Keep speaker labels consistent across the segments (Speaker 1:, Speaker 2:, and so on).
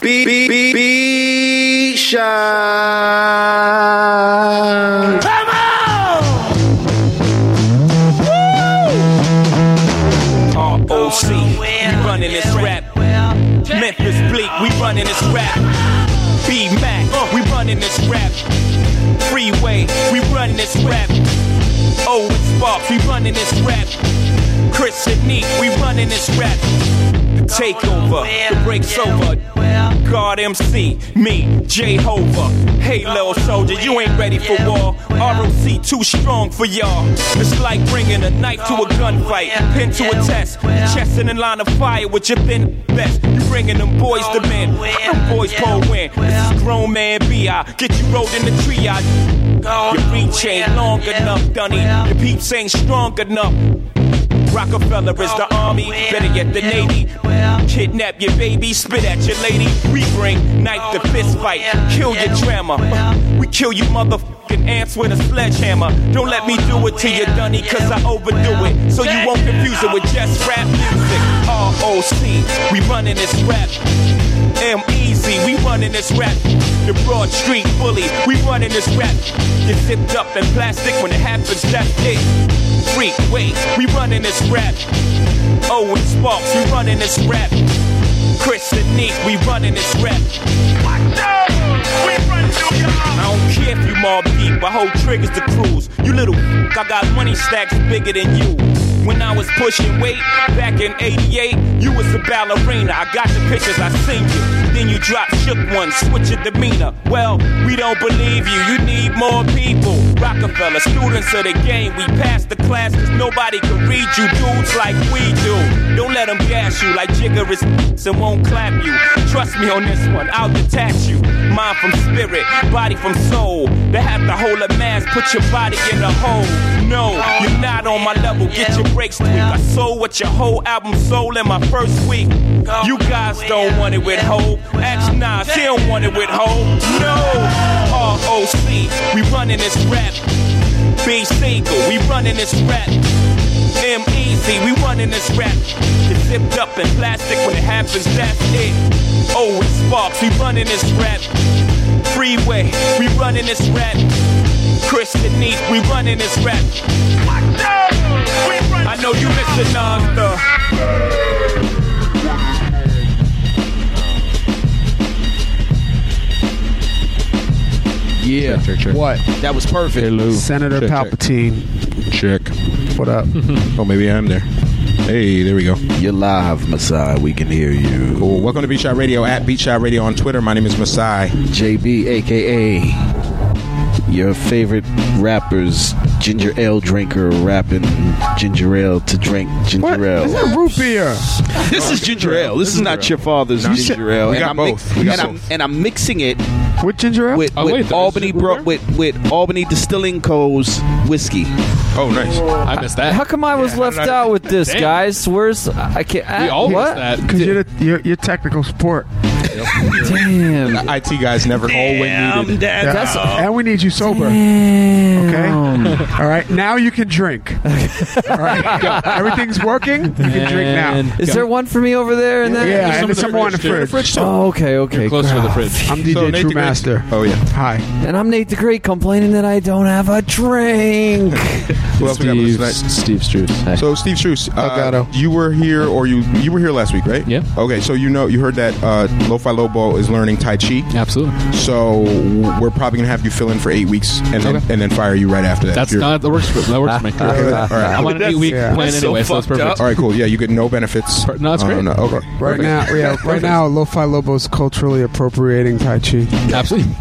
Speaker 1: Be, be, be, be shy.
Speaker 2: Come on!
Speaker 3: ROC. We running this rap. Memphis Bleak, we running this rap. B Mac, we running this rap. Freeway, we running this rap. Old Sparks, we running this rap. Chris and Neek, we running this rap. The takeover, the break's over. God MC, me, Jehovah. Hey, little soldier, you ain't ready for war. ROC too strong for y'all. It's like bringing a knife to a gunfight, pin to a test, chest in a line of fire with your thin best. You bringing them boys to men, them boys won't win. This is grown man B.I. Get you rolled in the triage. Your reach ain't long enough, Dunny. Your peeps ain't strong enough. Rockefeller is the army, better yet the navy. Kidnap your baby, spit at your lady. We bring knife to fist fight, kill your drama. We kill you motherfucking ants with a sledgehammer. Don't let me do it to you, Dunny, cause I overdo it. So you won't confuse it with just rap music. ROC, we running this rap. M Easy, we running this rap. The Broad Street Bully, we running this rap. Get zipped up in plastic when it happens, that's it. Freak, wait, we running this rap. Owen Sparks, we running this rap. Chris and Neek, we running this rap. I don't care if you mob deep, I hold triggers to cruise. You little, f- I got money stacks bigger than you. When I was pushing weight back in 88, you was a ballerina. I got the pictures, I seen you. Then you dropped shook one, switch your demeanor. Well, we don't believe you, you need more people. Rockefeller, students of the game, we passed the class cause nobody can read you dudes like we do. Don't let them gas you like jigger is and won't clap you. Trust me on this one, I'll detach you. Mind from spirit, body from soul. They have to hold a mask, put your body in a hole. No, you're not on my level, get your breaks tweaked. I sold what your whole album sold in my first week. You guys don't want it with hope. Ask Nas, he don't want it with hope. No, ROC, we running this rap. B Siegel, we running this rap. M Easy, we running this rap. It's zipped up in plastic when it happens, that's it. Oh, it's Sparks, we running this rap. Freeway, we running this rap. Chris and Neat, we running this rap. I know you missing Nas, though.
Speaker 1: Yeah.
Speaker 4: Check, check, check.
Speaker 1: What?
Speaker 4: That was perfect.
Speaker 1: Senator
Speaker 4: Check, check.
Speaker 1: Palpatine.
Speaker 4: Check.
Speaker 1: What up?
Speaker 4: Oh, maybe I'm there. Hey, there we go.
Speaker 5: You're live, Masai. We can hear you.
Speaker 4: Cool. Welcome to Beat Shot Radio at Beat Shot Radio on Twitter. My name is Masai.
Speaker 5: JB, aka your favorite rappers, ginger ale drinker, rapping ginger ale to drink ginger
Speaker 1: What?
Speaker 5: ale.
Speaker 1: Is that root beer?
Speaker 5: This is ginger ale. This is not your father's
Speaker 4: said-
Speaker 5: ginger ale.
Speaker 4: we got
Speaker 5: and I'm
Speaker 4: both. We got
Speaker 5: and, I'm,
Speaker 4: both.
Speaker 5: and I'm mixing it
Speaker 1: With ginger ale?
Speaker 5: with,
Speaker 6: Oh,
Speaker 5: with
Speaker 6: wait, there's
Speaker 5: Albany
Speaker 6: ginger
Speaker 5: bro-
Speaker 6: ale?
Speaker 5: with with Albany Distilling Co's whiskey.
Speaker 4: Oh, nice.
Speaker 6: I missed that.
Speaker 7: How come I was left
Speaker 4: I-
Speaker 7: out with this,
Speaker 6: Damn.
Speaker 7: guys? Where's I can't?
Speaker 6: we
Speaker 7: I,
Speaker 6: all
Speaker 7: what?
Speaker 6: missed that.
Speaker 1: Because you're, the- you're, you're technical support.
Speaker 7: Damn.
Speaker 4: The IT guys never always needed.
Speaker 1: Yeah.
Speaker 7: That's-
Speaker 1: and we need you sober.
Speaker 7: Damn.
Speaker 1: All right, now you can drink. All right, everything's working. You can drink
Speaker 7: And-
Speaker 1: now.
Speaker 7: Is there one for me over there? And then
Speaker 1: Yeah,
Speaker 4: Some
Speaker 1: and
Speaker 4: of
Speaker 1: there's
Speaker 4: the
Speaker 1: someone on the
Speaker 4: fridge, dude.
Speaker 1: fridge.
Speaker 7: Oh, okay, okay.
Speaker 6: Close to the fridge.
Speaker 1: I'm DJ
Speaker 4: So, Nate
Speaker 1: True
Speaker 4: the Great-
Speaker 1: Master.
Speaker 4: Oh, yeah.
Speaker 1: Hi.
Speaker 7: And I'm Nate the Great complaining that I don't have a drink.
Speaker 4: Who else we got with us tonight?
Speaker 6: Steve Struce.
Speaker 4: So Steve Struce, uh,
Speaker 1: Elgato.
Speaker 4: you were here, or you you were here last week, right?
Speaker 6: Yeah.
Speaker 4: Okay, so you know you heard that uh, Lo-Fi Lobo is learning Tai Chi,
Speaker 6: Absolutely.
Speaker 4: so we're probably gonna have you fill in for eight weeks, and then,
Speaker 6: Okay.
Speaker 4: and then fire you right after that.
Speaker 6: That's
Speaker 4: You're-
Speaker 6: not that works for that works for me.
Speaker 4: Okay,
Speaker 6: I'm
Speaker 4: all right.
Speaker 6: on an eight week
Speaker 1: yeah.
Speaker 6: plan anyway, so it's perfect.
Speaker 4: All right, cool. Yeah, you get no benefits.
Speaker 6: Per- no, that's
Speaker 4: Uh,
Speaker 6: great.
Speaker 4: Okay.
Speaker 1: Right
Speaker 4: Perfect.
Speaker 1: now, yeah. Right now, Lo-Fi Lobo's culturally appropriating Tai Chi.
Speaker 6: Absolutely.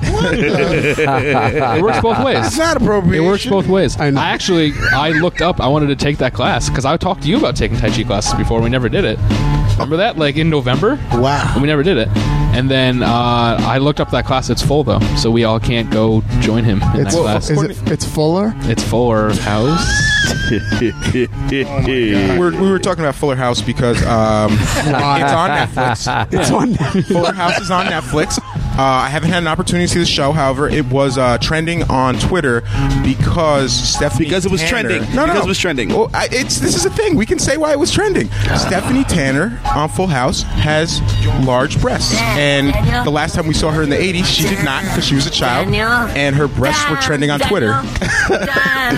Speaker 6: it works both
Speaker 1: It's
Speaker 6: ways.
Speaker 1: not appropriate.
Speaker 6: It works both ways.
Speaker 1: I
Speaker 6: I,
Speaker 1: know.
Speaker 6: actually I looked up. I wanted to take that class because I talked to you about taking Tai Chi classes before. We never did it. Remember that? Like in November.
Speaker 5: Wow.
Speaker 6: We never did it. And then uh, I looked up that class. It's full though, so we all can't go join him in
Speaker 1: It's
Speaker 6: that
Speaker 1: well,
Speaker 6: class.
Speaker 1: is it, it's Fuller.
Speaker 6: it's for house.
Speaker 4: We're, we were talking about Fuller House because um, it's on Netflix.
Speaker 1: It's on.
Speaker 4: Fuller House is on Netflix. Uh, I haven't had an opportunity to see the show. However, it was uh, trending on Twitter because Stephanie
Speaker 5: Because it was
Speaker 4: Tanner-
Speaker 5: trending.
Speaker 4: No, no,
Speaker 5: Because
Speaker 4: no.
Speaker 5: it was trending.
Speaker 4: Well, I, it's this is the thing. We can say why it was trending. Stephanie Tanner on Full House has large breasts, and the last time we saw her in the '80s, she did not because she was a child, and her breasts were trending on Twitter.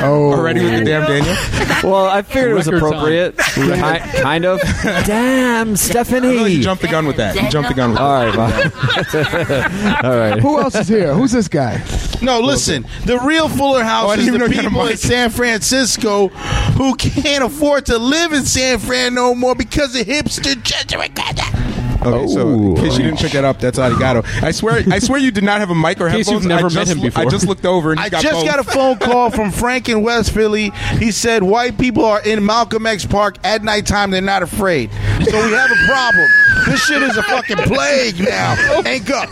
Speaker 1: Oh,
Speaker 4: Already with the damn Daniel.
Speaker 2: Well, I figured it was
Speaker 6: Record's on.
Speaker 2: appropriate. Ki- kind of.
Speaker 7: Damn,
Speaker 4: I feel like
Speaker 7: Stephanie.
Speaker 4: you jumped the gun with that. You jumped the gun with that.
Speaker 2: All right, Bob. All right.
Speaker 1: Who else is here? Who's this guy?
Speaker 8: No, listen. The real Fuller House
Speaker 4: Oh, I didn't
Speaker 8: is
Speaker 4: even
Speaker 8: the
Speaker 4: know you had a
Speaker 8: people in
Speaker 4: mic.
Speaker 8: San Francisco who can't afford to live in San Fran no more because of hipster gentrification.
Speaker 4: Okay, so in
Speaker 5: Oh.
Speaker 4: case you didn't pick that up, that's Arigato. I swear, I swear you did not have a mic or
Speaker 6: case
Speaker 4: headphones.
Speaker 6: you've never
Speaker 4: I just,
Speaker 6: met him before.
Speaker 4: I just looked over and
Speaker 8: I
Speaker 4: you got
Speaker 8: just
Speaker 4: both.
Speaker 8: got a phone call from Frank in West Philly. He said white people are in Malcolm X Park at nighttime. They're not afraid. So we have a problem. This shit is a fucking plague now. Ain't up.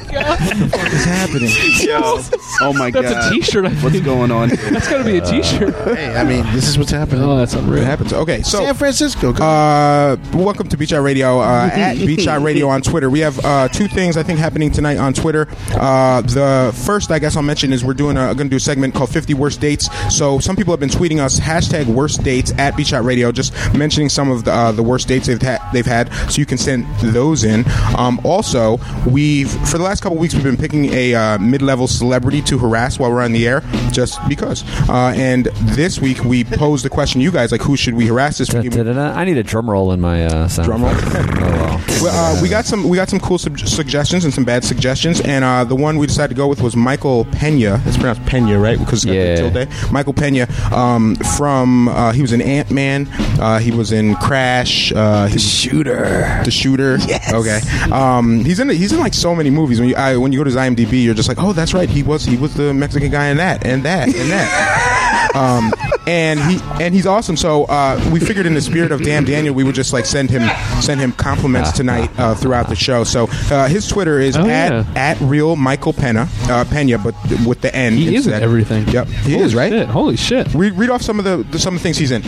Speaker 5: Oh my
Speaker 6: That's a T-shirt. I
Speaker 5: What's
Speaker 6: think.
Speaker 5: going on?
Speaker 6: That's got to be a T-shirt.
Speaker 8: Hey, I mean, this is what's happening.
Speaker 6: Uh. oh, that's unreal.
Speaker 4: It happens. Okay, so
Speaker 8: San Francisco.
Speaker 4: Uh, welcome to Beach Eye Radio uh, at Beach Eye Radio on Twitter. We have uh, two things I think happening tonight on Twitter. Uh, the first, I guess I'll mention, is we're doing going to do a segment called 50 Worst Dates. So some people have been tweeting us hashtag Worst Dates at Beach Eye Radio, just mentioning some of the, uh, the worst dates they've had. They've had, so you can send those in. Um, also, we've for the last couple weeks we've been picking a uh, mid-level celebrity to harass while we're on the air, just because. Uh, and this week we posed the question to you guys like, who should we harass this week?
Speaker 2: Da-da-da. I need a drum roll in my uh, sound.
Speaker 4: Drum roll.
Speaker 2: effect. Oh, well.
Speaker 4: Well, uh, we got some we got some cool sub- suggestions and some bad suggestions, and uh, the one we decided to go with was Michael Pena. It's pronounced Pena, right? Because
Speaker 2: Yeah.
Speaker 4: it's got the tilde. Michael Pena um, from uh, he was in Ant Man, uh, he was in Crash, uh, he was
Speaker 2: Shooter.
Speaker 4: the shooter. Yes. Okay. Um, he's in he's in like so many movies. When you I, when you go to his IMDb, you're just like, oh, that's right. He was he was the Mexican guy in that and that and that. um, and he and he's awesome. So uh, we figured in the spirit of Damn Daniel, we would just like send him send him compliments tonight uh, throughout the show. So uh, his Twitter is
Speaker 6: Oh,
Speaker 4: at
Speaker 6: yeah.
Speaker 4: at real Michael Pena uh, Pena, but with the N.
Speaker 6: He is in
Speaker 4: instead.
Speaker 6: everything.
Speaker 4: Yep, he
Speaker 6: Holy
Speaker 4: is right.
Speaker 6: shit, Holy shit!
Speaker 4: Read, read off some of the, the some of the things he's in.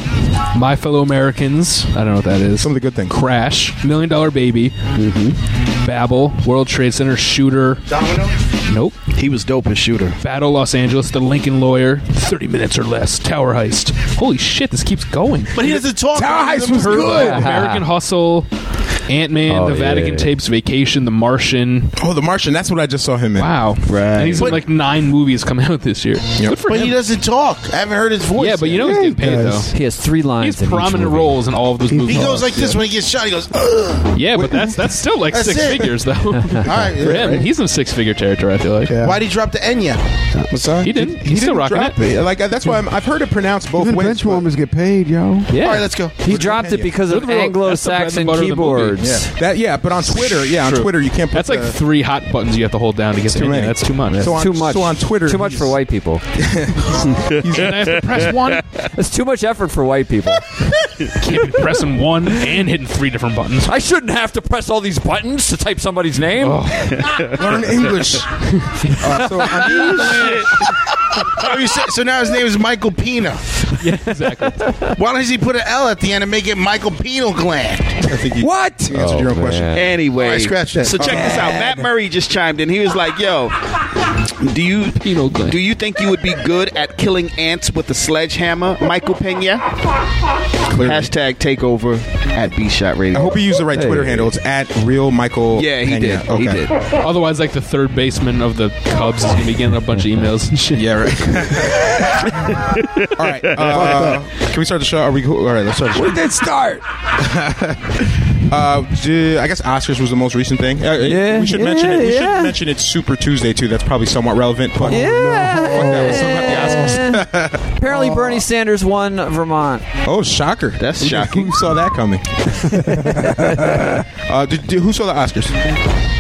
Speaker 6: My fellow Americans. I don't know what that is.
Speaker 4: Some of the good things.
Speaker 6: Crash, Million Dollar Baby,
Speaker 5: Mm-hmm.
Speaker 6: Babel, World Trade Center, Shooter, Nope,
Speaker 5: He was dope as shooter.
Speaker 6: Battle Los Angeles, The Lincoln Lawyer, Thirty Minutes or Less, Tower Heist. Holy shit, this keeps going.
Speaker 8: But he doesn't talk.
Speaker 4: Tower Heist was
Speaker 8: Her-
Speaker 4: good.
Speaker 6: American Hustle, Ant Man,
Speaker 2: Oh,
Speaker 6: The
Speaker 2: yeah,
Speaker 6: Vatican
Speaker 2: yeah.
Speaker 6: Tapes, Vacation, The Martian.
Speaker 4: Oh, The Martian. That's what I just saw him in.
Speaker 6: Wow,
Speaker 5: Right.
Speaker 6: And he's in
Speaker 8: But-
Speaker 6: like nine movies coming out this year. Good for
Speaker 8: But he
Speaker 6: him.
Speaker 8: doesn't talk. I haven't heard his voice.
Speaker 6: yeah, but you
Speaker 8: yet.
Speaker 6: know he's getting paid
Speaker 1: does.
Speaker 6: though.
Speaker 2: He has three
Speaker 6: He
Speaker 2: lines.
Speaker 6: has
Speaker 2: in each
Speaker 6: prominent
Speaker 2: movie.
Speaker 6: roles in all of those movies.
Speaker 8: He goes like this when he gets shot. He goes, Ugh.
Speaker 6: yeah, but that's that's still like
Speaker 8: That's
Speaker 6: six
Speaker 8: it.
Speaker 6: figures though. for him,
Speaker 8: all right.
Speaker 6: he's in six figure territory. I feel like.
Speaker 1: Yeah.
Speaker 8: Why'd he drop the Enya?
Speaker 4: What's that?
Speaker 6: He didn't. He's still rocking
Speaker 4: drop
Speaker 6: it.
Speaker 4: Like uh, that's why I'm, I've heard it pronounced both
Speaker 1: Even
Speaker 4: ways.
Speaker 1: bench
Speaker 4: but-
Speaker 1: warmers get paid, yo.
Speaker 6: Yeah.
Speaker 8: All right, let's go.
Speaker 2: He dropped it because of
Speaker 6: Good roll. That's the
Speaker 2: Anglo-Saxon
Speaker 6: bread and butter of the movie.
Speaker 2: keyboards.
Speaker 4: Yeah. That yeah, but on Twitter, yeah, on
Speaker 6: True.
Speaker 4: Twitter you can't. Put
Speaker 6: That's like
Speaker 4: the-
Speaker 6: three hot buttons you have to hold down to get to
Speaker 4: too
Speaker 6: menu.
Speaker 4: many.
Speaker 6: That's too much.
Speaker 4: So on,
Speaker 2: Too much.
Speaker 4: So on Twitter,
Speaker 2: Too much for
Speaker 4: he's-
Speaker 2: white people.
Speaker 6: and I have to press one.
Speaker 2: That's too much effort for white people.
Speaker 6: Can't be pressing one and hitting three different buttons.
Speaker 2: I shouldn't have to press all these buttons to type somebody's name.
Speaker 4: Learn English. Uh, so on-
Speaker 8: Oh, you said, so now his name is Michael Pena.
Speaker 6: Yeah, exactly.
Speaker 8: Why does he put an L at the end and make it Michael Penal Gland?
Speaker 4: I think you
Speaker 2: What?
Speaker 4: you answered your own question.
Speaker 5: Anyway,
Speaker 8: All right, scratch that.
Speaker 5: So check this out. Matt Murray just chimed in. He was like, "Yo, do you
Speaker 6: Penal gland.
Speaker 5: do you think you would be good at killing ants with a sledgehammer, Michael Pena?" Hashtag takeover at B Shot
Speaker 4: I
Speaker 5: Radio.
Speaker 4: hope you used the right Twitter handle. It's at real Michael.
Speaker 5: yeah, he
Speaker 4: Pena.
Speaker 5: did.
Speaker 4: Okay.
Speaker 5: He did.
Speaker 6: Otherwise, like the third baseman of the Cubs is gonna be getting a bunch of emails and shit.
Speaker 4: Yeah. Right. All right. Uh, can we start the show? Are we cool? All right. Let's start. The show.
Speaker 2: We did start.
Speaker 4: Uh, d- I guess Oscars was the most recent thing. Uh,
Speaker 2: Yeah,
Speaker 4: we should
Speaker 2: yeah,
Speaker 4: mention it. We
Speaker 2: yeah.
Speaker 4: should mention it's Super Tuesday too. That's probably somewhat relevant. But
Speaker 2: Oh. Yeah. Apparently, Bernie Sanders won Vermont.
Speaker 4: Oh, shocker!
Speaker 5: That's
Speaker 4: Who-
Speaker 5: shocking.
Speaker 4: Who saw that coming? uh, did, did- who saw the Oscars?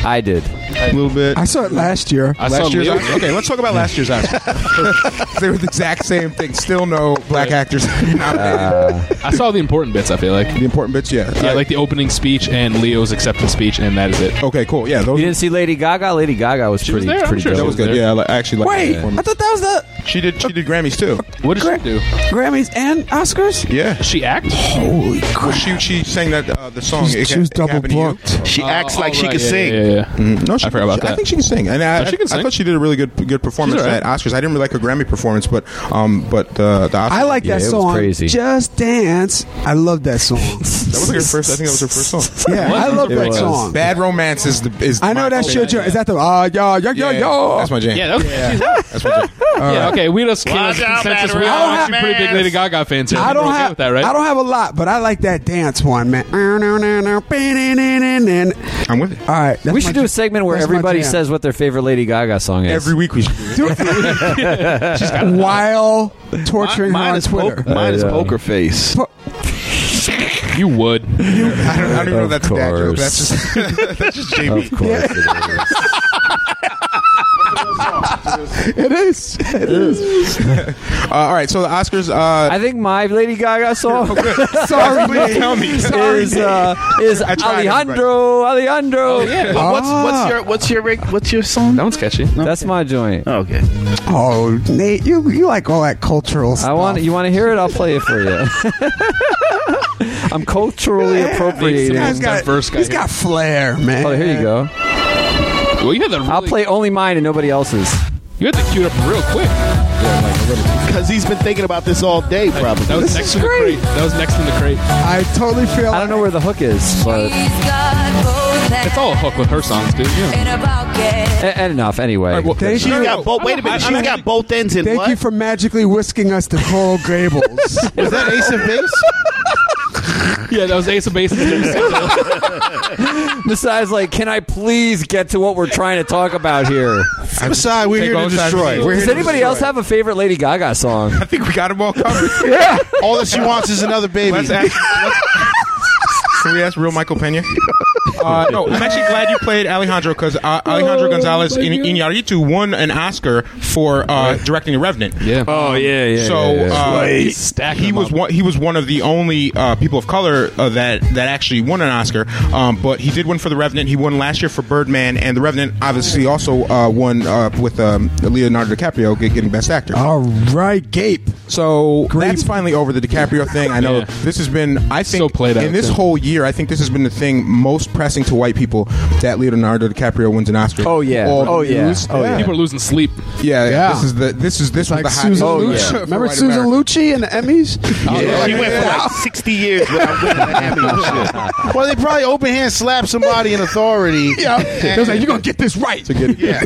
Speaker 2: I did.
Speaker 4: A little bit.
Speaker 1: I saw it last year.
Speaker 6: I saw
Speaker 4: last year's
Speaker 6: Leo-
Speaker 4: Oscars. Okay, let's talk about last year's Oscars. they were the exact same thing. Still no black actors nominated.
Speaker 6: Uh, I saw the important bits. I feel like.
Speaker 4: the important bits, yeah.
Speaker 6: Yeah,
Speaker 4: Uh,
Speaker 6: like the opening speech and Leo's acceptance speech, and that is it.
Speaker 4: okay, cool. Yeah, those,
Speaker 2: You didn't see Lady Gaga? Lady Gaga was
Speaker 6: was
Speaker 2: pretty,
Speaker 6: there, I'm
Speaker 2: pretty
Speaker 6: sure.
Speaker 2: dope.
Speaker 4: that was good.
Speaker 6: there.
Speaker 4: Yeah, I li- I actually like.
Speaker 7: Wait, I thought that was the
Speaker 4: She did. She did Grammys too.
Speaker 6: What does she do?
Speaker 9: Grammys and Oscars?
Speaker 4: Yeah.
Speaker 6: She act?
Speaker 9: Holy
Speaker 4: Well,
Speaker 9: crap.
Speaker 4: she she sang that uh, the song.
Speaker 10: She was-
Speaker 4: It
Speaker 10: she
Speaker 4: Ca-
Speaker 10: was
Speaker 4: It
Speaker 10: double
Speaker 4: Happened to You. Uh,
Speaker 10: booked.
Speaker 8: She acts like she
Speaker 6: right,
Speaker 8: could
Speaker 6: yeah,
Speaker 8: sing.
Speaker 6: Yeah, yeah, yeah.
Speaker 4: Mm, No, she,
Speaker 6: I forgot about
Speaker 4: I
Speaker 6: that.
Speaker 4: think she can sing, and I,
Speaker 6: No, she can
Speaker 4: I- I
Speaker 6: sing.
Speaker 4: thought she did a really good good performance
Speaker 6: She's all right.
Speaker 4: at Oscars. I didn't really like her Grammy performance, but um, but uh, the Oscars.
Speaker 10: I like
Speaker 7: Yeah,
Speaker 10: that
Speaker 7: it was
Speaker 10: song.
Speaker 7: crazy.
Speaker 10: Just dance. I love that song.
Speaker 4: that was like her first. I think that was her first song.
Speaker 10: Yeah, I love
Speaker 7: It
Speaker 10: that
Speaker 7: was.
Speaker 10: song.
Speaker 4: Bad Romance is the is.
Speaker 10: I know
Speaker 4: my
Speaker 10: that's your
Speaker 4: favorite.
Speaker 10: joint. Is that the uh, yo yo yo
Speaker 4: Yeah, yeah,
Speaker 10: yo?
Speaker 4: That's my jam.
Speaker 6: Yeah, that was,
Speaker 4: That's my jam.
Speaker 6: yeah, okay. We just came
Speaker 8: Watch
Speaker 6: to
Speaker 8: out,
Speaker 6: consensus.
Speaker 8: Bad
Speaker 6: We all
Speaker 8: Romance.
Speaker 6: are actually pretty big Lady Gaga fans here.
Speaker 10: I
Speaker 6: We're
Speaker 10: don't
Speaker 6: okay
Speaker 10: have
Speaker 6: with that, right?
Speaker 10: I don't have a lot, but I like that dance one, man. All
Speaker 4: I'm with it.
Speaker 10: right, that's
Speaker 7: we
Speaker 10: my
Speaker 7: should do
Speaker 10: jam.
Speaker 7: a segment where
Speaker 10: That's my
Speaker 7: everybody
Speaker 10: jam.
Speaker 7: says what their favorite Lady Gaga song is.
Speaker 4: Every week we should. do it.
Speaker 10: while torturing her on
Speaker 11: Mine is
Speaker 10: Twitter.
Speaker 11: poker- mine is poker face.
Speaker 6: You would.
Speaker 4: I don't, I don't even know
Speaker 7: Of
Speaker 4: if that's a dad joke.
Speaker 7: course.
Speaker 4: That's just that's just JB.
Speaker 7: Of course it is.
Speaker 10: It is. It is.
Speaker 4: Uh, all right, so the Oscars. Uh, Oh,
Speaker 7: I think my Lady Gaga song
Speaker 10: Sorry,
Speaker 4: please tell me.
Speaker 7: is uh, is
Speaker 4: I tried,
Speaker 7: Alejandro Alejandro.
Speaker 6: yeah.
Speaker 11: Oh, But
Speaker 10: Ah.
Speaker 11: what's what's your what's your rig- what's your song?
Speaker 6: That one's catchy.
Speaker 7: That's my joint.
Speaker 11: Okay.
Speaker 10: Oh, Nate, you you like all that cultural stuff.
Speaker 7: I want you want to hear it. I'll play it for you. I'm culturally appropriating.
Speaker 10: He's got,
Speaker 6: Diverse guy
Speaker 10: he's
Speaker 6: here.
Speaker 10: got flair, man.
Speaker 7: Oh, here you go.
Speaker 6: Well, you had the. Really,
Speaker 7: I'll play only mine and nobody else's.
Speaker 6: You had to cue it up real quick.
Speaker 11: Because he's been thinking about this all day, probably.
Speaker 6: That was next in the crate. That was next in the crate.
Speaker 10: I totally feel.
Speaker 7: I don't know where the hook is, but and,
Speaker 6: It's all a hook with her songs, dude. Yeah.
Speaker 7: and enough anyway.
Speaker 6: All right, well,
Speaker 10: Thank
Speaker 11: She's
Speaker 10: you.
Speaker 11: got both. Wait a minute. She's got both ends in
Speaker 10: Thank
Speaker 11: what?
Speaker 10: you for magically whisking us to Coral Gables.
Speaker 11: was that Ace of Base?
Speaker 6: yeah, that was Ace of Base.
Speaker 7: Besides, like, can I please get to what we're trying to talk about here?
Speaker 4: I'm sorry, we're
Speaker 6: here to destroy.
Speaker 4: We're
Speaker 7: Does
Speaker 4: here to
Speaker 7: anybody
Speaker 4: destroy.
Speaker 7: else have a favorite Lady Gaga song?
Speaker 4: I think we got them all covered.
Speaker 8: All that she wants is another baby.
Speaker 4: Let's ask, let's- can we ask real Michael Pena? Uh, no, I'm actually glad you played Alejandro because uh,
Speaker 7: Oh,
Speaker 4: Alejandro Gonzalez in Iñárritu won an Oscar for uh, directing The Revenant.
Speaker 6: yeah.
Speaker 7: Oh yeah, yeah.
Speaker 4: So uh, he,
Speaker 6: Stack
Speaker 4: he
Speaker 6: them
Speaker 4: was
Speaker 6: up.
Speaker 4: one, he was one of the only uh, people of color uh, that that actually won an Oscar. Um, but he did win for The Revenant. He won last year for Birdman, and The Revenant obviously also uh, won uh, with um, Leonardo DiCaprio get- getting Best Actor.
Speaker 10: all right, Gape.
Speaker 4: So
Speaker 10: Grape.
Speaker 4: that's finally over the DiCaprio thing. I know
Speaker 6: Yeah.
Speaker 4: this has been. I think
Speaker 6: So played out,
Speaker 4: in this
Speaker 6: too.
Speaker 4: whole year, I think this has been the thing most pressing to white people that Leonardo DiCaprio wins an Oscar.
Speaker 7: Oh, yeah.
Speaker 4: All
Speaker 7: Oh, yeah.
Speaker 4: news.
Speaker 7: Oh, yeah.
Speaker 6: People are losing sleep.
Speaker 4: yeah,
Speaker 10: Yeah.
Speaker 4: This is the this is this was
Speaker 10: Like
Speaker 4: the hot.
Speaker 10: Susan
Speaker 7: Oh, yeah.
Speaker 10: Lucci.
Speaker 4: for
Speaker 10: Remember
Speaker 4: white
Speaker 10: Susan
Speaker 4: America.
Speaker 10: Lucci and the Emmys?
Speaker 8: Yeah.
Speaker 11: She went for like 60 years without winning an Emmy and shit.
Speaker 8: Well, they probably open hand slapped somebody in authority.
Speaker 10: Yeah. They was like, you're going to get this right.
Speaker 8: Yeah.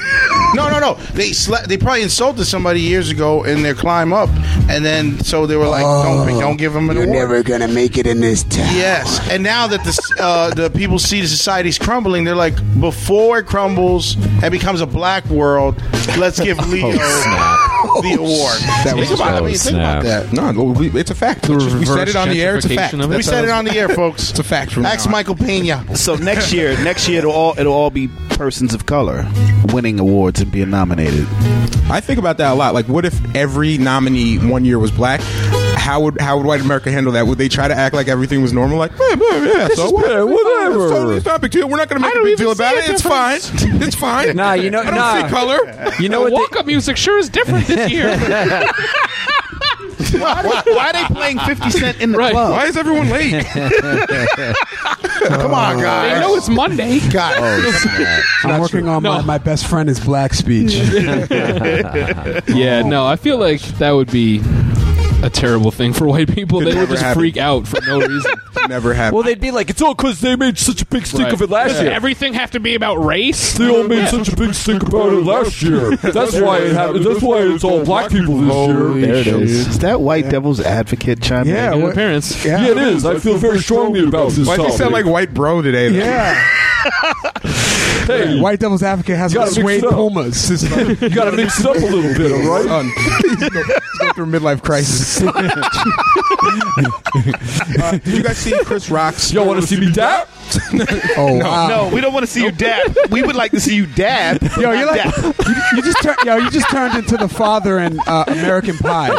Speaker 8: No, no, no. They sla- they probably insulted somebody years ago in their climb up, and then so they were like, don't, don't give them an award.
Speaker 10: going to make it in this town.
Speaker 8: Yes, and now that the uh, the people see the society's crumbling, they're like, before it crumbles and becomes a black world, let's give Leo the award.
Speaker 4: That was-
Speaker 8: think about, I mean,
Speaker 7: oh,
Speaker 8: think about
Speaker 7: snap.
Speaker 8: that.
Speaker 4: No, well, we, it's a fact.
Speaker 6: The
Speaker 4: we said
Speaker 6: reverse
Speaker 4: it on the air. It's a
Speaker 6: gentrification
Speaker 4: fact.
Speaker 6: of it.
Speaker 8: We
Speaker 4: That's
Speaker 8: said
Speaker 4: how-
Speaker 8: it on the air, folks.
Speaker 4: It's a fact. From
Speaker 8: Ask
Speaker 4: now on.
Speaker 8: Michael Pena.
Speaker 11: So next year, next year it'll all it'll all be persons of color winning awards and being nominated.
Speaker 4: I think about that a lot. Like, what if every nominee one year was black? How would how would white America handle that? Would they try to act like everything was normal? Like, yeah, yeah, yeah, so what?
Speaker 7: bad, whatever.
Speaker 4: It's, totally, it's not a big deal. We're not going to make a big deal about it. It's fine. It's fine.
Speaker 7: Nah, you know-
Speaker 4: I don't
Speaker 7: nah.
Speaker 4: see color.
Speaker 7: you know
Speaker 6: The
Speaker 7: what?
Speaker 6: walk up music sure is different this year.
Speaker 11: Why, why are they playing 50 Cent in the
Speaker 6: Right.
Speaker 11: club?
Speaker 4: Why is everyone late?
Speaker 8: Come
Speaker 7: Oh.
Speaker 8: on, guys.
Speaker 6: I know it's Monday.
Speaker 10: Oh, I'm working on my,
Speaker 6: No.
Speaker 10: my best friend is black speech.
Speaker 6: Yeah, no, I feel like that would be a terrible thing for white people.
Speaker 4: Could
Speaker 6: They would
Speaker 4: never
Speaker 6: just
Speaker 4: happen.
Speaker 6: freak out for no reason.
Speaker 4: Never happened.
Speaker 7: Well, they'd be like, it's all because they made such a big stink
Speaker 6: Right.
Speaker 7: of it last year.
Speaker 6: Everything have to be about race?
Speaker 7: They all made such a big stink about it last year. That's why it happened. That's why it's all black people this year.
Speaker 11: There it is. Is that White Devil's Advocate chiming
Speaker 10: Yeah,
Speaker 11: in?
Speaker 10: what-
Speaker 6: Parents.
Speaker 10: yeah.
Speaker 7: Yeah, it is. I feel very strongly about Oh, this
Speaker 4: Why do you sound like
Speaker 7: topic.
Speaker 4: white bro today? though?
Speaker 10: Yeah.
Speaker 7: Hey,
Speaker 10: White Devil's Advocate has
Speaker 7: You
Speaker 10: a
Speaker 7: gotta mix
Speaker 10: suede
Speaker 7: it up.
Speaker 10: pumas.
Speaker 7: you got to mix it up a little bit, all right?
Speaker 4: Son, he's go- he's going through a midlife crisis. Uh, did you guys see Chris Rock's?
Speaker 7: Y'all want to see me dap?
Speaker 10: Oh, wow.
Speaker 11: No, we don't want to see you dab. We would like to see you dab.
Speaker 10: Yo, you're like you, you just tur- yo, you just turned into the father in uh, American Pie.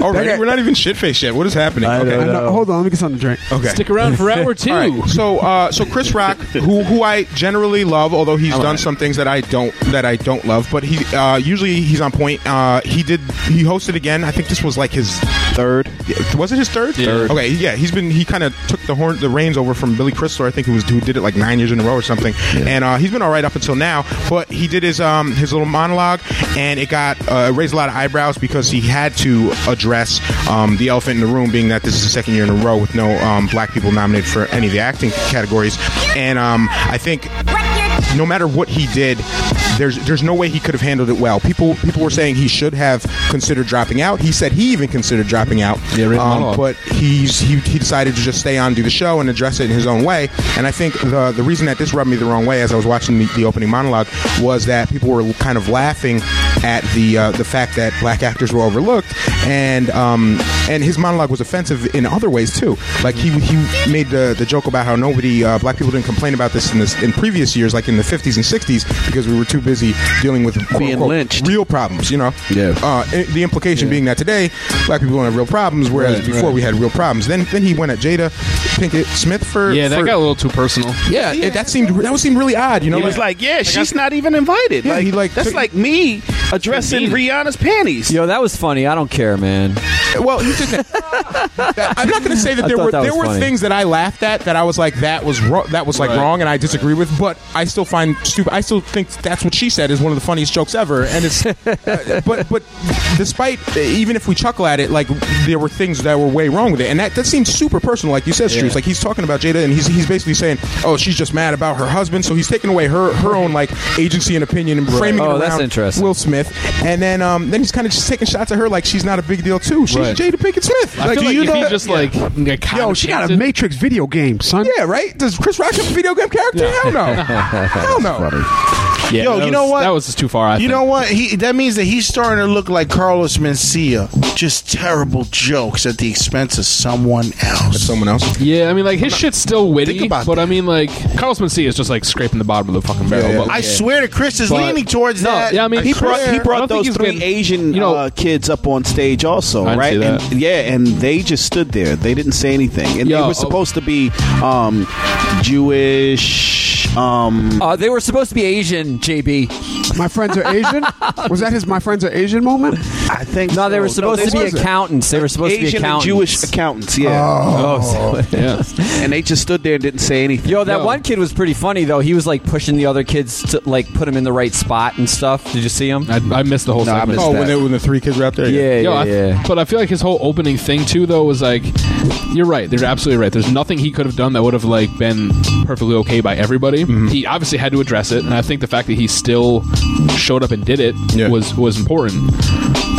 Speaker 4: Already, we're not even shit faced yet. What is happening?
Speaker 5: I
Speaker 4: okay.
Speaker 5: don't know.
Speaker 1: No, uh, hold on, let me get something to drink.
Speaker 4: Okay.
Speaker 6: Stick around for hour two.
Speaker 4: All right. So, uh, so Chris Rock, who who I generally love, although he's done some things that I don't that I don't love, but he uh, usually he's on point. Uh, he did he hosted again. I think this was like his
Speaker 5: Third.
Speaker 4: was it his third?
Speaker 6: Yeah. Third.
Speaker 4: Okay, yeah, he's been he kind of took the horn the reins over from Billy Crystal, I think who was who did it like nine years in a row or something, and uh, he's been all right up until now. But he did his um his little monologue, and it got uh, it raised a lot of eyebrows because he had to address um, the elephant in the room, being that this is the second year in a row with no um, black people nominated for any of the acting categories, and um I think no matter what he did, there's there's no way he could have handled it well. People people were saying he should have considered dropping out. He said he even considered dropping out. Um,
Speaker 6: Yeah, written monologue.
Speaker 4: but he's he, he decided to just stay on, do the show, and address it in his own way. And I think the the reason that this rubbed me the wrong way as I was watching the, the opening monologue was that people were kind of laughing at the uh, the fact that black actors were overlooked, and um and his monologue was offensive in other ways too. Like he he made the the joke about how nobody uh, black people didn't complain about this in this in previous years, like in the 50s and 60s, because we were too busy dealing with quote,
Speaker 5: Being
Speaker 4: unquote,
Speaker 5: lynched.
Speaker 4: real problems. You know,
Speaker 5: Yeah.
Speaker 4: Uh, i- the implication being that today black people don't have real problems, whereas
Speaker 5: Right,
Speaker 4: before
Speaker 5: right.
Speaker 4: we had real problems. Then then he went at Jada Pinkett Smith for
Speaker 6: yeah, that
Speaker 4: for-
Speaker 6: got a little too personal.
Speaker 5: Yeah,
Speaker 4: yeah,
Speaker 5: it-
Speaker 4: that seemed that was seemed really odd. You know,
Speaker 11: He was like, "Yeah, she's not even invited."
Speaker 4: Yeah,
Speaker 11: like,
Speaker 4: he, like,
Speaker 11: that's
Speaker 4: took-
Speaker 11: like me addressing Rihanna's panties.
Speaker 7: Yo, that was funny. I don't care, man.
Speaker 4: well, you just, that- I'm not going to say that
Speaker 7: I
Speaker 4: there
Speaker 7: thought
Speaker 4: were
Speaker 7: that
Speaker 4: there
Speaker 7: was
Speaker 4: were
Speaker 7: funny.
Speaker 4: things that I laughed at that I was like that was ro- that was like wrong and I disagree with, but I still find stupid. I still think that's what she said is one of the funniest jokes ever, and it's uh, but but despite uh, even if we chuckle at it, like there were things that were way wrong with it, and that that seems super personal, like you said, Streets. Like he's talking about Jada and he's he's basically saying, oh, she's just mad about her husband, so he's taking away her her own like agency and opinion and framing it
Speaker 7: Oh,
Speaker 4: around
Speaker 7: that's interesting.
Speaker 4: Will Smith, and then um then he's kind of just taking shots at her like she's not a big deal too. She's
Speaker 6: Right.
Speaker 4: Jada Pinkett Smith.
Speaker 6: I
Speaker 4: Like,
Speaker 6: feel
Speaker 4: do
Speaker 6: like
Speaker 4: you
Speaker 6: if
Speaker 4: know?
Speaker 6: he just like yeah.
Speaker 1: Yo, she got a Matrix video game, son.
Speaker 4: yeah, right. Does Chris Rock have a video game character? Hell no. Hell no.
Speaker 6: Yeah,
Speaker 8: Yo,
Speaker 6: that
Speaker 8: you know
Speaker 6: was-
Speaker 8: what?
Speaker 6: That was just too far. I
Speaker 8: You
Speaker 6: think.
Speaker 8: know what? He that means that he's starting to look like Carlos Mencia. Just terrible jokes at the expense of someone else.
Speaker 4: Someone else.
Speaker 6: Yeah, I mean, like his shit's still witty,
Speaker 8: Think
Speaker 6: but
Speaker 8: about
Speaker 6: I mean, like Carlos Mencia is just like scraping the bottom of the fucking barrel.
Speaker 4: yeah.
Speaker 6: But
Speaker 8: I swear to Chris is
Speaker 6: But-
Speaker 8: leaning towards
Speaker 5: No,
Speaker 8: that.
Speaker 6: yeah, I mean,
Speaker 5: he
Speaker 6: I
Speaker 5: brought,
Speaker 6: swear-
Speaker 5: he
Speaker 6: I don't
Speaker 5: brought
Speaker 6: think
Speaker 5: those
Speaker 6: he's
Speaker 5: three
Speaker 6: been-
Speaker 5: Asian
Speaker 6: you know-
Speaker 5: uh, kids up on stage also,
Speaker 6: I didn't
Speaker 5: right?
Speaker 6: see that.
Speaker 5: And, yeah, and they just stood there. They didn't say anything, and
Speaker 6: Yo,
Speaker 5: they
Speaker 6: oh.
Speaker 5: were supposed to be um, Jewish. Um,
Speaker 7: Uh, they were supposed to be Asian, JB.
Speaker 1: My friends are Asian. was that his "My friends are Asian" moment?
Speaker 5: I think
Speaker 7: No, they were
Speaker 5: so. No,
Speaker 7: supposed to be
Speaker 5: wasn't.
Speaker 7: accountants. They were supposed to be
Speaker 5: Asian and
Speaker 7: accountants.
Speaker 5: Jewish accountants. Yeah,
Speaker 7: Oh, so-
Speaker 6: yeah.
Speaker 5: and they just stood there and didn't say anything.
Speaker 7: Yo, that
Speaker 6: Yo.
Speaker 7: one kid was pretty funny though. He was like pushing the other kids to like put him in the right spot and stuff. Did you see him?
Speaker 6: I, I missed the whole
Speaker 5: No, I
Speaker 6: segment.
Speaker 5: missed
Speaker 4: Oh,
Speaker 5: that.
Speaker 4: when, they, when the three kids were out there.
Speaker 7: yeah,
Speaker 6: Yo,
Speaker 7: yeah,
Speaker 6: I-
Speaker 7: yeah.
Speaker 6: but I feel like his whole opening thing too, though, was like, you're right. They're absolutely right. There's nothing he could have done that would have like been perfectly okay by everybody. He obviously had to address it, and I think the fact that he still showed up and did it
Speaker 4: Yeah.
Speaker 6: was was important.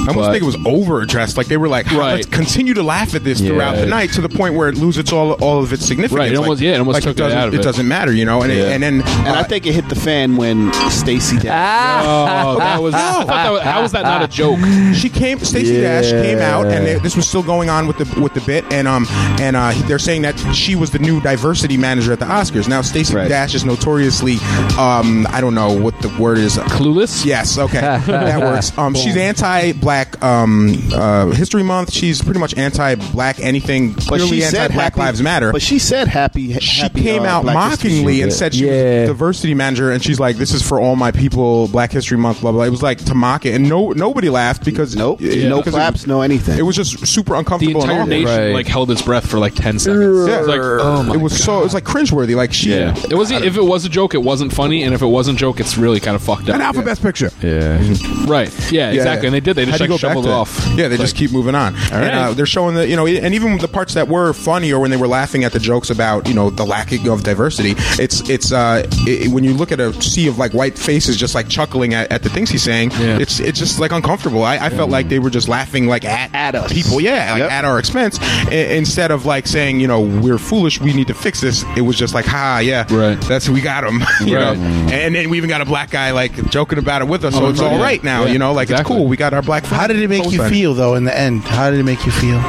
Speaker 4: I almost
Speaker 6: But-
Speaker 4: think it was overdressed. Like they were like,
Speaker 6: Right.
Speaker 4: let's continue to laugh at this
Speaker 6: Yeah.
Speaker 4: throughout the night to the point where it loses all all of its significance.
Speaker 6: Right, it
Speaker 4: Like-
Speaker 6: almost- yeah, it almost
Speaker 4: like
Speaker 6: took it
Speaker 4: doesn't,
Speaker 6: out of it.
Speaker 4: doesn't matter, you know. And it-
Speaker 6: Yeah.
Speaker 4: and then
Speaker 5: and I think it hit the fan when Stacy.
Speaker 7: ah,
Speaker 6: Oh, that was, I thought that was how was that not a joke?
Speaker 4: she came. Stacey Dash came out, and they, this was still going on with the with the bit, and um, and uh, they're saying that she was the new diversity manager at the Oscars. Now Stacey
Speaker 5: Right.
Speaker 4: Dash is notoriously, um, I don't know what the word is.
Speaker 6: Clueless.
Speaker 4: Yes, okay, that works. Um, she's anti-black um, uh, History Month. She's pretty much anti-black anything.
Speaker 5: But
Speaker 4: clearly
Speaker 5: she said
Speaker 4: anti-Black
Speaker 5: happy-
Speaker 4: Lives Matter.
Speaker 5: But she said happy.
Speaker 4: she
Speaker 5: happy,
Speaker 4: came
Speaker 5: uh,
Speaker 4: out
Speaker 5: Black History
Speaker 4: mockingly
Speaker 5: Month.
Speaker 4: and said she
Speaker 7: Yeah.
Speaker 4: was diversity manager, and she's like, "This is for all my people, Black History Month." Blah blah. It was like to mock it, and no nobody laughed because
Speaker 5: Nope.
Speaker 4: yeah,
Speaker 5: No
Speaker 4: because it-
Speaker 5: claps, no anything.
Speaker 4: It was just super
Speaker 6: The
Speaker 4: uncomfortable.
Speaker 6: entire
Speaker 4: and awkward.
Speaker 6: nation
Speaker 7: Right.
Speaker 6: like held its breath for like ten seconds. It was like, oh my
Speaker 4: It was so. It was like cringeworthy. Like she.
Speaker 6: Yeah. It wasn't if it was a joke, it wasn't funny, and if it wasn't a joke, it's really kind of fucked
Speaker 1: And
Speaker 6: up.
Speaker 1: out for Best Picture.
Speaker 6: Right. Yeah,
Speaker 4: Yeah,
Speaker 6: exactly.
Speaker 4: yeah.
Speaker 6: And they did. They just
Speaker 4: How do
Speaker 6: like
Speaker 4: you go back
Speaker 6: shoveled
Speaker 4: to
Speaker 6: it
Speaker 4: that?
Speaker 6: off.
Speaker 4: Yeah, they just keep moving on. and, uh,
Speaker 6: right.
Speaker 4: they're showing that you know, and even the parts that were funny or when they were laughing at the jokes about you know the lacking of diversity. It's it's uh, it, when you look at a sea of like white faces just like chuckling at, at the things he's saying.
Speaker 6: Yeah.
Speaker 4: It's it's just like uncomfortable. I, I felt like they were just laughing like at
Speaker 5: At us.
Speaker 4: people. Yeah, like
Speaker 5: Yep.
Speaker 4: at our expense I- instead of like saying you know we're foolish. We need to fix this. It was just like ha yeah
Speaker 6: Right.
Speaker 4: That's who we got him. you
Speaker 6: Right.
Speaker 4: know? and then we even got a black guy like joking about it with us.
Speaker 6: Oh,
Speaker 4: so it's
Speaker 6: yeah.
Speaker 4: all right now.
Speaker 6: Yeah.
Speaker 4: You know like
Speaker 6: Exactly.
Speaker 4: it's cool. We got our black.
Speaker 8: How did it make you feel though in the end? How did it make you feel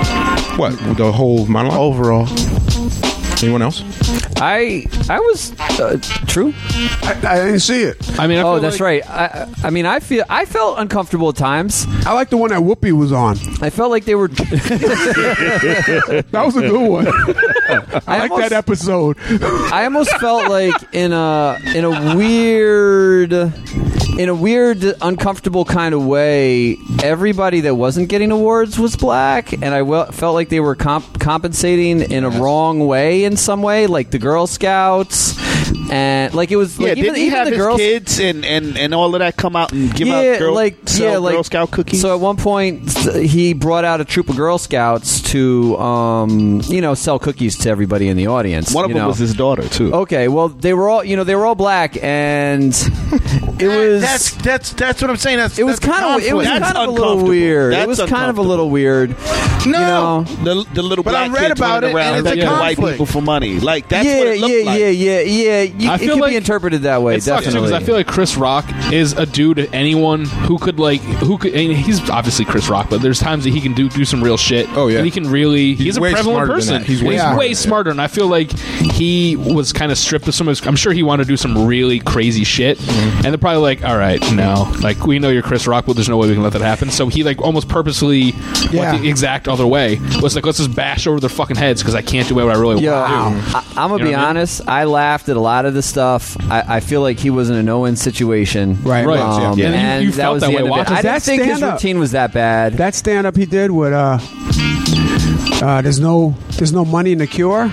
Speaker 4: What the whole monologue?
Speaker 8: overall?
Speaker 4: Anyone else?
Speaker 7: I I was uh, true.
Speaker 10: I, I didn't see it.
Speaker 6: I mean, I
Speaker 7: oh,
Speaker 6: feel
Speaker 7: that's
Speaker 6: like-
Speaker 7: right. I I mean, I feel I felt uncomfortable at times.
Speaker 10: I like the one that Whoopi was on.
Speaker 7: I felt like they were.
Speaker 10: That was a good one.
Speaker 7: I
Speaker 10: like
Speaker 7: almost-
Speaker 10: that episode.
Speaker 7: I almost felt like in a in a weird in a weird uncomfortable kind of way everybody that wasn't getting awards was black and I wel- felt like they were comp- compensating in a wrong way in some way like the girl scouts and like it was
Speaker 11: Yeah,
Speaker 7: like even,
Speaker 11: didn't he
Speaker 7: even
Speaker 11: have
Speaker 7: the
Speaker 11: his
Speaker 7: girls
Speaker 11: kids and, and, and all of that come out and give out girl, sell Girl Scout cookies?
Speaker 7: So at one point, he brought out a troop of Girl Scouts to, um, you know, sell cookies to everybody in the audience.
Speaker 11: One of
Speaker 7: you
Speaker 11: them
Speaker 7: know.
Speaker 11: was his daughter, too.
Speaker 7: Okay, well, they were all, you know, they were all black, and it was
Speaker 8: That's that's that's what I'm saying. That's
Speaker 7: it was
Speaker 8: that's
Speaker 7: kind of it was
Speaker 8: conflict.
Speaker 11: That's
Speaker 7: kind of a little
Speaker 11: uncomfortable.
Speaker 7: weird.
Speaker 11: That's
Speaker 7: it was kind of a little weird. you
Speaker 8: No.
Speaker 7: know?
Speaker 11: The, the little
Speaker 8: But I
Speaker 11: black
Speaker 8: read
Speaker 11: kids
Speaker 8: about
Speaker 11: running
Speaker 8: it,
Speaker 11: around
Speaker 8: and it's a
Speaker 11: begging white
Speaker 8: conflict.
Speaker 11: people for money. Like, that's
Speaker 7: yeah,
Speaker 11: what it looked
Speaker 7: yeah,
Speaker 11: like.
Speaker 7: yeah, yeah, yeah, You,
Speaker 6: I
Speaker 7: It
Speaker 6: feel
Speaker 7: could
Speaker 6: like-
Speaker 7: be interpreted that way.
Speaker 6: It sucks too
Speaker 7: definitely.
Speaker 6: because I feel like Chris Rock is a dude. to Anyone who could like who could and he's obviously Chris Rock, but there's times that he can do do some real shit.
Speaker 4: Oh, yeah.
Speaker 6: and he can really. He's, a
Speaker 4: way
Speaker 6: prevalent
Speaker 4: smarter than
Speaker 6: person.
Speaker 4: that. He's way
Speaker 6: smarter,
Speaker 4: smarter.
Speaker 6: way smarter, and I feel like he was kind of stripped of some of. His, I'm sure he wanted to do some really crazy shit,
Speaker 4: Mm-hmm.
Speaker 6: and they're probably like, "All right, no, like we know you're Chris Rock, but there's no way we can let that happen." So he like almost purposely
Speaker 10: Yeah.
Speaker 6: went the exact other way. Was like, let's just bash over their fucking heads because I can't do what I really
Speaker 7: Yo,
Speaker 6: want to do.
Speaker 7: I, I'm gonna
Speaker 6: You
Speaker 7: be
Speaker 6: know what I mean?
Speaker 7: honest. I laughed at a lot of the stuff. I, I feel like he was in a no-win situation.
Speaker 10: Right.
Speaker 6: Right,
Speaker 7: Um,
Speaker 6: yeah. And you-
Speaker 7: and
Speaker 6: you
Speaker 7: that
Speaker 6: felt
Speaker 7: was
Speaker 6: that
Speaker 7: the
Speaker 6: way
Speaker 7: end of it.
Speaker 6: watching
Speaker 7: I
Speaker 10: that
Speaker 7: didn't think his
Speaker 10: stand-up.
Speaker 7: routine was that bad.
Speaker 10: That stand up he did with uh, uh, there's no there's no money in the cure.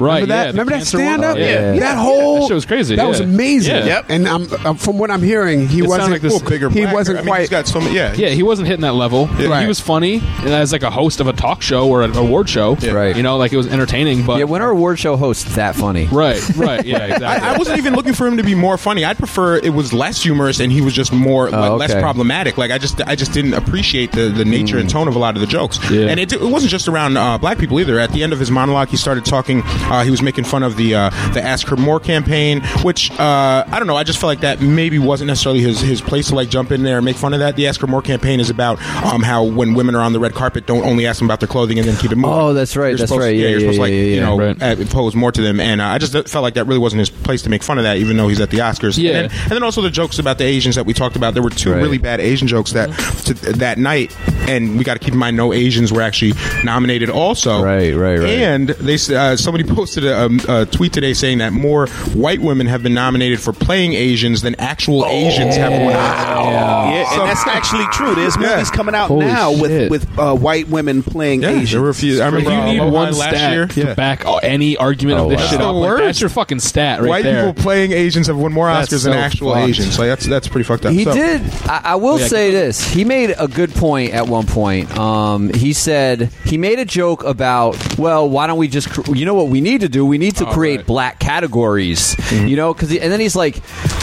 Speaker 6: Right? yeah,
Speaker 10: Remember that?
Speaker 6: the
Speaker 10: Remember that
Speaker 6: cancer one?
Speaker 10: stand up?
Speaker 6: Yeah.
Speaker 10: That whole
Speaker 6: That shit was crazy,
Speaker 10: That
Speaker 6: yeah.
Speaker 10: was amazing.
Speaker 6: Yeah. Yep.
Speaker 10: And I'm, uh, from what I'm hearing, he
Speaker 6: It
Speaker 10: wasn't
Speaker 6: sounded like this-
Speaker 4: Bigger,
Speaker 10: he
Speaker 4: blacker.
Speaker 10: wasn't
Speaker 4: I mean,
Speaker 10: quite
Speaker 4: He's got so many. Yeah.
Speaker 6: Yeah, he wasn't hitting that level.
Speaker 10: Right.
Speaker 6: He was funny and as like a host of a talk show or an award show.
Speaker 7: Right.
Speaker 6: You know, like it was entertaining, but
Speaker 7: yeah, when are award show hosts that funny?
Speaker 6: right, right, yeah, exactly.
Speaker 4: I, I wasn't even looking for him to be more funny. I'd prefer it was less humorous and he was just more like, less
Speaker 7: Oh, okay. Mm.
Speaker 4: problematic. Like I just I just didn't appreciate the, the nature and tone of a lot of the jokes.
Speaker 6: Yeah.
Speaker 4: And it, it wasn't just around uh, black people either. At the end of his monologue, he started talking. Uh, he was making fun of the uh, the Ask Her More campaign, which uh, I don't know. I just felt like that maybe wasn't necessarily his his place to like jump in there and make fun of that. The Ask Her More campaign is about um, how when women are on the red carpet, don't only ask them about their clothing and then keep it moving.
Speaker 7: Oh, that's right,
Speaker 4: You're
Speaker 7: that's
Speaker 4: supposed-
Speaker 7: right. Yeah, yeah,
Speaker 4: you're supposed to like
Speaker 7: yeah, yeah,
Speaker 4: you
Speaker 7: yeah.
Speaker 4: know
Speaker 6: Right.
Speaker 4: uh, pose more to them. And uh, I just felt like that really wasn't his place to make fun of that, even though he's at the Oscars.
Speaker 6: Yeah.
Speaker 4: And then, and then also the jokes about the Asians that we talked about. There were two
Speaker 7: Right.
Speaker 4: really bad Asian jokes that to, that night, and we got to keep in mind no Asians were actually nominated. Also,
Speaker 7: Right, right, right.
Speaker 4: And they s- uh, somebody posted a, um, a tweet today saying that more white women have been nominated for playing Asians than actual
Speaker 7: Oh,
Speaker 4: Asians have won.
Speaker 11: Yeah, and that's actually true. There's
Speaker 4: Yeah.
Speaker 11: movies coming out
Speaker 6: Holy
Speaker 11: now
Speaker 6: shit.
Speaker 11: with with uh, white women playing
Speaker 4: Yeah,
Speaker 11: Asians.
Speaker 4: there were a few. I
Speaker 6: if
Speaker 4: remember
Speaker 6: you
Speaker 4: uh,
Speaker 6: need
Speaker 4: Moai
Speaker 6: one
Speaker 4: last
Speaker 6: stat
Speaker 4: year.
Speaker 6: to back all- any argument of this
Speaker 7: Oh, wow.
Speaker 6: shit
Speaker 4: That's
Speaker 6: up,
Speaker 4: the
Speaker 6: like,
Speaker 4: worst.
Speaker 6: oh, that's your fucking stat right
Speaker 4: White
Speaker 6: there.
Speaker 4: people playing Asians have won more Oscars
Speaker 6: That's so
Speaker 4: than actual
Speaker 6: fucked.
Speaker 4: Asians. Like that's that's pretty fucked up.
Speaker 7: He
Speaker 4: So-
Speaker 7: did. I, I will
Speaker 6: Yeah, I
Speaker 7: say this. He made a good point at one point. Um, he said he made a joke about, well, why don't we just, cr- you know, what we need to do? We
Speaker 4: Oh,
Speaker 7: need to create
Speaker 6: right.
Speaker 7: black categories,
Speaker 4: Mm-hmm.
Speaker 7: you know, because and then he's like,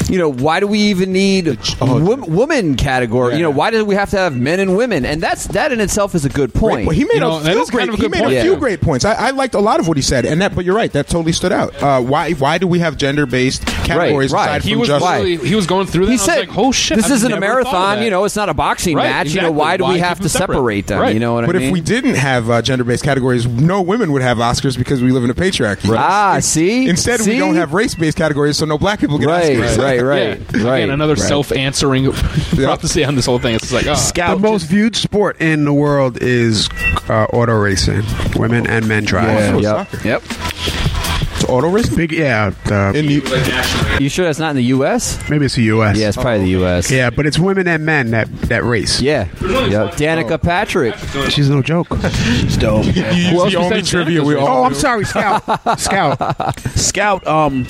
Speaker 7: you know, why do we even need
Speaker 4: oh,
Speaker 7: wom- woman category? You know, why do we have to have men and women? And that's that in itself is a good point.
Speaker 4: Well, he made
Speaker 6: You know,
Speaker 4: a
Speaker 6: that
Speaker 4: few
Speaker 6: is
Speaker 4: great.
Speaker 6: kind of a
Speaker 4: he
Speaker 6: good
Speaker 4: made
Speaker 6: point.
Speaker 4: a few
Speaker 7: Yeah.
Speaker 4: great points. I, I liked a lot of what he said, and that. But you're right. That totally stood out. Uh, why? Why do we have gender based categories
Speaker 7: right.
Speaker 4: aside
Speaker 6: He
Speaker 4: from
Speaker 6: was
Speaker 4: just?
Speaker 6: literally- he was going through that.
Speaker 7: He
Speaker 6: and I was
Speaker 7: said,
Speaker 6: like, "Oh shit!"
Speaker 7: This
Speaker 6: I've
Speaker 7: isn't a
Speaker 6: never thought of
Speaker 7: marathon.
Speaker 6: that."
Speaker 7: You know, it's not a boxing
Speaker 6: Right,
Speaker 7: match. You know,
Speaker 6: exactly.
Speaker 7: why do
Speaker 6: Why
Speaker 7: we
Speaker 6: keep
Speaker 7: have
Speaker 6: them
Speaker 7: to separate
Speaker 6: separate?
Speaker 7: them?
Speaker 6: Right.
Speaker 7: You know what
Speaker 4: But
Speaker 7: I
Speaker 4: if
Speaker 7: mean?
Speaker 4: we didn't have uh, gender based categories, no women would have Oscars because we live in a patriarchy.
Speaker 7: Ah, see?
Speaker 4: Instead,
Speaker 7: See?
Speaker 4: we don't have race based categories, so no black people get
Speaker 7: Right,
Speaker 4: Oscars.
Speaker 7: right, right,
Speaker 6: Yeah.
Speaker 7: right.
Speaker 6: Again, another
Speaker 7: right.
Speaker 6: self-answering prophecy on this whole thing. It's just like, oh,
Speaker 10: the
Speaker 11: Scout
Speaker 10: most viewed sport in the world is uh, auto racing. Women and men try.
Speaker 7: Yeah,
Speaker 10: it.
Speaker 7: yep. yep.
Speaker 4: It's auto race.
Speaker 10: Big, yeah. uh, The,
Speaker 4: In the,
Speaker 7: You sure that's not in the U.S.?
Speaker 10: maybe it's the U.S.
Speaker 7: Yeah, it's probably the U.S.
Speaker 10: Yeah, but it's women and men that that race. Oh.
Speaker 7: Yeah. Yep. Danica Patrick.
Speaker 10: she's no joke.
Speaker 4: you
Speaker 6: Who else
Speaker 4: use the only
Speaker 6: besides
Speaker 4: trivia
Speaker 6: Danica?
Speaker 4: we
Speaker 10: Oh,
Speaker 4: all.
Speaker 10: I'm sorry, Scout. Scout.
Speaker 11: Scout um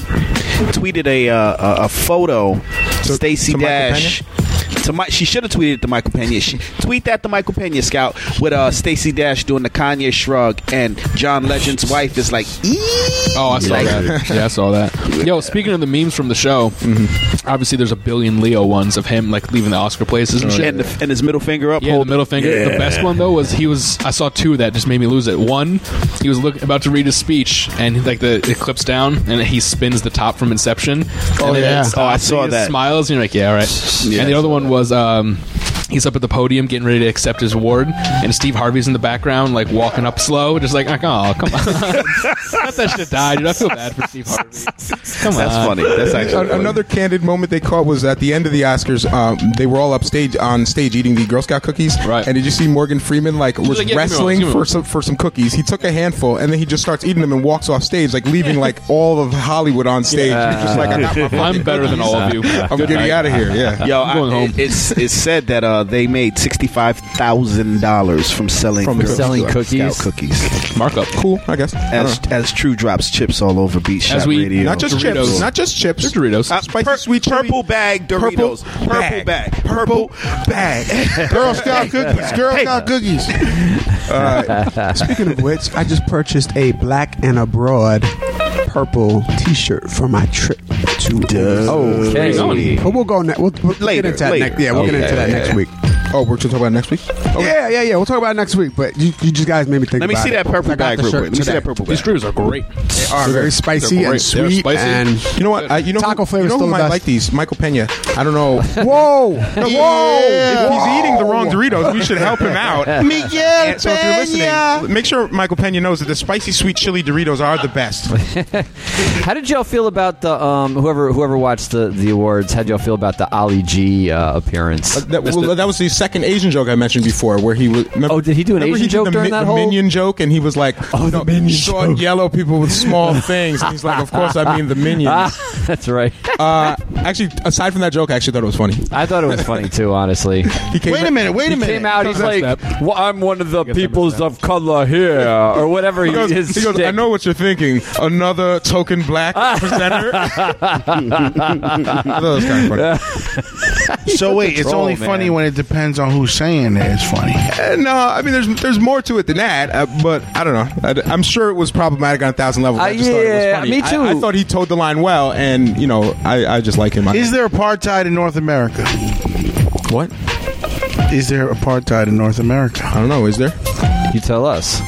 Speaker 11: tweeted a uh, a, a photo to Stacy
Speaker 4: to Michael
Speaker 11: Dash. To my, she should have tweeted it to Michael Pena. She, tweet that to Michael Pena, Scout, with uh, Stacy Dash doing the Kanye shrug, and John Legend's wife is like, "Ee."
Speaker 6: Oh, I saw that. Yeah, I saw that. Mm-hmm. Yo, speaking of the memes from the show, obviously there's a billion Leo ones of him like leaving the Oscar places and shit.
Speaker 11: and, the, and his middle finger up.
Speaker 6: yeah, the
Speaker 11: hold
Speaker 6: middle finger. The best one though was he was. I saw two that just made me lose it. One, he was look, about to read his speech, and like the it clips down, and he spins the top from Inception. Oh
Speaker 10: yeah.
Speaker 11: Oh, I saw that.
Speaker 6: Smiles, and you're like, yeah, all right. and the other one was. um He's up at the podium getting ready to accept his award, and Steve Harvey's in the background, like walking up slow, just like, oh, come on. Let that shit die, dude. I feel bad for Steve Harvey. Come
Speaker 11: That's
Speaker 6: on.
Speaker 11: funny. That's actually
Speaker 4: An-
Speaker 11: funny.
Speaker 4: Another candid moment they caught was at the end of the Oscars. Um, they were all upstage on stage eating the Girl Scout cookies.
Speaker 6: Right.
Speaker 4: And did you see Morgan Freeman like
Speaker 6: like,
Speaker 4: was
Speaker 6: "Yeah, give me one,
Speaker 4: wrestling
Speaker 6: give me
Speaker 4: for
Speaker 6: one."
Speaker 4: some for some cookies? He took a handful and then he just starts eating them and walks off stage, like leaving like all of Hollywood on stage. Just like I got my Um,
Speaker 6: I'm better than all of you.
Speaker 4: I'm
Speaker 6: Good
Speaker 4: getting
Speaker 6: night.
Speaker 4: out of here. Yeah.
Speaker 11: Yo,
Speaker 6: I'm going
Speaker 11: I,
Speaker 6: home.
Speaker 11: it, it's it's said that uh, they made sixty five thousand dollars from selling
Speaker 4: From the
Speaker 11: Girl
Speaker 7: selling
Speaker 11: Scout
Speaker 7: cookies?
Speaker 11: cookies
Speaker 6: Markup.
Speaker 4: Cool, I guess. I
Speaker 11: as
Speaker 4: don't know.
Speaker 11: as True drops chips all over Beach
Speaker 6: As
Speaker 11: Shop
Speaker 6: we-
Speaker 11: Radio.
Speaker 4: not just
Speaker 6: Doritos.
Speaker 4: chips. Not just chips.
Speaker 6: They're Doritos.
Speaker 11: Uh,
Speaker 4: Spicy
Speaker 11: pur-
Speaker 4: sweet chili.
Speaker 11: purple bag Doritos. Purple bag. Purple bag.
Speaker 8: Girl Scout cookies. Girl Scout cookies.
Speaker 4: Uh,
Speaker 10: Speaking of which, I just purchased a black and abroad purple T-shirt for my trip to.
Speaker 7: Oh, Okay.
Speaker 10: But we'll go. Oh, Ne- we'll, we'll
Speaker 11: Later,
Speaker 10: get into that
Speaker 11: later.
Speaker 10: next. Yeah, we'll get
Speaker 11: Okay,
Speaker 10: into that
Speaker 11: yeah,
Speaker 10: next
Speaker 11: yeah.
Speaker 10: week.
Speaker 4: Oh, we're going to talk about it next week.
Speaker 10: Yeah, yeah, yeah. We'll talk about it next week. But you, you just guys made me think.
Speaker 11: Let me
Speaker 10: about
Speaker 11: see
Speaker 10: it.
Speaker 11: that
Speaker 10: I
Speaker 11: purple
Speaker 10: got
Speaker 11: bag
Speaker 10: the
Speaker 11: real
Speaker 10: shirt
Speaker 11: quick. Let me see
Speaker 10: today.
Speaker 11: that purple
Speaker 6: These
Speaker 11: bag.
Speaker 6: Doritos are great.
Speaker 10: They are very spicy
Speaker 6: They're
Speaker 10: and
Speaker 6: great. They're
Speaker 10: sweet
Speaker 6: spicy.
Speaker 10: and
Speaker 4: You know what? I, you know
Speaker 10: Taco
Speaker 4: who,
Speaker 10: flavor
Speaker 4: You know
Speaker 10: still the
Speaker 4: who might
Speaker 10: best.
Speaker 4: like these? Michael Pena. I don't know.
Speaker 10: whoa, whoa.
Speaker 4: If he's eating the wrong Doritos, we should help him out.
Speaker 8: Miguel
Speaker 4: And so if you're listening, make sure Michael Pena knows that the spicy sweet chili Doritos are the best.
Speaker 7: How did y'all feel about the um, whoever whoever watched the, the awards? How did y'all feel about the Ali G uh, appearance?
Speaker 4: That, well, that was the second Asian joke I mentioned before, where he was. Remember,
Speaker 7: Oh, did he do an
Speaker 4: remember
Speaker 7: Asian
Speaker 4: he did
Speaker 7: joke
Speaker 4: the
Speaker 7: during that
Speaker 4: the
Speaker 7: whole-
Speaker 4: minion joke? And he was like, "Oh, the minion short yellow people with small things." And he's like, "Of course, I mean the minions."
Speaker 7: Ah, That's right.
Speaker 4: Uh, actually, aside from that joke, I actually thought it was funny.
Speaker 7: I thought it was funny too, honestly. He
Speaker 4: He came
Speaker 8: Wait a minute. Wait a minute.
Speaker 7: came out, he's like, well, "I'm one of the peoples of color here," or whatever
Speaker 4: He goes,
Speaker 7: his
Speaker 4: he goes, I
Speaker 7: shtick.
Speaker 4: know what you're thinking. Another token black presenter. I thought it was kind of funny.
Speaker 8: So wait, it's
Speaker 11: troll,
Speaker 8: only
Speaker 11: man.
Speaker 8: funny when it depends on who's saying it. It's funny.
Speaker 4: Uh, no, I mean there's there's more to it than that, uh, but I don't know. I, am sure it was problematic on a thousand levels. I
Speaker 7: Uh,
Speaker 4: just thought it was
Speaker 7: yeah,
Speaker 4: funny.
Speaker 7: me
Speaker 4: I-
Speaker 7: too.
Speaker 4: I, thought he towed the line well, and you know, I, I just like
Speaker 7: Uh-huh.
Speaker 4: him. I-
Speaker 8: Is there apartheid in North America?
Speaker 4: what?
Speaker 8: Is there apartheid in North America?
Speaker 4: I don't know. Is there?
Speaker 7: You tell us.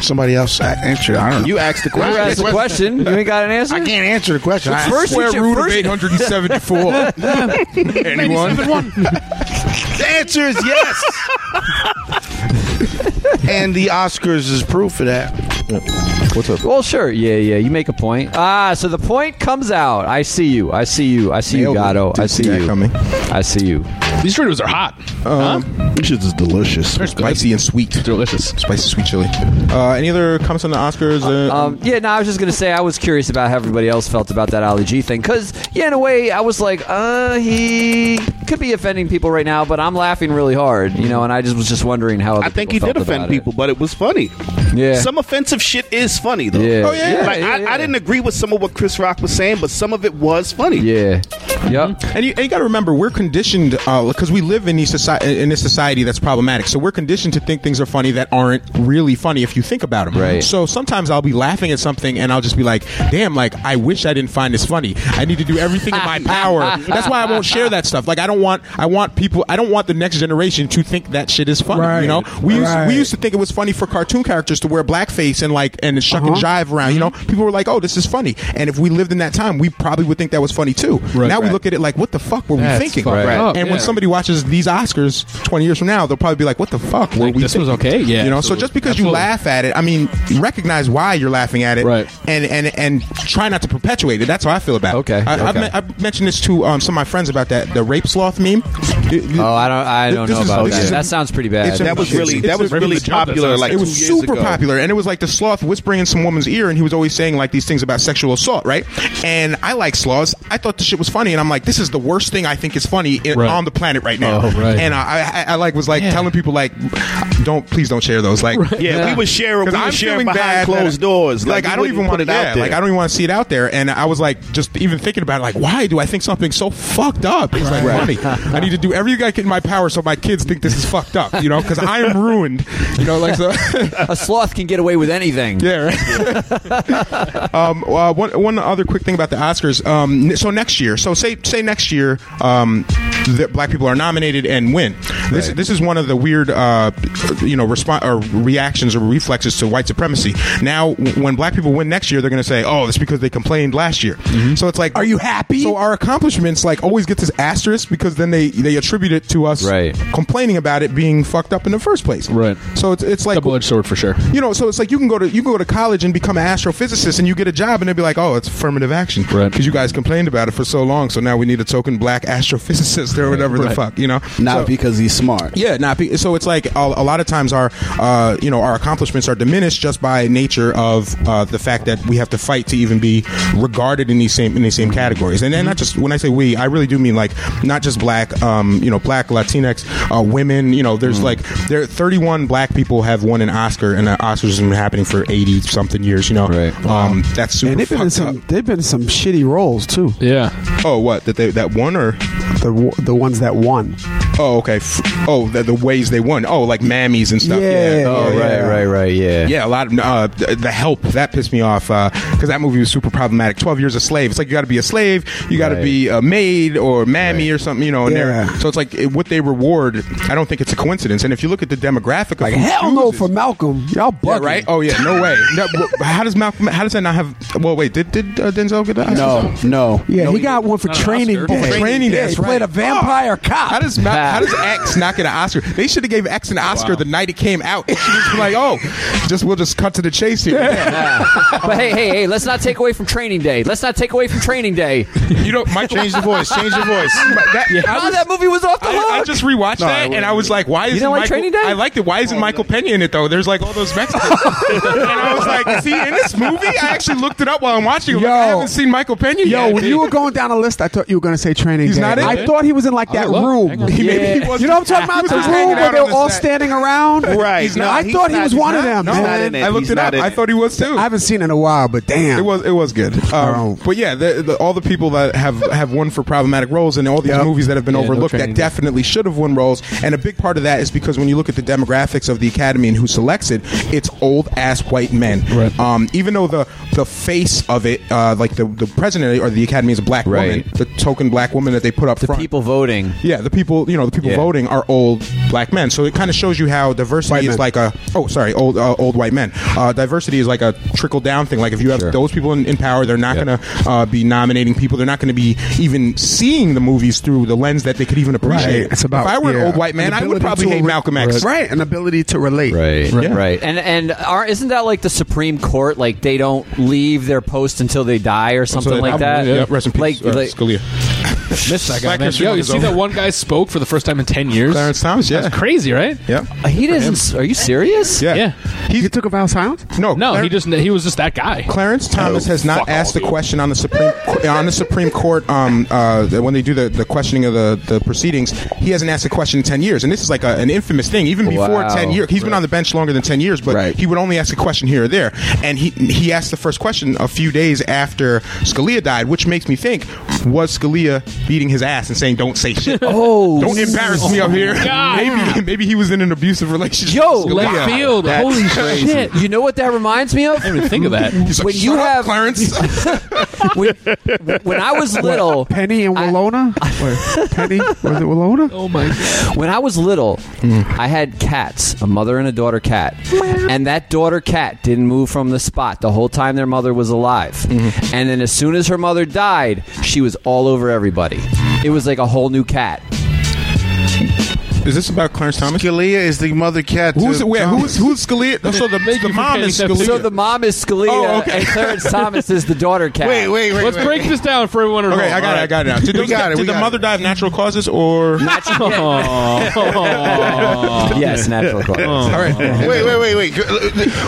Speaker 8: Somebody else a- answer. I don't know.
Speaker 11: You asked the
Speaker 7: You
Speaker 11: question.
Speaker 7: asked a question. You ain't got an answer.
Speaker 8: I can't answer the question. I-
Speaker 7: First, you
Speaker 4: Square
Speaker 7: should-
Speaker 4: root of
Speaker 7: first-
Speaker 4: 874. Anyone?
Speaker 8: the answer is yes. and the Oscars is proof of that.
Speaker 7: Well, sure. Yeah, yeah. You make a point. Ah, so the point comes out. I see you. I see you. I see you,
Speaker 4: Nailed it.
Speaker 7: Gato. I
Speaker 4: Didn't see
Speaker 7: see
Speaker 4: that
Speaker 7: you.
Speaker 4: coming.
Speaker 7: I see you.
Speaker 6: These Doritos are hot.
Speaker 8: Uh-huh.
Speaker 5: This shit is delicious.
Speaker 4: Spicy and sweet.
Speaker 6: Delicious.
Speaker 4: Spicy sweet chili. Uh, any other comments on the Oscars? Uh,
Speaker 7: Um, yeah, no, I was just gonna say I was curious about how everybody else felt about that Ali G thing, cause yeah, in a way, I was like, uh, he could be offending people right now, but I'm laughing really hard, you know, and I just was just wondering how. Other
Speaker 11: I think he
Speaker 7: people
Speaker 11: did
Speaker 7: felt
Speaker 11: offend
Speaker 7: about it.
Speaker 11: people, but it was funny.
Speaker 7: Yeah.
Speaker 11: Some offensive shit is funny though.
Speaker 7: Yeah. Oh, yeah, yeah,
Speaker 11: Like I,
Speaker 7: yeah, yeah.
Speaker 11: I didn't agree with some of what Chris Rock was saying, but some of it was funny.
Speaker 7: Yeah. Yep.
Speaker 4: And you, and you got to remember, we're conditioned because we live in these society in a society that's problematic. So we're conditioned to think things are funny that aren't really funny if you think about them.
Speaker 7: Right.
Speaker 4: So sometimes I'll be laughing at something and I'll just be like, "Damn! Like I wish I didn't find this funny. I need to do everything in my power. That's why I won't share that stuff. Like I don't want I want people I don't want the next generation to think that shit is funny. You know, we used,
Speaker 10: Right.
Speaker 4: we used to think it was funny for cartoon characters to wear blackface and like and shuck
Speaker 6: Uh-huh.
Speaker 4: and jive around. You know,
Speaker 6: Mm-hmm.
Speaker 4: people were like, "Oh, this is funny." And if we lived in that time, we probably would think that was funny too. now we look at it like, "What the fuck were we
Speaker 6: That's
Speaker 4: thinking?"
Speaker 6: fucked Right. up,
Speaker 4: And when
Speaker 6: yeah.
Speaker 4: somebody watches these Oscars twenty years from now, they'll probably be like, "What the fuck were
Speaker 6: Like,
Speaker 4: we?"
Speaker 6: this was
Speaker 4: thinking?"
Speaker 6: okay? Yeah,
Speaker 4: you know. So
Speaker 6: absolutely.
Speaker 4: just because
Speaker 6: Absolutely.
Speaker 4: you laugh at it, I mean, recognize why you're laughing at it,
Speaker 6: Right.
Speaker 4: And and and try not to perpetuate it. That's how I feel about it.
Speaker 7: Okay,
Speaker 4: I, I've,
Speaker 7: okay.
Speaker 4: me- I've mentioned this to um, some of my friends about that the rape sloth meme.
Speaker 7: Oh, I don't. I don't
Speaker 4: This
Speaker 7: know
Speaker 4: is-
Speaker 7: about
Speaker 4: this
Speaker 7: that.
Speaker 4: is-
Speaker 7: That sounds pretty
Speaker 4: it's a-
Speaker 7: bad.
Speaker 11: That was
Speaker 4: It's-
Speaker 11: really
Speaker 4: it's
Speaker 11: that was
Speaker 4: right
Speaker 11: really
Speaker 4: from the jump,
Speaker 11: popular. Like
Speaker 4: it
Speaker 11: two
Speaker 4: was
Speaker 11: years
Speaker 4: super
Speaker 11: ago.
Speaker 4: popular and it was like the sloth whispering in some woman's ear and he was always saying like these things about sexual assault right and i like sloths i thought the shit was funny and i'm like this is the worst thing i think is funny in,
Speaker 6: Right.
Speaker 4: on the planet right now
Speaker 6: Oh, right.
Speaker 4: and I, I i like was like telling people like don't please don't share those like
Speaker 11: Yeah, we were sharing. We
Speaker 4: because
Speaker 11: were
Speaker 4: I'm
Speaker 11: sharing
Speaker 4: feeling
Speaker 11: behind
Speaker 4: bad
Speaker 11: closed
Speaker 4: that-
Speaker 11: doors.
Speaker 4: Like,
Speaker 11: we
Speaker 4: I don't even
Speaker 11: wouldn't
Speaker 4: want
Speaker 11: put
Speaker 4: to
Speaker 11: it out there.
Speaker 4: Like I don't even want to see it out there. And I was like, just even thinking about it, like, why do I think something's so fucked up? It's like funny. I need to do everything I can in my power so my kids think this is fucked up. You know, because I am ruined. You know, like so.
Speaker 7: a sloth can get away with anything.
Speaker 4: Yeah, right. um, uh, one, one other quick thing about the Oscars. Um, n- so next year, so say say next year um, that black people are nominated and win. This this is one of the weird uh, you know response or reactions or reflexes to white supremacy. Now w- when black people win next year, they're going to say, "Oh, it's because they complained last year."
Speaker 7: Mm-hmm.
Speaker 4: So it's like,
Speaker 10: Are you happy?
Speaker 4: So our accomplishments like always get this asterisk because then they they attribute it to us
Speaker 7: Right.
Speaker 4: complaining about it being fucked up in the first place.
Speaker 6: Right.
Speaker 4: So it's it's like
Speaker 6: Double edged sword for sure.
Speaker 4: you know, so it's like you can go to you can go to college and become an astrophysicist, and you get a job, and they'd be like, "Oh, it's affirmative action,"
Speaker 6: Right.
Speaker 4: Because you guys complained about it for so long, so now we need a token black astrophysicist or whatever the fuck, you know?
Speaker 5: Not
Speaker 4: so,
Speaker 5: because he's smart.
Speaker 4: yeah, not be, so it's like a, a lot of times our uh, you know our accomplishments are diminished just by nature of uh, the fact that we have to fight to even be regarded in these same in these same categories, and then not just when I say we, I really do mean like not just black, um, you know, black Latinx uh, women, you know, there's like there are 31 black people have won an Oscar, and the Oscars has been happening for 80 something years, you know,
Speaker 7: Right.
Speaker 4: Um, that's super
Speaker 10: and they've been in
Speaker 4: fucked
Speaker 10: some.
Speaker 4: up.
Speaker 10: They've been in some shitty roles too.
Speaker 6: Yeah.
Speaker 4: Oh, what that they that won or
Speaker 10: The w- the ones that won.
Speaker 4: oh okay, F- oh the, the ways they won, oh like mammies and stuff,
Speaker 10: Yeah.
Speaker 4: yeah.
Speaker 10: Oh,
Speaker 4: yeah,
Speaker 10: right,
Speaker 4: yeah.
Speaker 10: right,
Speaker 7: right.
Speaker 4: Yeah, a lot of uh, th- the help that pissed me off because that movie was super problematic. Twelve Years a Slave. It's like you got to be a slave, you got to be a maid or mammy or something, you know. And they're-
Speaker 10: Yeah.
Speaker 4: so it's like it, what they reward. I don't think it's a coincidence. And if you look at the demographic, of
Speaker 10: Like
Speaker 4: who
Speaker 10: hell no
Speaker 4: chooses-
Speaker 10: for Malcolm. Y'all bugging.
Speaker 4: yeah, right? Oh yeah, no way. No, wh- how does Malcolm? How does that not have? Well, wait, did did uh, Denzel get that?
Speaker 5: No, no.
Speaker 10: Yeah, he got one for
Speaker 6: Not an
Speaker 10: Training
Speaker 6: Oscar.
Speaker 10: Day.
Speaker 4: For Training Day,
Speaker 10: Yeah,
Speaker 4: that's
Speaker 10: he played
Speaker 4: right. Oh,
Speaker 10: a vampire cop.
Speaker 4: How does Ma- how does X not get an Oscar? They should have gave X an Oscar the night it came out. She was like, oh, just we'll just cut to the chase here.
Speaker 7: But hey, hey, hey, let's not take away from training day. Let's not take away from training day.
Speaker 4: You don't. My
Speaker 8: Change the voice. Change the voice.
Speaker 4: That, I
Speaker 7: Oh,
Speaker 4: was-
Speaker 7: that movie was off the hook.
Speaker 4: I, I just rewatched
Speaker 8: No,
Speaker 4: that
Speaker 8: I
Speaker 4: and I was like, why is
Speaker 7: didn't like
Speaker 4: Michael,
Speaker 7: Training Day?
Speaker 4: I liked it. Why
Speaker 8: Oh,
Speaker 4: isn't Michael Pena in it though? There's like all those Mexicans, and I was like, is he in this movie? I actually looked it up while I'm watching. it. Like, I
Speaker 10: Yo.
Speaker 4: haven't seen Michael Pena
Speaker 10: Yo,
Speaker 4: yet.
Speaker 10: when
Speaker 4: dude.
Speaker 10: you were going down a list, I thought you were going to say training.
Speaker 4: He's
Speaker 10: Day.
Speaker 4: not in
Speaker 10: I
Speaker 4: it.
Speaker 10: thought he was in like that
Speaker 6: look.
Speaker 10: room.
Speaker 6: Hang on.
Speaker 4: He- he
Speaker 10: Yeah.
Speaker 4: wasn't-
Speaker 10: you know what I'm talking about?
Speaker 4: He was
Speaker 10: The
Speaker 4: just hanging
Speaker 10: room where
Speaker 4: out
Speaker 10: they
Speaker 4: on
Speaker 10: were
Speaker 4: the
Speaker 10: all
Speaker 4: set.
Speaker 10: standing around.
Speaker 11: Right.
Speaker 10: No, I
Speaker 11: he's
Speaker 10: thought he
Speaker 11: not-
Speaker 10: was
Speaker 11: he's
Speaker 10: one of
Speaker 11: not-
Speaker 10: them.
Speaker 11: he's not
Speaker 10: man.
Speaker 11: in it.
Speaker 4: I looked
Speaker 11: He's
Speaker 4: it up.
Speaker 11: not in
Speaker 4: I thought he was too.
Speaker 10: I haven't seen it in a while, but damn,
Speaker 4: It was it was good, um,
Speaker 10: Oh.
Speaker 4: but yeah, the, the, all the people that have have won for problematic roles in all these
Speaker 10: Yep.
Speaker 4: movies that have been
Speaker 6: Yeah, no
Speaker 4: overlooked that
Speaker 6: training day.
Speaker 4: definitely should have won roles, and a big part of that is because when you look at the demographics of the Academy and who selects it, it's old ass white men.
Speaker 6: Right.
Speaker 4: Um, even though the the face of it, uh, like the the president or the Academy is a black
Speaker 7: Right.
Speaker 4: woman, the token black woman that they put up
Speaker 7: the
Speaker 4: front.
Speaker 7: people voting.
Speaker 4: yeah, the people you know the people
Speaker 7: Yeah.
Speaker 4: voting are old black men, so it kind of shows you how diversity
Speaker 10: White
Speaker 4: is
Speaker 10: men.
Speaker 4: like a oh sorry old uh, old white men. Uh, diversity is like a trickle down thing. Like if you have those people in, in power, they're not going to uh, be nominating people. They're not going to be even seeing the movies through the lens that they could even appreciate.
Speaker 10: Right. It's about
Speaker 4: if I were an
Speaker 10: yeah.
Speaker 4: old white man,
Speaker 10: An
Speaker 4: I would
Speaker 10: ability
Speaker 4: probably
Speaker 10: to
Speaker 4: hate
Speaker 10: re-
Speaker 4: Malcolm X.
Speaker 10: right. An ability to relate.
Speaker 7: Right,
Speaker 6: Right.
Speaker 7: right, and and are, isn't that like the Supreme Court? Like they don't leave their post until they die or something
Speaker 4: So
Speaker 7: like that.
Speaker 4: Yeah, rest in peace,
Speaker 7: Like,
Speaker 4: uh,
Speaker 7: like-
Speaker 4: Scalia.
Speaker 6: Missed that
Speaker 4: guy, man.
Speaker 6: Yo, you see that one guy spoke for the first time in 10 years?
Speaker 4: Clarence Thomas, yeah.
Speaker 6: That's crazy, right?
Speaker 4: Yeah,
Speaker 7: Uh, he doesn't. Are you serious?
Speaker 4: yeah,
Speaker 6: Yeah.
Speaker 10: He took a vow of silence.
Speaker 4: No,
Speaker 6: No, he
Speaker 4: Clarence-
Speaker 6: just he was just that guy.
Speaker 4: Clarence Thomas has not asked the question on the Supreme on the Supreme Court um, uh, that when they do the, the questioning of the, the proceedings. He hasn't asked a question in ten years, and this is like a, an infamous thing. Even before
Speaker 7: Wow.
Speaker 4: ten years, he's been on the bench longer than ten years, but
Speaker 5: Right.
Speaker 4: he would only ask a question here or there. And he he asked the first question a few days after Scalia died, which makes me think was Scalia beating his ass and saying don't say shit.
Speaker 7: Oh,
Speaker 4: Don't embarrass me up here.
Speaker 6: God.
Speaker 4: maybe maybe he was in an abusive relationship.
Speaker 7: Yo,
Speaker 4: with
Speaker 6: Left
Speaker 4: Scalia.
Speaker 6: field. Holy shit.
Speaker 7: You know what that reminds me of?
Speaker 6: I didn't even think of that.
Speaker 4: He's like,
Speaker 7: When you
Speaker 4: "Shut up,
Speaker 7: have-
Speaker 4: Clarence.
Speaker 7: when, when I was little,
Speaker 10: Penny and Walona. Wait, Penny was it Walona?
Speaker 6: Oh my god.
Speaker 7: when I was little, I had cats, a mother and a daughter cat. And that daughter cat didn't move from the spot the whole time their mother was alive. And then as soon as her mother died, she was all over everybody. It was like a whole new cat.
Speaker 4: Is this about Clarence Thomas?
Speaker 8: Scalia is the mother cat.
Speaker 4: Who's
Speaker 8: to
Speaker 4: it? Wait, who's
Speaker 8: Thomas.
Speaker 4: who's Scalia? oh, So the, the
Speaker 6: you for
Speaker 4: mom
Speaker 6: paying
Speaker 4: is
Speaker 6: attention.
Speaker 4: Scalia.
Speaker 7: So the mom is Scalia
Speaker 4: Oh, okay.
Speaker 7: and Clarence Thomas is the daughter cat.
Speaker 8: Wait, wait, wait.
Speaker 6: Let's
Speaker 8: wait.
Speaker 6: break this down for everyone at
Speaker 4: okay,
Speaker 6: home.
Speaker 4: I got it. I got it now. Did,
Speaker 8: We
Speaker 4: those-
Speaker 8: got it,
Speaker 4: did
Speaker 8: we
Speaker 4: the
Speaker 8: got
Speaker 4: mother
Speaker 8: it.
Speaker 4: die of natural causes or?
Speaker 6: Oh.
Speaker 7: Yes, natural cause.
Speaker 4: All right.
Speaker 8: Wait, wait, wait, wait. Go-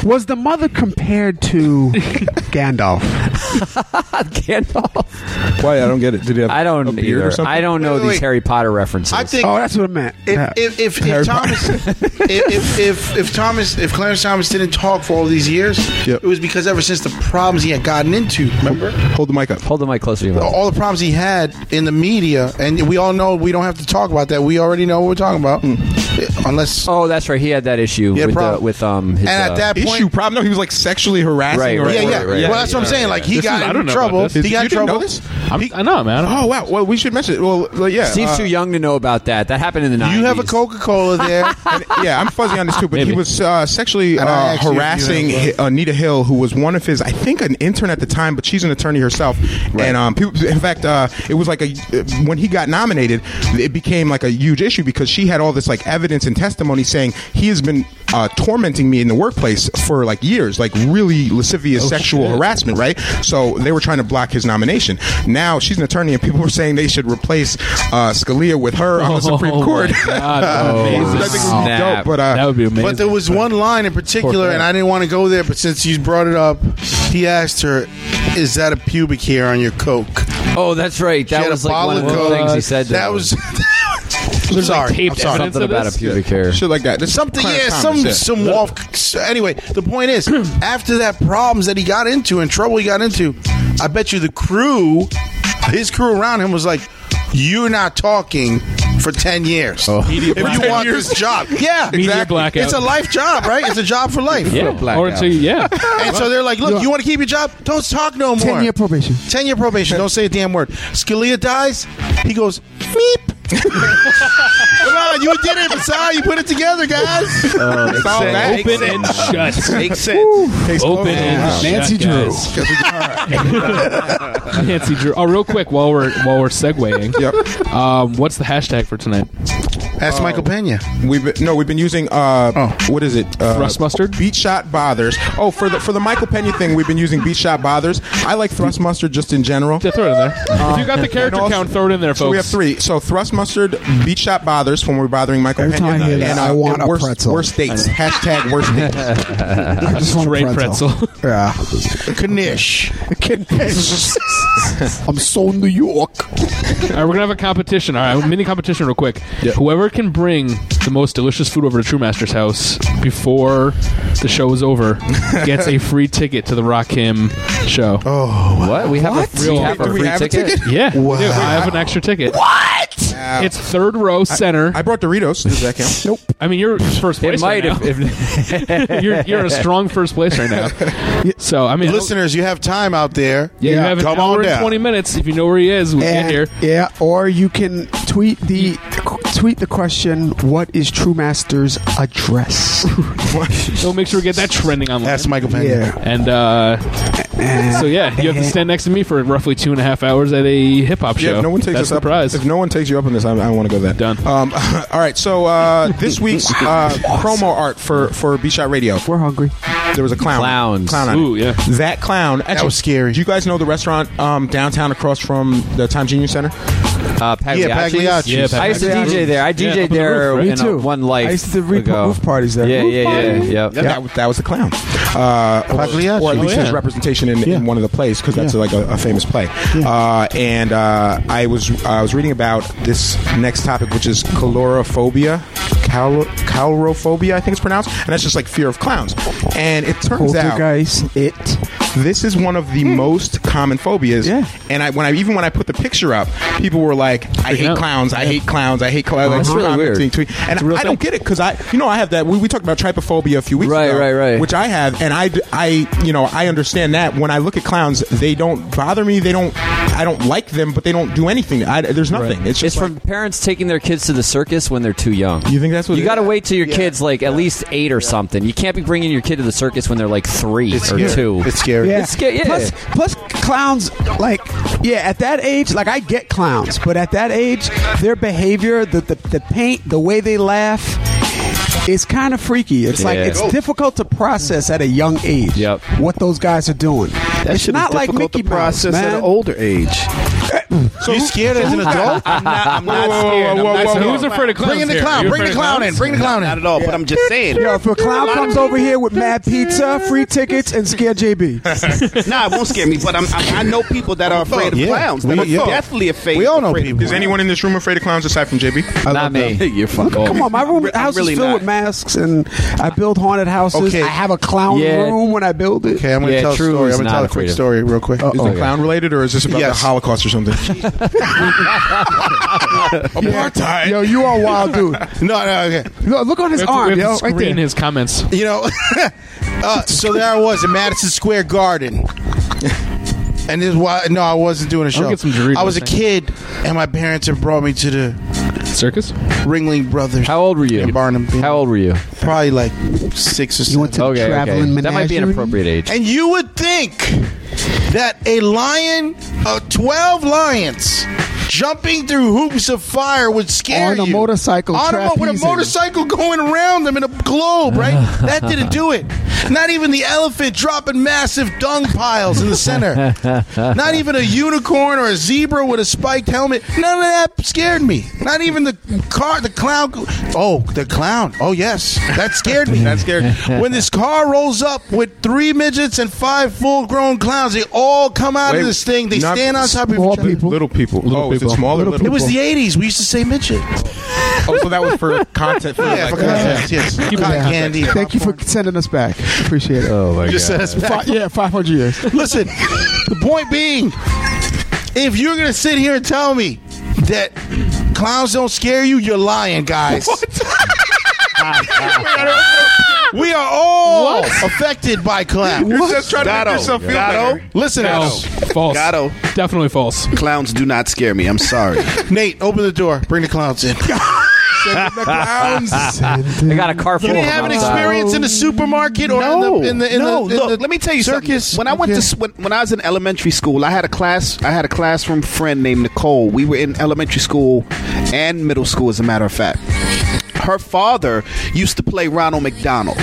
Speaker 10: Was the mother compared to Gandalf?
Speaker 7: Gandalf.
Speaker 4: Why I don't get it? Did he have
Speaker 7: I don't either. I don't know
Speaker 8: Wait,
Speaker 7: these
Speaker 8: wait.
Speaker 7: Harry Potter references.
Speaker 8: I think.
Speaker 10: Oh, that's what I meant. Yeah.
Speaker 8: If, if, if,
Speaker 4: Harry
Speaker 8: if Thomas, if, if, if, if Thomas, if Clarence Thomas didn't talk for all these years,
Speaker 4: Yep.
Speaker 8: it was because ever since the problems he had gotten into, remember?
Speaker 4: Hold the mic up.
Speaker 7: Hold the mic closer to your mouth.
Speaker 8: all the problems he had in the media, and we all know we don't have to talk about that. We already know what we're talking about. unless.
Speaker 7: Oh, that's right. He had that issue
Speaker 8: Yeah,
Speaker 7: with
Speaker 8: prob-
Speaker 7: the, with um. His,
Speaker 8: and at
Speaker 7: uh,
Speaker 8: that point,
Speaker 4: issue problem. No, he was like sexually harassing
Speaker 7: Right,
Speaker 4: or
Speaker 7: right,
Speaker 8: yeah, yeah.
Speaker 7: right,
Speaker 8: well, that's what I'm saying. like he
Speaker 6: This is-
Speaker 8: got
Speaker 6: I
Speaker 8: in
Speaker 6: don't know about
Speaker 8: trouble.
Speaker 6: this.
Speaker 8: He got
Speaker 4: You
Speaker 8: in
Speaker 4: didn't know
Speaker 8: trouble.
Speaker 4: this?
Speaker 6: I'm, I know, man. I don't-
Speaker 4: Oh wow! Well, we should mention it. Well, well, yeah.
Speaker 7: Steve's
Speaker 4: uh,
Speaker 7: too young to know about that. That happened in the 90s.
Speaker 8: You have a Coca Cola there.
Speaker 4: and- yeah, I'm fuzzy on this too, but
Speaker 6: Maybe.
Speaker 4: he was uh, sexually
Speaker 8: And I
Speaker 4: uh,
Speaker 8: actually-
Speaker 4: harassing
Speaker 8: you know,
Speaker 4: hi- uh, Anita Hill, who was one of his, I think, an intern at the time, but she's an attorney herself. And um, people, in fact, uh, it was like a when he got nominated, it became like a huge issue because she had all this like evidence and testimony saying he has been uh, tormenting me in the workplace for like years, like really lascivious
Speaker 6: Oh,
Speaker 4: sexual harassment, right? So they were trying to block his nomination. Now she's an attorney, and people were saying they should replace uh, Scalia with her on the Supreme
Speaker 6: Oh,
Speaker 4: Court.
Speaker 6: my God,
Speaker 4: I
Speaker 6: amazing.
Speaker 4: think it would be
Speaker 7: Snap.
Speaker 4: dope, but uh,
Speaker 6: that would be amazing.
Speaker 8: But there was one line in particular, and I didn't want to go there. But since you brought it up, he asked her, "Is that a pubic hair on your coke?"
Speaker 7: Oh, that's right.
Speaker 8: She
Speaker 7: That
Speaker 8: had
Speaker 7: was
Speaker 8: a
Speaker 7: like one of
Speaker 8: bottle
Speaker 7: the
Speaker 8: of
Speaker 7: things he
Speaker 8: Coke.
Speaker 7: said. to
Speaker 8: That
Speaker 7: her.
Speaker 8: was. sorry,
Speaker 6: taped
Speaker 8: I'm sorry.
Speaker 6: evidence
Speaker 7: something
Speaker 6: of
Speaker 7: about
Speaker 6: this?
Speaker 7: a pubic hair.
Speaker 4: shit like that. There's
Speaker 8: Something,
Speaker 4: Clarence
Speaker 8: yeah, some
Speaker 4: Thomas, yeah.
Speaker 8: some off. so Anyway, the point is, after that problems that he got into and trouble he got into, I bet you the crew, his crew around him, was like, "You're not talking for ten years
Speaker 6: Oh. Media
Speaker 8: if you
Speaker 6: blackout.
Speaker 8: want this job." Yeah,
Speaker 6: Media blackout.
Speaker 8: It's a life job, right? It's a job for life.
Speaker 6: yeah. Or to, yeah.
Speaker 8: And so they're like, look, you want to keep your job? Don't talk no more.
Speaker 10: Ten year probation.
Speaker 8: 10 year probation. Don't say a damn word. Scalia dies. He goes, meep. Come on, you did it, Masai. You put it together, guys.
Speaker 4: It's all that.
Speaker 6: Open and shut.
Speaker 11: Makes sense.
Speaker 4: Takes
Speaker 6: Open
Speaker 4: over.
Speaker 6: and
Speaker 4: Wow.
Speaker 6: shut,
Speaker 10: Nancy Drew.
Speaker 6: guys. Nancy Drew. Oh, real quick while we're while we're segueing.
Speaker 4: Yep.
Speaker 6: Um, what's the hashtag for tonight?
Speaker 8: That's Michael Pena.
Speaker 4: Um,
Speaker 8: Oh.
Speaker 4: We've been, no, we've been using uh, what is it? Uh,
Speaker 6: Thrust mustard?
Speaker 4: Beat shot bothers. Oh, for the for the Michael Pena thing, we've been using beat shot bothers. I like thrust mustard just in general. Uh,
Speaker 6: Yeah, throw it in there. if you got the character
Speaker 4: and also-
Speaker 6: count, throw it in there, folks.
Speaker 4: So we have three. So thrust mustard, beat shot bothers when we're bothering Michael
Speaker 10: Every
Speaker 4: Pena,
Speaker 10: time I hear that,
Speaker 4: and uh,
Speaker 10: I want
Speaker 4: and
Speaker 10: a
Speaker 4: worst,
Speaker 10: pretzel.
Speaker 4: worst dates. Hashtag worst dates.
Speaker 10: I just want a
Speaker 6: Great
Speaker 10: pretzel.
Speaker 6: pretzel.
Speaker 10: Yeah.
Speaker 8: Kanish.
Speaker 10: I'm so New York.
Speaker 6: All right, we're gonna have a competition. All right, mini competition, real quick. Whoever can bring the most delicious food over to True Master's house before the show is over gets a free ticket to the Rock Kim show.
Speaker 7: what? We have a free,
Speaker 6: Real-
Speaker 7: we have
Speaker 4: Do
Speaker 7: a
Speaker 4: we
Speaker 7: free
Speaker 4: have a
Speaker 7: ticket.
Speaker 4: ticket?
Speaker 6: Yeah, we do. I have an extra ticket. What? It's third row center.
Speaker 4: I
Speaker 6: I,
Speaker 4: brought Doritos. Does that count? Nope.
Speaker 6: mean, you're first
Speaker 7: It
Speaker 6: place.
Speaker 7: might
Speaker 6: right
Speaker 7: have.
Speaker 6: now.
Speaker 7: If,
Speaker 6: you're, you're in a strong first place right now. So I mean,
Speaker 8: Listeners, you have time out there.
Speaker 6: yeah, you have an
Speaker 8: Come
Speaker 6: hour
Speaker 8: on
Speaker 6: and
Speaker 8: down.
Speaker 6: twenty minutes if you know where he is. We get here.
Speaker 10: And, yeah, or you can tweet the tweet the question. What is True Master's address?
Speaker 6: So make sure we get that trending online.
Speaker 8: That's Michael Pena.
Speaker 10: yeah.
Speaker 6: And uh, so yeah, you have to stand next to me for roughly two and a half hours at a hip hop show.
Speaker 4: Yeah, if no one takes
Speaker 6: That's
Speaker 4: us
Speaker 6: the
Speaker 4: up,
Speaker 6: prize.
Speaker 4: if no one takes you up on this, I, I want to go there.
Speaker 6: Done.
Speaker 4: Um, all right. So uh, this week's uh, promo art for for B Shot Radio,
Speaker 10: We're hungry.
Speaker 4: there was a clown.
Speaker 7: Clowns.
Speaker 4: Clown on it.
Speaker 6: Ooh, yeah.
Speaker 4: That clown. Actually,
Speaker 8: was scary.
Speaker 4: Do you guys know the restaurant um, downtown across from the Times Union Center?
Speaker 7: uh, Pagliacci's.
Speaker 8: Pagliacci's.
Speaker 6: Yeah,
Speaker 7: I used to
Speaker 6: Pagliacci's.
Speaker 7: DJ there. I
Speaker 6: Yeah,
Speaker 7: DJ'd
Speaker 6: up on the
Speaker 7: there
Speaker 6: roof, right?
Speaker 10: Me
Speaker 7: in
Speaker 10: too.
Speaker 7: A, one life.
Speaker 10: I used to re-
Speaker 7: ago.
Speaker 10: roof parties there.
Speaker 7: Yeah,
Speaker 10: Roof
Speaker 7: yeah, yeah,
Speaker 10: party?
Speaker 7: yeah,
Speaker 4: That, that, that was the clown. Uh,
Speaker 8: Pagliacci.
Speaker 4: Or at least
Speaker 6: Oh, yeah.
Speaker 4: his representation in, in one of the plays, because that's like a, a famous play. Uh, and uh, I was I was reading about this next topic, which is calorophobia. Cal- calorophobia, I think it's pronounced, and that's just like fear of clowns. And it turns out
Speaker 10: Poltergeist. It. Hmm.
Speaker 4: this is one of the most common phobias.
Speaker 10: Yeah.
Speaker 4: And I when I even when I put the picture up, people were like, "I hate
Speaker 6: out.
Speaker 4: clowns. I hate clowns. I hate clowns." Like,
Speaker 7: That's really
Speaker 4: commenting
Speaker 7: weird.
Speaker 4: to me. And
Speaker 6: a real
Speaker 4: I don't
Speaker 6: thing.
Speaker 4: get it because I, you know, I have that. We, we talked about trypophobia a few weeks
Speaker 7: Right,
Speaker 4: ago,
Speaker 7: right, right.
Speaker 4: Which I have, and I, d- I, you know, I understand that. When I look at clowns, they don't bother me. They don't. I don't like them, but they don't do anything. I, there's nothing. It's
Speaker 7: It's
Speaker 4: just like-
Speaker 7: from parents taking their kids to the circus when they're too young.
Speaker 4: You think that's what
Speaker 7: you
Speaker 4: it
Speaker 7: got to
Speaker 4: is?
Speaker 7: wait till your kids like at least eight or something. You can't be bringing your kid to the circus when they're like three or two.
Speaker 8: It's scary.
Speaker 10: Yeah.
Speaker 7: It's sca- yeah.
Speaker 10: Plus, plus clowns, like, yeah, at that age, like, I get clowns, but at that age, their behavior, the, the, the paint, the way they laugh, is kind of freaky. It's like,
Speaker 7: Yeah.
Speaker 10: it's difficult to process at a young age
Speaker 7: Yep.
Speaker 10: what those guys are doing. it's
Speaker 11: shit is
Speaker 10: not like
Speaker 11: difficult
Speaker 10: Mickey
Speaker 11: to
Speaker 10: Mouse,
Speaker 11: process at
Speaker 10: man.
Speaker 11: an older age.
Speaker 8: you scared as an adult?
Speaker 11: I'm not, I'm not
Speaker 4: whoa,
Speaker 11: scared. I'm
Speaker 4: whoa,
Speaker 11: not
Speaker 4: whoa,
Speaker 11: scared.
Speaker 4: whoa,
Speaker 6: Who's afraid of clowns?
Speaker 8: Bring in the
Speaker 6: here?
Speaker 8: clown.
Speaker 6: You
Speaker 8: Bring the
Speaker 6: afraid of
Speaker 8: clown in.
Speaker 6: clowns?
Speaker 8: Bring the clown
Speaker 11: Not
Speaker 8: in.
Speaker 11: at all, but I'm just saying.
Speaker 10: Yo, if a clown comes over here with mad pizza, free tickets, and scare JB.
Speaker 11: Nah, it won't scare me, but I'm, i I know people that are afraid of
Speaker 8: Yeah.
Speaker 11: clowns.
Speaker 8: We-
Speaker 11: That are
Speaker 8: yeah.
Speaker 11: definitely afraid.
Speaker 8: We all know
Speaker 11: afraid of
Speaker 8: people.
Speaker 4: Is anyone in this room afraid of clowns aside from JB?
Speaker 7: Not me.
Speaker 11: You're fucking.
Speaker 10: Come on, my room,
Speaker 11: I'm
Speaker 10: house
Speaker 11: really
Speaker 10: is filled
Speaker 11: not.
Speaker 10: with masks, and I build haunted houses.
Speaker 8: Okay.
Speaker 10: I have a clown
Speaker 7: Yeah.
Speaker 10: room when I build it.
Speaker 8: Okay, I'm going to
Speaker 7: Yeah,
Speaker 8: tell a
Speaker 7: true
Speaker 8: story.
Speaker 7: is
Speaker 8: I'm going
Speaker 7: not
Speaker 8: to
Speaker 7: Oh,
Speaker 8: tell a quick story, real quick.
Speaker 4: Is it clown related or is this about
Speaker 8: Yes.
Speaker 4: the Holocaust or something? Apartheid.
Speaker 10: Yo, you are a wild dude.
Speaker 8: No, no, okay.
Speaker 10: Yo, look on his
Speaker 6: We have to- we
Speaker 10: arm,
Speaker 6: have to
Speaker 10: yo. Right
Speaker 6: screen
Speaker 10: there.
Speaker 6: his comments.
Speaker 8: You know, uh, so there I was in Madison Square Garden. And this is why no, I wasn't doing a show.
Speaker 6: get some Doritos,
Speaker 8: I was a
Speaker 6: man.
Speaker 8: kid, and my parents had brought me to the
Speaker 6: Circus?
Speaker 8: Ringling Brothers.
Speaker 7: How old were you?
Speaker 8: In Barnum.
Speaker 7: How old were you?
Speaker 8: Probably like six or seven.
Speaker 10: You went to the
Speaker 7: Okay,
Speaker 10: traveling
Speaker 7: okay.
Speaker 10: menagerie.
Speaker 7: That might be an appropriate age.
Speaker 8: And you would think that a lion, uh, 12 lions, jumping through hoops of fire would scare
Speaker 10: On
Speaker 8: you.
Speaker 10: a motorcycle
Speaker 8: On a mo- with a
Speaker 10: trapezing.
Speaker 8: motorcycle going around them in a globe, right? that didn't do it. Not even the elephant dropping massive dung piles in the center. Not even a unicorn or a zebra with a spiked helmet. None of that scared me. Not even the car, the clown. Oh, the clown. Oh, yes. That scared me. that scared When this car rolls up with three midgets and five full grown clowns, they all come out
Speaker 4: Wait,
Speaker 8: of this thing. They
Speaker 4: not
Speaker 8: stand on top of
Speaker 10: small
Speaker 8: each other.
Speaker 10: people.
Speaker 4: Little people. oh, is it
Speaker 6: people.
Speaker 4: smaller?
Speaker 10: Little
Speaker 4: Little
Speaker 8: It was the 80s. We used to say midget.
Speaker 4: Oh, so that was for content. For
Speaker 8: Yeah,
Speaker 4: like,
Speaker 8: for context, yes. Cotton candy.
Speaker 10: Thank you for sending us back. Appreciate it. Oh my
Speaker 8: Just send us back.
Speaker 10: yeah, 500 years.
Speaker 8: Listen, the point being, if you're gonna sit here and tell me that clowns don't scare you, you're lying, guys. we are all affected by clowns.
Speaker 4: You're just trying to make yourself feel better.
Speaker 8: Listen,
Speaker 6: No,
Speaker 8: Adam.
Speaker 6: false.
Speaker 11: Gatto,
Speaker 6: Definitely false.
Speaker 11: clowns do not scare me. I'm sorry.
Speaker 8: Nate, open the door. Bring the clowns in.
Speaker 7: I got a car full
Speaker 8: You
Speaker 7: of
Speaker 8: didn't
Speaker 7: them
Speaker 8: have an
Speaker 7: outside.
Speaker 8: experience in the supermarket or
Speaker 11: No,
Speaker 8: in the in the, in
Speaker 11: no.
Speaker 8: the, in
Speaker 11: look,
Speaker 8: the
Speaker 11: let me tell you
Speaker 8: circus.
Speaker 11: something. When I went
Speaker 8: Okay.
Speaker 11: to s- when, when I was in elementary school, I had a class. I had a classroom friend named Nicole. We were in elementary school and middle school, as a matter of fact. Her father used to play Ronald McDonald.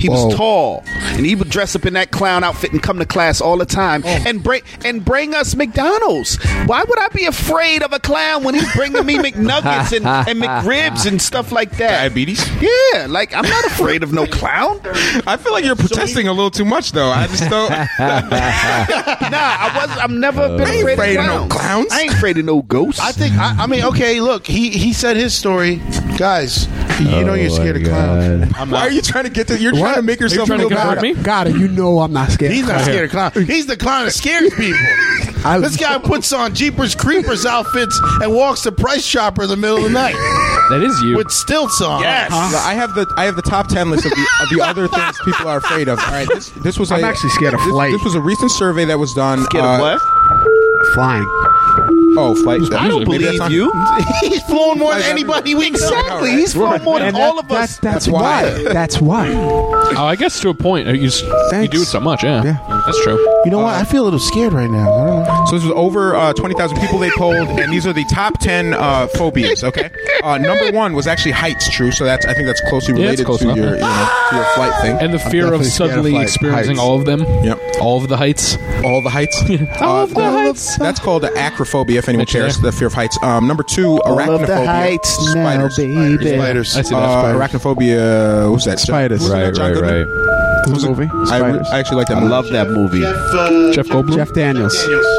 Speaker 11: He was tall, and he would dress up in that clown outfit and come to class all the time,
Speaker 8: Oh.
Speaker 11: and bring and bring us McDonald's. Why would I be afraid of a clown when he's bringing me McNuggets and, and McRibs and stuff like that?
Speaker 4: Diabetes?
Speaker 11: Yeah, like I'm not afraid of no clown.
Speaker 4: I feel like you're protesting a little too much, though. I just don't.
Speaker 11: Nah, I was. I'm never been afraid,
Speaker 4: afraid
Speaker 11: of,
Speaker 4: of no clowns.
Speaker 11: I ain't afraid of no ghosts.
Speaker 8: I think I, I mean okay. Look, he he said his story, guys. You know you're scared of clowns.
Speaker 4: Why are you trying to get to? You're trying to make yourself
Speaker 6: trying to
Speaker 4: feel
Speaker 6: convert
Speaker 4: better.
Speaker 6: me?
Speaker 10: God, you know I'm not scared.
Speaker 8: He's not scared of clown. He's the clown that scares people.
Speaker 10: I-
Speaker 8: this guy puts on Jeepers Creepers outfits and walks to Price Chopper in the middle of the night
Speaker 6: That is you.
Speaker 8: with stilts on. Yes.
Speaker 4: I have the I have the top ten list of the, of the other things people are afraid of. All right, this, this was
Speaker 10: I'm
Speaker 4: a-
Speaker 10: actually scared of
Speaker 4: this-
Speaker 10: flight.
Speaker 4: This was a recent survey that was done. uh,
Speaker 10: Flying.
Speaker 4: Oh, flight. I
Speaker 6: don't
Speaker 11: believe you.
Speaker 8: He's flown more than
Speaker 4: Guys,
Speaker 8: anybody we know.
Speaker 11: Exactly. He's flown more than
Speaker 10: And
Speaker 11: all
Speaker 10: that-
Speaker 11: of us.
Speaker 10: That's, that's
Speaker 4: That's why.
Speaker 10: why. That's why.
Speaker 6: Oh, I guess to a point. You, just, you
Speaker 10: Thanks.
Speaker 6: do it so much, yeah.
Speaker 10: Yeah.
Speaker 6: That's true.
Speaker 8: You know
Speaker 11: Uh,
Speaker 8: what? I feel a little scared right now. I don't know.
Speaker 4: So this was over uh, 20,000 people they polled, and these are the top 10 uh, phobias, okay? Uh, number one was actually heights, true, so that's I think that's closely
Speaker 6: Yeah,
Speaker 4: related
Speaker 6: it's close
Speaker 4: to,
Speaker 6: enough.
Speaker 4: your, you know, to your flight thing.
Speaker 6: And the fear of
Speaker 10: definitely scared of
Speaker 6: suddenly
Speaker 10: height-
Speaker 6: experiencing
Speaker 10: heights.
Speaker 6: all of them.
Speaker 4: Yep.
Speaker 6: All of the heights.
Speaker 4: All the heights. Uh, all of the heights. That's called acrophobia, if anyone
Speaker 6: Actually,
Speaker 4: cares,
Speaker 6: yeah.
Speaker 4: the fear of heights. Um, number two, arachnophobia.
Speaker 10: heights now,
Speaker 4: spiders,
Speaker 10: baby.
Speaker 4: Spiders.
Speaker 6: I see that.
Speaker 4: Uh, arachnophobia. What was that?
Speaker 10: Spiders.
Speaker 4: Wasn't that John Goodman? Was it-
Speaker 10: movie?
Speaker 4: I, re-
Speaker 10: Spiders.
Speaker 4: I actually like that. movie.
Speaker 11: that movie.
Speaker 6: Jeff Goldblum.
Speaker 10: uh, Jeff Daniels.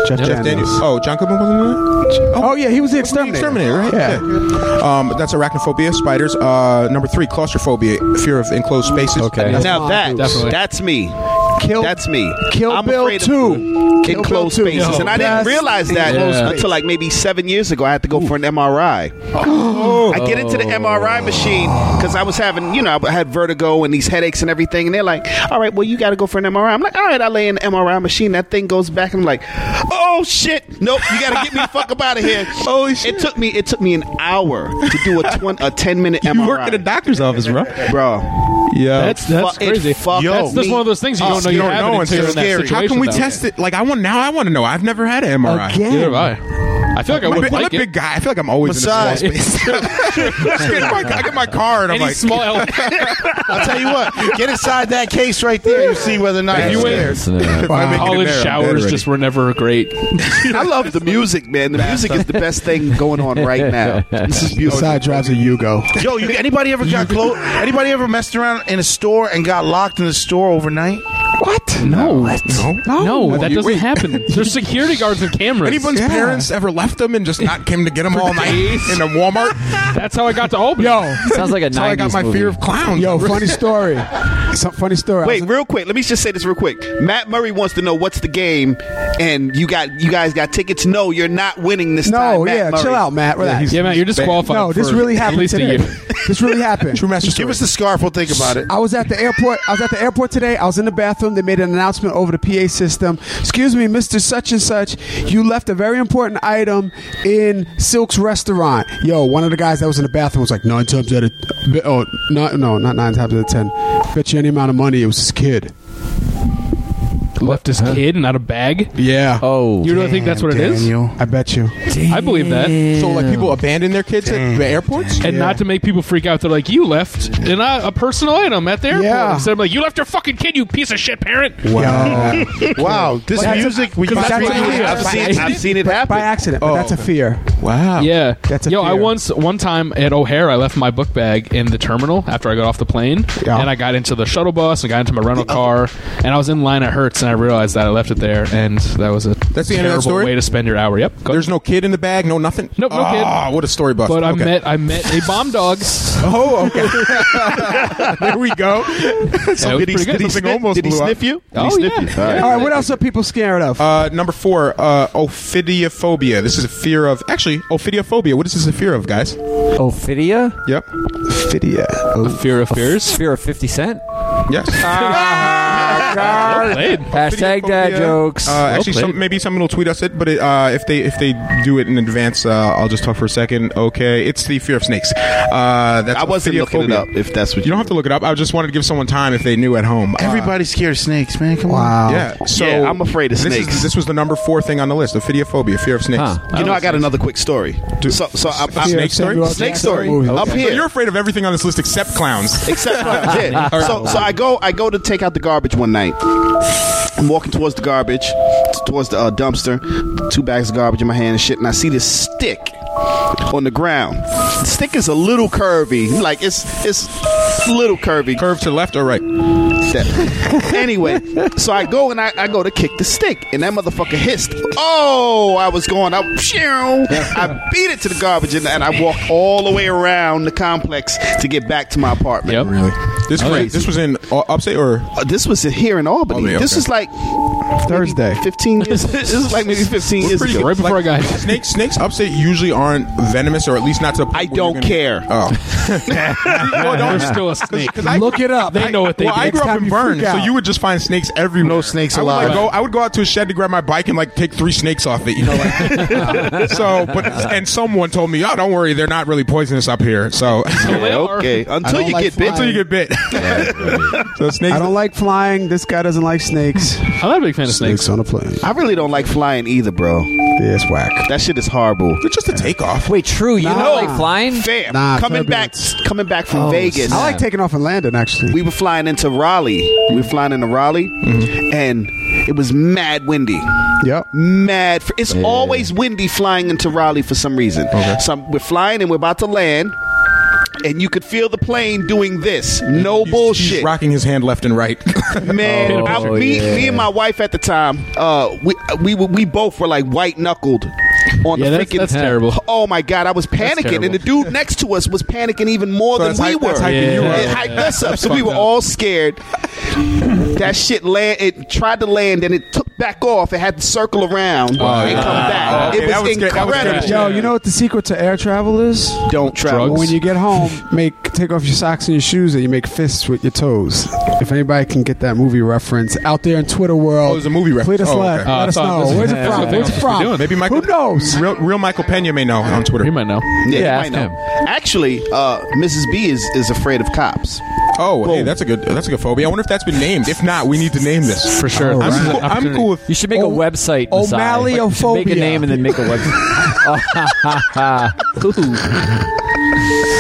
Speaker 10: Jeff,
Speaker 4: Jeff Daniels. Oh, John Goodman wasn't in it.
Speaker 10: Oh, yeah, he was the
Speaker 4: Exterminator,
Speaker 10: exterminator.
Speaker 4: right?
Speaker 10: Yeah.
Speaker 4: Um, that's arachnophobia, spiders. Uh, number three, claustrophobia, fear of enclosed spaces.
Speaker 1: Okay.
Speaker 10: That's
Speaker 11: Now
Speaker 10: Tom
Speaker 11: that
Speaker 10: Cruise.
Speaker 6: Definitely.
Speaker 11: that's me.
Speaker 10: Kill,
Speaker 11: That's me.
Speaker 10: Kill
Speaker 11: I'm
Speaker 10: Bill
Speaker 11: afraid of
Speaker 10: 2. Kill
Speaker 11: enclosed
Speaker 10: Bill 2.
Speaker 11: spaces,
Speaker 10: Yo,
Speaker 11: and I didn't
Speaker 10: that's
Speaker 11: realize that
Speaker 6: enclosed
Speaker 11: until
Speaker 6: space.
Speaker 11: like maybe seven years ago. I had to go for an MRI. I get into the MRI machine because I was having, you know, I had vertigo and these headaches and everything, and they're like, "All right, well, you got to go for an MRI." I'm like, "All right," I lay in the MRI machine. That thing goes back, and I'm like, "Oh shit, nope, you got to get me the fuck up out of here."
Speaker 4: Holy shit.
Speaker 11: It took me it took me an hour to do a twen- a ten minute
Speaker 4: You
Speaker 11: MRI.
Speaker 4: work at a doctor's office, bro.
Speaker 11: bro.
Speaker 4: Yeah.
Speaker 6: That's that's
Speaker 11: Fu- it
Speaker 6: crazy.
Speaker 11: fucked
Speaker 6: that's just
Speaker 11: me
Speaker 6: one of those things you don't know you,
Speaker 4: don't
Speaker 6: have it until
Speaker 4: know until
Speaker 6: you're in that
Speaker 4: scary.
Speaker 6: situation.
Speaker 4: How can we
Speaker 6: though.
Speaker 4: test it? Like I want now. I want to know. I've never had an MRI.
Speaker 6: Neither
Speaker 10: Again.
Speaker 6: have I. I feel like I
Speaker 4: I'm, a
Speaker 6: would
Speaker 4: big- I'm
Speaker 6: like
Speaker 4: a big
Speaker 6: it.
Speaker 4: guy. I feel like I'm always
Speaker 8: Besides-
Speaker 4: in a small space. I, get in my, I get in my car and I'm
Speaker 6: Any
Speaker 4: like,
Speaker 6: small elephant.
Speaker 8: I'll tell you what. Get inside that case right there. You see whether or not
Speaker 6: If
Speaker 8: you're
Speaker 6: you went-
Speaker 8: scared.
Speaker 4: if I make it in
Speaker 6: College
Speaker 4: there, I'm dead
Speaker 6: showers
Speaker 4: already.
Speaker 6: just were never great.
Speaker 11: I love the music, man. The music is the best thing going on right now. This is beautiful.
Speaker 10: Side drives a Yugo.
Speaker 8: Yo, you, anybody ever got close? Anybody ever messed around in a store and got locked in the store overnight?
Speaker 10: What?
Speaker 6: No.
Speaker 4: No.
Speaker 6: No, that
Speaker 4: You-
Speaker 6: doesn't
Speaker 4: wait.
Speaker 6: happen. There's security guards and cameras.
Speaker 4: Anyone's parents ever left them and just not came to get them all night
Speaker 6: days.
Speaker 4: in a Walmart?
Speaker 6: That's how I got to Albany.
Speaker 10: Yo,
Speaker 7: Sounds like a
Speaker 4: That's how I got
Speaker 7: 90s
Speaker 4: my
Speaker 7: movie.
Speaker 4: fear of clowns.
Speaker 10: yo, funny story. Some funny story. I
Speaker 11: Wait,
Speaker 10: was-
Speaker 11: real quick. Let me just say this real quick. Matt Murray wants to know what's the game, and you got you guys got tickets. No, you're not winning this time.
Speaker 10: no,
Speaker 11: Matt
Speaker 10: Oh, yeah,
Speaker 11: Murray.
Speaker 10: chill out, Matt. Relax.
Speaker 6: Yeah, man, you're disqualified.
Speaker 10: no, this
Speaker 6: for
Speaker 10: really
Speaker 6: at
Speaker 10: happened
Speaker 6: least
Speaker 10: today.
Speaker 6: a year.
Speaker 10: This really happened.
Speaker 4: True master
Speaker 8: Give
Speaker 4: story.
Speaker 8: us the scarf. We'll think about it.
Speaker 10: I was at the airport. I was at the airport today. I was in the bathroom. They made an announcement over the PA system. Excuse me, Mister Such and Such. You left a very important item in Silk's restaurant. Yo, one of the guys that was in the bathroom was like nine times out of oh no no not nine times out of ten. Bet you any amount of money it was this kid.
Speaker 6: Left his kid and not a bag.
Speaker 10: Yeah.
Speaker 7: Oh,
Speaker 6: You really think that's what it is?
Speaker 10: I bet you.
Speaker 6: I believe that.
Speaker 4: so like people abandon their kids at the airports.
Speaker 6: And not to make people freak out, they're like, "You left and I, a personal item at the airport."
Speaker 10: Yeah.
Speaker 6: Instead of like, "You left your fucking kid, you piece of shit parent."
Speaker 10: Wow.
Speaker 8: Wow, this music. We
Speaker 10: Because
Speaker 8: got
Speaker 10: that's
Speaker 8: to
Speaker 10: what it is.
Speaker 11: I've seen, I've seen it
Speaker 10: By
Speaker 11: happen.
Speaker 10: accident. But that's a fear.
Speaker 4: Wow.
Speaker 6: Yeah,
Speaker 10: That's a
Speaker 6: yo. I
Speaker 10: fear.
Speaker 6: once one time at O'Hare, I left my book bag in the terminal after I got off the plane,
Speaker 10: Yeah.
Speaker 6: and I got into the shuttle bus and got into my rental car, and I was in line at Hertz, and I realized that I left it there, and that was a
Speaker 4: That's the end of
Speaker 6: terrible
Speaker 4: that story?
Speaker 6: way to spend your hour. Yep, go
Speaker 4: There's no kid in the bag, no nothing.
Speaker 6: Nope, no kid.
Speaker 4: Ah, what a story bust.
Speaker 6: But I
Speaker 4: Okay.
Speaker 6: met I met a bomb dog.
Speaker 4: Oh, okay. there we go.
Speaker 6: so
Speaker 11: Did he, did he, sniff, did he sniff you? Did he
Speaker 6: Oh,
Speaker 11: sniff
Speaker 6: yeah.
Speaker 11: you?
Speaker 6: Yeah.
Speaker 10: All right. What else are people scared of?
Speaker 4: Uh, number four, uh, ophidiophobia. This is a fear of. Actually, ophidiophobia. What is this a fear of, guys?
Speaker 7: Ophidia?
Speaker 4: Yep.
Speaker 6: The fear of fears.
Speaker 7: Fear of 50 Cent? Ah.
Speaker 4: Yes.
Speaker 6: Played.
Speaker 7: Hashtag dad
Speaker 4: Ophidiophobia.
Speaker 7: jokes.
Speaker 4: Uh, actually, some, maybe someone will tweet us it, but it, uh, if they if they do it in advance, uh, I'll just talk for a second. Okay, it's the fear of snakes. Uh, that's
Speaker 11: I wasn't looking it
Speaker 4: ophidiophobia.
Speaker 11: up. If that's what
Speaker 4: You don't have to look it up. I just wanted to give someone time if they knew at home. Uh,
Speaker 8: Everybody's scared of snakes, man. Come
Speaker 10: wow.
Speaker 8: on.
Speaker 4: yeah. So
Speaker 11: Oh. Yeah, I'm afraid of
Speaker 4: this is-
Speaker 11: snakes.
Speaker 4: this was the number four thing on the list: ophidiophobia, fear of snakes.
Speaker 7: Huh.
Speaker 11: You know, I got another quick story. So, so uh, I, I,
Speaker 10: Fear of
Speaker 4: snake story?
Speaker 10: Samuel
Speaker 11: Snake
Speaker 10: Jackson
Speaker 11: story.
Speaker 10: movies.
Speaker 11: Up
Speaker 4: So you're
Speaker 11: here.
Speaker 4: afraid of everything on this list except clowns.
Speaker 11: Except clowns, yeah. So, so I go, I go to take out the garbage one night. I'm walking towards the garbage, t- towards the uh, dumpster, two bags of garbage in my hand and shit, and I see this stick on the ground. The stick is a little curvy, like it's it's little curvy.
Speaker 4: Curve to left or right?
Speaker 11: that. anyway, so I go and I, I go to kick the stick, and that motherfucker hissed. Oh, I was going, I, I beat it to the garbage, and, and I walked all the way around the complex to get back to my apartment.
Speaker 6: Yep.
Speaker 4: Really? This crazy. This was in uh, upstate or
Speaker 11: Uh, this was here in Albany.
Speaker 4: Albany,
Speaker 11: This
Speaker 4: okay.
Speaker 11: is like
Speaker 10: Thursday.
Speaker 11: maybe 15 years. this is like maybe 15 years
Speaker 4: pretty
Speaker 11: ago.
Speaker 6: Right before I got here.
Speaker 4: snakes? Snakes upstate usually aren't venomous, or at least not to. the point
Speaker 11: I
Speaker 4: where you're
Speaker 11: don't
Speaker 4: gonna-
Speaker 11: care.
Speaker 4: Oh,
Speaker 6: There's still a snake.
Speaker 10: Look it up.
Speaker 6: They know what they
Speaker 4: well,
Speaker 6: do.
Speaker 4: I grew up
Speaker 10: time
Speaker 4: in
Speaker 10: you
Speaker 4: Burns,
Speaker 10: freak
Speaker 4: so
Speaker 10: out.
Speaker 4: you would just find snakes everywhere.
Speaker 8: No snakes
Speaker 4: I would,
Speaker 8: allowed.
Speaker 4: like, go, I would go out to a shed to grab my bike and like take three snakes off it, you know. Like, so, but and someone told me, oh, don't worry, they're not really poisonous up here. So
Speaker 6: They are.
Speaker 11: Okay, until
Speaker 10: don't
Speaker 11: you
Speaker 10: like
Speaker 11: get bit.
Speaker 10: flies.
Speaker 4: until you get bit, so snakes.
Speaker 10: I don't like flying. This guy doesn't like snakes.
Speaker 6: I'm not a big fan of snakes.
Speaker 10: on a plane.
Speaker 11: I really don't like flying either, bro.
Speaker 10: Yeah, it's whack.
Speaker 11: That shit is horrible.
Speaker 4: They're just a takeoff.
Speaker 7: Wait, true. You
Speaker 10: Nah.
Speaker 7: don't like flying?
Speaker 11: Fam,
Speaker 10: Nah,
Speaker 11: coming back,
Speaker 10: turbulence.
Speaker 11: coming back from Vegas.
Speaker 10: I like taking off and landing. Actually,
Speaker 11: we were flying into Raleigh. We were flying into Raleigh, and it was mad windy.
Speaker 10: yep.
Speaker 11: Mad. fr- It's always windy flying into Raleigh for some reason. So I'm- we're flying and we're about to land, and you could feel the plane doing this. No bullshit.
Speaker 4: He's rocking his hand left and right.
Speaker 11: Man,
Speaker 6: Oh,
Speaker 11: I, me,
Speaker 7: yeah.
Speaker 11: me and my wife at the time, uh, we, we were- we both were like white knuckled on
Speaker 6: Yeah,
Speaker 11: the
Speaker 6: that's-
Speaker 11: freaking.
Speaker 6: that's terrible.
Speaker 11: Oh my god, I was panicking,
Speaker 6: terrible.
Speaker 11: and the dude next to us was panicking even more
Speaker 4: So
Speaker 11: than
Speaker 4: that's
Speaker 11: we
Speaker 4: hype-
Speaker 11: were.
Speaker 4: that's hyping
Speaker 6: you up.
Speaker 11: It hiked us up,
Speaker 6: That's
Speaker 11: so we were
Speaker 6: fucked up.
Speaker 11: all scared. that shit land. It tried to land, and it took back off. It had to circle around and
Speaker 4: Oh, yeah. Oh,
Speaker 11: come back.
Speaker 4: Okay,
Speaker 11: it was,
Speaker 4: that was scary- that was scary
Speaker 11: incredible.
Speaker 4: shit.
Speaker 10: Yo, you know what the secret to air travel is?
Speaker 11: Don't travel.
Speaker 6: Drugs.
Speaker 10: When you get home, make take off your socks and your shoes, and you make fists with your toes. If anybody can get that movie reference out there in Twitter world,
Speaker 4: Oh, it was a movie
Speaker 10: Please
Speaker 4: reference.
Speaker 10: us
Speaker 4: Oh,
Speaker 10: let,
Speaker 4: okay.
Speaker 6: Uh, I
Speaker 10: let us
Speaker 6: thought
Speaker 10: know.
Speaker 6: this-
Speaker 10: Where's
Speaker 6: I
Speaker 10: it
Speaker 6: thought
Speaker 10: from?
Speaker 6: this
Speaker 10: Where's it
Speaker 6: was
Speaker 10: from?
Speaker 6: doing.
Speaker 4: Maybe Michael.
Speaker 10: Who knows?
Speaker 4: Real, real Michael Pena may know on Twitter.
Speaker 6: You might know.
Speaker 11: Yeah,
Speaker 7: Yeah,
Speaker 11: you
Speaker 7: ask
Speaker 11: might know.
Speaker 7: him.
Speaker 11: Actually, uh, Mrs. B is, is afraid of cops.
Speaker 4: Oh, hey, that's a good that's a good phobia. I wonder if that's been named. If not, we need to name this.
Speaker 6: For sure.
Speaker 4: I'm,
Speaker 6: This is an
Speaker 4: cool, I'm
Speaker 6: opportunity.
Speaker 4: cool with
Speaker 7: You should make
Speaker 10: O-
Speaker 7: a website. Masai.
Speaker 10: O'Malleyophobia.
Speaker 7: Make a name and then make a website.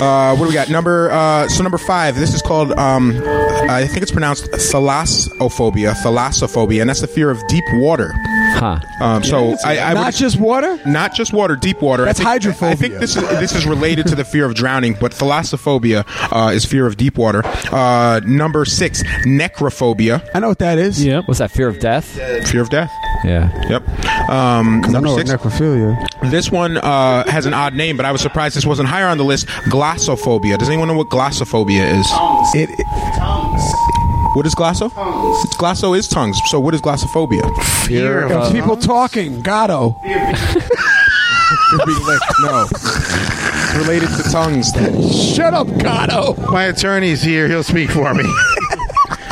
Speaker 4: Uh, what do we got? Number uh, so number five. This is called um, I think it's pronounced thalassophobia, thalassophobia, and that's the fear of deep water.
Speaker 7: Huh.
Speaker 4: Um, so I, I
Speaker 10: Not
Speaker 4: would,
Speaker 10: just water.
Speaker 4: not just water, deep water.
Speaker 10: That's
Speaker 4: I think,
Speaker 10: hydrophobia.
Speaker 4: I think this is this is related to the fear of drowning, but thalassophobia uh, is fear of deep water. Uh, number six, necrophobia,
Speaker 10: I know what that is.
Speaker 6: Yep.
Speaker 7: What's that? Fear of death?
Speaker 4: fear of death.
Speaker 7: Yeah.
Speaker 4: Yep. Um,
Speaker 10: I
Speaker 4: number
Speaker 10: know
Speaker 4: six,
Speaker 10: necrophilia.
Speaker 4: this one uh, has an odd name, but I was surprised this wasn't higher on the list. Glossophobia. Does anyone know what glossophobia is?
Speaker 10: It, it-
Speaker 4: What is glosso? Glosso is tongues. So what is glossophobia?
Speaker 7: Fear of
Speaker 10: people talking. Gato.
Speaker 4: no. Related to tongues.
Speaker 10: Shut up, Gato.
Speaker 8: My attorney's here. He'll speak for me.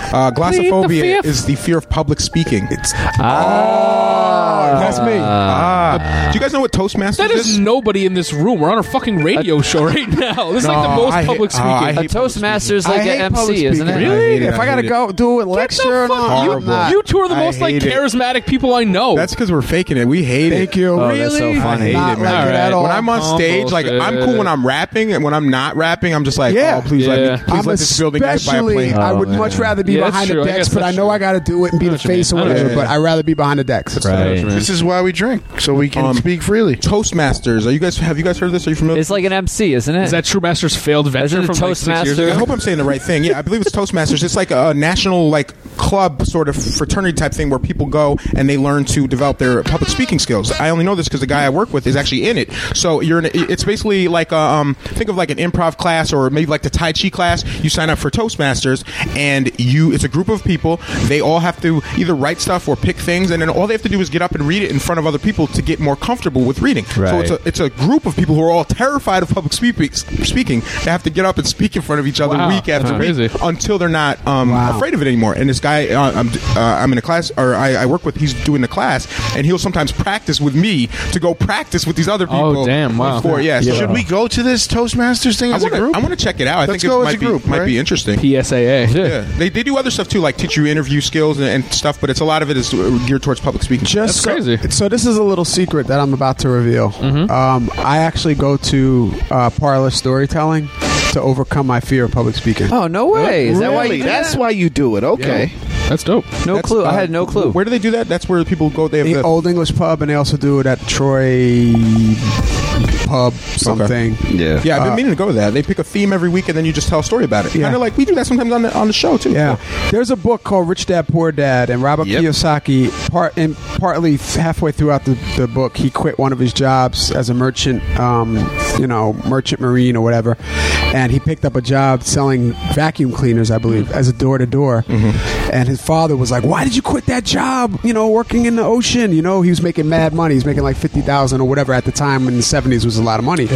Speaker 4: Uh, glossophobia
Speaker 7: fifth.
Speaker 4: is the fear of public speaking. It's
Speaker 10: That's me.
Speaker 4: ah. Do you guys know what Toastmasters
Speaker 6: That is
Speaker 4: is?
Speaker 6: nobody in this room. We're on a fucking radio show right now. This is like the
Speaker 4: No,
Speaker 6: most
Speaker 4: I hate-
Speaker 6: public
Speaker 4: oh, I
Speaker 6: speaking.
Speaker 7: a
Speaker 4: hate public
Speaker 7: Toastmaster's
Speaker 10: I
Speaker 7: like
Speaker 10: hate
Speaker 7: an
Speaker 10: public
Speaker 7: MC, isn't it?
Speaker 10: speaking.
Speaker 4: I hate
Speaker 10: Really?
Speaker 4: it,
Speaker 10: If
Speaker 4: I
Speaker 10: I gotta
Speaker 4: hate it.
Speaker 10: go do a lecture, and all, I'm
Speaker 4: Horrible.
Speaker 10: not.
Speaker 6: you two are the
Speaker 4: I
Speaker 6: most like
Speaker 4: hate it.
Speaker 6: charismatic people I know.
Speaker 4: That's because we're faking it. We hate it.
Speaker 10: Thank you.
Speaker 7: Oh,
Speaker 10: really?
Speaker 7: that's so
Speaker 4: I
Speaker 7: funny.
Speaker 4: hate
Speaker 10: Not
Speaker 4: it, man.
Speaker 10: like it at all.
Speaker 4: When I'm on
Speaker 6: Humble
Speaker 4: stage, like I'm cool
Speaker 6: shit.
Speaker 4: when I'm rapping, and when I'm not rapping, I'm just like,
Speaker 10: Yeah.
Speaker 4: oh, please let
Speaker 6: Yeah. Oh,
Speaker 4: me, please
Speaker 10: I'm
Speaker 4: let this building get by a
Speaker 10: especially.
Speaker 4: plane.
Speaker 10: I would much rather be
Speaker 6: Yeah, that's
Speaker 10: behind
Speaker 6: true.
Speaker 10: the
Speaker 6: I
Speaker 10: decks,
Speaker 6: guess
Speaker 10: but I
Speaker 6: that's
Speaker 10: know
Speaker 6: true.
Speaker 10: I got to do it and be the
Speaker 6: what you mean.
Speaker 10: face or
Speaker 6: I know what
Speaker 10: whatever.
Speaker 4: you
Speaker 10: But
Speaker 4: mean.
Speaker 10: I'd rather be behind the decks.
Speaker 7: Right.
Speaker 8: this is why we drink, so we can
Speaker 4: Um,
Speaker 8: speak freely.
Speaker 4: Toastmasters. Are you guys? Have you guys heard of this? Are you familiar?
Speaker 7: It's like an MC, isn't it?
Speaker 6: Is that True Master's failed venture
Speaker 7: Isn't it
Speaker 6: from like six years
Speaker 7: Toastmaster?
Speaker 4: I
Speaker 6: ago?
Speaker 4: hope I'm saying the right thing. Yeah, I believe it's Toastmasters. It's like a, national like club sort of fraternity type thing where people go and they learn to develop their public speaking skills. I only know this because the guy I work with is actually in it. So you're in. A, it's basically like a, um think of like an improv class or maybe like the Tai Chi class. You sign up for Toastmasters and you it's a group of people. They all have to either write stuff or pick things, and then all they have to do is get up and read it in front of other people to get more comfortable with reading. So it's
Speaker 7: Right.
Speaker 4: a it's a group of people who are all terrified of public speak- speaking. They have to get up and speak in front of each other
Speaker 6: Wow,
Speaker 4: week after
Speaker 6: that's
Speaker 4: week
Speaker 6: crazy.
Speaker 4: until they're not um, afraid of it anymore. And this guy, uh, I'm, uh, I'm in a class, or I, I work with, he's doing the class, and he'll sometimes practice with me to go practice with these other
Speaker 6: Oh,
Speaker 4: people.
Speaker 6: damn, wow.
Speaker 4: Before, yeah, so
Speaker 8: Should we go to this Toastmasters thing
Speaker 4: I
Speaker 8: as a
Speaker 4: wanna-
Speaker 8: group?
Speaker 4: I want to check it out. I
Speaker 8: Let's
Speaker 4: think
Speaker 8: go
Speaker 4: it
Speaker 8: as
Speaker 4: might
Speaker 8: a
Speaker 4: be
Speaker 8: group,
Speaker 4: might
Speaker 8: right?
Speaker 4: be interesting.
Speaker 6: PSAA.
Speaker 4: Yeah, they, they do other stuff too, like teach you interview skills and, and stuff. But it's a lot of it is uh, geared towards public speaking.
Speaker 10: Just
Speaker 6: That's
Speaker 10: so-
Speaker 6: crazy. Mm-hmm.
Speaker 10: So this is a little secret that I'm about to reveal. Um, I actually go to uh, parlor storytelling to overcome my fear of public speaking.
Speaker 7: oh, no way. Is that why
Speaker 11: Really?
Speaker 7: you do
Speaker 11: That's
Speaker 7: that?
Speaker 11: why you do it. Okay.
Speaker 6: That's dope.
Speaker 7: No
Speaker 4: That's,
Speaker 7: clue. I
Speaker 4: uh,
Speaker 7: had no clue.
Speaker 4: Where do they do that? That's where people go. They have
Speaker 10: The
Speaker 4: the,
Speaker 10: Old English Pub, and they also do it at Troy Pub something.
Speaker 5: Yeah.
Speaker 4: Yeah, I've been meaning to go to that. They pick a theme every week, and then you just tell a story about it.
Speaker 10: Yeah.
Speaker 4: Kind of like we do that sometimes on the on the show too.
Speaker 10: Yeah, there's a book called Rich Dad Poor Dad, and Robert
Speaker 5: Yep.
Speaker 10: Kiyosaki, part and partly halfway throughout the, the book, he quit one of his jobs as a merchant, um, you know, merchant marine or whatever, and he picked up a job selling vacuum cleaners, I believe, as a door to door.
Speaker 4: Mm-hmm.
Speaker 10: And his father was like, "Why did you quit that job? You know, working in the ocean. You know, he was making mad money. He's making like fifty thousand or whatever at the time in the seventies was a lot of money."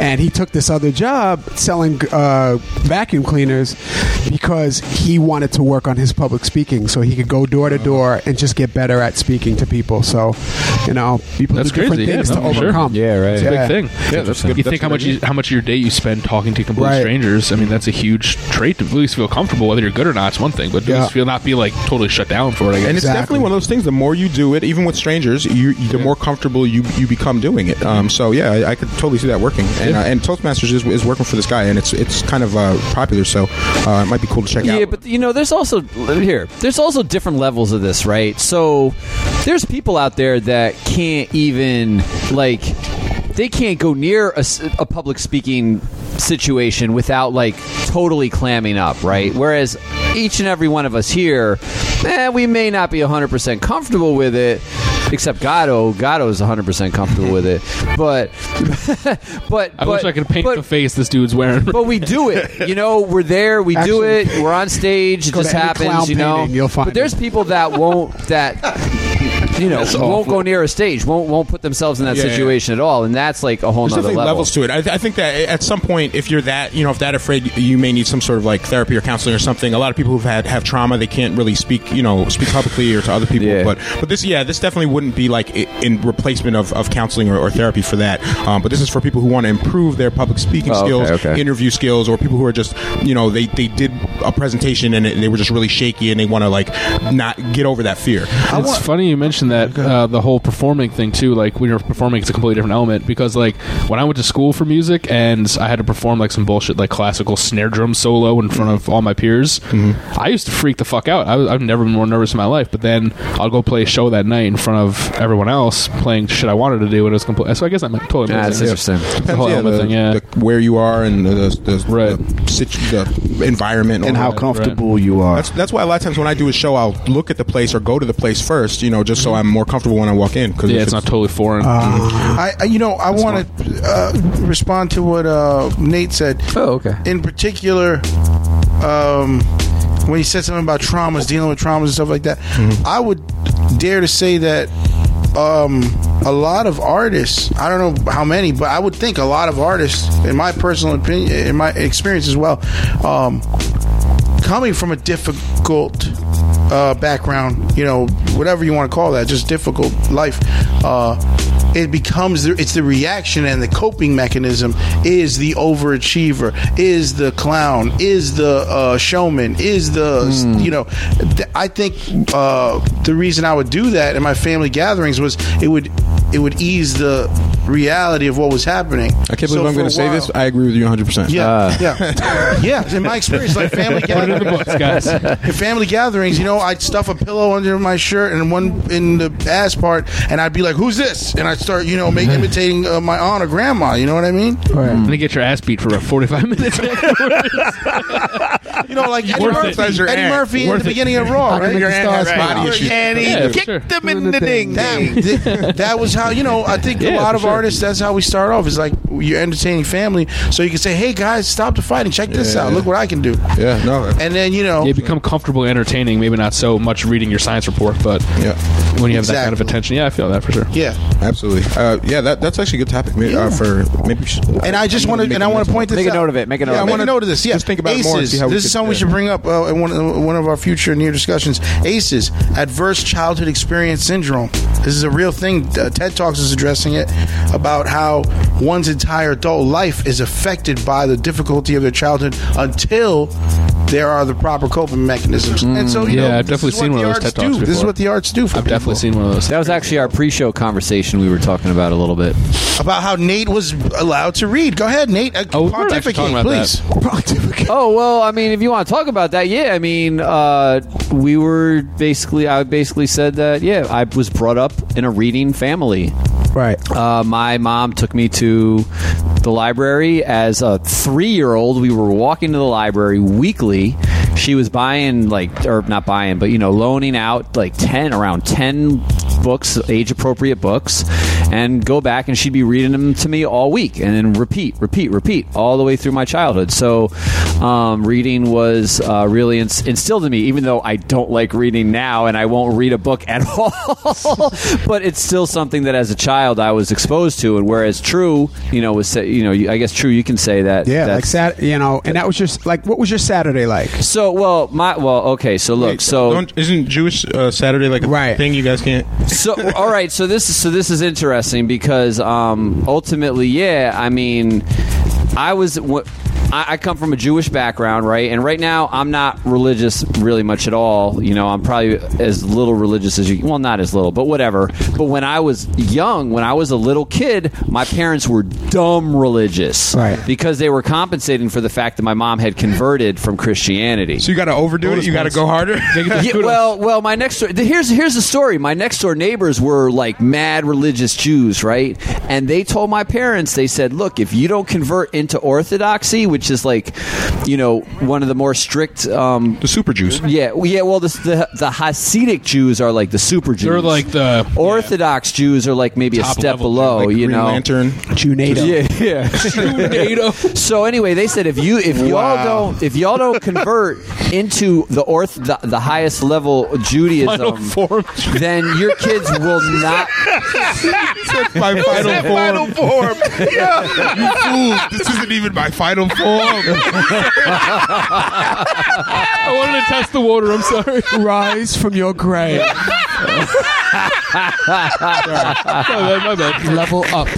Speaker 10: And he took this other job selling uh, vacuum cleaners because he wanted to work on his public speaking, so he could go door to door and just get better at speaking to people. So, you know, people
Speaker 6: That's
Speaker 10: do different
Speaker 6: crazy. Yeah,
Speaker 10: things
Speaker 6: no,
Speaker 10: to
Speaker 6: for sure.
Speaker 10: overcome.
Speaker 7: Yeah, right.
Speaker 6: It's a
Speaker 10: Yeah.
Speaker 6: big thing. Yeah, that's good. You think how much you, how much of your day you spend talking to complete
Speaker 10: Right.
Speaker 6: strangers? I mean, that's a huge trait to at least feel comfortable, whether you're good or not. It's one thing, but at
Speaker 10: Yeah.
Speaker 6: least feel not be like totally shut down for it. I guess.
Speaker 4: And it's
Speaker 10: Exactly.
Speaker 4: definitely one of those things. The more you do it, even with strangers, you, you the more comfortable you, you become doing it. Um, so yeah, I, I could totally see that working. And, uh, and Toastmasters is, is working for this guy, and it's it's kind of uh, popular, so uh, it might be cool to check out.
Speaker 7: Yeah, but you know, there's also here. There's also different levels of this, right? So there's people out there that can't even like they can't go near a, s- a public speaking situation without like totally clamming up, right? Whereas each and every one of us here, eh, we may not be 100% comfortable with it. Except Gatto, Gatto is 100% comfortable with it, but but
Speaker 6: I
Speaker 7: but,
Speaker 6: wish I could paint
Speaker 7: but-
Speaker 6: the face this dude's wearing.
Speaker 7: but we do it. You know, we're there. We do
Speaker 10: Actually,
Speaker 7: it. We're on stage. It
Speaker 10: go
Speaker 7: just
Speaker 10: to any
Speaker 7: happens.
Speaker 10: clown
Speaker 7: You know.
Speaker 10: painting, you'll find
Speaker 7: but there's
Speaker 10: it.
Speaker 7: people that won't. That. You know, won't go near a stage, won't won't put themselves in that
Speaker 4: Yeah, yeah.
Speaker 7: situation at all, and that's like a whole
Speaker 4: There's
Speaker 7: nother
Speaker 4: definitely
Speaker 7: level.
Speaker 4: levels to it. I, th- I think that at some point, if you're that, you know, if that afraid, you may need some sort of like therapy or counseling or something. A lot of people who've had have trauma, they can't really speak, you know, speak publicly or to other people.
Speaker 7: Yeah.
Speaker 4: But but this, yeah, this definitely wouldn't be like i- in replacement of, of counseling or, or therapy for that. Um, but this is for people who want to improve their public speaking
Speaker 7: Oh, okay,
Speaker 4: skills,
Speaker 7: okay.
Speaker 4: interview skills, or people who are just, you know, they they did a presentation and it, they were just really shaky and they want to like not get over that fear.
Speaker 6: it's funny you mentioned that uh, the whole performing thing too. Like when you're performing, it's a completely different element because like when I went to school for music and I had to perform like some bullshit like classical snare drum solo in front of all my peers,
Speaker 4: Mm-hmm.
Speaker 6: I used to freak the fuck out. I was, I've never been more nervous in my life. But then I'll go play a show that night in front of everyone else playing shit I wanted to do, and it was complete. So I guess I'm like, totally.
Speaker 7: Yeah, that's
Speaker 6: amazing.
Speaker 7: interesting.
Speaker 6: The whole
Speaker 4: yeah,
Speaker 6: element
Speaker 4: the-
Speaker 6: thing, yeah.
Speaker 4: the- where you are and the, the, the,
Speaker 6: Right.
Speaker 4: the, situ- the environment
Speaker 11: and
Speaker 4: all
Speaker 11: how
Speaker 4: that.
Speaker 11: comfortable you are.
Speaker 4: That's that's why a lot of times when I do a show, I'll look at the place or go to the place first, you know, just so I'm more comfortable when I walk in. Cause Uh,
Speaker 6: yeah,
Speaker 4: if
Speaker 6: it's not totally foreign.
Speaker 4: Mm-hmm.
Speaker 8: I, I- you know, I want to uh, respond to what uh, Nate said.
Speaker 7: Oh, okay.
Speaker 8: In particular, um, when he said something about traumas, dealing with traumas and stuff like that,
Speaker 7: Mm-hmm.
Speaker 8: I would dare to say that um, a lot of artists, I don't know how many, but I would think a lot of artists, in my personal opinion, in my experience as well, um, coming from a difficult uh, background, you know, whatever you want to call that, just difficult life, uh, it becomes the, it's the reaction and the coping mechanism is the overachiever, is the clown, is the uh, showman, is the
Speaker 4: Hmm.
Speaker 8: you know. Th- I think uh, the reason I would do that in my family gatherings was it would it would ease the reality of what was happening.
Speaker 4: I can't believe I'm going to say this. I agree with you 100. percent
Speaker 8: Yeah,
Speaker 10: Ah.
Speaker 8: yeah, yeah. In my experience, like family gatherings, in family gatherings, you know, I'd stuff a pillow under my shirt and one in the ass part, and I'd be like, "Who's this?" And I'd start, you know, make, imitating uh, my aunt or grandma. You know what I mean?
Speaker 4: Mm-hmm.
Speaker 6: And then get your ass beat for about 45 minutes.
Speaker 8: You know, like Eddie
Speaker 6: Worth it.
Speaker 8: Murphy,
Speaker 4: Pleasure
Speaker 8: Eddie
Speaker 4: and-
Speaker 8: Murphy in the beginning of Raw, right?
Speaker 4: Your
Speaker 10: stars
Speaker 4: aunt has
Speaker 10: fall
Speaker 4: body
Speaker 10: out.
Speaker 4: issues.
Speaker 11: and he
Speaker 6: Yeah, for
Speaker 11: kicked
Speaker 6: sure.
Speaker 11: them in the ding. ding.
Speaker 8: that, th- that was how you know. I think a
Speaker 6: Yeah,
Speaker 8: lot
Speaker 6: for
Speaker 8: of
Speaker 6: sure.
Speaker 8: artists. That's how we start off. It's like you're entertaining family, so you can say, "Hey guys, stop the fighting. Check this
Speaker 4: Yeah.
Speaker 8: out. Look what I can do."
Speaker 4: Yeah, no.
Speaker 8: And then you know,
Speaker 6: you become comfortable entertaining, maybe not so much reading your science report, but
Speaker 4: Yeah.
Speaker 6: when you have that kind of
Speaker 8: Exactly.
Speaker 6: attention, yeah, I feel that for sure.
Speaker 8: yeah.
Speaker 4: Absolutely. Uh, yeah, that, that's actually a good topic. Maybe, uh, for maybe. we should-
Speaker 8: And I just
Speaker 4: I'm
Speaker 8: want
Speaker 4: gonna
Speaker 8: to,
Speaker 4: make
Speaker 8: and
Speaker 4: a
Speaker 8: I want
Speaker 4: mental-
Speaker 8: to point this
Speaker 7: Make a
Speaker 8: out.
Speaker 7: note of it. Make a note
Speaker 8: Yeah,
Speaker 7: of
Speaker 8: I
Speaker 7: it.
Speaker 8: want to note of this. Yeah,
Speaker 4: Just think about it
Speaker 8: aces.
Speaker 4: more and see how we
Speaker 8: this is
Speaker 4: could-
Speaker 8: something we
Speaker 4: yeah.
Speaker 8: should bring up uh, in one of, one of our future near discussions. Aces, adverse childhood experience syndrome. This is a real thing. Uh, TED Talks is addressing it about how one's entire adult life is affected by the difficulty of their childhood until there are the proper coping mechanisms. and so, you
Speaker 6: Mm, yeah,
Speaker 8: know,
Speaker 6: I've
Speaker 8: this
Speaker 6: definitely
Speaker 8: is what
Speaker 6: seen one
Speaker 8: the
Speaker 6: of those
Speaker 8: arts
Speaker 6: TED Talks
Speaker 8: do. This is
Speaker 6: before.
Speaker 8: what the arts do for
Speaker 6: I've definitely seen one of those.
Speaker 7: That was actually our pre-show conversation we were talking about a little bit.
Speaker 8: about how Nate was allowed to read. Go ahead, Nate. Uh,
Speaker 6: Oh, we were actually
Speaker 8: pontificate,
Speaker 6: talking about
Speaker 8: please.
Speaker 7: Oh well, I mean, if you want to talk about that, yeah. I mean, uh, we were basically, I basically said that, yeah, I was brought up in a reading family.
Speaker 10: Right.
Speaker 7: Uh, my mom took me to the library as a three-year-old. We were walking to the library weekly. She was buying, like, or not buying, but you know, loaning out like ten, around ten books, age-appropriate books, and go back and she'd be reading them to me all week, and then repeat, repeat, repeat, all the way through my childhood. So, um, reading was uh, really inst- instilled in me, even though I don't like reading now, and I won't read a book at all. but it's still something that, as a child, I was exposed to. And whereas True, you know, was sa- you know, you- I guess True, you can say that.
Speaker 10: Yeah,
Speaker 7: that's-
Speaker 10: like Sat, you know, and that was your like. What was your Saturday like?
Speaker 7: so well, my well, okay. So look, so
Speaker 4: Don't- isn't Jewish uh, Saturday like a
Speaker 10: Right.
Speaker 4: thing you guys can't?
Speaker 7: so all right so this is so this is interesting because um ultimately yeah i mean i was wh- I I come from a Jewish background, right? And right now, I'm not religious really much at all. You know, I'm probably as little religious as you. Well, not as little, but whatever. But when I was young, when I was a little kid, my parents were dumb religious,
Speaker 10: Right.
Speaker 7: Because they were compensating for the fact that my mom had converted from Christianity.
Speaker 4: So you got to overdo it. You got to go harder.
Speaker 7: Yeah, well, well, my next door, th- here's here's the story. My next door neighbors were like mad religious Jews, right? And they told my parents, they said, "Look, if you don't convert into Orthodoxy, which is like, you know, one of the more strict, um,
Speaker 4: the super juice.
Speaker 7: yeah, well, yeah, well, the, the the Hasidic Jews are like the super Jews.
Speaker 6: They're like the
Speaker 7: Orthodox Jews are like maybe
Speaker 6: Top
Speaker 7: a step
Speaker 6: level,
Speaker 7: below,
Speaker 4: like
Speaker 7: you
Speaker 4: Green
Speaker 7: know.
Speaker 4: Lantern.
Speaker 10: Junato.
Speaker 7: Yeah, yeah. So anyway, they said if you if y'all don't if y'all don't convert into the orth the, the highest level
Speaker 6: Final
Speaker 7: Judaism,
Speaker 6: form.
Speaker 7: then your kids will not.
Speaker 4: My final
Speaker 11: Final
Speaker 4: form.
Speaker 11: form.
Speaker 4: You fool. This isn't even my final form.
Speaker 6: I wanted to test the water. I'm sorry.
Speaker 10: Rise from your grave.
Speaker 6: my bad, my bad.
Speaker 10: Level up.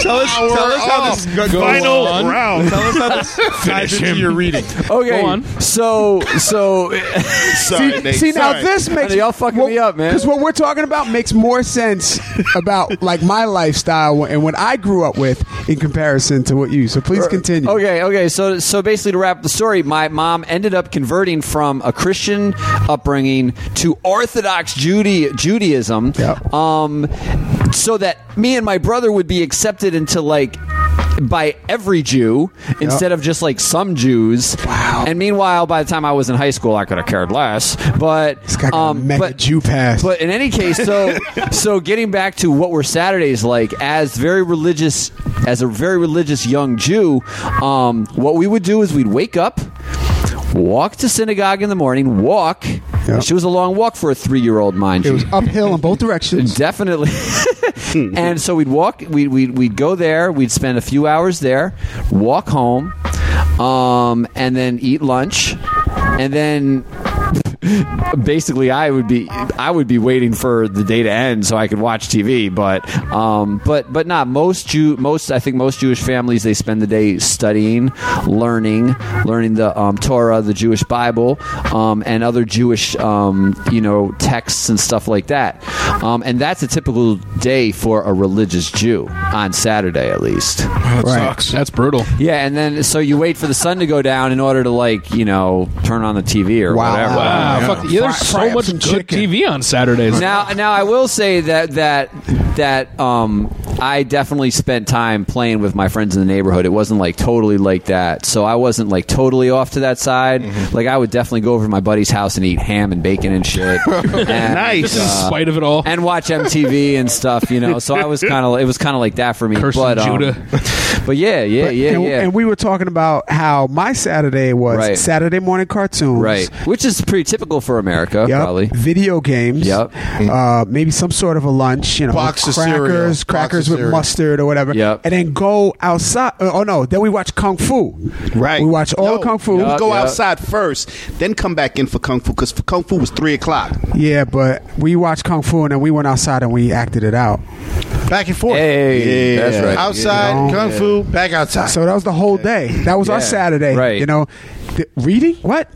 Speaker 4: Tell us, tell us how this
Speaker 6: Go
Speaker 4: final
Speaker 6: on.
Speaker 4: round. Tell us how this ties into your reading.
Speaker 7: Okay,
Speaker 6: Go on.
Speaker 7: so so
Speaker 11: Sorry, Nate.
Speaker 10: See now,
Speaker 11: Sorry.
Speaker 10: this makes
Speaker 7: y'all fucking me up, man.
Speaker 10: Because what we're talking about makes more sense about like my lifestyle and what I grew up with in comparison to what you. So please continue.
Speaker 7: Okay, okay. So, so basically, to wrap up the story, my mom ended up converting from a Christian upbringing to Orthodox Judy, Judaism.
Speaker 10: Yep.
Speaker 7: Um, so that me and my brother would be accepted into like by every Jew instead of just like some Jews. Wow. And meanwhile, by the time I was in high school, I could have cared less. But um,
Speaker 10: This guy got a mega
Speaker 7: but-
Speaker 10: Jew pass.
Speaker 7: But in any case, so so getting back to what were Saturdays like as very religious as a very religious young Jew, um, what we would do is we'd wake up, walk to synagogue in the morning, walk.
Speaker 10: Yeah.
Speaker 7: She was a long walk for a three-year-old, mind
Speaker 10: it
Speaker 7: you.
Speaker 10: was uphill in both directions.
Speaker 7: Definitely. and so we'd walk. We'd, we'd we'd go there. We'd spend a few hours there. Walk home, um, and then eat lunch, and then. Basically, I would be I would be waiting for the day to end so I could watch TV. But um, but but not most Jew most I think most Jewish families they spend the day studying, learning, learning the um, Torah, the Jewish Bible, um, and other Jewish um, you know texts and stuff like that. Um, and that's a typical day for a religious Jew on Saturday, at least.
Speaker 6: That's brutal.
Speaker 7: Yeah, and then so you wait for the sun to go down in order to like you know turn on the TV or
Speaker 10: Wow.
Speaker 7: whatever.
Speaker 6: Wow,
Speaker 4: Yeah.
Speaker 6: Ah, fuck yeah, there's
Speaker 4: Fry- fry
Speaker 6: so
Speaker 4: up
Speaker 6: much
Speaker 4: some
Speaker 6: good
Speaker 4: chicken.
Speaker 6: TV on Saturdays.
Speaker 7: Now, now I will say that that that um, I definitely spent time playing with my friends in the neighborhood. It wasn't like totally like that, so I wasn't like totally off to that side.
Speaker 6: Mm-hmm.
Speaker 7: Like I would definitely go over to my buddy's house and eat ham and bacon and shit. And,
Speaker 11: Nice.
Speaker 6: in
Speaker 7: uh,
Speaker 6: spite of it all,
Speaker 7: and watch MTV and stuff, you know. So I was kind of it was kind of like that for me.
Speaker 6: Cursing
Speaker 7: but, um,
Speaker 6: Judah.
Speaker 7: but yeah, yeah,
Speaker 10: But-
Speaker 7: yeah,
Speaker 10: and,
Speaker 7: yeah.
Speaker 10: and we were talking about how my Saturday was
Speaker 7: Right.
Speaker 10: Saturday morning cartoons.
Speaker 7: right, which is pretty typical for America,
Speaker 10: Yep.
Speaker 7: probably.
Speaker 10: Video games.
Speaker 7: Yep.
Speaker 10: Uh, maybe some sort of a lunch. You know,
Speaker 8: Box of
Speaker 10: crackers,
Speaker 8: cereal. Box of
Speaker 10: crackers with
Speaker 8: cereal.
Speaker 10: mustard or whatever.
Speaker 7: Yep.
Speaker 10: And then go outside. uh, oh no, then we watch kung fu.
Speaker 11: Right.
Speaker 10: We watch all
Speaker 11: No,
Speaker 10: kung fu.
Speaker 11: we go
Speaker 7: yeah.
Speaker 11: outside first, then come back in for kung fu because kung fu was three o'clock.
Speaker 10: Yeah, but we watched kung fu and then we went outside and we acted it out.
Speaker 8: Back and forth.
Speaker 7: Hey, that's right.
Speaker 8: Outside, kung fu, back outside.
Speaker 10: So that was the whole day. That was our
Speaker 7: Yeah.
Speaker 10: Saturday.
Speaker 7: Right.
Speaker 10: You know, the, reading what?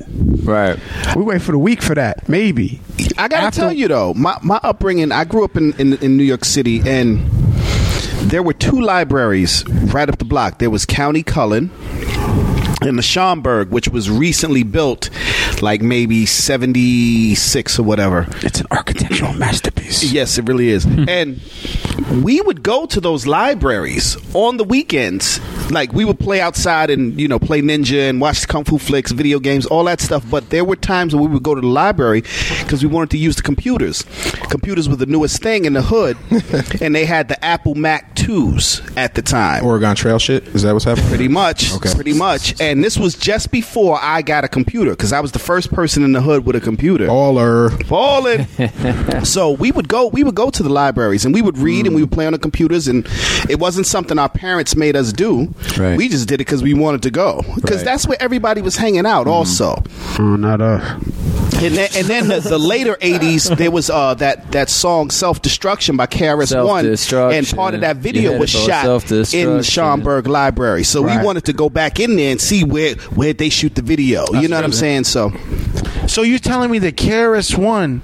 Speaker 7: Right.
Speaker 10: We wait for the week for that. Maybe.
Speaker 11: I gotta
Speaker 10: After-
Speaker 11: tell you though, my, my upbringing. I grew up in, in in New York City, and there were two libraries right up the block. There was County Cullen and the Schomburg, which was recently built, like maybe seventy six or whatever.
Speaker 10: It's an architectural masterpiece. Hmm.
Speaker 11: Yes, it really is. and we would go to those libraries on the weekends. Like we would play outside and you know play ninja and watch kung fu flicks, video games, all that stuff. But there were times when we would go to the library because we wanted to use the computers. Computers were the newest thing in the hood, and they had the Apple Mac twos at the time.
Speaker 4: Oregon Trail shit. Is that what's happening?
Speaker 11: Pretty much.
Speaker 4: Okay.
Speaker 11: Pretty much. And this was just before I got a computer because I was the first person in the hood with a computer
Speaker 4: Baller.
Speaker 11: balling. so we would go, we would go to the libraries and we would read and we
Speaker 4: Mm.
Speaker 11: would play on the computers, and it wasn't something our parents made us do.
Speaker 7: Right.
Speaker 11: We just did it because we wanted to go, because
Speaker 7: Right. Mm-hmm.
Speaker 11: that's where everybody was hanging out. Also,
Speaker 10: Oh, not us.
Speaker 11: and then, and then the, the later '80s, there was uh, that that song "Self Destruction" by KRS One,
Speaker 7: Self-destruction.
Speaker 11: and part of that
Speaker 7: You
Speaker 11: video
Speaker 7: had
Speaker 11: was
Speaker 7: it for
Speaker 11: shot in the
Speaker 7: self-destruction.
Speaker 11: Schomburg Library. So we wanted to go back in there and see where where they shoot the video. you know what I'm saying? So
Speaker 8: So you're telling me that KRS One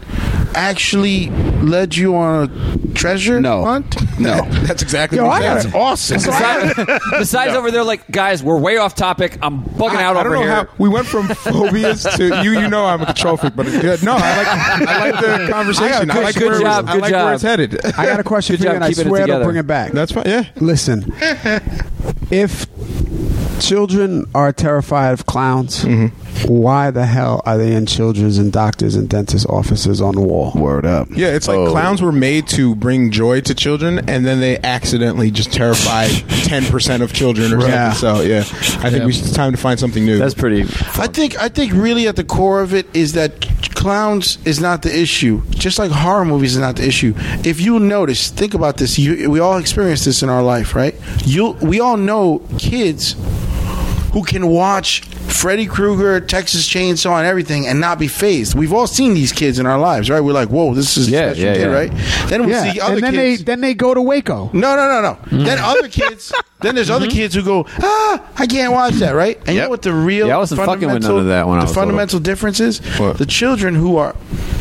Speaker 8: actually led you on a treasure
Speaker 11: No.
Speaker 8: hunt?
Speaker 11: no.
Speaker 4: That's exactly
Speaker 10: Yo,
Speaker 4: what
Speaker 10: I
Speaker 4: it is.
Speaker 10: got
Speaker 8: Awesome.
Speaker 7: Besides, besides over there, like guys, we're way off topic. I'm bugging out
Speaker 4: I, I
Speaker 7: over
Speaker 4: don't know
Speaker 7: here.
Speaker 4: how we went from phobias to you. You know, I'm a control freak, but uh, no, I like I like the conversation. I,
Speaker 7: good-
Speaker 4: like
Speaker 7: good
Speaker 4: where
Speaker 7: job,
Speaker 4: it's, I
Speaker 7: good
Speaker 4: like
Speaker 7: job.
Speaker 4: where it's headed.
Speaker 10: I got a question
Speaker 7: Good
Speaker 10: for you,
Speaker 7: job
Speaker 10: and I
Speaker 7: keeping it
Speaker 10: swear to
Speaker 7: together.
Speaker 10: bring it back.
Speaker 4: That's fine. Yeah.
Speaker 10: Listen, if children are terrified of clowns,
Speaker 7: Mm-hmm.
Speaker 10: why the hell are they in children's and doctors and dentists' offices on the wall?
Speaker 11: Word up.
Speaker 4: Yeah, it's
Speaker 11: Oh.
Speaker 4: like clowns were made to bring joy to children, and then they accidentally just terrify ten percent of children or
Speaker 10: Yeah.
Speaker 4: something. So yeah, I think we should, it's time to find something new.
Speaker 7: That's pretty.
Speaker 8: I think I think really at the core of it is that clowns is not the issue. Just like horror movies is not the issue. If you notice, think about this. You, we all experience this in our life, right? You we all know kids who can watch Freddy Krueger, Texas Chainsaw, and everything, and not be phased. We've all seen these kids in our lives, right? We're like, whoa, this is a
Speaker 6: Yeah,
Speaker 8: special
Speaker 6: yeah,
Speaker 8: kid,
Speaker 6: yeah.
Speaker 8: right? Then we
Speaker 10: Yeah,
Speaker 8: see other
Speaker 10: and then
Speaker 8: kids.
Speaker 10: they then they go to Waco.
Speaker 8: No, no, no, no.
Speaker 4: Mm.
Speaker 8: Then other kids. Then there's other
Speaker 4: Mm-hmm.
Speaker 8: kids who go, ah, I can't watch that, right? And you know what the real,
Speaker 7: Yeah, I wasn't fucking with none
Speaker 8: fundamental-
Speaker 7: of that when I
Speaker 8: the
Speaker 7: was
Speaker 8: fundamental difference is
Speaker 4: What?
Speaker 8: the children who are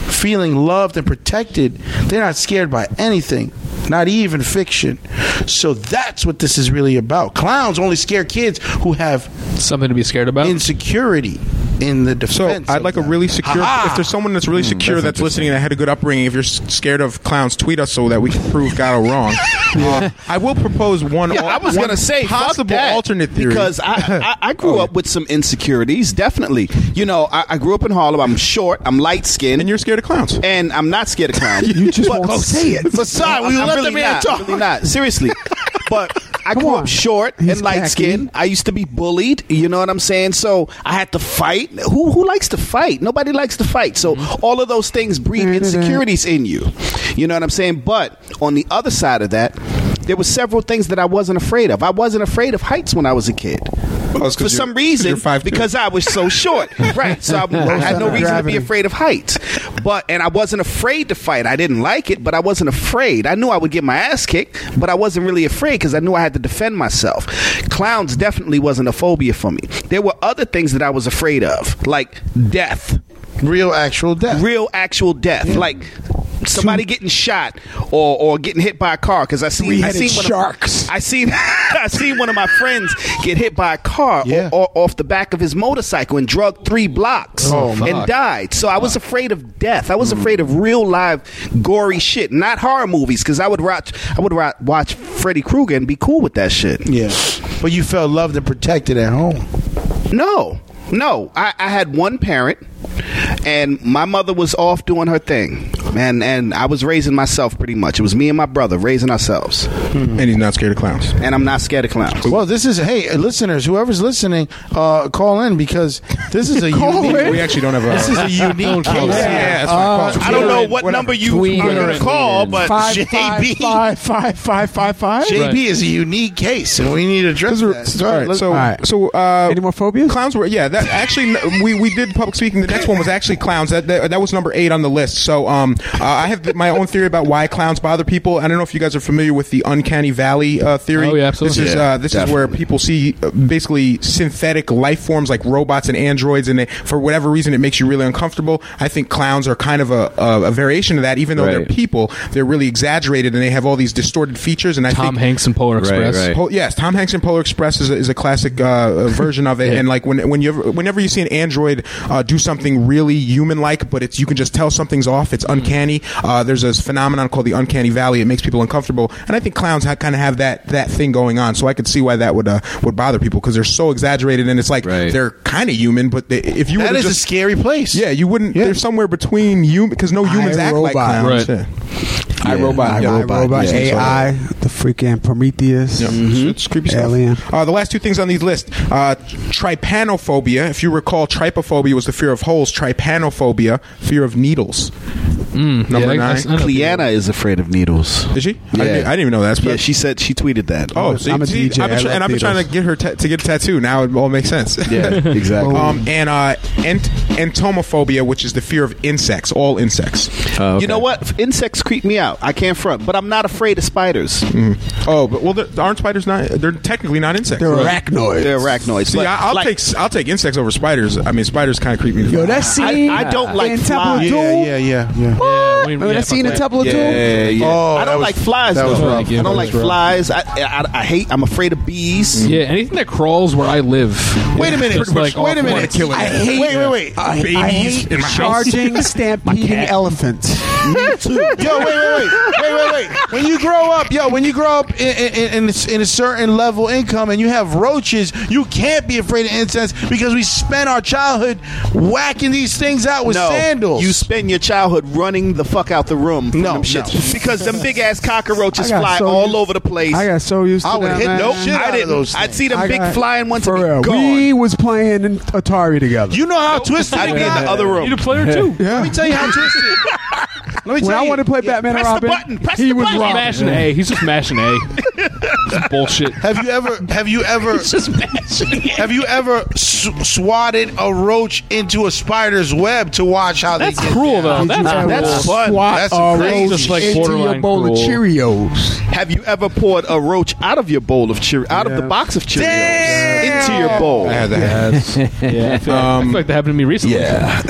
Speaker 8: feeling loved and protected, they're not scared by anything, not even fiction. So that's what this is really about. Clowns only scare kids who have
Speaker 6: Something to be scared about.
Speaker 8: insecurity in the
Speaker 4: So
Speaker 8: defense.
Speaker 4: I'd
Speaker 8: of
Speaker 4: like a
Speaker 8: that.
Speaker 4: really secure.
Speaker 8: Ha-ha!
Speaker 4: If there's someone that's
Speaker 6: Hmm,
Speaker 11: Hmm,
Speaker 4: really secure that's, listening that had a good upbringing, if you're s- scared of clowns, tweet us so that we can prove Gato wrong. Uh, I will propose one.
Speaker 11: Yeah,
Speaker 4: al-
Speaker 11: I was
Speaker 4: one
Speaker 11: gonna say fuck
Speaker 4: possible
Speaker 11: that,
Speaker 4: alternate theory
Speaker 11: because I, I, I grew up with some insecurities. Definitely, you know, I, I grew up in Harlem. I'm short. I'm light skinned
Speaker 4: and you're scared of clowns.
Speaker 11: and I'm not scared of clowns.
Speaker 10: You just won't say it.
Speaker 11: But sorry,
Speaker 8: we let
Speaker 11: really
Speaker 8: the man
Speaker 11: not,
Speaker 8: talk.
Speaker 11: Really not seriously. But I
Speaker 10: Come
Speaker 11: grew
Speaker 10: on.
Speaker 11: up short
Speaker 10: He's
Speaker 11: and light skinned. I used to be bullied. You know what I'm saying? So I had to fight. Who who likes to fight? Nobody likes to fight. So all of those things breed insecurities in you. You know what I'm saying? But on the other side of that. There were several things that I wasn't afraid of. I wasn't afraid of heights when I was a kid.
Speaker 4: it's 'cause
Speaker 11: For
Speaker 4: you're-
Speaker 11: some reason,
Speaker 4: you're 5'2".
Speaker 11: because I was so short. right. So I, I had no reason to be
Speaker 10: Gravity.
Speaker 11: afraid afraid of heights. But and I wasn't afraid to fight. I didn't like it, but I wasn't afraid. I knew I would get my ass kicked, but I wasn't really afraid because I knew I had to defend myself. Clowns definitely wasn't a phobia for me. There were other things that I was afraid of, like death,
Speaker 8: real actual death.
Speaker 11: real actual death, like somebody getting shot or or getting hit by a car. Because I seen I seen
Speaker 10: Three-headed
Speaker 11: one of-
Speaker 10: sharks.
Speaker 11: I seen I seen one of my friends get hit by a car
Speaker 8: Yeah.
Speaker 11: or, or off the back of his motorcycle and drug three blocks
Speaker 6: Oh,
Speaker 11: and
Speaker 6: fuck.
Speaker 11: died. So I was afraid of death. I was afraid of real live gory shit, not horror movies cuz I would watch I would ro- watch Freddy Krueger and be cool with that shit.
Speaker 8: yeah. But you felt loved and protected at home.
Speaker 11: No, no. I, I had one parent, and my mother was off doing her thing, and and I was raising myself pretty much. It was me and my brother raising ourselves,
Speaker 4: And he's not scared of clowns.
Speaker 11: and I'm not scared of clowns.
Speaker 8: Well, this is hey uh, listeners, whoever's listening, uh, call in because this is a unique.
Speaker 4: We actually don't have a.
Speaker 8: This is a unique case. uh,
Speaker 4: yeah, that's what I call it.
Speaker 11: I don't know what number you are going to call, but
Speaker 10: Five,
Speaker 11: JB,
Speaker 10: five, five, five, five, five.
Speaker 8: JB is a unique case, and we need to address that.
Speaker 4: All right, so
Speaker 10: All right.
Speaker 4: so uh,
Speaker 10: Any more phobias?
Speaker 4: Clowns were yeah. That actually n- we, we did public speaking. The next one was actually clowns. That that, that was number eight on the list. So um, uh, I have th- my own theory about why clowns bother people. I don't know if you guys are familiar with the uncanny valley uh, theory.
Speaker 6: Oh, yeah, absolutely.
Speaker 4: This is
Speaker 6: Yeah,
Speaker 4: uh, this is where people see uh, basically synthetic life forms like robots and androids, and they, for whatever reason it makes you really uncomfortable. I think clowns are kind of a, a, a variation of that. Even though they're
Speaker 6: Right.
Speaker 4: people, they're really exaggerated and they have all these distorted features. And I
Speaker 6: Tom
Speaker 4: think
Speaker 6: Hanks and Polar Express.
Speaker 5: right.
Speaker 4: Pol- yes, Tom Hanks and Polar Express is a, is a classic uh, version of it. And like when when you ever, whenever you see an android uh, do something really human like, but it's you can just tell something's off. It's
Speaker 5: Mm.
Speaker 4: uncanny. Uh, there's this phenomenon called the uncanny valley. It makes people uncomfortable, and I think clowns ha- kind of have that that thing going on. So I could see why that would uh, would bother people because they're so exaggerated, and it's like
Speaker 5: Right.
Speaker 4: they're kind of human, but they, if you
Speaker 8: that
Speaker 4: would've
Speaker 8: is a
Speaker 4: just
Speaker 8: scary place.
Speaker 4: yeah, you wouldn't. They're somewhere between human because no humans act like
Speaker 10: robot.
Speaker 4: clowns.
Speaker 6: Right.
Speaker 4: Yeah.
Speaker 10: I robot,
Speaker 4: Yeah,
Speaker 10: I robot,
Speaker 4: iRobot, yeah.
Speaker 10: AI, the freaking Prometheus.
Speaker 4: Yep. It's creepy stuff.
Speaker 10: Alien.
Speaker 4: Uh, the last two things on these list: uh, trypanophobia. If you recall, trypophobia was the fear of holes. Trypanophobia, fear of needles. Number
Speaker 6: Mm, Yeah,
Speaker 4: nine.
Speaker 6: that's- I know people-
Speaker 11: Cleanna is is afraid of needles.
Speaker 4: Did she? I,
Speaker 11: Yeah.
Speaker 4: didn't, I didn't even know that.
Speaker 11: Yeah, she said she tweeted that.
Speaker 4: Oh, see,
Speaker 10: I'm a
Speaker 4: see,
Speaker 10: DJ.
Speaker 4: I've been
Speaker 10: I
Speaker 4: try-
Speaker 10: love
Speaker 4: and I've been trying to
Speaker 10: needles.
Speaker 4: get her ta- to get a tattoo. Now it all makes sense.
Speaker 5: Yeah, exactly.
Speaker 4: um, and uh, ent- entomophobia, which is the fear of insects, all insects.
Speaker 10: Oh,
Speaker 11: You know what? Insects creep me out. I can't front, but I'm not afraid of spiders.
Speaker 4: Oh, but well, there- aren't spiders not? They're technically not insects.
Speaker 10: They're arachnoids.
Speaker 11: They're arachnoids.
Speaker 4: See,
Speaker 11: but,
Speaker 4: I, I'll
Speaker 11: like,
Speaker 4: take s- I'll take insects over spiders. I mean, spiders kind of creep me. the
Speaker 10: Yo,
Speaker 4: fuck out.
Speaker 10: that scene.
Speaker 11: I don't like
Speaker 10: in Temple of
Speaker 11: flies.
Speaker 10: Doom.
Speaker 8: yeah, yeah, yeah, yeah.
Speaker 6: Yeah, we- yeah,
Speaker 10: Remember that
Speaker 6: fuck
Speaker 10: scene in
Speaker 6: that.
Speaker 10: Temple of Doom?
Speaker 11: Yeah, yeah.
Speaker 8: Oh,
Speaker 11: I
Speaker 8: that
Speaker 11: don't
Speaker 8: was-
Speaker 11: like flies.
Speaker 8: that
Speaker 11: Though.
Speaker 8: was
Speaker 6: rough.
Speaker 11: I
Speaker 6: That
Speaker 11: don't
Speaker 6: was
Speaker 11: like
Speaker 6: rough.
Speaker 11: flies. I, I, I hate. I'm afraid of bees.
Speaker 6: Yeah, anything that crawls where I live.
Speaker 8: Wait a
Speaker 6: It's
Speaker 8: minute.
Speaker 6: just like
Speaker 8: wait a
Speaker 6: awful.
Speaker 8: minute.
Speaker 10: I hate.
Speaker 8: Wait, wait, wait.
Speaker 10: I,
Speaker 4: Babies
Speaker 10: I hate
Speaker 4: in my house.
Speaker 10: charging, stampeding elephants.
Speaker 8: Yo, wait, wait, wait, wait, wait, wait. When you grow up, yo, when you grow up in, in, in, in, a, in a certain level income and you have roaches, you can't be afraid of insects because we spent our childhood whacking these things out with
Speaker 11: no,
Speaker 8: sandals.
Speaker 11: you spend your childhood running the fuck out the room. From
Speaker 8: No,
Speaker 11: them shits. because them big ass cockroaches
Speaker 10: I got
Speaker 11: fly
Speaker 10: so
Speaker 11: all
Speaker 10: used-
Speaker 11: over the place.
Speaker 10: I got so used to
Speaker 8: I would
Speaker 10: that.
Speaker 8: hit
Speaker 10: man.
Speaker 11: nope,
Speaker 8: shit out
Speaker 11: I
Speaker 8: of
Speaker 11: didn't.
Speaker 8: those
Speaker 11: I'd
Speaker 8: things.
Speaker 11: see them
Speaker 10: I
Speaker 11: big
Speaker 10: got-
Speaker 11: flying ones
Speaker 10: For
Speaker 11: and be
Speaker 10: real.
Speaker 11: gone.
Speaker 10: We was playing in Atari together.
Speaker 8: you know how twisted
Speaker 11: I'd
Speaker 8: I
Speaker 11: be in the
Speaker 8: get.
Speaker 11: other room.
Speaker 6: You're the player too.
Speaker 10: yeah.
Speaker 8: Let me tell you how twisted. Let me
Speaker 10: when
Speaker 8: tell
Speaker 10: I
Speaker 8: you.
Speaker 10: wanted to play Batman
Speaker 11: press
Speaker 10: and
Speaker 11: the
Speaker 10: Robin,
Speaker 11: button, press
Speaker 10: he
Speaker 11: the
Speaker 10: was
Speaker 11: button.
Speaker 10: Robin.
Speaker 6: Mashing A. He's just mashing A. Some bullshit.
Speaker 8: Have you ever? Have you ever? have you ever s- swatted a roach into a spider's web to watch how
Speaker 6: That's
Speaker 8: they get
Speaker 6: cruel,
Speaker 8: down?
Speaker 6: though.
Speaker 10: Did you
Speaker 6: That's
Speaker 10: ever
Speaker 6: cruel.
Speaker 8: That's fun.
Speaker 10: swat
Speaker 8: That's
Speaker 10: a
Speaker 8: crazy.
Speaker 10: roach
Speaker 6: Just like
Speaker 10: into your
Speaker 6: borderline
Speaker 10: bowl of
Speaker 6: cruel.
Speaker 10: Cheerios?
Speaker 11: Have you ever poured a roach out of your bowl of Cheer- out of the box of Cheerios into your bowl?
Speaker 4: I had that.
Speaker 6: Yeah, I feel, I
Speaker 4: Um,
Speaker 6: feel like that happened to me recently. Yeah,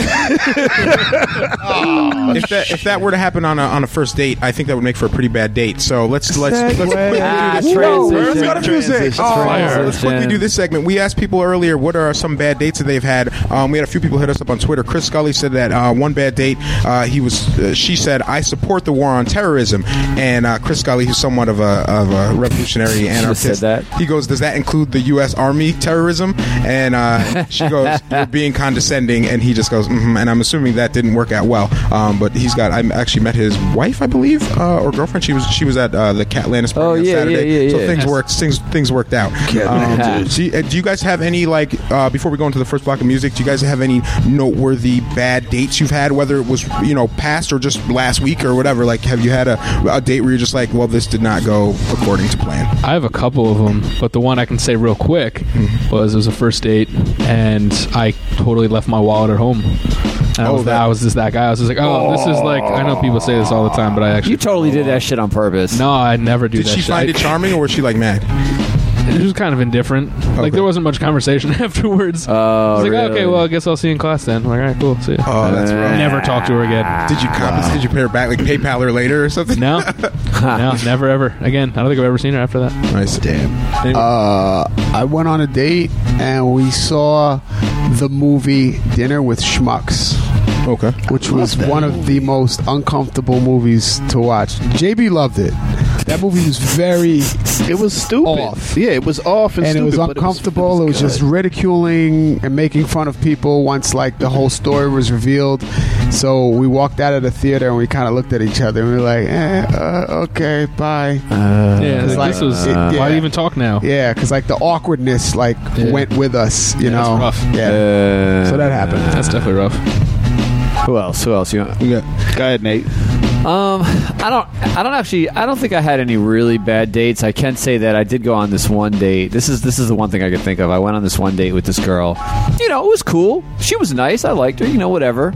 Speaker 4: if that if that were to happen on a on a first date, I think that would make for a pretty bad date. So let's let's let's quickly do
Speaker 12: Ah,
Speaker 4: this. Whoa,
Speaker 12: transition.
Speaker 4: let's go to music.
Speaker 11: Transition.
Speaker 4: Oh,
Speaker 6: Fire.
Speaker 4: let's quickly do this segment. We asked people earlier what are some bad dates that they've had. Um, we had a few people hit us up on Twitter. Chris Scully said that uh, one bad date uh, he was uh, she said I support the war on terrorism, and uh, Chris Scully, who's somewhat of a of a revolutionary anarchist,
Speaker 7: said that.
Speaker 4: he goes, "Does that include the U.S. Army terrorism?" And uh, she goes, "You're being condescending," and he just goes, mm "And I'm assuming that didn't work out well." Um, but he's got. I actually met his wife, I believe, uh, or girlfriend. She was she was at uh, the Catlantis party
Speaker 12: Oh,
Speaker 4: on
Speaker 12: yeah, yeah,
Speaker 4: Saturday,
Speaker 12: yeah,
Speaker 4: so
Speaker 12: yeah.
Speaker 4: things worked. Things things worked out. Um, do, you- uh, do you guys have any like uh, before we go into the first block of music? Do you guys have any noteworthy bad dates you've had, whether it was you know past or just last week or whatever? Like, have you had a, a date where you're just like, "Well, this did not go according to plan"?
Speaker 6: I have a couple of them, but the one I can say real quick
Speaker 4: Mm-hmm.
Speaker 6: was it was a first date, and I totally left my wallet at home. And I,
Speaker 4: Oh,
Speaker 6: was that,
Speaker 4: that-
Speaker 6: I was just that guy. I was just like, oh, this is like I know people say this all the time, but I actually
Speaker 7: You totally did that shit on purpose.
Speaker 6: no, I never do
Speaker 4: Did
Speaker 6: that.
Speaker 4: she
Speaker 6: shit.
Speaker 4: find
Speaker 6: I-
Speaker 4: it charming, or was she like mad?
Speaker 6: It was kind of indifferent. Like there wasn't much conversation afterwards. I was like,
Speaker 7: Oh,
Speaker 6: "Oh,
Speaker 7: really?
Speaker 6: okay, well, I guess I'll see you in class then. I'm like, all right, cool, see you.
Speaker 4: Oh, that's rough.
Speaker 6: never talk to her again.
Speaker 4: Did you compensate? Did you pay her back, like PayPal her later or something?
Speaker 6: No, no, never ever again. I don't think I've ever seen her after that.
Speaker 4: Nice, damn.
Speaker 10: Uh, I went on a date and we saw the movie Dinner with Schmucks.
Speaker 4: Okay.
Speaker 10: which was one of the most uncomfortable movies to watch. JB loved it. That movie was very
Speaker 11: It was stupid.
Speaker 10: Off.
Speaker 11: Yeah, it was off and,
Speaker 10: and it
Speaker 11: stupid,
Speaker 10: was
Speaker 11: but
Speaker 10: uncomfortable. It was,
Speaker 11: good.
Speaker 10: just ridiculing and making fun of people once like the whole story was revealed. So we walked out of the theater and we kind of looked at each other and we were like, eh, uh, okay, bye.
Speaker 6: yeah, like,
Speaker 10: like,
Speaker 6: Uh, this was. uh,
Speaker 10: it- yeah.
Speaker 6: Why do you even talk now?
Speaker 10: Yeah, because like the awkwardness like
Speaker 6: Yeah.
Speaker 10: went with us,
Speaker 6: Yeah,
Speaker 10: you
Speaker 6: that's
Speaker 10: know.
Speaker 6: rough.
Speaker 10: Yeah, so that happened.
Speaker 6: That's definitely rough.
Speaker 7: Who else? Who else? You want?
Speaker 11: Go ahead, Nate.
Speaker 7: Um, I don't. I don't actually. I don't think I had any really bad dates. I can say that I did go on this one date. This is this is the one thing I could think of. I went on this one date with this girl. You know, it was cool. She was nice. I liked her. You know, whatever.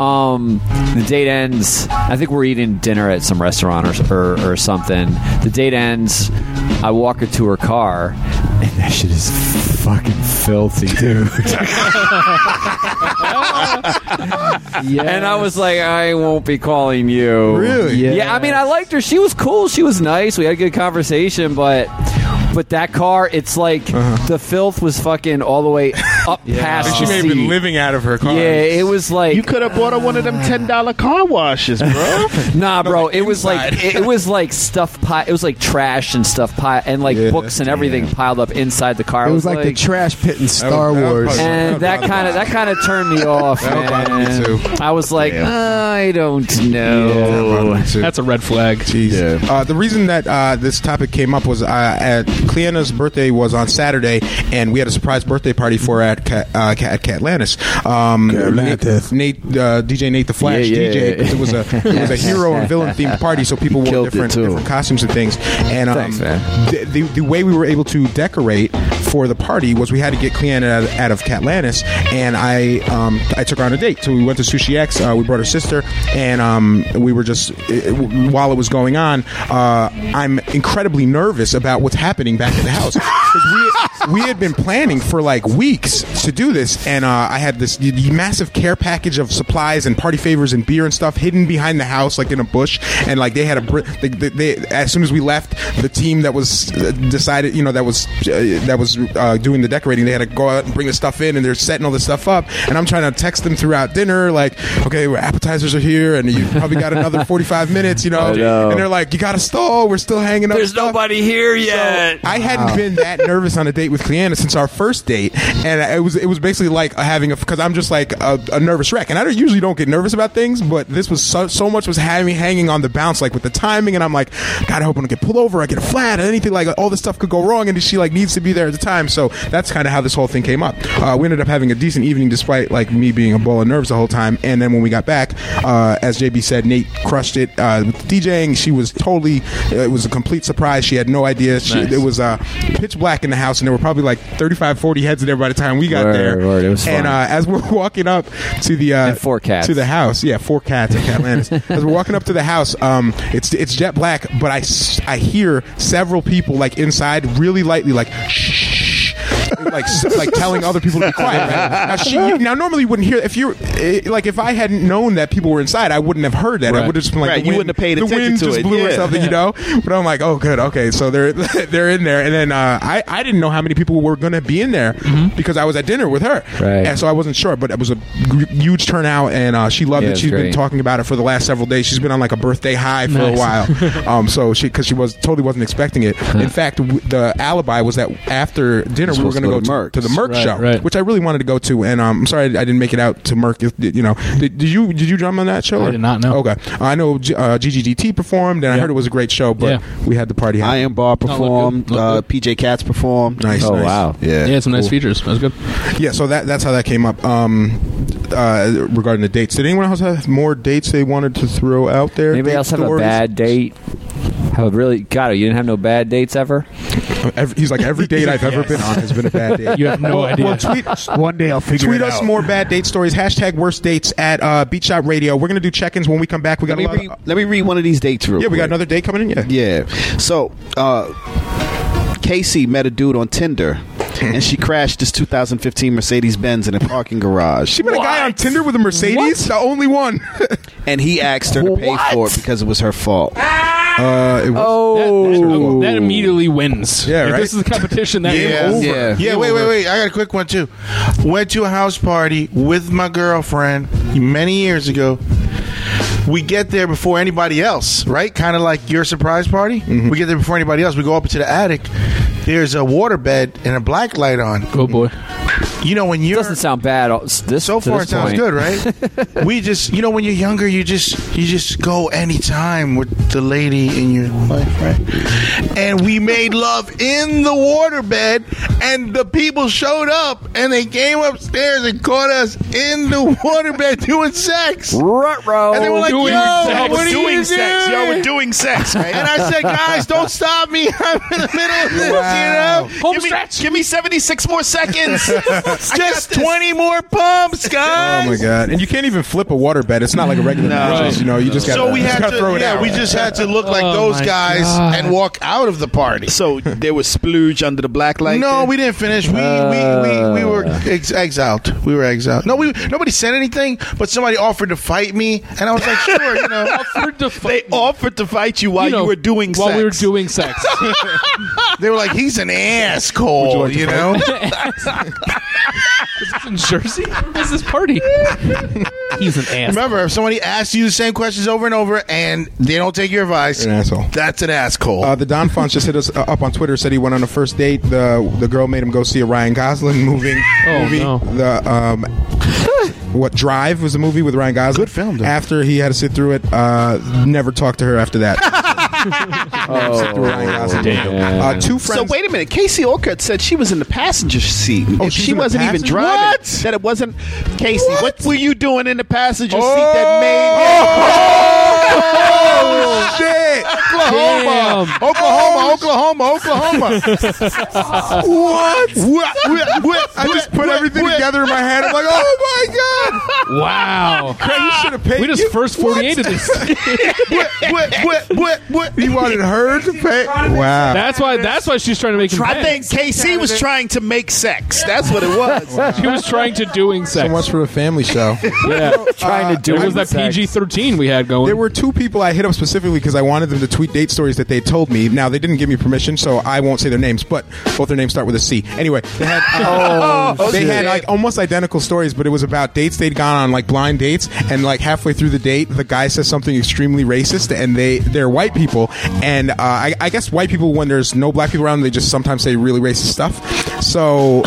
Speaker 7: Um, the date ends. I think we're eating dinner at some restaurant or or, or something. The date ends. I walk her to her car, and that shit is fucking filthy, dude. And I was like, I won't be calling you.
Speaker 4: Really?
Speaker 7: Yeah. I mean, I liked her. She was cool. She was nice. We had a good conversation, but. But that car, it's like
Speaker 4: Uh-huh.
Speaker 7: the filth was fucking all the way up past.
Speaker 4: She
Speaker 7: the
Speaker 4: may have
Speaker 7: seat.
Speaker 4: been living out of her car.
Speaker 7: Yeah, it was like
Speaker 11: You could have bought her one of them ten dollar car washes, bro.
Speaker 7: nah, bro. It was like
Speaker 4: inside.
Speaker 7: it, it was like stuff pi It was like trash and stuff pi and like books and everything piled up inside the car.
Speaker 10: It
Speaker 7: I
Speaker 10: was like, the trash pit in Star
Speaker 4: that was
Speaker 10: Wars.
Speaker 4: probably-
Speaker 7: and that kind of that kind of turned me off.
Speaker 4: That'll bother me
Speaker 7: man.
Speaker 4: too.
Speaker 7: I was like, I don't know.
Speaker 6: That's a red flag.
Speaker 4: Jeez. Uh, the reason that uh, this topic came up was uh, at Cleanna's birthday was on Saturday, and we had a surprise birthday party for her at Cat, uh, Ca- at Catlantis. Um,
Speaker 10: Catlantis.
Speaker 4: Nate, Nate, uh, DJ Nate the Flash,
Speaker 7: Yeah, yeah,
Speaker 4: DJ. 'cause It was a it was a hero and villain themed party, so people wore
Speaker 13: Killed it,
Speaker 4: different,
Speaker 13: too.
Speaker 4: different costumes and things. And um,
Speaker 7: Thanks, man.
Speaker 4: The, the, the way we were able to decorate for the party was we had to get Cleanna out, of- out of Catlantis, and I um, I took her on a date. So we went to Sushi X. Uh, we brought her sister, and um, we were just it, while it was going on. Uh, I'm incredibly nervous about what's happening back at the house 'Cause we we had been planning for like weeks to do this, and uh, I had this massive care package of supplies and party favors and beer and stuff hidden behind the house, like in a bush. And like they had a, br- they, they, they, as soon as we left, the team that was uh, decided, you know, that was uh, that was uh, doing the decorating, they had to go out and bring the stuff in, and they're setting all this stuff up. And I'm trying to text them throughout dinner, like, okay, well, appetizers are here, and you probably got another 45 minutes, you know. And they're like, you got to stall, we're still hanging up.
Speaker 7: There's
Speaker 4: stuff."
Speaker 7: nobody here yet.
Speaker 4: I hadn't
Speaker 6: uh,
Speaker 4: been that nervous on a date with Cleanna since our first date, and it was it was basically like having a because I'm just like a, a nervous wreck, and I don't, usually don't get nervous about things, but this was so, so much was having hanging on the bounce, like with the timing, and I'm like, God, I hope I don't get pulled over, I get a flat, or anything like all this stuff could go wrong, and she like needs to be there at the time. So that's kind of how this whole thing came up. Uh, we ended up having a decent evening despite like me being a ball of nerves the whole time. And then when we got back, uh, as JB said, Nate crushed it uh, with DJing. She was totally. It was a complete surprise. She had no idea. She,
Speaker 12: Nice.
Speaker 4: It was uh, pitch black in the house, and there were probably like 35, 40 heads in there by the time we got
Speaker 7: Word,
Speaker 4: there.
Speaker 7: word, it was
Speaker 4: and
Speaker 7: fun.
Speaker 4: uh, as we're walking up to the uh,
Speaker 7: four cats.
Speaker 4: to the house, yeah, four cats and Catlantis. as we're walking up to the house, um, it's it's jet black, but I s- I hear several people like inside really lightly like. Shh. like s- like telling other people to be quiet. Right? Now she now normally you wouldn't hear if you eh, like if I hadn't known that people were inside, I wouldn't have heard that. I
Speaker 11: Right.
Speaker 4: would have just been like
Speaker 11: Right,
Speaker 4: the
Speaker 11: you
Speaker 4: wind-
Speaker 11: wouldn't have paid
Speaker 4: the
Speaker 11: attention
Speaker 4: wind
Speaker 11: to
Speaker 4: just
Speaker 11: it.
Speaker 4: blew or
Speaker 11: Yeah.
Speaker 4: something, you know know? But I'm like, oh, good, okay. So they're they're in there, and then uh, I I didn't know how many people were gonna be in there
Speaker 11: Mm-hmm.
Speaker 4: because I was at dinner with her,
Speaker 14: Right.
Speaker 4: And so I wasn't sure, but it was a gr- huge turnout, and uh, she loved
Speaker 14: Yeah,
Speaker 4: it.
Speaker 14: it's
Speaker 4: She's been
Speaker 14: great.
Speaker 4: talking about it for the last several days. She's been on like a birthday high for
Speaker 14: Nice.
Speaker 4: a while, um. So she because she was totally wasn't expecting it. In fact, w- the alibi was that after dinner we were
Speaker 5: supposed to
Speaker 4: gonna
Speaker 5: go
Speaker 4: go,
Speaker 5: to
Speaker 4: to,
Speaker 5: Merck's.
Speaker 4: to the Merck
Speaker 5: Right,
Speaker 4: show,
Speaker 5: right.
Speaker 4: which I really wanted to go to, and um, I'm sorry I didn't make it out to Merck. if- You know, did, did you did you drum on that show?
Speaker 5: I
Speaker 4: or-
Speaker 5: did not, no.
Speaker 4: Okay, I know G- uh, GGDT performed, and I heard it was a great show, but we had the party.
Speaker 11: I am Bar performed. uh, PJ Cats performed.
Speaker 4: Nice. nice.
Speaker 11: Yeah. Cool.
Speaker 4: features. That was good. Yeah, so that that's how that came up. Um, uh, regarding the dates, did anyone else have more dates they wanted to throw out there?
Speaker 14: Anybody
Speaker 4: Date
Speaker 14: else have
Speaker 4: stories?
Speaker 14: a bad date? Have a really God, you didn't have no bad dates ever.
Speaker 4: he's like every date I've ever been on has been a bad date. Well, Well, tweet,
Speaker 1: One day I'll figure
Speaker 4: tweet
Speaker 1: it
Speaker 4: us
Speaker 1: out.
Speaker 4: more bad date stories. Hashtag worst dates at uh, Beach Shot Radio. We're gonna do check-ins when we come back. We got
Speaker 11: Let me,
Speaker 4: a lot. uh,
Speaker 11: read, let me read one of these dates real
Speaker 4: Yeah, we got
Speaker 11: quick.
Speaker 4: another date coming in. Yeah.
Speaker 11: Yeah. So, uh, Casey met a dude on Tinder, and she crashed his 2015 Mercedes Benz in a parking garage.
Speaker 4: She met a guy on Tinder with a Mercedes, the only one.
Speaker 11: and he asked her to pay for it because it was her fault.
Speaker 4: Uh, it was,
Speaker 11: oh,
Speaker 6: That immediately wins.
Speaker 11: Yeah,
Speaker 6: If
Speaker 11: right?
Speaker 6: this is the competition that
Speaker 8: yeah.
Speaker 6: is over.
Speaker 8: Yeah. yeah, wait, wait, wait. I got a quick one too. Went to a house party with my girlfriend many years ago. We get there before anybody else, right? Kind of like your surprise party. We get there before anybody else. We go up into the attic. There's a water bed and a black light on.
Speaker 6: Oh boy!
Speaker 8: You know when you doesn't
Speaker 14: sound bad. This
Speaker 8: so
Speaker 14: to
Speaker 8: far
Speaker 14: this
Speaker 8: it sounds
Speaker 14: point.
Speaker 8: good, right? we just you know when you're younger, you just you just go anytime with the lady in your life, right? And we made love in the waterbed, and the people showed up, and they came upstairs and caught us in the waterbed doing sex.
Speaker 14: Ruh-roh.
Speaker 8: And they were like,
Speaker 14: Doing
Speaker 8: "Yo,
Speaker 14: sex.
Speaker 8: what are
Speaker 14: Doing
Speaker 8: you
Speaker 14: sex.
Speaker 8: doing?"
Speaker 14: Y'all were
Speaker 11: doing sex, right?
Speaker 8: And I said, "Guys, don't stop me. I'm in the middle of this,
Speaker 11: Wow.
Speaker 8: you know." Home give stretch. Me, give me 76 more seconds. Just 20 more pumps, guys.
Speaker 4: Oh my god! And you can't even flip a water bed. It's not like a regular mattress. You know, you just got
Speaker 8: so we had
Speaker 4: gotta
Speaker 8: to
Speaker 4: throw it
Speaker 8: yeah
Speaker 4: out.
Speaker 8: we just had to look like
Speaker 11: Oh
Speaker 8: those
Speaker 11: my
Speaker 8: guys
Speaker 11: God.
Speaker 8: and walk out of the party.
Speaker 11: So there was splooge under the black light.
Speaker 8: no we didn't finish we we, we, we were ex- exiled we were exiled no we nobody said anything but somebody offered to fight me and I was like sure you know
Speaker 6: offered to
Speaker 11: fight they offered to fight you while you,
Speaker 8: know,
Speaker 11: were doing
Speaker 8: while
Speaker 11: sex.
Speaker 8: we were
Speaker 6: doing sex
Speaker 8: they were like he's an asshole you,
Speaker 11: Would you like to
Speaker 8: know
Speaker 6: Is this in Jersey? Where is this party? He's an ass.
Speaker 8: Remember, if somebody asks you the same questions over and over and they don't take your advice,
Speaker 4: You're an asshole.
Speaker 8: that's an asshole.
Speaker 4: Uh, the Don Fons just hit us uh, up on Twitter. Said he went on a first date. The the girl made him go see a Ryan Gosling moving
Speaker 8: Oh,
Speaker 4: movie.
Speaker 8: no.
Speaker 4: The um, what Drive was a movie with Ryan Gosling. Good film. After he had to sit through it, uh, never talked to her after that. Uh, two
Speaker 11: So wait a minute. Casey Orcutt said she was in the passenger seat.
Speaker 4: Oh,
Speaker 11: If
Speaker 4: she's
Speaker 11: she
Speaker 4: in the
Speaker 11: wasn't even
Speaker 4: passenger-
Speaker 11: driving.
Speaker 4: What?
Speaker 11: That it wasn't Casey. What, were you doing in the passenger seat that made?
Speaker 4: Oh shit! Oklahoma, Oklahoma, Oklahoma, Oklahoma. what? what? What? I just put everything together in my head. I'm like, oh my god.
Speaker 6: Wow.
Speaker 4: Craig, you should have paid.
Speaker 6: We just first 48 of this.
Speaker 4: what, what, what, what, what? You wanted her to pay? Wow.
Speaker 6: That's why. That's why she's trying to make him.
Speaker 11: I think KC was trying to make sex. That's what it was.
Speaker 6: She was trying to doing sex.
Speaker 4: So much for a family show.
Speaker 6: Yeah, trying to do Uh, it was that PG thirteen we had going.
Speaker 4: There were two people I hit up specifically because I wanted them to tweet date stories that they told me. Now they didn't give me permission, so I won't say their names. But both their names start with a C. Anyway, they had uh,
Speaker 12: Oh,
Speaker 4: they
Speaker 12: shit.
Speaker 4: had like almost identical stories, but it was about dates they'd gone on, like blind dates, and like halfway through the date, the guy says something extremely racist, and they they're white people, and uh, I, I guess white people when there's no black people around, they just sometimes say really racist stuff. So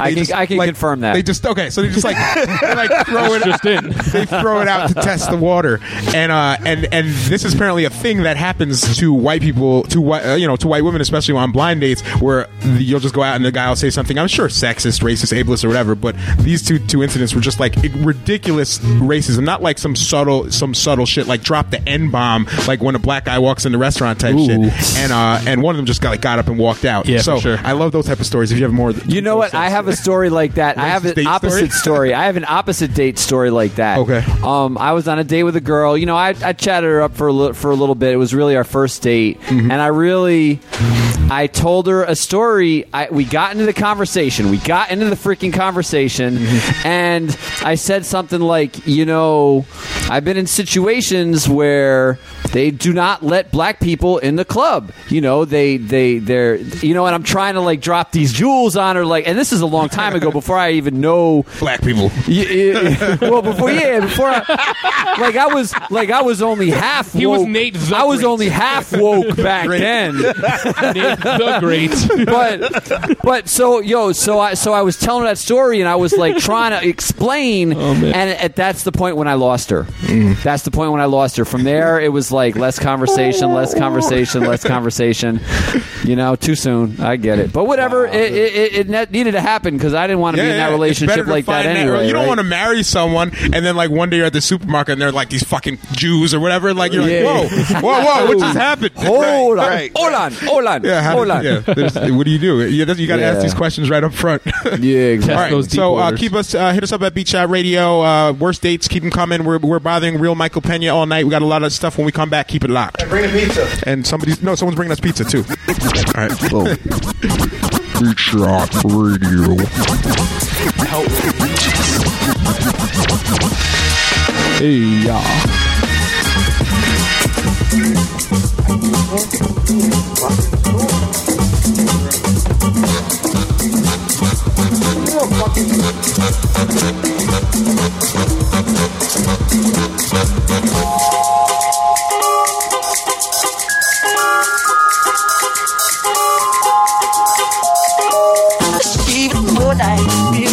Speaker 7: I
Speaker 4: They
Speaker 7: can- I can confirm that.
Speaker 4: They just okay, so they just like they like throw it
Speaker 6: Just in.
Speaker 4: they throw it out to test the water, and uh, and and this is apparently a thing that happens to white people, to white uh, you know, to white women, especially on blind dates, where you'll just go out and the guy will say something. I'm sure sexist, racist, ableist, or whatever. But these two two incidents were just like ridiculous racism, not like some subtle some subtle shit like drop the n bomb, like when a black guy walks in the restaurant type shit. And uh, and one of them just got like got up and walked out.
Speaker 6: Yeah, for
Speaker 4: so
Speaker 6: sure.
Speaker 4: I love those type of stories. If you have more,
Speaker 7: You know what? I have a story like that. I have
Speaker 4: Racist date
Speaker 7: an opposite story. I have an opposite date story like that.
Speaker 4: Okay.
Speaker 7: Um, I was on a date with a girl. You know, I, I chatted her up for a li- for a little bit. It was really our first date,
Speaker 4: Mm-hmm.
Speaker 7: and I really, I told her a story. I, we got into the conversation. We got into the freaking conversation,
Speaker 4: Mm-hmm.
Speaker 7: and I said something like, you know, I've been in situations where they do not let black people in the club. You know, they they they're you know, and I'm trying to like drop these jewels on her, like, and this is a long time ago before I even know
Speaker 4: black people.
Speaker 7: Y- y- well, before yeah, before I, like I was like I was only half.
Speaker 6: He
Speaker 7: woke.
Speaker 6: was Nate the
Speaker 7: I was
Speaker 6: Great.
Speaker 7: only half woke back then.
Speaker 6: Nate the Great.
Speaker 7: But but so yo so I so I was telling her that story and I was like trying to explain and at, that's the point when I lost her. That's the point when I lost her. From there it was like less conversation, less conversation, less conversation. You know, too soon. I get it, but whatever. it, it, it, it ne- needed to happen because I didn't want to be in that
Speaker 4: it's better
Speaker 7: relationship
Speaker 4: to
Speaker 7: like that
Speaker 4: find
Speaker 7: anyway.
Speaker 4: you don't
Speaker 7: right?
Speaker 4: want to marry someone and then like one day you're at the supermarket and they're like these fucking Jews or whatever. And, like you're
Speaker 7: Yeah.
Speaker 4: like, whoa, whoa, whoa, what just happened?
Speaker 7: Hold on,
Speaker 10: Right.
Speaker 7: hold on, hold on,
Speaker 4: Yeah, how
Speaker 7: hold
Speaker 4: do,
Speaker 7: on.
Speaker 4: yeah. There's- what do you do? You, you got to ask
Speaker 7: Yeah.
Speaker 4: these questions right up front.
Speaker 7: Yeah,
Speaker 6: Test
Speaker 7: exactly.
Speaker 6: those deep
Speaker 4: so uh,
Speaker 6: waters.
Speaker 4: keep us uh, hit us up at Beach Chat Radio. Uh, worst dates, keep them coming. We're, we're bothering real Michael Pena all night. We got a lot of stuff when we come back. Keep it locked.
Speaker 15: Bring a pizza.
Speaker 4: And somebody's no, someone's bringing us pizza too. All right.
Speaker 6: Hey, yeah.
Speaker 12: Even would I be a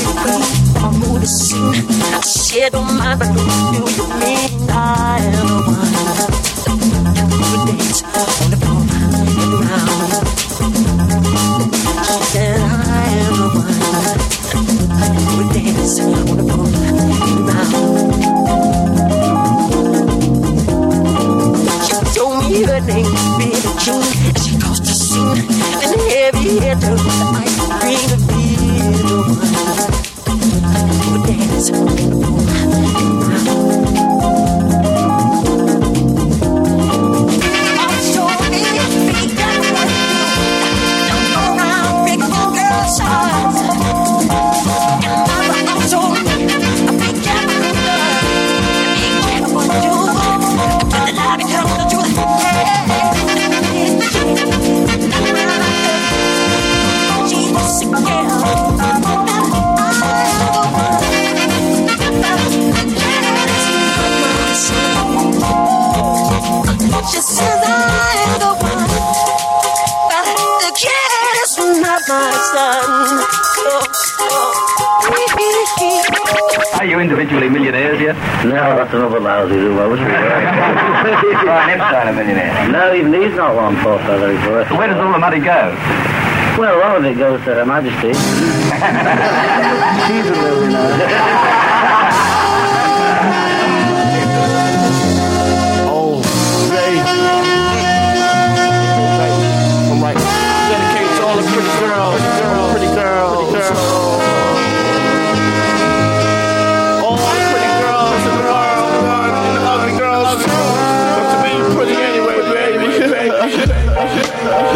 Speaker 12: mood to sing? I shed on my blue. Do you mean I am the one? You would dance on the floor and round. Said I am the one. You would dance on the floor and round. She told me her name, Billie Jean, and she caused a scene. And heavy hitter, I bring the middle one. We dance on the floor and round. Oh, show me your feet, girl. Don't go around picking girls' hearts. And mama, I'm sorry, I be careful, girl. Be careful what you do. When the lie becomes the truth. Jesus, she says I am the one, but the kid is not my son. Oh, oh.
Speaker 16: Are you individually millionaires yet? No, that's another lousy do. I wish we were. Brian Epstein a millionaire. No, even he's not one poor fellow for us. Where does all the money go? Well, all of it goes to Her Majesty. She's a millionaire.
Speaker 15: all day. I'm like, dedicate to all the pretty girls, pretty girls, pretty girls. All the pretty girls in the world, and the ugly girls, but to be pretty anyway, baby.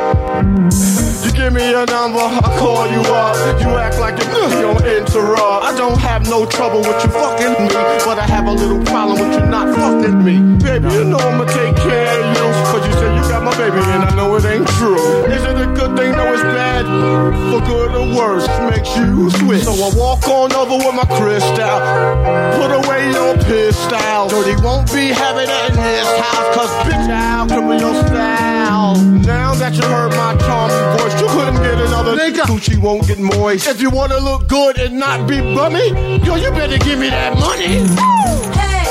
Speaker 15: You give me your number, I call you up. You act like you don't interrupt. I don't have no trouble with you fucking me, but I have a little problem with you not fucking me. Baby, you know I'ma take care of you, cause you say you got my baby, and I know it ain't true. Is it a good thing? No, it's bad. For good or the words makes you switch. So I walk on over with my crystal. Put away your pistol. Dirty won't be having it in his house. Cause bitch, I'll cripple your style. Now that you heard my charming voice, you couldn't get another nigga. Gucci won't get moist. If you wanna look good and not be bummy, yo, you better give me that money.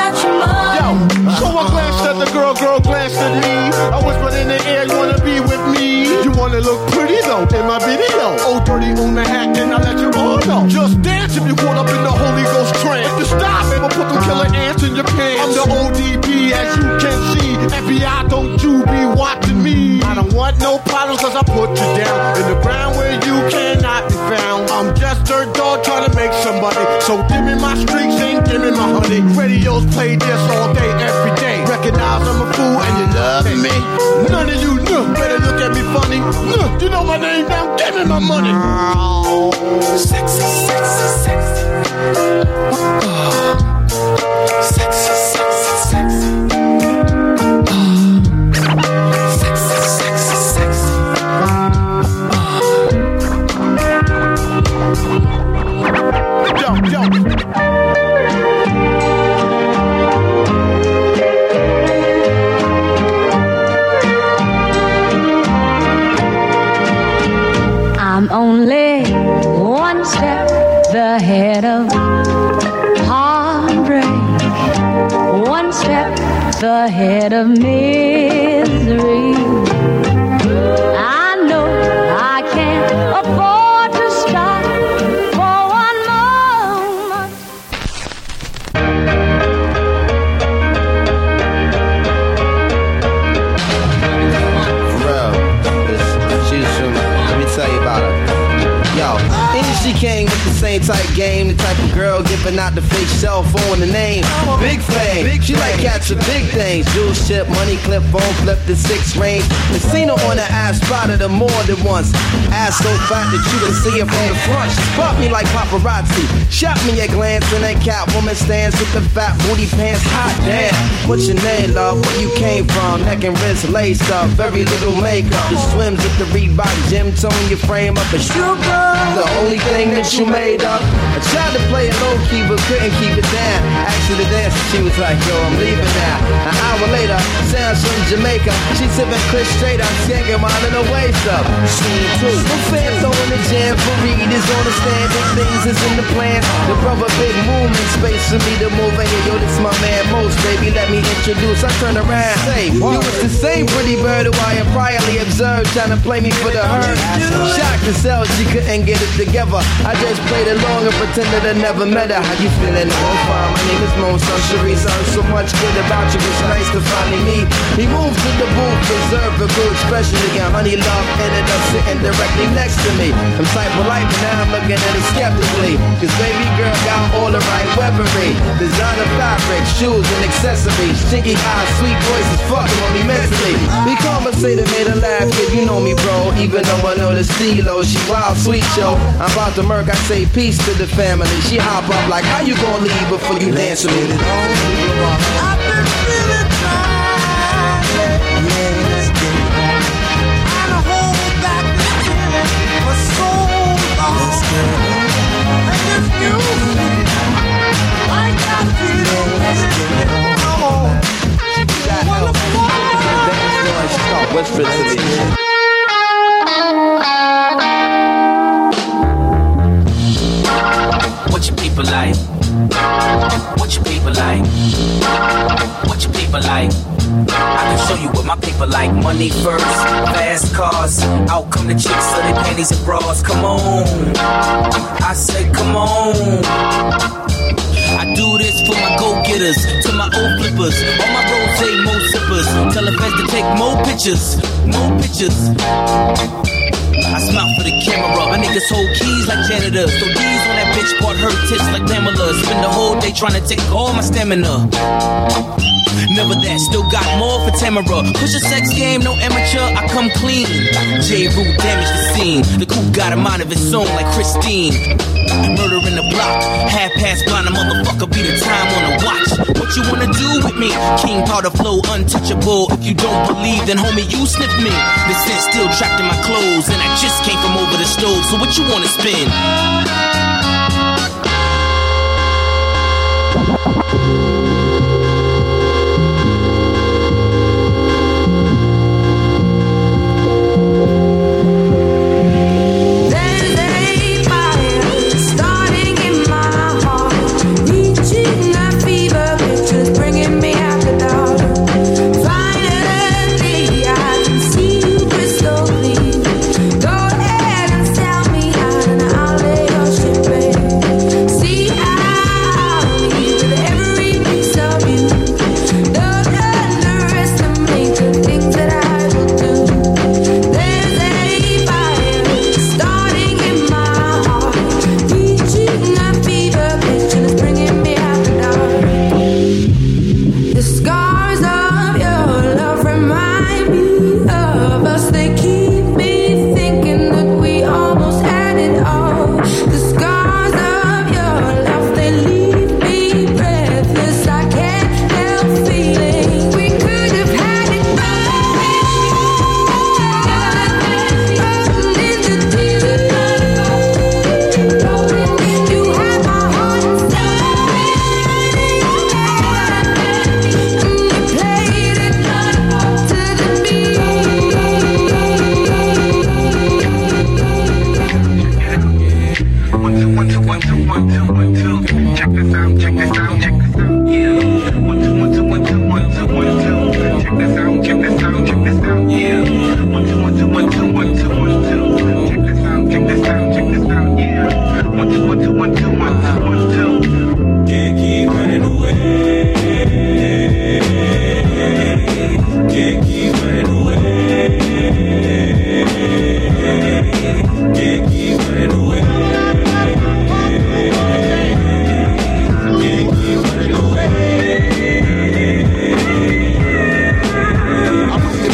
Speaker 15: Yo, so I glanced at the girl, girl glanced at me. I whispered in the air, you wanna be with me? You wanna look pretty though in my video. Oh, dirty on the hat, and I let you all know. Just dance if you caught up in the Holy Ghost trance. If you stop, I'ma put them killer ants in your pants. I'm the ODB, as you can see. FBI, don't you be watching me. I don't want no problems, cause I put you down in the ground where you cannot be found. I'm just dirt dog trying to make somebody. So give me my streaks and give me my honey. Radios play this all day, every day. Recognize I'm a fool and you love me. None of you know, better look at me funny. Look, you know my name now, give me my money. Sexy, sexy, sexy. Sexy, sexy, sexy. Sexy, sexy, sexy. Yo, yo.
Speaker 17: I'm only one step the head of heartbreak, one step the head of misery. I know I can't afford to stop for one moment.
Speaker 18: Pharrell. This, she's from, let me tell you about her. Yo, and she came with the same type game, the type of girl giving out the fake cell phone the name. Big fame. she like cats with big things. Jewel ship, money clip, phone flip the six range. Casino on the ass spotted her more than once. Ass so fat that you can see it from the front. She spot me like paparazzi. Shot me a glance and that cat woman stands with the fat booty pants. Hot damn. What's your name, love? Where you came from? Neck and wrist laced up, very little makeup. She swims with the Reebok gym, towing your frame up. And sugar, the only thing that you made up. I tried to play it low key, but couldn't keep it down. Asked her to dance, and she was like, Yo, I'm leaving now. An hour later, sounds from Jamaica. She sipping Chris straight up, singing while in the waist up. Scene two. The fans on the jam for read is on the stand. Big things is in the plan. The brother big movement space for me to move in here. Yo, this my man most, baby. Let me introduce. I turn around. Say, you was the same pretty bird who I had priorly observed, trying to play me for the herd. Shocked to sell, she couldn't get it together. I just played along and pretended I never met her. How you feeling? I'm fine. My name is Moon Sun Sharice. I heard so much good about you. It's nice to finally meet. He moved to the booth, preserved a good expression again. Honey love ended up sitting directly next to me. I'm type of life, but now I'm looking at it skeptically. Cause baby girl got all the right weaponry. Designer fabric, shoes and accessories. Stinky eyes, sweet voices, fucking on me mentally. We conversated, made her laugh, cause you know me, bro. Even though I know the CeeLo, she wild, sweet, yo. I'm about to murk, I say peace to the family. She hop up like, how you gonna leave before you dance with me?
Speaker 12: Whisper to me.
Speaker 16: What you people like? What you people like? What you people like? I can show you what my people like. Money first, fast cars. Out come the chicks, so they panties and bras. Come on, I say come on. I do this for my go-getters, to my old flippers, all my rose, more sippers. Tell the fans to take more pictures, more pictures. I smile for the camera. My niggas hold keys like janitors. Throw D's on that bitch, part her tits like Pamela. Spend the whole day trying to take all my stamina. Never that, still got more for Tamara. Push a sex game, no amateur, I come clean. J. Rue damaged the scene. The coup got a mind of its own, like Christine. Murder in the block, half past blind, a motherfucker be the time on the watch. What you wanna do with me? King powder flow, untouchable. If you don't believe, then homie, you sniff me. The scent still trapped in my clothes, and I just came from over the stove. So what you wanna spin?
Speaker 17: The scars of your love remind me of us. They keep me thinking that we almost had it all. The scars of your love, they leave me breathless. I can't help feeling we could have had it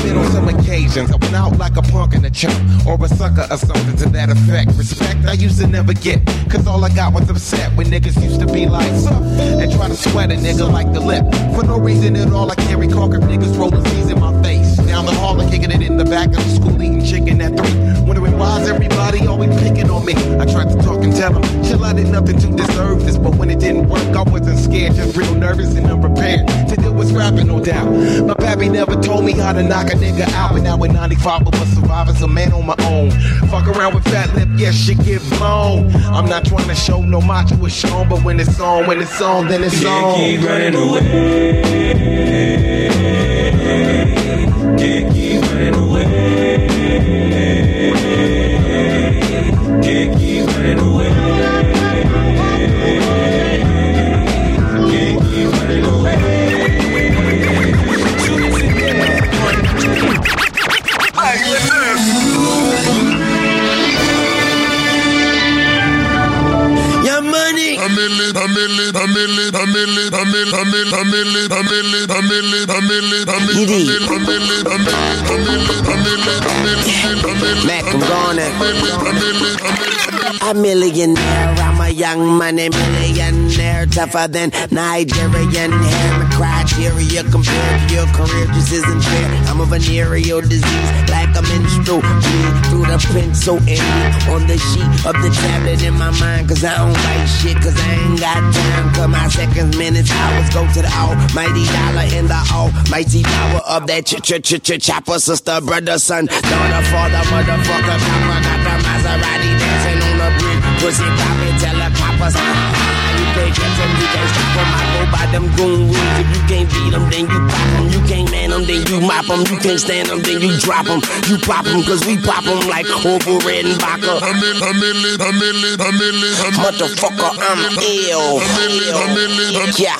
Speaker 8: been on some occasions. I went out like a punk and a chump, or a sucker or something to that effect. Respect I used to never get, cause all I got was upset when niggas used to be like, sup, and try to sweat a nigga like the lip. For no reason at all, I can't recall if niggas rolling C's in my face. Down the hall, I'm kicking it in the back of the school, eating chicken at three. Wondering why's everybody always picking on me. I tried to talk and tell them, chill, I did nothing to deserve this, but when it didn't work, I wasn't scared, just real nervous and unprepared to deal with rapping, no doubt. My pappy never told me how to knock a nigga out, but now in 95, I was surviving a man on my own. Fuck around with fat lip, yeah, shit get blown. I'm not trying to show no macho is shown, but when it's on, when it's on, then it's on. Can't keep running away.
Speaker 19: Your money. A million, a million, a million, a million, a million, a million, a million, a million, a million, a million, a million, a million, a
Speaker 20: Mac, I'm gone A millionaire, I'm a young money millionaire, tougher than Nigerian hair. My criteria compared to your career just isn't fair. I'm a venereal disease, like a menstrual bleed through the pencil and ink on the sheet of the tablet in my mind. Cause I don't write shit, cause I ain't got time. Cause my seconds, minutes, hours go to the almighty dollar and the almighty power of that ch ch ch ch chopper, sister, brother, son, daughter, father, motherfucker, papa, got the Maserati dancing on the bridge. Pussy poppin', tell her papa's ah, You can't catch him, you can't stop him. I go by them goon rules. If you can't beat them, then you pop them. You can't man them, then you mop them. You can't stand them, then you drop them. You pop them, cause we pop them like over red and vodka. Motherfucker, I'm ill. ill. Yeah.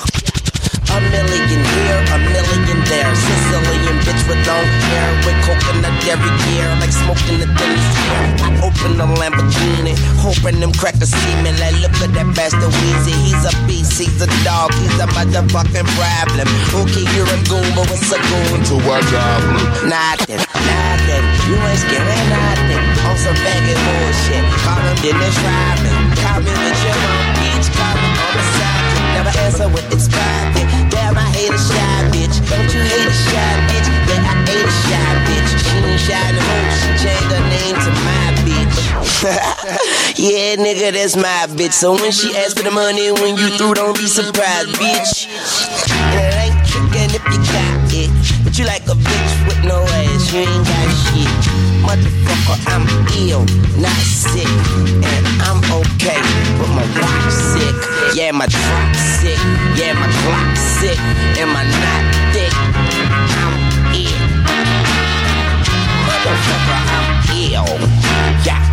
Speaker 20: A million here, a million there. Sicilian bitch with long hair with coconut every year, like smoking the thinnest air. I open the Lamborghini, hoping them crackers see me. Like, look at that bastard Weezy, he's a beast, he's a dog, he's a motherfucking problem. Okay, you're a goon, but it's a goon to a goblin. Nothing, nothing, you ain't scaring nothing. On some faggot bullshit, call him Dennis Rodman, call me the chipmunk, bitch, call me on the side. Never answer with it's private. Damn, I hate a shy bitch. Don't you hate a shy bitch? Yeah, I hate a shy bitch. She ain't shy no more. She changed her name to my bitch. yeah, nigga, that's my bitch. So when she asks for the money, when you through, don't be surprised, bitch. And it ain't tricking if you got it. But you like a bitch with no ass. You ain't got shit. Motherfucker, I'm ill, not sick. And I'm okay, but my rock sick. Yeah, my drop sick. Yeah, my clock sick. Am I not thick? I'm ill. Motherfucker, I'm ill. Yeah.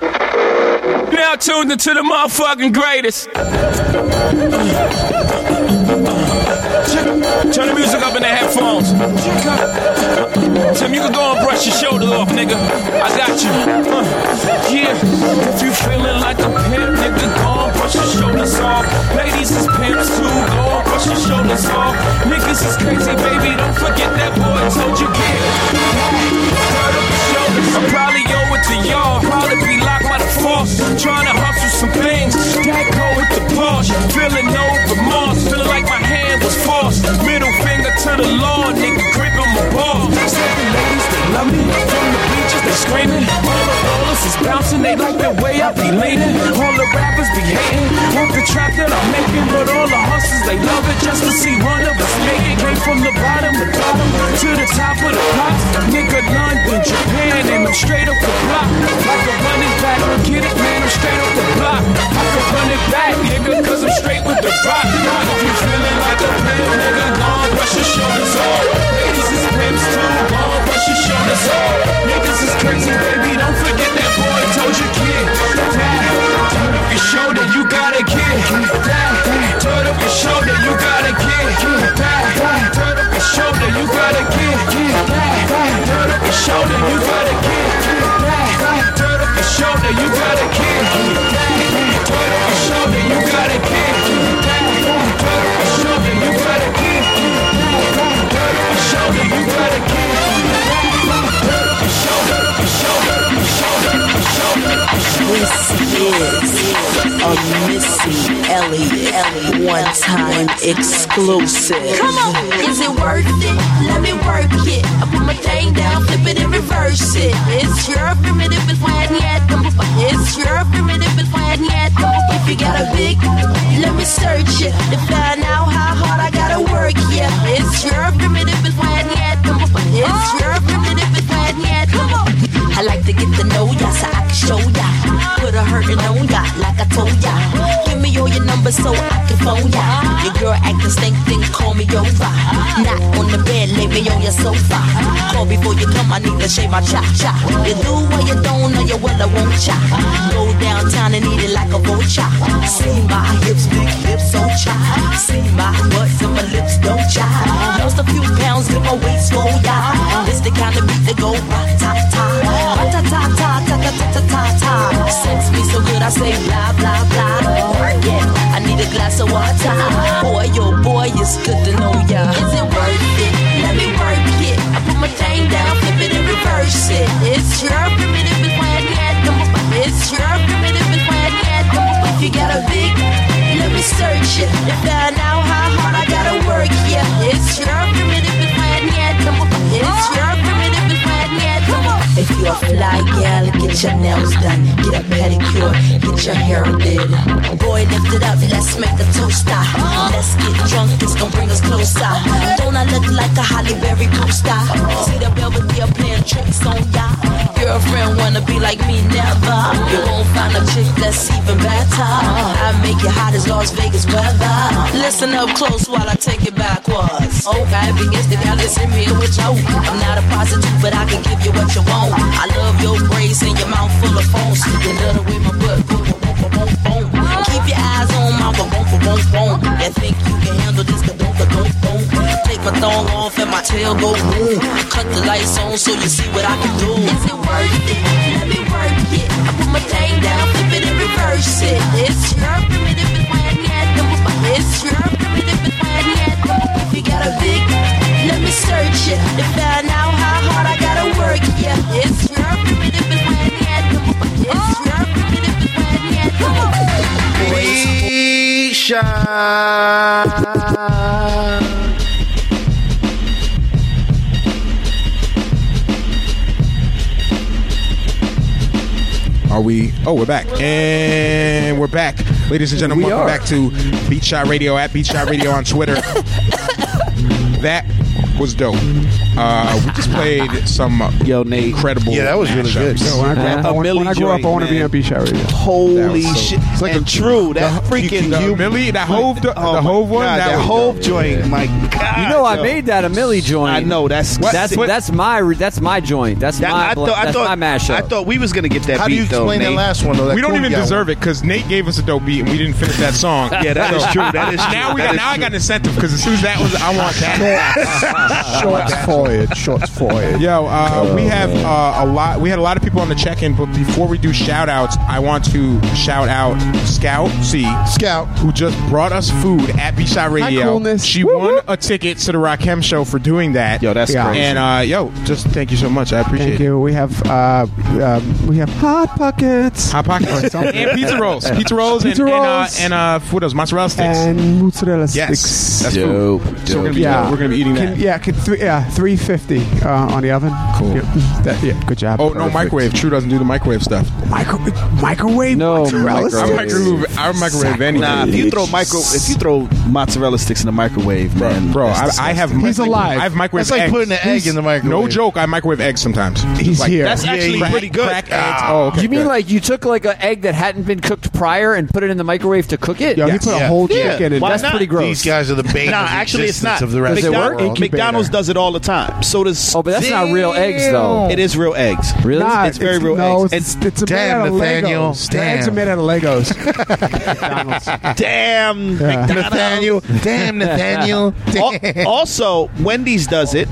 Speaker 12: Now tuned into the motherfucking greatest. Turn the music up in the headphones. Tim, you can go and brush your shoulder off, nigga. I got you. Uh, yeah, if you feeling like a pimp, nigga, go and brush your shoulders off. Ladies is pimps too, go and brush your shoulders off. Niggas is crazy, baby, don't forget that boy told you, yeah. Turn up your shoulders. I probably owe it to y'all. Probably be locked by the force. Trying to hustle some things. That go with the Porsche. Feeling no remorse. Feeling like my hand was forced. Middle finger to the law, nigga, gripping my balls. Second ladies, they love me. From the beaches, they screaming. All the ballers is bouncing. They like the way I be leaning. All the rappers be hating. Want the trap that I'm making. But all the hustlers, they love it just to see one of us make it. Came from the bottom, the bottom to the top of the pops. Nigga, London, Japan, and I'm straight up the block. Like a running back, get it, man, I'm straight up the block. I can run it back, nigga, cause I'm straight with the rock. If you feeling like a pimp, nigga, long brush your shoulders off. Ladies is pimps too, long brush your shoulders off. Niggas is crazy, baby, don't forget that boy told you, kid. That, turn up your shoulder, you got a kid. That, turn up your shoulder, you got a kid. That, turn up your shoulder, you got a kid. That, turn up your shoulder, you got a kid. That, turn up your shoulder, you got a kid. That, turn up your shoulder, you got a kid. That, turn up your shoulder, you got a kid. That, turn up your shoulder, you got a kid.
Speaker 20: This is a Missy Elliott one time exclusive.
Speaker 21: Come on, is it worth it? Let me work it. I put my thing down, flip it and reverse it. It's your primitive, it's why I need at them. It's your primitive, it's why I need at them. If you got a big, let me search it to find out how hard I gotta work. Yeah, it's your primitive, it's why I need at them. It's your primitive, it's why I need at them. I like to get to know ya so I can show ya. Put a hurtin' on ya like I told ya. Give me all your numbers so I can phone ya. Your girl actin' stink, then call me over. Not on the bed, lay me on your sofa. Call before you come, I need to shave my cha cha. You do or you don't, or you will, I won't ya. Go downtown and eat it like a vulture. See my hips, big hips, so cha. See my butt and my lips, don't cha. Lost a few pounds, give my weight, swole ya. This the kind of beat that go rock, ta ta. Rock, ta ta ta ta ta ta ta ta ta. Sex me so good, I say blah blah blah. Work it, I need a glass of water. Boy, oh boy, it's good to know ya. Is it worth it? Let me work it. I put my thing down, flip it and reverse it. It's your primitive, it's why I had them. It's your primitive, it's why I had them. If you got a big, let me search it to find out how hard I gotta work. Yeah, it's your primitive, it's why I had them. It's your primitive, it's why I had them. If you're a fly gal, get your nails done, get a pedicure, get your hair did. Boy, lift it up, let's make a toast. ah. Let's get drunk, it's gonna bring us closer. Don't nothing like a Holly Berry star. See the Belvedere playing tricks on ya. Girlfriend wanna be like me, never. You won't find a chick that's even better. I make it hot as Las Vegas weather. Listen up close while I take it backwards. Okay, because the gal is in me with you. I'm not a prostitute, but I can give you what you want. I love your braids and your mouth full of phones. You love the way my butt boom, boom, boom, boom, boom, boom. Keep your eyes on my boom, boom, boom, boom, boom. You think you can handle this? Ka don't, ka don't, boom. Take my thong off and my tail go boom. Cut the lights on so you see what I can do. Is it worth it? Let me work it. I put my thing down, flip it and reverse it. It's your primitive and why I need them. It's your primitive and why I need them. If you got a big, let me search it to find out how hard I gotta work. Yeah, it's your primitive and why I need them. It's your primitive and why I need them.
Speaker 8: We shine.
Speaker 4: Are we? Oh, we're back. And we're back. Ladies and gentlemen,
Speaker 8: We
Speaker 4: welcome
Speaker 8: are.
Speaker 4: back to Beat Shot Radio at Beat Shot Radio on Twitter. that was dope. Uh, we just played some Yo, Nate. incredible.
Speaker 8: Yeah, that was really good.
Speaker 4: mashups.
Speaker 8: Yo, when I grow up, I want-
Speaker 10: when I grow up, I want to be on
Speaker 4: man.
Speaker 10: Beat Shot Radio.
Speaker 4: That
Speaker 11: Holy
Speaker 4: was so-
Speaker 11: shit! It's like a true. That freaking
Speaker 4: the
Speaker 11: you,
Speaker 4: Millie, that Hove, the, the Hove one,
Speaker 11: God,
Speaker 4: that
Speaker 11: that,
Speaker 4: was
Speaker 11: Hove
Speaker 4: dope.
Speaker 11: joint. My God,
Speaker 7: You know, I
Speaker 11: yo.
Speaker 7: made that a Millie joint. I know
Speaker 11: that's
Speaker 7: that's
Speaker 11: what-
Speaker 7: that's my re- that's my joint. That's
Speaker 11: That-
Speaker 7: my
Speaker 11: I
Speaker 7: bl-
Speaker 11: thought- I
Speaker 7: that's
Speaker 11: thought-
Speaker 7: my mashup.
Speaker 11: I thought we was gonna get that beat, though, Nate.
Speaker 4: we don't even deserve it because Nate gave us a dope beat and we didn't finish that song.
Speaker 11: Yeah, that is true. That is true.
Speaker 4: Now we
Speaker 11: That
Speaker 4: got,
Speaker 11: is
Speaker 4: now I
Speaker 11: true.
Speaker 4: got an incentive because as soon as that was, I want that.
Speaker 10: Shots fired. Shots fired. Oh,
Speaker 4: Yo, uh, we have uh, a lot. We had a lot of people on the check-in, but before we do shout-outs, I want to shout out Scout C, Scout, who just brought us food at B Shot Radio.
Speaker 10: coolness.
Speaker 4: She won a ticket to the Rakim show for doing that. Yo,
Speaker 10: that's Yeah. crazy.
Speaker 4: And uh, yo, just thank you so much. I appreciate
Speaker 10: Thank
Speaker 4: it.
Speaker 10: you. We have uh, um, we have hot pockets.
Speaker 4: Hot pockets and pizza rolls, pizza rolls,
Speaker 10: Pizza
Speaker 4: and,
Speaker 10: rolls.
Speaker 4: and, uh, and uh, what else? Mozzarella sticks.
Speaker 10: And mozzarella
Speaker 4: Yes,
Speaker 10: sticks.
Speaker 4: that's Dope, food. So we're gonna be- uh, we're gonna be eating
Speaker 10: Can-
Speaker 4: that.
Speaker 10: yeah, can three, yeah, three fifty uh, on the oven. Cool. Yeah, that, yeah good job.
Speaker 4: Oh no, microwave. True doesn't do the microwave stuff.
Speaker 10: Micro- microwave. No, mozzarella
Speaker 4: I
Speaker 10: sticks?
Speaker 4: microwave. I microwave anything.
Speaker 11: Nah, if you throw micro, if you throw mozzarella sticks in the microwave, man,
Speaker 4: Bro,
Speaker 11: that's
Speaker 4: I, I
Speaker 11: disgusting.
Speaker 4: have. I have microwave.
Speaker 11: That's like
Speaker 4: eggs.
Speaker 11: putting an egg in the microwave.
Speaker 4: No joke. I microwave eggs sometimes.
Speaker 10: He's
Speaker 4: Like,
Speaker 10: here.
Speaker 4: That's actually pretty good. Crack eggs. Oh, okay.
Speaker 7: you mean
Speaker 4: good.
Speaker 7: like you took like an egg that hadn't been cooked prior and put it in the microwave to cook it?
Speaker 10: Yo, he put a whole
Speaker 11: Yeah.
Speaker 10: chicken in.
Speaker 11: Why
Speaker 10: That's
Speaker 11: not?
Speaker 10: pretty gross.
Speaker 11: These guys are the bane Nah, of actually, it's existence not. of the rest Does of it the work? world. McDonald's does it all the time. So does. Oh, but
Speaker 7: that's not real eggs, though.
Speaker 11: It is real eggs.
Speaker 7: Really?
Speaker 10: Nah,
Speaker 11: it's very real
Speaker 10: No,
Speaker 11: eggs.
Speaker 10: it's, it's made out of Legos. The eggs are made out of Legos.
Speaker 11: damn,
Speaker 8: Nathaniel. Damn, Nathaniel.
Speaker 11: Al- also, Wendy's does it.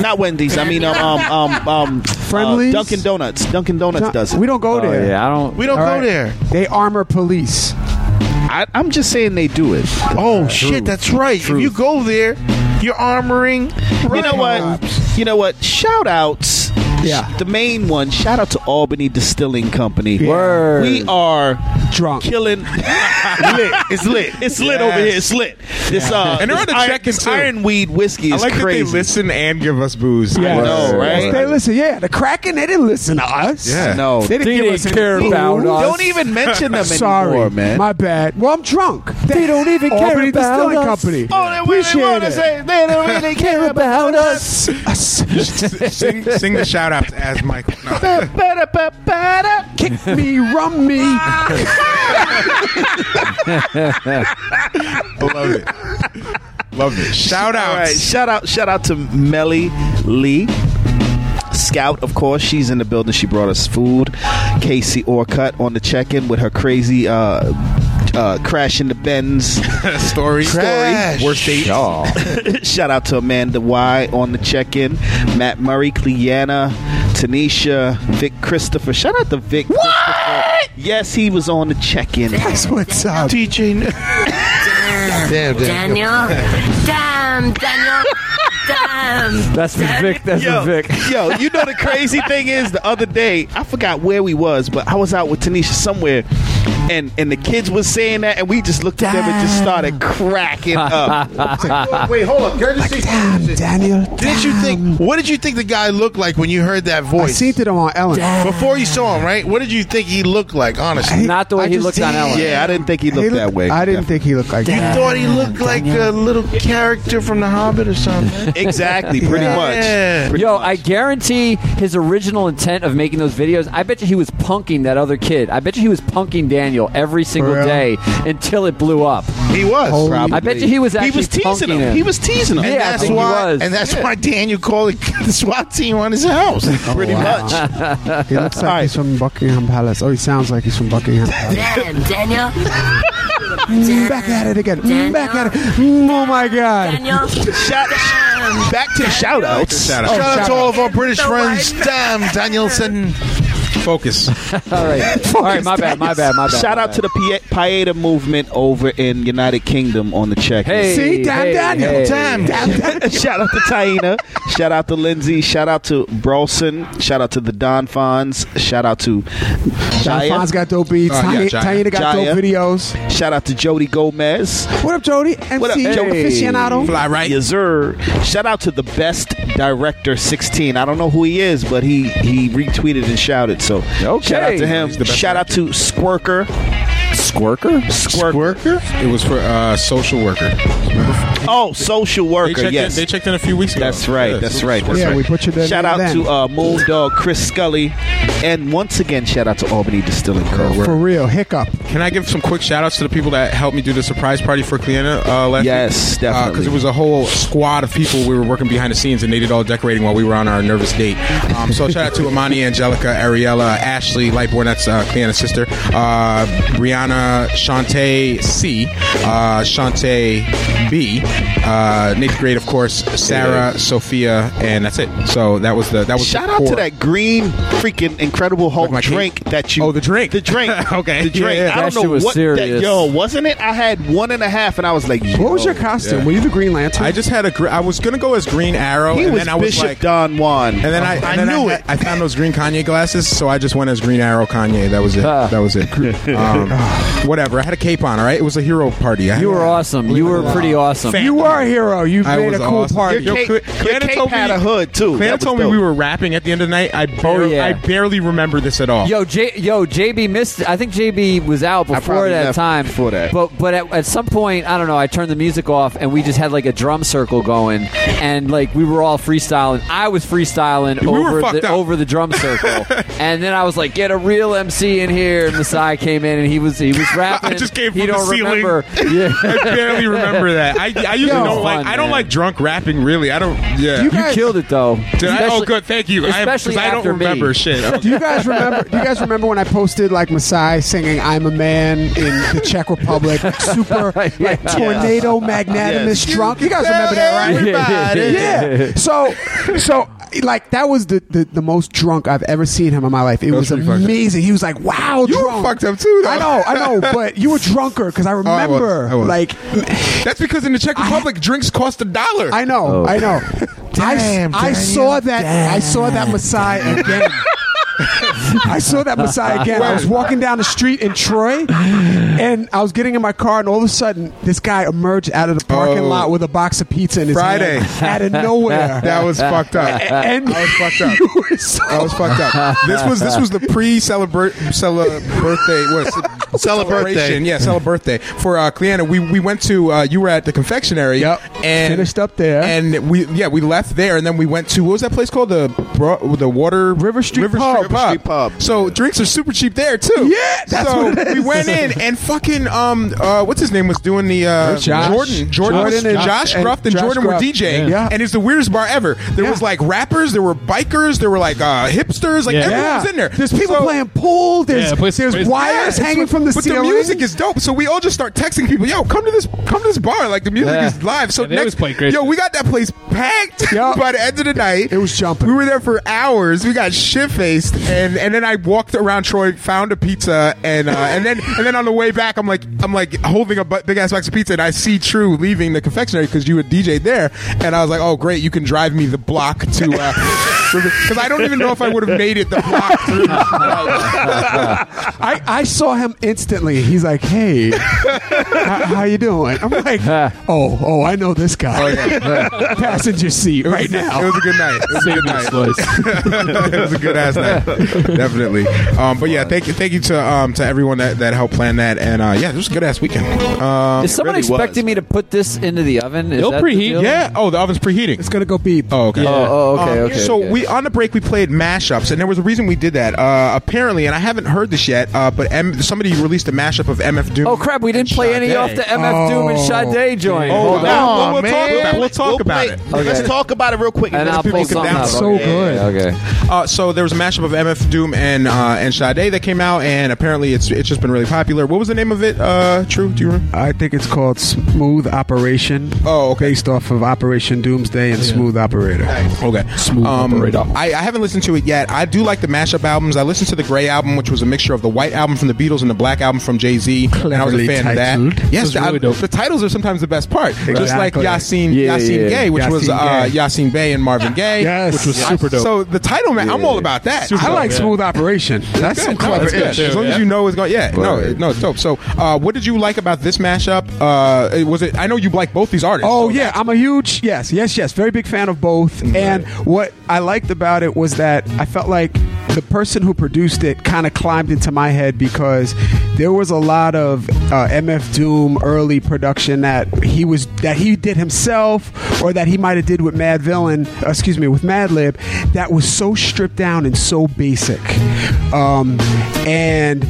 Speaker 11: Not Wendy's. I mean, um, um, um, um
Speaker 10: Friendlies?
Speaker 11: uh, Dunkin' Donuts. Dunkin' Donuts
Speaker 10: Not-
Speaker 11: does it.
Speaker 10: We Oh, don't go there.
Speaker 11: We Oh, don't
Speaker 10: All
Speaker 11: go
Speaker 10: right.
Speaker 11: there.
Speaker 10: They armor police.
Speaker 11: I, I'm just saying they do it.
Speaker 8: Oh shit, that's right. If you go there, you're armoring.
Speaker 11: You know what? You know what? Shout outs.
Speaker 10: Yeah.
Speaker 11: The main one. Shout out to Albany Distilling Company.
Speaker 10: Word.
Speaker 11: We are
Speaker 10: drunk.
Speaker 11: Killing lit. It's lit. It's lit over here. It's lit. This uh
Speaker 4: and they're on
Speaker 11: this
Speaker 4: the
Speaker 11: iron-
Speaker 4: check-in
Speaker 11: this
Speaker 4: too.
Speaker 11: Ironweed whiskey
Speaker 4: I
Speaker 11: is
Speaker 4: like
Speaker 11: crazy.
Speaker 4: that they listen and give us booze.
Speaker 11: Yeah. I know, right?
Speaker 10: They listen. Yeah, the Kraken. They didn't listen to us.
Speaker 4: Yeah. No.
Speaker 10: they didn't,
Speaker 4: They
Speaker 10: give
Speaker 4: didn't
Speaker 10: us any
Speaker 4: care
Speaker 10: food.
Speaker 4: about us.
Speaker 11: Don't even mention them
Speaker 10: Sorry,
Speaker 11: anymore, man.
Speaker 10: My bad. Well, I'm drunk. They
Speaker 7: don't even
Speaker 10: Albany
Speaker 7: care about
Speaker 10: Distilling
Speaker 7: us.
Speaker 10: Company.
Speaker 11: Oh, they
Speaker 10: Appreciate
Speaker 11: wanna
Speaker 10: it.
Speaker 11: say they don't really care about us.
Speaker 4: sing, sing the shout out to As Michael. No.
Speaker 10: Kick me, rum me.
Speaker 4: Love it. Love it. Shout out.
Speaker 11: All right, shout out, shout out to Melly Lee. Scout, of course, she's in the building. She brought us food. Casey Orcutt on the check-in with her crazy uh, uh, crash in the Benz
Speaker 4: story.
Speaker 11: Story. Worst date. shout out to Amanda Y on the check-in. Matt Murray, Cleanna, Tanisha, Vic Christopher. Shout out to Vic. What? Yes, he was on the check-in.
Speaker 10: That's what's up.
Speaker 11: Teaching.
Speaker 8: Damn,
Speaker 12: Daniel. Damn, Daniel. Damn.
Speaker 11: That's for Vic. That's yo, Vic. yo, you know the crazy thing is, the other day I forgot where we was, but I was out with Tanisha somewhere, and and the kids was saying that, and we just looked at them and just started cracking up. It's like,
Speaker 8: Wait, hold up. Can I just say something?
Speaker 10: Daniel,
Speaker 8: did you think? What did you think the guy looked like when you heard that voice? I
Speaker 10: seen him on Ellen
Speaker 8: before you saw him, right? What did you think he looked like? Honestly,
Speaker 14: not
Speaker 10: the way I he just looked on did. Ellen.
Speaker 11: Yeah, I didn't think he looked that way.
Speaker 10: I didn't think he looked like
Speaker 8: You
Speaker 10: that.
Speaker 8: thought he looked like a little character from The Hobbit or something.
Speaker 11: Exactly, pretty
Speaker 8: much.
Speaker 7: Yo, I guarantee his original intent of making those videos. I bet you he was punking that other kid. I bet you he was punking Daniel every single
Speaker 11: real?
Speaker 7: day until it blew up.
Speaker 8: He was.
Speaker 7: I bet you he was. Actually
Speaker 11: He was teasing
Speaker 7: punking
Speaker 11: him.
Speaker 7: him.
Speaker 11: He was teasing him.
Speaker 7: Yeah,
Speaker 8: and
Speaker 7: I
Speaker 8: that's
Speaker 7: think he
Speaker 8: why,
Speaker 7: was.
Speaker 8: and that's
Speaker 7: Yeah.
Speaker 8: why Daniel called the SWAT team on his house. Oh,
Speaker 11: Pretty
Speaker 10: Oh, wow.
Speaker 11: much.
Speaker 10: He looks like he's from Buckingham Palace. Oh, he sounds like he's from Buckingham Palace.
Speaker 12: Dan, Daniel.
Speaker 10: Back at it again. Back at it. Mm, Oh my God.
Speaker 12: Daniel.
Speaker 11: Shout, back to the shout outs.
Speaker 8: Shout out,
Speaker 11: Oh,
Speaker 8: to all of our British friends. Damn, Danielson.
Speaker 4: Focus.
Speaker 7: All right. All right, my bad, my bad, my bad.
Speaker 11: Shout
Speaker 7: my
Speaker 11: out
Speaker 7: bad.
Speaker 11: to the Pie- Pieta movement over in United Kingdom on the check.
Speaker 7: Hey, See, damn hey, Daniel, hey. damn,
Speaker 11: Shout out to Taina. shout out to Lindsay. Shout out to Brolson. Shout out to the Don Fons. Shout out to
Speaker 10: John
Speaker 11: Jaya.
Speaker 10: Fonz got dope beats.
Speaker 11: Oh, yeah,
Speaker 10: Tiny
Speaker 11: Jaya.
Speaker 10: Tiny got
Speaker 11: Jaya.
Speaker 10: dope videos.
Speaker 11: Shout out to Jody Gomez.
Speaker 10: What up, Jody? MC
Speaker 11: What up, Jody?
Speaker 10: aficionado.
Speaker 11: Fly right. Yes, sir. Shout out to the best director 16. I don't know who he is, but he he retweeted and shouted. So shout out to him.
Speaker 4: He's the best
Speaker 11: Shout out to Squirker.
Speaker 7: Squirker?
Speaker 11: Squirker?
Speaker 4: It was for uh, social worker.
Speaker 11: Oh, social worker.
Speaker 4: checked in-
Speaker 11: yes,
Speaker 4: they checked in a few weeks ago.
Speaker 11: That's right.
Speaker 4: Yes.
Speaker 11: That's right. That's
Speaker 10: Yeah,
Speaker 11: right.
Speaker 10: we put you there
Speaker 11: Shout out
Speaker 10: then.
Speaker 11: to uh, Moondog Chris Scully, and once again, shout out to Albany Distilling Co.
Speaker 10: For real, hiccup.
Speaker 4: Can I give some quick shout outs to the people that helped me do the surprise party for Cleanna uh, last
Speaker 11: Yes, definitely.
Speaker 4: Because it was a whole squad of people we were working behind the scenes and they did all decorating while we were on our nervous date. Um, so shout out to Amani, Angelica, Ariella, Ashley, Lightborn, that's uh, Cleanna's sister, uh, Brianna, Shantae C, uh, Shantae B, uh, Nick Great, of course, Sarah, Sophia, and that's it. So that was the that was the
Speaker 11: Shout out to
Speaker 4: core.
Speaker 11: that green freaking Incredible Hulk drink that you. Oh, the drink. The drink. okay. The drink.
Speaker 4: Yeah, yeah.
Speaker 11: I
Speaker 4: That
Speaker 11: don't know
Speaker 4: shit was
Speaker 11: what.
Speaker 4: serious.
Speaker 11: That, yo, wasn't it? I had one and a half, and I was like, What
Speaker 10: was your costume?
Speaker 4: Yeah.
Speaker 10: Were you the Green Lantern?
Speaker 4: I just had a. Gr- I was gonna go as Green Arrow,
Speaker 11: He
Speaker 4: and
Speaker 11: was
Speaker 4: then I was
Speaker 11: Bishop
Speaker 4: like
Speaker 11: Don Juan,
Speaker 4: and then I, and then
Speaker 11: knew
Speaker 4: I,
Speaker 11: it.
Speaker 4: I found those green Kanye glasses, so I just went as Green Arrow Kanye. That was it.
Speaker 7: Ah.
Speaker 4: That was it. Um, whatever. I had a cape on. All right, it was a hero party. I
Speaker 7: You
Speaker 4: had-
Speaker 7: were awesome. You were pretty awesome.
Speaker 4: Fan.
Speaker 10: You were a hero. You
Speaker 4: I
Speaker 10: made a
Speaker 4: was
Speaker 10: cool
Speaker 4: awesome.
Speaker 10: party.
Speaker 4: Yo, Cl- Clanna told me- Clanna told me we were rapping at the end of the night. I barely,
Speaker 7: Oh, yeah.
Speaker 4: I barely remember this at all.
Speaker 7: Yo, J- yo, JB missed. I think JB was out before
Speaker 4: probably
Speaker 7: that
Speaker 4: left
Speaker 7: time. Before
Speaker 11: that,
Speaker 7: but but at, at some point, I don't know. I turned the music off, and we just had like a drum circle going, and like we were all freestyling. I was freestyling
Speaker 4: We were
Speaker 7: over
Speaker 4: fucked
Speaker 7: the
Speaker 4: up.
Speaker 7: over the drum circle, and then I was like, "Get a real MC in here." And Masai came in, and he was he was rapping.
Speaker 4: I just came
Speaker 7: he
Speaker 4: from the
Speaker 7: don't
Speaker 4: ceiling.
Speaker 7: remember. Yeah,
Speaker 4: I barely remember that. I, I usually
Speaker 7: Yo.
Speaker 4: don't like.
Speaker 7: Fun,
Speaker 4: I don't
Speaker 7: man.
Speaker 4: like drunk rapping. Really, I don't. Yeah,
Speaker 7: You killed it though.
Speaker 4: Did I? Oh,
Speaker 7: Especially-
Speaker 4: good. Thank you. I, 'cause
Speaker 7: especially
Speaker 4: I don't
Speaker 7: after me.
Speaker 4: remember shit.
Speaker 10: do you guys remember? Do you guys remember when I posted like Masai singing "I'm a Man" in the Czech Republic, super like
Speaker 12: Yes.
Speaker 10: tornado magnanimous
Speaker 12: Yes.
Speaker 10: drunk? You guys remember that, right?
Speaker 12: Everybody.
Speaker 10: yeah. So, so like that was the, the the most drunk I've ever seen him in my life. It was, amazing. He was like, "Wow, you drunk." fucked
Speaker 4: up too. Oh,
Speaker 10: I know, I know, but you were drunker because Oh, I
Speaker 4: I was.
Speaker 10: remember
Speaker 4: I was.
Speaker 10: like
Speaker 4: That's because in the Czech Republic, drinks cost a dollar.
Speaker 10: I
Speaker 7: Oh.
Speaker 10: know. I know. I,
Speaker 4: Oh. Damn,
Speaker 10: I
Speaker 4: Daniel.
Speaker 10: saw that. I saw that Messiah again. I saw that Messiah again. I was walking down the street in Troy, and I was getting in my car, and all of a sudden, this guy emerged out of the parking
Speaker 4: Oh.
Speaker 10: lot with a box of pizza in his
Speaker 4: Friday
Speaker 10: hand out of nowhere.
Speaker 4: That was fucked up.
Speaker 10: And
Speaker 4: I was fucked up.
Speaker 10: you were so-
Speaker 4: I was fucked up. This was this was the pre celebrate birthday what celebration yeah celebrate birthday for uh, Cleanna. We we went to uh, you were at the confectionery yep and
Speaker 10: Finished up there.
Speaker 4: and we yeah we left there and then we went to what was that place called the bro, the water River Street
Speaker 11: Pub.
Speaker 4: River Street Pub. So drinks are super cheap there too.
Speaker 10: Yeah, that's
Speaker 4: so
Speaker 10: what it is.
Speaker 4: we went in and fucking um uh, what's his name was doing the uh,
Speaker 10: Josh.
Speaker 4: Jordan Jordan, was,
Speaker 10: Jordan and-
Speaker 4: Josh
Speaker 10: and
Speaker 4: Gruff and
Speaker 10: Josh
Speaker 4: Jordan
Speaker 10: Gruff.
Speaker 4: were DJing
Speaker 10: Yeah.
Speaker 4: and it's the weirdest bar ever. There was like rappers, there were bikers, there were like uh, hipsters, like
Speaker 10: Yeah.
Speaker 4: everyone was
Speaker 10: Yeah.
Speaker 4: in there.
Speaker 10: There's people playing pool. There's
Speaker 4: Yeah, place-
Speaker 10: there's
Speaker 4: place- Yeah,
Speaker 10: wires
Speaker 4: it's
Speaker 10: hanging
Speaker 4: what-
Speaker 10: from the
Speaker 4: but
Speaker 10: ceiling.
Speaker 4: the music is dope. So we all just start texting people, "Yo, come to this, come to this bar. Like the music
Speaker 10: Yeah.
Speaker 4: is live." So
Speaker 10: Yeah, they always
Speaker 4: next,
Speaker 10: play great
Speaker 4: yo,
Speaker 10: shit.
Speaker 4: we got that place packed by the end of the night. It
Speaker 10: was jumping.
Speaker 4: We were there for hours. We got shit faced, and and then I walked around Troy, found a pizza, and uh, and then and then on the way back, I'm like I'm like holding a bu- big ass box of pizza, and I see True leaving the confectionery because you were DJ there, and I was like, "Oh, great, you can drive me the block to." Uh, Because I don't even know if I would have made it the block through.
Speaker 10: I, I saw him instantly. He's like, "Hey, h- how you doing?" I'm like, "Oh, oh, I know this guy.
Speaker 4: Oh, yeah.
Speaker 10: Passenger seat right now."
Speaker 4: It was a good night. It was a good night. it was a good ass night. Definitely. Um, but yeah, thank you, thank you to um, to everyone that, that helped plan that. And uh, yeah, it was a good ass weekend. Um,
Speaker 7: Is someone expecting me to put this into the oven? Is
Speaker 4: It'll
Speaker 7: that the deal?
Speaker 4: preheat. Yeah. Oh, the oven's preheating. It's
Speaker 10: gonna go beep.
Speaker 4: Oh, okay.
Speaker 7: Yeah. Oh, oh, okay, okay,
Speaker 4: So
Speaker 7: okay.
Speaker 4: we on the break we played mashups, and there was a reason we did that. Uh, apparently, and I haven't heard this yet, uh, but M- somebody released a mashup of MF Doom.
Speaker 7: Oh crap! We didn't play any
Speaker 4: Sade.
Speaker 7: off the MF Doom and Sade joint.
Speaker 4: Oh,
Speaker 7: Hold
Speaker 4: wow.
Speaker 7: on.
Speaker 4: Well, we'll talk about it. We'll talk about it.
Speaker 11: Let's talk about it real quick.
Speaker 7: And
Speaker 11: let
Speaker 7: I'll
Speaker 11: people
Speaker 7: pull
Speaker 11: get
Speaker 7: something
Speaker 11: down
Speaker 7: up.
Speaker 11: to it.
Speaker 7: Okay. Okay.
Speaker 4: Uh, so there was a mashup of MF Doom and uh, and Sade that came out, and apparently it's it's just been really popular. What was the name of it? Uh, True, do you remember?
Speaker 10: I think it's called Smooth Operation.
Speaker 4: Oh, okay.
Speaker 10: Based off of Operation Doomsday and Smooth Operator.
Speaker 4: Okay. Smooth Operator. Um, I, I haven't listened to it yet. I do like the mashup albums. I listened to the Gray album, which was a mixture of the White album from the Beatles and the Black album from Jay Z. And I was a
Speaker 10: Cleverly
Speaker 4: fan
Speaker 10: titled.
Speaker 4: of that. Yes,
Speaker 10: It was really
Speaker 4: I-
Speaker 10: dope.
Speaker 4: the titles are sometimes the best part. Just like
Speaker 10: Exactly.
Speaker 4: Yasin,
Speaker 10: Yeah,
Speaker 4: Yasin
Speaker 10: yeah.
Speaker 4: Gay, which was
Speaker 10: Yasin
Speaker 4: uh,
Speaker 10: Gay.
Speaker 4: Yasin Bey and Marvin Gaye,
Speaker 10: Yes.
Speaker 4: which was
Speaker 10: Yeah.
Speaker 4: super dope. So the title, man, I'm all about that.
Speaker 10: I like Smooth Operation. That's some
Speaker 4: good. No,
Speaker 10: clever
Speaker 4: it's good.
Speaker 10: ish.
Speaker 4: As long as you know it's going, yeah, no, it- no, it's dope. So, uh, what did you like about this mashup? Uh, it- was it? I know you like both these artists.
Speaker 10: Oh yeah, I'm a huge yes, yes, yes, very big fan of both.
Speaker 4: Mm-hmm.
Speaker 10: And what I liked about it was that I felt like the person who produced it kind of climbed into my head because there was a lot of uh, MF Doom early production that he was that he did himself or that he might have did with Mad Villain, uh, excuse me, with Madlib that was so stripped down and so basic. Um, and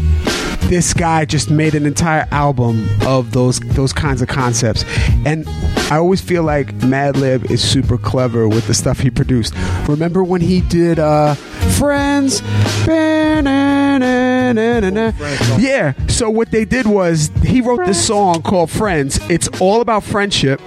Speaker 10: this guy just made an entire album of those those kinds of concepts and i always feel like madlib is super clever with the stuff he produced remember when he did uh friends yeah so what they did was he wrote this song called friends it's all about friendship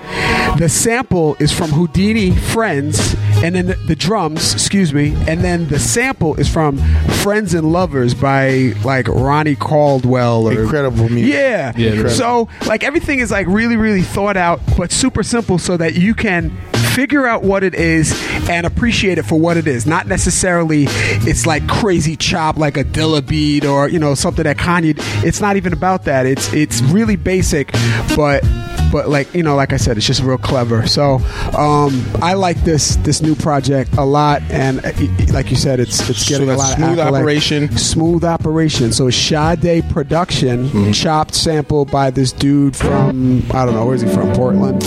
Speaker 10: the sample is from houdini friends and then the, the drums, excuse me, and then the sample is from "Friends and Lovers" by like Ronnie Caldwell. Or,
Speaker 8: Incredible music.
Speaker 10: yeah.
Speaker 8: Yeah, incredible.
Speaker 10: So like everything is like really, really thought out, but super simple, so that you can figure out what it is and appreciate it for what it is. Not necessarily it's like crazy chop, like a Dilla beat or you know something that Kanye. It's not even about that. It's it's really basic, but but like you know like i said it's just real clever so um, i like this this new project a lot and uh, y- y- like you said it's it's getting a
Speaker 4: that's
Speaker 10: lot
Speaker 4: Smooth
Speaker 10: of accolades.
Speaker 4: Operation.
Speaker 10: smooth operation so Sade production chopped sample by this dude from i don't know where's he from portland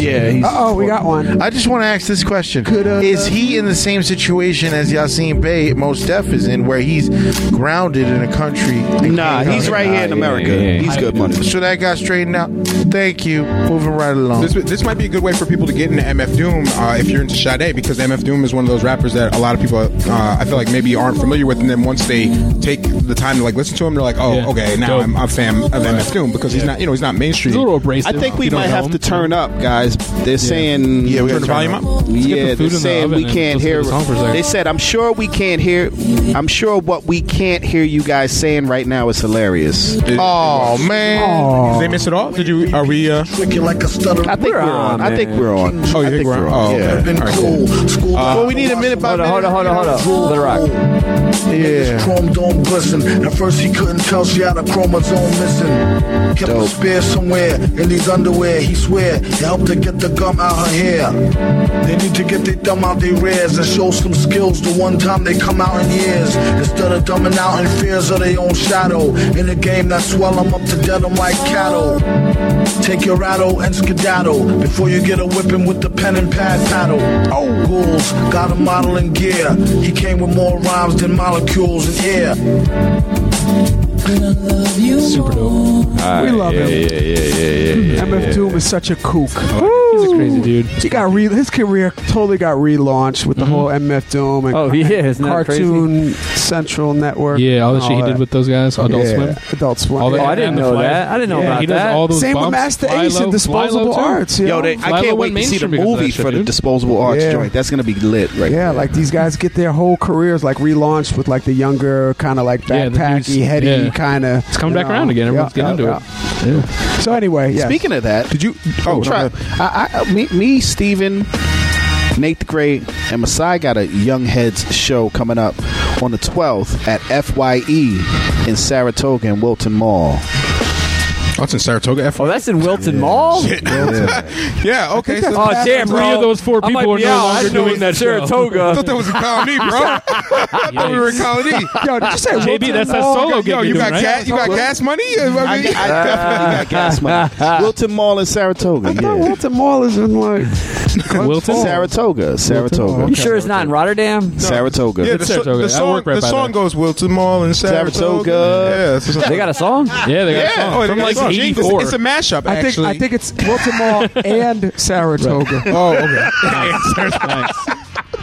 Speaker 8: Yeah. he's-
Speaker 10: oh we got one
Speaker 8: I just want to ask this question: Is he in the same situation as Yasin Bey, most deaf is in, where he's grounded in a country?
Speaker 11: Nah, he's right here in America. He's good money.
Speaker 8: So that got straightened out. Thank you. Moving right along.
Speaker 4: This, this might be a good way for people to get into MF Doom uh, if you're into Sade because MF Doom is one of those rappers that a lot of people uh, I feel like maybe aren't familiar with, and then once they take the time to like listen to him, they're like, oh,
Speaker 11: Yeah.
Speaker 4: okay, now
Speaker 11: Dope.
Speaker 4: I'm a fan of MF Doom because he's not you know he's not mainstream.
Speaker 11: I think we might have to turn up, guys. They're saying
Speaker 4: Yeah, we gotta Turn the turn volume up. up. Let's get the
Speaker 11: Yeah,
Speaker 4: food
Speaker 11: they're
Speaker 4: in the
Speaker 11: saying
Speaker 4: oven
Speaker 11: we
Speaker 4: and
Speaker 11: can't
Speaker 4: let's
Speaker 11: hear.
Speaker 4: do the song for a second.
Speaker 11: They said, "I'm sure we can't hear. I'm sure what we can't hear you guys saying right now is hilarious."
Speaker 8: Oh man!
Speaker 4: Did they miss it all? Did you? Are we? Uh,
Speaker 8: like a stutter.
Speaker 11: I think we're on. I think we're on.
Speaker 4: Oh, you think, we're on? Oh, okay. All right, Uh, cool.
Speaker 22: Uh,
Speaker 8: well, we need a minute by
Speaker 14: Hold on, hold on, hold on, hold on. Let it rock.
Speaker 8: Yeah.
Speaker 22: Chrome dome glisten. At first he couldn't tell she had a chromosome missing. Kept a spear somewhere in these underwear. He swear it helped her get the gum out her hair. They need to get their thumb out their rears and show some skills the one time they come out in years. Instead of dumbing out in fears of their own shadow. In a game that swell 'em up to dead 'em like cattle. Take your rattle and skedaddle before you get a whipping with the pen and pad paddle. Oh, ghouls got a model in gear. He came with more rhymes than molecules in air.
Speaker 6: Super dope.
Speaker 10: We love
Speaker 6: yeah,
Speaker 10: him.
Speaker 6: Yeah, yeah, yeah, yeah, yeah.
Speaker 10: MF
Speaker 6: yeah.
Speaker 10: Doom is such a kook.
Speaker 6: He's a crazy dude. Mm-hmm.
Speaker 10: He got re- his career totally got relaunched with the whole MF Doom and
Speaker 6: Oh, yeah, isn't that crazy?
Speaker 10: Cartoon Central Network.
Speaker 6: Yeah, all the shit he
Speaker 10: that.
Speaker 6: did with those guys, Adult
Speaker 10: Yeah,
Speaker 6: Swim,
Speaker 10: Adult Swim.
Speaker 6: All that-
Speaker 10: Oh, I
Speaker 14: didn't
Speaker 6: and the
Speaker 14: know
Speaker 6: Fly-
Speaker 14: that. I didn't know
Speaker 6: Yeah,
Speaker 14: about
Speaker 6: he does
Speaker 14: that.
Speaker 6: all those
Speaker 10: Same with
Speaker 6: bumps.
Speaker 10: Master
Speaker 6: Fly
Speaker 10: Ace
Speaker 6: Low-
Speaker 10: and Disposable
Speaker 6: Fly Low, too.
Speaker 10: Arts.
Speaker 11: Yo, they, I can't wait to see the movie for the disposable arts
Speaker 10: Yeah.
Speaker 11: joint. That's gonna be lit, right?
Speaker 10: yeah, like these guys get their whole careers like relaunched with like the younger kind of like
Speaker 11: Yeah, the
Speaker 10: backpacky,
Speaker 11: dudes-
Speaker 10: heady
Speaker 11: yeah.
Speaker 10: kind of. It's
Speaker 11: coming back around again. Everyone's getting
Speaker 10: into it. So anyway, yes. oh,
Speaker 11: Speaking of that,
Speaker 4: did you?
Speaker 11: Oh, try. I, I, me, me, Steven, in eighth grade. And Masai got a Young Heads show coming up on the 12th at FYE in Saratoga and Wilton Mall.
Speaker 4: Oh, it's in Saratoga.
Speaker 11: Oh, that's in Wilton
Speaker 7: Mall.
Speaker 4: yeah. Okay.
Speaker 7: that's Oh, past damn, the- bro.
Speaker 6: Three of those four
Speaker 7: I might
Speaker 6: people are
Speaker 7: be
Speaker 6: no
Speaker 7: out. I
Speaker 6: longer
Speaker 7: didn't know it
Speaker 6: doing
Speaker 7: was
Speaker 6: that show.
Speaker 7: Saratoga.
Speaker 4: uh, I thought that was a colony, bro. I thought we were in colony.
Speaker 6: Yo, did you say JB, Wilton that's that Mall? solo gig
Speaker 4: Yo,
Speaker 6: you're
Speaker 4: you got
Speaker 6: doing, right?
Speaker 4: gas? You got gas money? I mean,
Speaker 11: I, got- I definitely got gas money. Wilton Mall in Saratoga. Ah. I thought
Speaker 10: Wilton Mall is in like
Speaker 11: Wilton, Saratoga, Saratoga.
Speaker 7: You sure it's not in Rotterdam?
Speaker 11: Saratoga.
Speaker 4: Yeah, the, so- the song, the song goes Wilton Mall and Saratoga. Yeah, it's
Speaker 7: They got a song?
Speaker 6: Yeah, they got a
Speaker 4: yeah.
Speaker 6: song.
Speaker 4: Oh, they
Speaker 6: From
Speaker 4: got a
Speaker 6: like
Speaker 4: song.
Speaker 6: 84.
Speaker 4: It's, it's a mashup.
Speaker 10: I think
Speaker 4: actually.
Speaker 10: I think it's Baltimore and Saratoga.
Speaker 4: Oh, okay.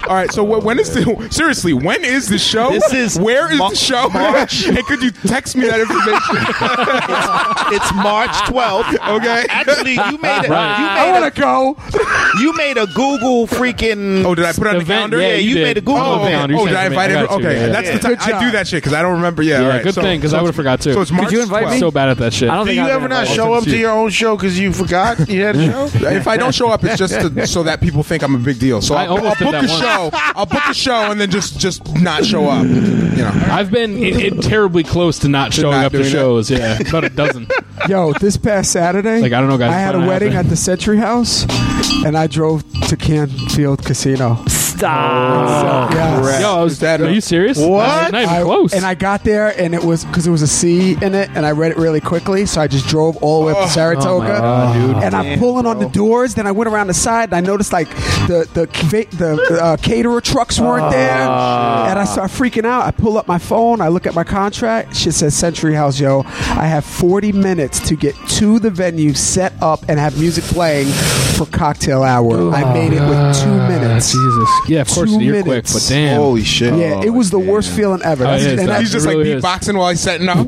Speaker 4: All right. So what, when is the seriously? When is the show?
Speaker 11: This is
Speaker 4: where is
Speaker 11: Ma-
Speaker 4: the show?
Speaker 11: March.
Speaker 4: and could you text me that information?
Speaker 11: it's March 12th.
Speaker 4: Okay.
Speaker 11: Actually, you made
Speaker 4: Right.
Speaker 11: a, you made
Speaker 4: Ah. I wanna
Speaker 11: to go. You made a Google freaking.
Speaker 4: Oh, did I put it on the calendar?
Speaker 11: Yeah, you, made a Google
Speaker 4: oh,
Speaker 11: event.
Speaker 4: Oh, did I invite everyone? Okay, that's the time. I do that shit because I don't remember. Yeah,
Speaker 6: Yeah,
Speaker 4: all right.
Speaker 6: good
Speaker 4: so,
Speaker 6: thing because
Speaker 4: so
Speaker 6: I would have forgot
Speaker 4: it's-
Speaker 6: too.
Speaker 4: So it's March
Speaker 6: So bad at that shit.
Speaker 8: Do you ever not show up to your own show because you forgot you had a show?
Speaker 4: If I don't show up, it's just to, so that people think I'm a big deal. So
Speaker 6: I
Speaker 4: I'll, I'll
Speaker 6: almost
Speaker 4: book
Speaker 6: did
Speaker 4: a
Speaker 6: that once.
Speaker 4: show. I'll book a show and then just just not show up. You know.
Speaker 6: I've been i i- terribly close to not showing
Speaker 4: not
Speaker 6: up to
Speaker 4: doing that.
Speaker 6: shows. Yeah, about a dozen.
Speaker 10: Yo, this past Saturday,
Speaker 6: Like, I don't know, guys,
Speaker 10: I
Speaker 6: it's
Speaker 10: had a
Speaker 6: not
Speaker 10: wedding
Speaker 6: happening.
Speaker 10: at the Century House, and I drove to Canfield Casino.
Speaker 6: Stop.
Speaker 10: Oh,
Speaker 6: Yo, I was- are you serious?
Speaker 10: What?
Speaker 6: Not even
Speaker 10: I-
Speaker 6: close.
Speaker 10: And I got there, and it was because it was a C in it, and I read it really quickly, so I just drove all the
Speaker 4: Oh,
Speaker 10: way up to Saratoga.
Speaker 6: God, dude.
Speaker 10: And I'm
Speaker 6: Damn,
Speaker 10: pulling on the doors. Then I went around the side, and I noticed like the the cava- the uh, caterer trucks weren't there,
Speaker 12: Ah.
Speaker 10: and I start freaking out. I pull up my phone, I look at my contract. Shit says Century House, yo. I have 40 minutes to get to the venue, set up, and have music playing for cocktail hour. I made it with two minutes.
Speaker 6: Oh Jesus. Yeah, of course
Speaker 10: Two
Speaker 6: you're quick,
Speaker 10: minutes.
Speaker 6: but damn.
Speaker 10: Holy shit. Oh Yeah, it was the worst feeling ever.
Speaker 6: Oh, it is.
Speaker 10: And
Speaker 6: It
Speaker 10: that's-
Speaker 4: He's just like
Speaker 6: really is.
Speaker 4: beatboxing while he's setting up.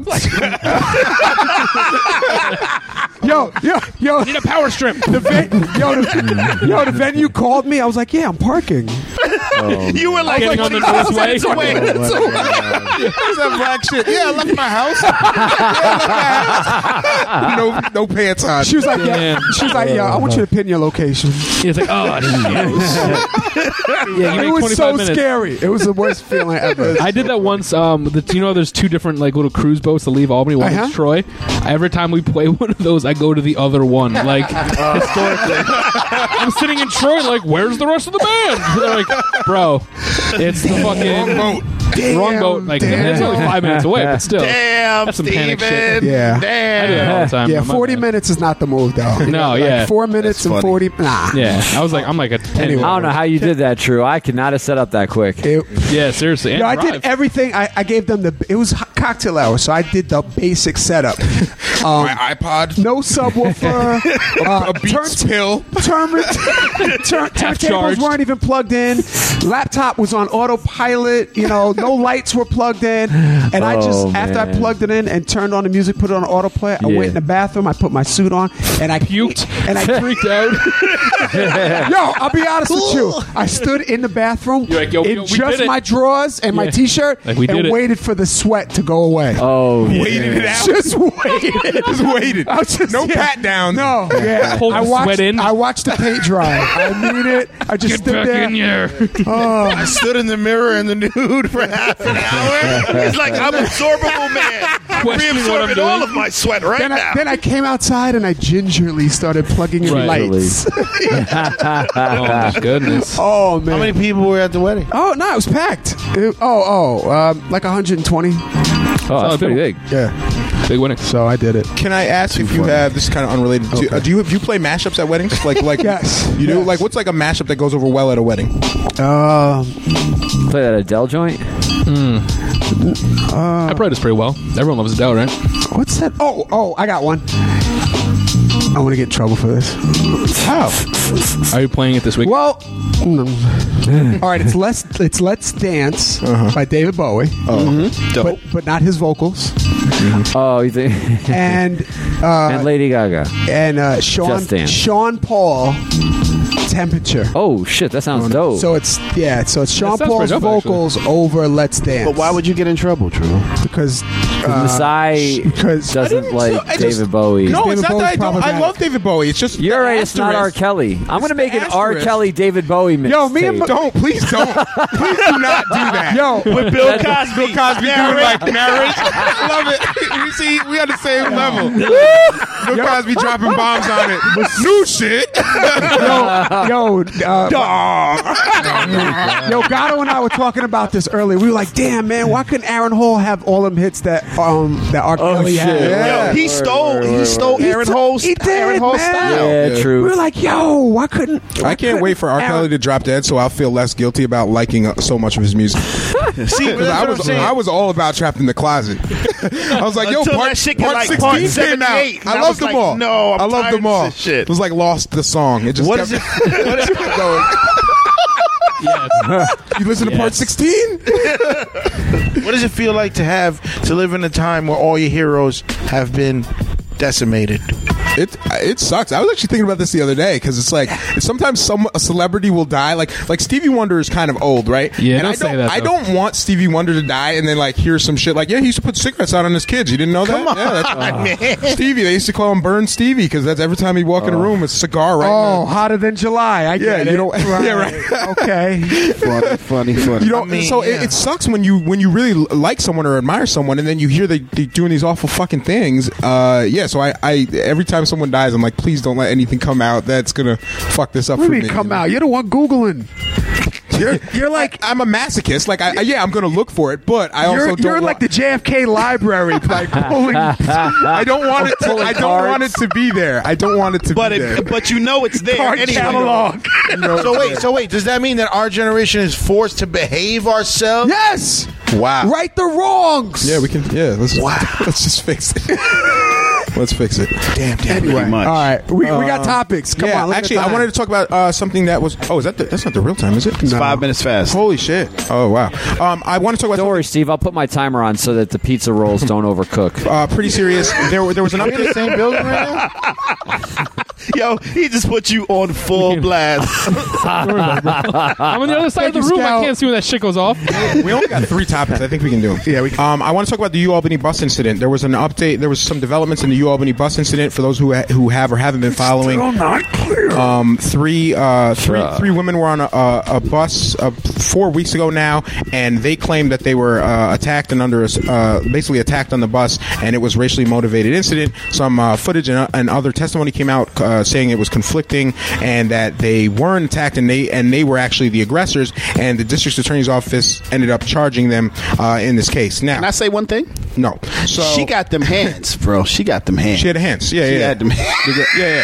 Speaker 10: Yo, yo, yo! need
Speaker 6: a power strip.
Speaker 10: The ven- yo, the, yo, the venue called me. I was like, "Yeah, I'm parking."
Speaker 6: Oh.
Speaker 11: You were like,
Speaker 10: Getting on
Speaker 11: like,
Speaker 10: the
Speaker 11: "Oh,
Speaker 10: North
Speaker 11: that's
Speaker 10: Way."
Speaker 11: away.
Speaker 10: Oh, my
Speaker 11: That's away.
Speaker 4: He's that black shit. Yeah, I left my house. Yeah, I left my house. no, no pants on.
Speaker 10: She was like, "Yeah." She was like, "Yo, I want you to pin your location."
Speaker 6: He's like, "Oh, Yeah, you
Speaker 10: it
Speaker 6: make
Speaker 10: was
Speaker 6: 25
Speaker 10: so
Speaker 6: minutes.
Speaker 10: scary. It was the worst feeling ever.
Speaker 6: I did that once. Um, the, you know, there's two different like little cruise boats that leave Albany, one
Speaker 10: Uh-huh.
Speaker 6: to Troy. Every time we play one of those, I go to the other one. Like
Speaker 12: Uh-huh.
Speaker 6: historically,
Speaker 4: Uh,
Speaker 6: I'm sitting in Troy. Like, where's the rest of the band? They're like, bro, it's the fucking
Speaker 4: Wrong boat.
Speaker 6: wrong boat. Like, it's only five minutes away, but still,
Speaker 10: Damn,
Speaker 6: That's some panic shit.
Speaker 10: Steven. Yeah.
Speaker 6: I do that all the time.
Speaker 10: yeah,
Speaker 6: I'm not-
Speaker 10: 40 minutes is not the move, though. You
Speaker 6: No,
Speaker 10: know, like
Speaker 6: yeah.
Speaker 10: four minutes and
Speaker 6: funny.
Speaker 10: 40. Nah.
Speaker 6: Yeah, I was like, I'm like a ten.
Speaker 10: Anyway.
Speaker 6: I
Speaker 10: don't know
Speaker 6: how
Speaker 14: you did that, True. I could not have set up that quick.
Speaker 6: Yeah, seriously.
Speaker 10: No, I did everything. I, I gave them the. It was ho- cocktail hour, so I did the basic setup. Um,
Speaker 4: My iPod.
Speaker 10: No subwoofer. uh,
Speaker 4: a Beats pill.
Speaker 10: Turn, turn,
Speaker 4: Half
Speaker 10: turntables
Speaker 4: charged.
Speaker 10: weren't even plugged in. Laptop was on autopilot. You know, no lights were plugged in. And I just,
Speaker 14: Oh,
Speaker 10: after I
Speaker 14: man.
Speaker 10: plugged it in and turned on the music, put it on autoplay, I
Speaker 14: Yeah.
Speaker 10: went in the bathroom, I put my suit on, and I puked. And I
Speaker 6: freaked out.
Speaker 10: Yo, I'll be honest with you. I stood in the bathroom
Speaker 6: You're like, yo,
Speaker 10: in
Speaker 6: yo, we
Speaker 10: just
Speaker 6: did it.
Speaker 10: my drawers and my
Speaker 6: Yeah.
Speaker 10: t-shirt
Speaker 6: Like, we did
Speaker 10: and
Speaker 6: it.
Speaker 10: waited for the sweat to go away.
Speaker 14: Oh,
Speaker 4: Waited it out.
Speaker 10: Just waited.
Speaker 4: Just waited.
Speaker 10: I was just,
Speaker 4: No
Speaker 10: yeah.
Speaker 4: pat down.
Speaker 10: No, yeah.
Speaker 4: Hold
Speaker 10: I
Speaker 4: the
Speaker 10: watched,
Speaker 4: sweat in.
Speaker 10: I watched the paint dry. I need it. I just
Speaker 4: Get
Speaker 10: stood
Speaker 4: back
Speaker 10: there.
Speaker 4: in here.
Speaker 10: Oh.
Speaker 8: I stood in the mirror in the nude for half an hour. It's like I'm absorbable man. I'm
Speaker 6: Questioning what I'm
Speaker 8: reabsorbing
Speaker 6: doing.
Speaker 8: all of my sweat right
Speaker 10: then,
Speaker 8: now.
Speaker 10: I, then I came outside and I gingerly started plugging in
Speaker 6: Right.
Speaker 10: lights.
Speaker 6: Oh, my goodness.
Speaker 10: Oh man! How many
Speaker 8: people were at the wedding?
Speaker 10: Oh no, it was packed. It- oh oh, um, like 120.
Speaker 14: Oh,
Speaker 6: that's pretty big.
Speaker 10: Yeah,
Speaker 6: big winning.
Speaker 10: So I did it.
Speaker 4: Can I ask if you have this is kind of unrelated? Do, uh, do you do you play mashups at weddings? Like like
Speaker 10: yes,
Speaker 4: you do. Like what's like a mashup that goes over well at a wedding?
Speaker 10: Um,
Speaker 14: play that Adele joint.
Speaker 6: Hmm. I played this pretty well. Everyone loves Adele, right?
Speaker 10: What's that? Oh oh, I got one. I want to get in trouble for this. How?
Speaker 6: Are you playing it this week?
Speaker 10: Well, mm. all right. It's let's it's let's dance by David Bowie. Mm-hmm. but, but not his vocals.
Speaker 14: Oh, you think?
Speaker 10: And uh,
Speaker 14: and Lady Gaga.
Speaker 10: and uh, Sean
Speaker 14: Just Dance.
Speaker 10: Sean Paul temperature.
Speaker 14: Oh shit, that sounds dope.
Speaker 10: So it's yeah. So it's Sean
Speaker 14: That sounds
Speaker 10: Paul's
Speaker 14: pretty dope, actually.
Speaker 10: vocals over "Let's Dance." But why would
Speaker 11: you get in trouble, Drew?
Speaker 10: Because uh,
Speaker 14: Masai doesn't like
Speaker 4: I
Speaker 14: David
Speaker 4: just-
Speaker 14: Bowie.
Speaker 4: No, it's not that I don't. I love David Bowie. It's just
Speaker 14: You're
Speaker 4: the
Speaker 14: right. It's not
Speaker 4: asterisk.
Speaker 14: R. Kelly. I'm going to make an R.
Speaker 4: asterisk.
Speaker 14: Kelly David Bowie mix.
Speaker 4: Yo, me and my- don't, please don't. Please do not do that. Yo, with Bill Cosby. Bill Cosby doing like marriage. I love it. You see, we on the same level. Bill Cosby dropping bombs on it. New shit.
Speaker 10: yo, yo, uh, yo, Gatto and I were talking about this earlier. We were like, "Damn, man, why couldn't Aaron Hall have all them hits that um that R.
Speaker 4: Oh,
Speaker 10: Kelly had?" Yeah.
Speaker 11: Yo, he stole. he stole
Speaker 10: He
Speaker 11: Aaron
Speaker 10: t-
Speaker 11: Hall's.
Speaker 10: He did,
Speaker 11: Aaron Hall's
Speaker 10: man.
Speaker 11: style.
Speaker 4: Yeah, true.
Speaker 10: We were like, "Yo, why couldn't?"
Speaker 4: I can't wait for R. E Kelly to drop dead, so I'll feel less guilty about liking uh, so much of his music.
Speaker 11: See, that's
Speaker 4: I
Speaker 11: what
Speaker 4: was
Speaker 11: I'm saying.
Speaker 4: I was all about trapped in the closet. I was like, yo,
Speaker 11: Until
Speaker 4: part,
Speaker 11: that shit
Speaker 4: part
Speaker 11: got like
Speaker 4: 16
Speaker 11: part
Speaker 4: came
Speaker 11: 78,
Speaker 4: out.
Speaker 11: and
Speaker 4: I
Speaker 11: I
Speaker 4: love
Speaker 11: was
Speaker 4: them
Speaker 11: like,
Speaker 4: all.
Speaker 11: no, I'm
Speaker 4: I love
Speaker 11: tired
Speaker 4: them
Speaker 11: of
Speaker 4: all.
Speaker 11: this shit.
Speaker 4: It was like lost the song. It just
Speaker 11: What
Speaker 4: kept,
Speaker 11: is
Speaker 4: it kept going.
Speaker 8: You
Speaker 4: listen to part 16?
Speaker 8: what does it feel like to have to live in a time where all your heroes have been decimated?
Speaker 4: It it sucks. I was actually thinking about this the other day because it's like sometimes some a celebrity will die. Like like Stevie Wonder is kind of old, right?
Speaker 6: Yeah,
Speaker 4: And
Speaker 6: don't
Speaker 4: I don't
Speaker 6: say that,
Speaker 4: I
Speaker 6: though.
Speaker 4: don't want Stevie Wonder to die and then like hear some shit like yeah he used to put cigarettes out on his kids. You didn't know that?
Speaker 8: Come on,
Speaker 4: yeah,
Speaker 8: man.
Speaker 4: Stevie. They used to call him Burn Stevie because that's every time he walk in a room, it's a cigar right.
Speaker 10: Oh, hotter than July. I
Speaker 4: yeah,
Speaker 10: get
Speaker 4: you
Speaker 10: it.
Speaker 4: don't.
Speaker 10: Right.
Speaker 4: Yeah, right.
Speaker 10: okay.
Speaker 11: Funny, funny, funny.
Speaker 4: Oh. You don't. so it, it sucks when you when you really l- like someone or admire someone, and then you hear they they doing these awful fucking things. Uh, yeah. So I, I every time someone dies, I'm like, please don't let anything come out that's gonna fuck this up
Speaker 10: What
Speaker 4: for
Speaker 10: do you
Speaker 4: me.
Speaker 10: mean come out? You're the one googling.
Speaker 4: You're, you're like I, am a masochist. Like I, I- yeah, I'm gonna look for it, but I also
Speaker 10: you're
Speaker 4: don't.
Speaker 10: you're
Speaker 4: want-
Speaker 10: like the JFK library, like pulling.
Speaker 4: I don't want it. To, I don't want it to be there. I don't want it to
Speaker 11: But
Speaker 4: be there.
Speaker 11: it, but you know it's there
Speaker 8: Card
Speaker 11: anyway.
Speaker 8: catalog. so wait, so wait, does that mean that our generation is forced to behave ourselves?
Speaker 10: Yes.
Speaker 8: Wow.
Speaker 10: Right the wrongs.
Speaker 4: yeah, we can. Yeah, let's let's just fix it. let's fix it. Damn. damn
Speaker 10: Anyway, all right, we, we got
Speaker 4: Uh,
Speaker 10: topics. Come
Speaker 4: yeah,
Speaker 10: on, look at
Speaker 4: actually,
Speaker 10: the
Speaker 4: I
Speaker 10: time.
Speaker 4: wanted to talk about uh, something that was. Oh, is that the, that's not the real time, is it? It's
Speaker 11: five minutes fast.
Speaker 4: Holy shit! Oh wow. Um, I want to talk about.
Speaker 14: Don't worry, Steve. I'll put my timer on so that the pizza rolls don't overcook.
Speaker 4: Uh, pretty serious. There, were- there was an
Speaker 11: We in the same building
Speaker 4: right
Speaker 11: Yo, he just put you on full blast. Ah.
Speaker 6: I'm on the other side of the room. I can't see when that shit goes off.
Speaker 4: we only got three topics. I think we can do them. Yeah, we can. Um, I want to talk about the U Albany bus incident. There was an update. There was some developments in the U Albany bus incident. For those who ha- who have or haven't been following, Um, three uh, three three women were on a, a, a bus uh, four weeks ago now, and they claimed that they were uh, attacked and under uh, basically attacked on the bus, and it was racially motivated incident. Some uh, footage and, and other testimony came out uh, saying it was conflicting and that they weren't attacked and they and they were actually the aggressors. And the district attorney's office ended up charging them uh, in this case. Now,
Speaker 11: Can I say one thing?
Speaker 4: no, so
Speaker 11: she got them hands, bro. She got them hands.
Speaker 4: She had hands. Yeah,
Speaker 11: She
Speaker 4: yeah.
Speaker 11: had them hands.
Speaker 4: The girl- yeah, yeah.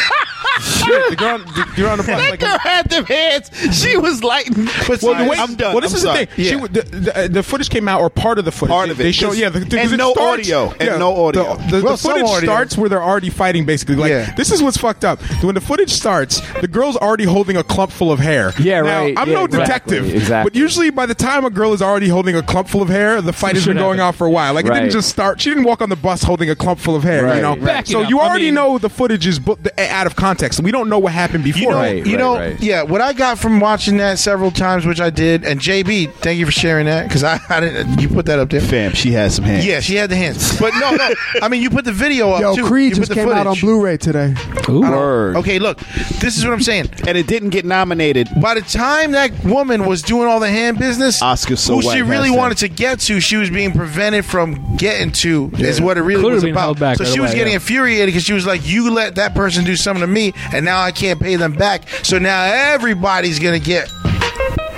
Speaker 4: Shit, the girl, the girl on the bus,
Speaker 11: That
Speaker 4: like,
Speaker 11: girl had them hands. She was lighting. But
Speaker 4: well, the way,
Speaker 11: I'm done.
Speaker 4: Well, this
Speaker 11: I'm
Speaker 4: is
Speaker 11: sorry.
Speaker 4: the thing. She
Speaker 11: Yeah.
Speaker 4: w- the, the, uh, the footage came out, or part of the footage.
Speaker 11: Part of
Speaker 4: They
Speaker 11: it.
Speaker 4: show, yeah, the, the,
Speaker 11: And
Speaker 4: 'cause it
Speaker 11: no
Speaker 4: starts-
Speaker 11: audio. And
Speaker 4: yeah,
Speaker 11: no audio.
Speaker 4: The, the,
Speaker 11: Well,
Speaker 4: the
Speaker 11: some
Speaker 4: footage
Speaker 11: audio.
Speaker 4: starts where they're already fighting, basically. Like
Speaker 11: Yeah.
Speaker 4: this is what's fucked up. When the footage starts, the girl's already holding a clump full of hair.
Speaker 14: Yeah,
Speaker 4: Now,
Speaker 14: right.
Speaker 4: I'm
Speaker 14: Yeah,
Speaker 4: no
Speaker 14: exactly.
Speaker 4: detective,
Speaker 14: Exactly.
Speaker 4: but usually by the time a girl is already holding a clump full of hair, the fight has
Speaker 6: shit
Speaker 4: been going
Speaker 6: happened.
Speaker 4: on for a while. Like it
Speaker 6: Right.
Speaker 4: didn't just start. She didn't walk on the bus holding a clump full of hair. You
Speaker 6: Right.
Speaker 4: know,
Speaker 6: Back it
Speaker 4: so
Speaker 6: up.
Speaker 4: you
Speaker 6: I
Speaker 4: already
Speaker 6: mean-
Speaker 4: know the footage is bu- the- out of context. We don't know what happened before.
Speaker 8: You know, you know, yeah. What I got from watching that several times, which I did, and JB, thank you for sharing that because I, I didn't. You put that up there,
Speaker 11: fam. She had some hands.
Speaker 8: Yeah, she had the hands, but no, no. I mean, you put the video up
Speaker 10: Yo,
Speaker 8: too.
Speaker 10: Creed
Speaker 8: you
Speaker 10: just
Speaker 8: put the
Speaker 10: came out on
Speaker 8: footage.
Speaker 10: Blu-ray today.
Speaker 8: I don't- Okay, look, this is what I'm saying.
Speaker 11: and it didn't get nominated.
Speaker 8: By the time that woman was doing all the hand business,
Speaker 11: Oscar so
Speaker 8: who she
Speaker 11: white,
Speaker 8: really
Speaker 11: hashtag.
Speaker 8: wanted to get to, she was being prevented from getting to, is what it really
Speaker 6: Could've
Speaker 8: was
Speaker 6: been
Speaker 8: about.
Speaker 6: held back
Speaker 8: so
Speaker 6: right
Speaker 8: she was
Speaker 6: away,
Speaker 8: getting
Speaker 6: yeah.
Speaker 8: infuriated because she was like, "You let that person do something to me, and now I can't pay them back. So now everybody's gonna get."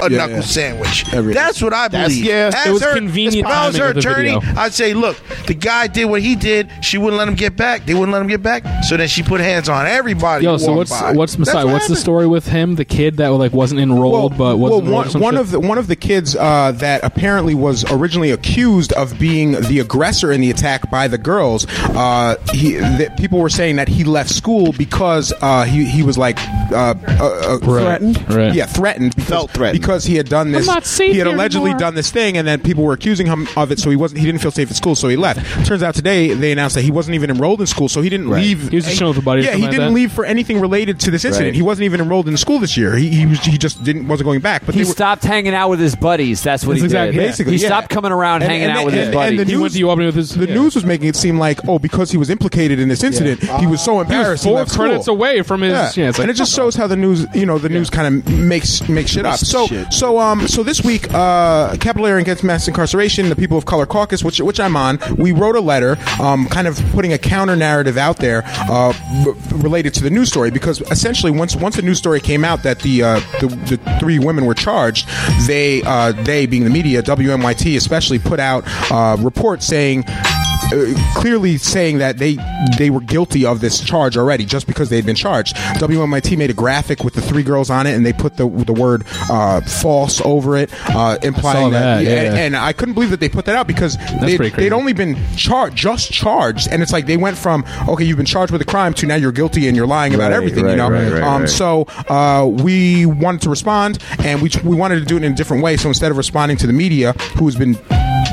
Speaker 8: A
Speaker 4: Yeah,
Speaker 8: knuckle
Speaker 4: yeah.
Speaker 8: sandwich. That's what I
Speaker 11: That's-
Speaker 8: believe.
Speaker 11: yeah.
Speaker 8: As
Speaker 11: It was
Speaker 8: her,
Speaker 11: convenient
Speaker 8: If I was
Speaker 11: timing
Speaker 8: her
Speaker 11: of the
Speaker 8: attorney,
Speaker 11: video.
Speaker 8: I'd say, look, the guy did what he did. She wouldn't let him get back. They wouldn't let him get back. So then she put hands on everybody.
Speaker 6: Yo,
Speaker 8: who
Speaker 6: so
Speaker 8: walked
Speaker 6: what's
Speaker 8: by.
Speaker 6: what's
Speaker 8: That's
Speaker 6: Masai?
Speaker 8: what
Speaker 6: What's the story with him? The kid that like wasn't enrolled, but was
Speaker 4: well, one, one of the one of the kids uh, that apparently was originally accused of being the aggressor in the attack by the girls. Uh, he, that people were saying that he left school because uh, he he was like uh, uh, uh,
Speaker 6: Right, right.
Speaker 4: yeah, threatened, because,
Speaker 11: Felt threatened.
Speaker 4: because he had done
Speaker 6: I'm
Speaker 4: this.
Speaker 6: not safe
Speaker 4: he had
Speaker 6: here
Speaker 4: allegedly
Speaker 6: anymore.
Speaker 4: done this thing, and then people were accusing him of it. So he wasn't. He didn't feel safe at school, so he left. Turns out today they announced that he wasn't even enrolled in school, so he didn't leave.
Speaker 6: He was just chilling with a buddy or
Speaker 4: Yeah,
Speaker 6: something
Speaker 4: he
Speaker 6: like
Speaker 4: didn't
Speaker 6: that.
Speaker 4: leave for anything related to this incident.
Speaker 6: Right.
Speaker 4: He wasn't even enrolled in school this year. He he, was, he just didn't wasn't going back. But
Speaker 14: he
Speaker 4: they were,
Speaker 14: stopped hanging out with his buddies. That's what he
Speaker 4: Exactly,
Speaker 14: did.
Speaker 4: basically,
Speaker 14: he
Speaker 4: yeah.
Speaker 14: stopped coming around
Speaker 4: And-
Speaker 14: hanging
Speaker 4: and-
Speaker 14: out with
Speaker 4: and-
Speaker 14: his buddies.
Speaker 4: And the news, the news was making it seem like, oh, because he was implicated in this incident, he
Speaker 6: Ah.
Speaker 4: was so embarrassed.
Speaker 6: four
Speaker 4: left
Speaker 6: credits
Speaker 4: school.
Speaker 6: away from his- yeah, it's like-
Speaker 4: and it just shows how the news, you know, the news kind of makes makes shit up. So so um so this week, uh, Capital Area Against Mass Incarceration, the People of Color Caucus, which which I'm on, we wrote a letter, um, kind of putting a counter narrative out there uh, b- related to the news story because essentially once once the news story came out that the uh, the, the three women were charged, they uh, they being the media, WMYT especially, put out uh, reports saying uh, clearly saying that they they were guilty of this charge already just because they had been charged. WMIT made a graphic with the three girls on it, and they put the the word uh, "false" over it, uh,
Speaker 6: saw
Speaker 4: implying that.
Speaker 6: that, yeah.
Speaker 4: And, and I couldn't believe that they put that out because they,
Speaker 6: pretty crazy.
Speaker 4: they'd only been charged, just charged, and it's like they went from okay, you've been charged with a crime to now you're guilty and you're lying about
Speaker 5: Right,
Speaker 4: everything,
Speaker 5: right,
Speaker 4: you know.
Speaker 5: right, right,
Speaker 4: um,
Speaker 5: right.
Speaker 4: So uh, we wanted to respond, and we we wanted to do it in a different way. So instead of responding to the media, who has been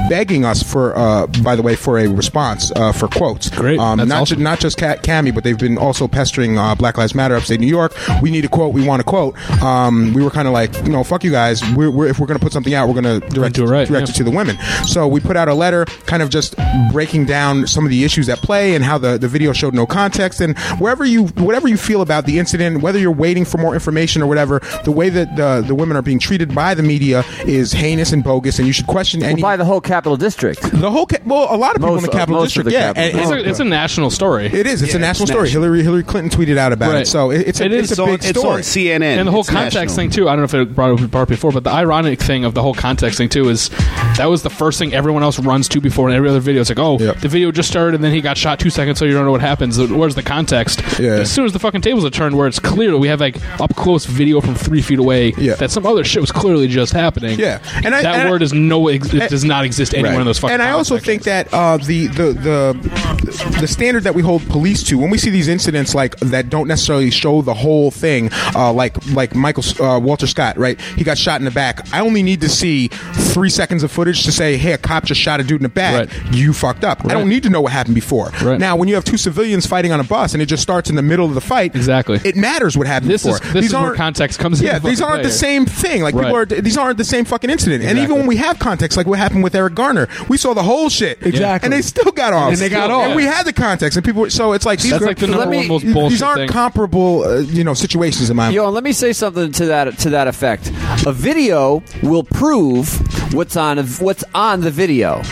Speaker 4: begging us for, uh, by the way, for a response uh, for quotes. Great, um,
Speaker 6: That's
Speaker 4: not
Speaker 6: awesome.
Speaker 4: ju- not just Ca- Cami, but they've been also pestering uh, Black Lives Matter upstate New York. We need a quote. We want a quote. Um, we were kind of like, you know, fuck you guys. We're, we're, if we're going to put something out, we're going to direct it, direct it to the women. So we put out a letter, kind of just breaking down some of the issues at play and how the, the video showed no context. And wherever you, whatever you feel about the incident, whether you're waiting for more information or whatever, the way that the, the women are being treated by the media is heinous and bogus. And you should question any by
Speaker 14: the whole capital district.
Speaker 4: The whole ca- well, a lot of people
Speaker 6: Most
Speaker 4: in the
Speaker 6: of-
Speaker 4: capital
Speaker 6: most of
Speaker 4: district.
Speaker 6: the
Speaker 4: yeah,
Speaker 6: Capital
Speaker 4: and-
Speaker 6: District.
Speaker 4: and-
Speaker 6: It's a- it's a national story.
Speaker 4: It is. It's
Speaker 6: Yeah,
Speaker 4: a national
Speaker 6: it's
Speaker 4: story.
Speaker 6: national.
Speaker 4: Hillary Hillary Clinton tweeted out about it, so it, it's a, it's a big story.
Speaker 6: And the whole context thing too. I don't know if it brought up, brought up before, but the ironic thing of the whole context thing too is that was the first thing everyone else runs to before in every other video. It's like, oh, the video just started and then he got shot two seconds, so you don't know what happens. Where's the context? As soon as the fucking tables are turned, where it's clear we have like up close video from three feet away that some other shit was clearly just happening.
Speaker 4: Yeah. And
Speaker 6: and
Speaker 4: I-
Speaker 6: that
Speaker 4: and I- Eh.
Speaker 6: word is no, ex- it does not exist anywhere
Speaker 4: Right.
Speaker 6: in those fucking.
Speaker 4: And I also think that uh, the, the the the standard that we hold police to when we see these incidents like that don't necessarily show the whole thing, uh, like like Michael uh, Walter Scott, right? He got shot in the back. I only need to see three seconds of footage to say, hey, a cop just shot a dude in the back. You fucked up. I don't need to know what happened before. Now, when you have two civilians fighting on a bus and it just starts in the middle of the fight,
Speaker 6: exactly,
Speaker 4: it matters what happened
Speaker 6: This
Speaker 4: before.
Speaker 6: is this is where context comes in.
Speaker 4: Yeah, these aren't the same thing. Like people are, these aren't the same fucking incident. And even when we have context, like what happened with Eric Garner, we saw the whole shit
Speaker 10: Exactly.
Speaker 4: and they still got off,
Speaker 10: And they got off.
Speaker 4: And we had the context, and people. were- So it's like these
Speaker 14: That's
Speaker 4: are-
Speaker 14: like the
Speaker 4: let
Speaker 14: number
Speaker 4: me-
Speaker 14: one most
Speaker 4: These
Speaker 14: bullshit
Speaker 4: aren't
Speaker 14: thing.
Speaker 4: comparable, uh, you know, situations in my.
Speaker 14: Yo, and let me say something to that to that effect. A video will prove what's on what's on the video.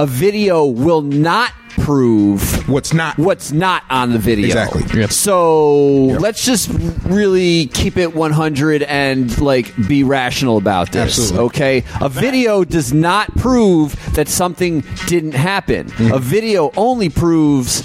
Speaker 14: A video will not prove
Speaker 4: what's not
Speaker 14: what's not on the video.
Speaker 4: Exactly.
Speaker 14: So let's just really keep it 100 and like be rational about this.
Speaker 5: Absolutely.
Speaker 14: Okay? A video does not prove that something didn't happen.
Speaker 4: Mm-hmm.
Speaker 14: A video only proves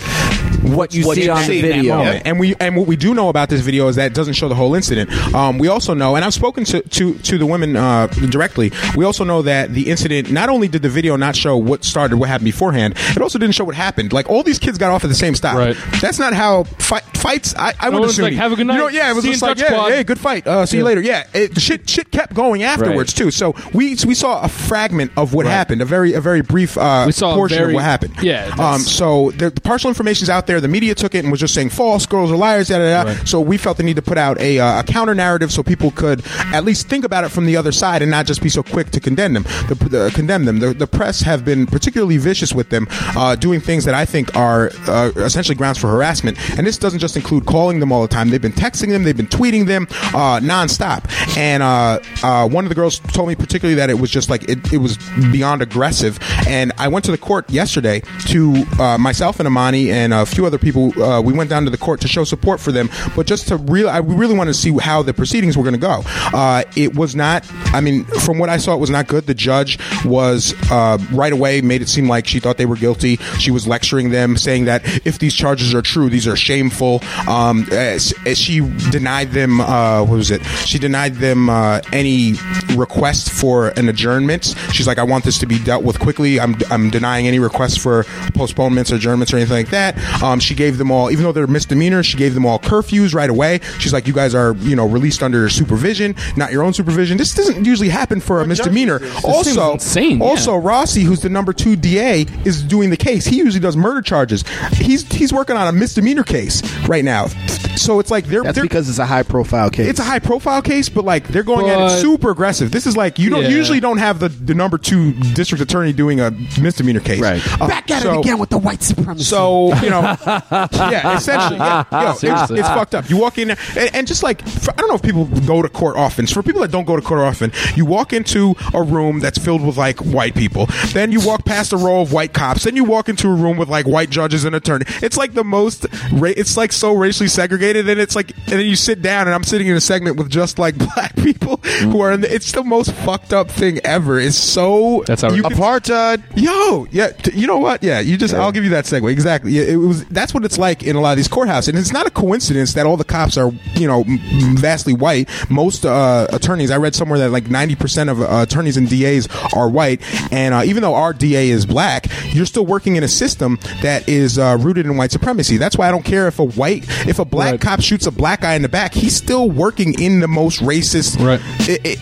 Speaker 14: what you
Speaker 4: what
Speaker 14: see
Speaker 4: you
Speaker 14: on the
Speaker 4: see in that
Speaker 14: video.
Speaker 4: moment. And we and what we do know about this video is that it doesn't show the whole incident. Um, we also know, and I've spoken to to, to the women uh, directly. We also know that the incident not only did the video not show what started, what happened beforehand, it also didn't show what happened. Like all these kids got off at the same stop. Right. That's not how fight, fights. I, I
Speaker 6: No,
Speaker 4: would
Speaker 6: it's
Speaker 4: assume.
Speaker 6: like, "Have a good
Speaker 4: You know,
Speaker 6: night.
Speaker 4: yeah, it was
Speaker 6: See you
Speaker 4: just
Speaker 6: in
Speaker 4: like
Speaker 6: touch,
Speaker 4: yeah,
Speaker 6: quad."
Speaker 4: hey, good fight. Uh, see you
Speaker 6: Yeah.
Speaker 4: later. Yeah, it, shit shit kept going afterwards too. So we we saw a fragment of what happened, a very a very brief uh,
Speaker 6: We saw a
Speaker 4: portion
Speaker 6: Oh, very-
Speaker 4: of what happened.
Speaker 6: Yeah,
Speaker 4: Um,
Speaker 6: that's-
Speaker 4: so the, the partial information's out there. The media took it and was just saying false, girls are liars, da da da. So we felt the need to put out a, uh, a counter narrative so people could at least think about it from the other side and not just be so quick to condemn them. The, the condemn them. The, the press have been particularly vicious with them, uh, doing things that I think are uh, essentially grounds for harassment. And this doesn't just include calling them all the time. They've been texting them, they've been tweeting them uh, nonstop. And uh, uh, one of the girls told me particularly that it was just like it, it was beyond aggressive. And I went to the court yesterday to uh, myself and Amani and a few other people. Uh, we went down to the court to show support for them, but just to real, I we really wanted to see how the proceedings were going to go. Uh, it was not. I mean, from what I saw, it was not good. The judge was uh, right away made it seem like she thought they were guilty. She was lecturing them, saying that if these charges are true, these are shameful. Um, as, as she denied them. Uh, what was it? She denied them uh, any request for an adjournment. She's like, I want this to be dealt with quickly. I'm, I'm denying any requests for postponements or adjournments or anything like that. Um, Um, she gave them all, even though they're misdemeanors, she gave them all curfews right away. She's like, you guys are, you know, released under supervision, not your own supervision. This doesn't usually happen for a misdemeanor.
Speaker 6: seems
Speaker 4: Also,
Speaker 6: insane, yeah.
Speaker 4: also Rossi, who's the number two DA, is doing the case. He usually does murder charges. He's he's working on a misdemeanor case right now. So it's like they're that's because it's a high profile case. It's a high profile case, but like they're going at
Speaker 6: But-
Speaker 4: it super aggressive. This is like you don't
Speaker 6: Yeah.
Speaker 4: usually don't have the, the number two district attorney doing a misdemeanor case. Right.
Speaker 10: Back at it again with the white supremacy.
Speaker 4: So you know, yeah, essentially, yeah. Yo, it's-
Speaker 10: Seriously.
Speaker 4: it's fucked up. You walk in there, and, and just like for, I don't know if people go to court often. For people that don't go to court often, you walk into a room that's filled with like white people. Then you walk past a row of white cops. Then you walk into a room with like white judges and attorney. It's like the most. Ra- it's like so racially segregated, and it's like, and then you sit down, and I'm sitting in a segment with just like black people who are. in the, It's the most fucked up thing ever. It's so that's how you apartheid. yo, yeah, t- you know what? Yeah, you just. I'll give you that segue exactly. Yeah, it was. That's what it's like in a lot of these courthouses, and it's not a coincidence that all the cops are you know m- m- vastly white. Most uh, attorneys, I read somewhere that like ninety percent of uh, attorneys and DAs are white, and uh, even though our DA is black, you're still working in a system that is uh, rooted in white supremacy. That's why I don't care if a white, if a black cop shoots a black guy in the back, he's still working in the most racist. Right.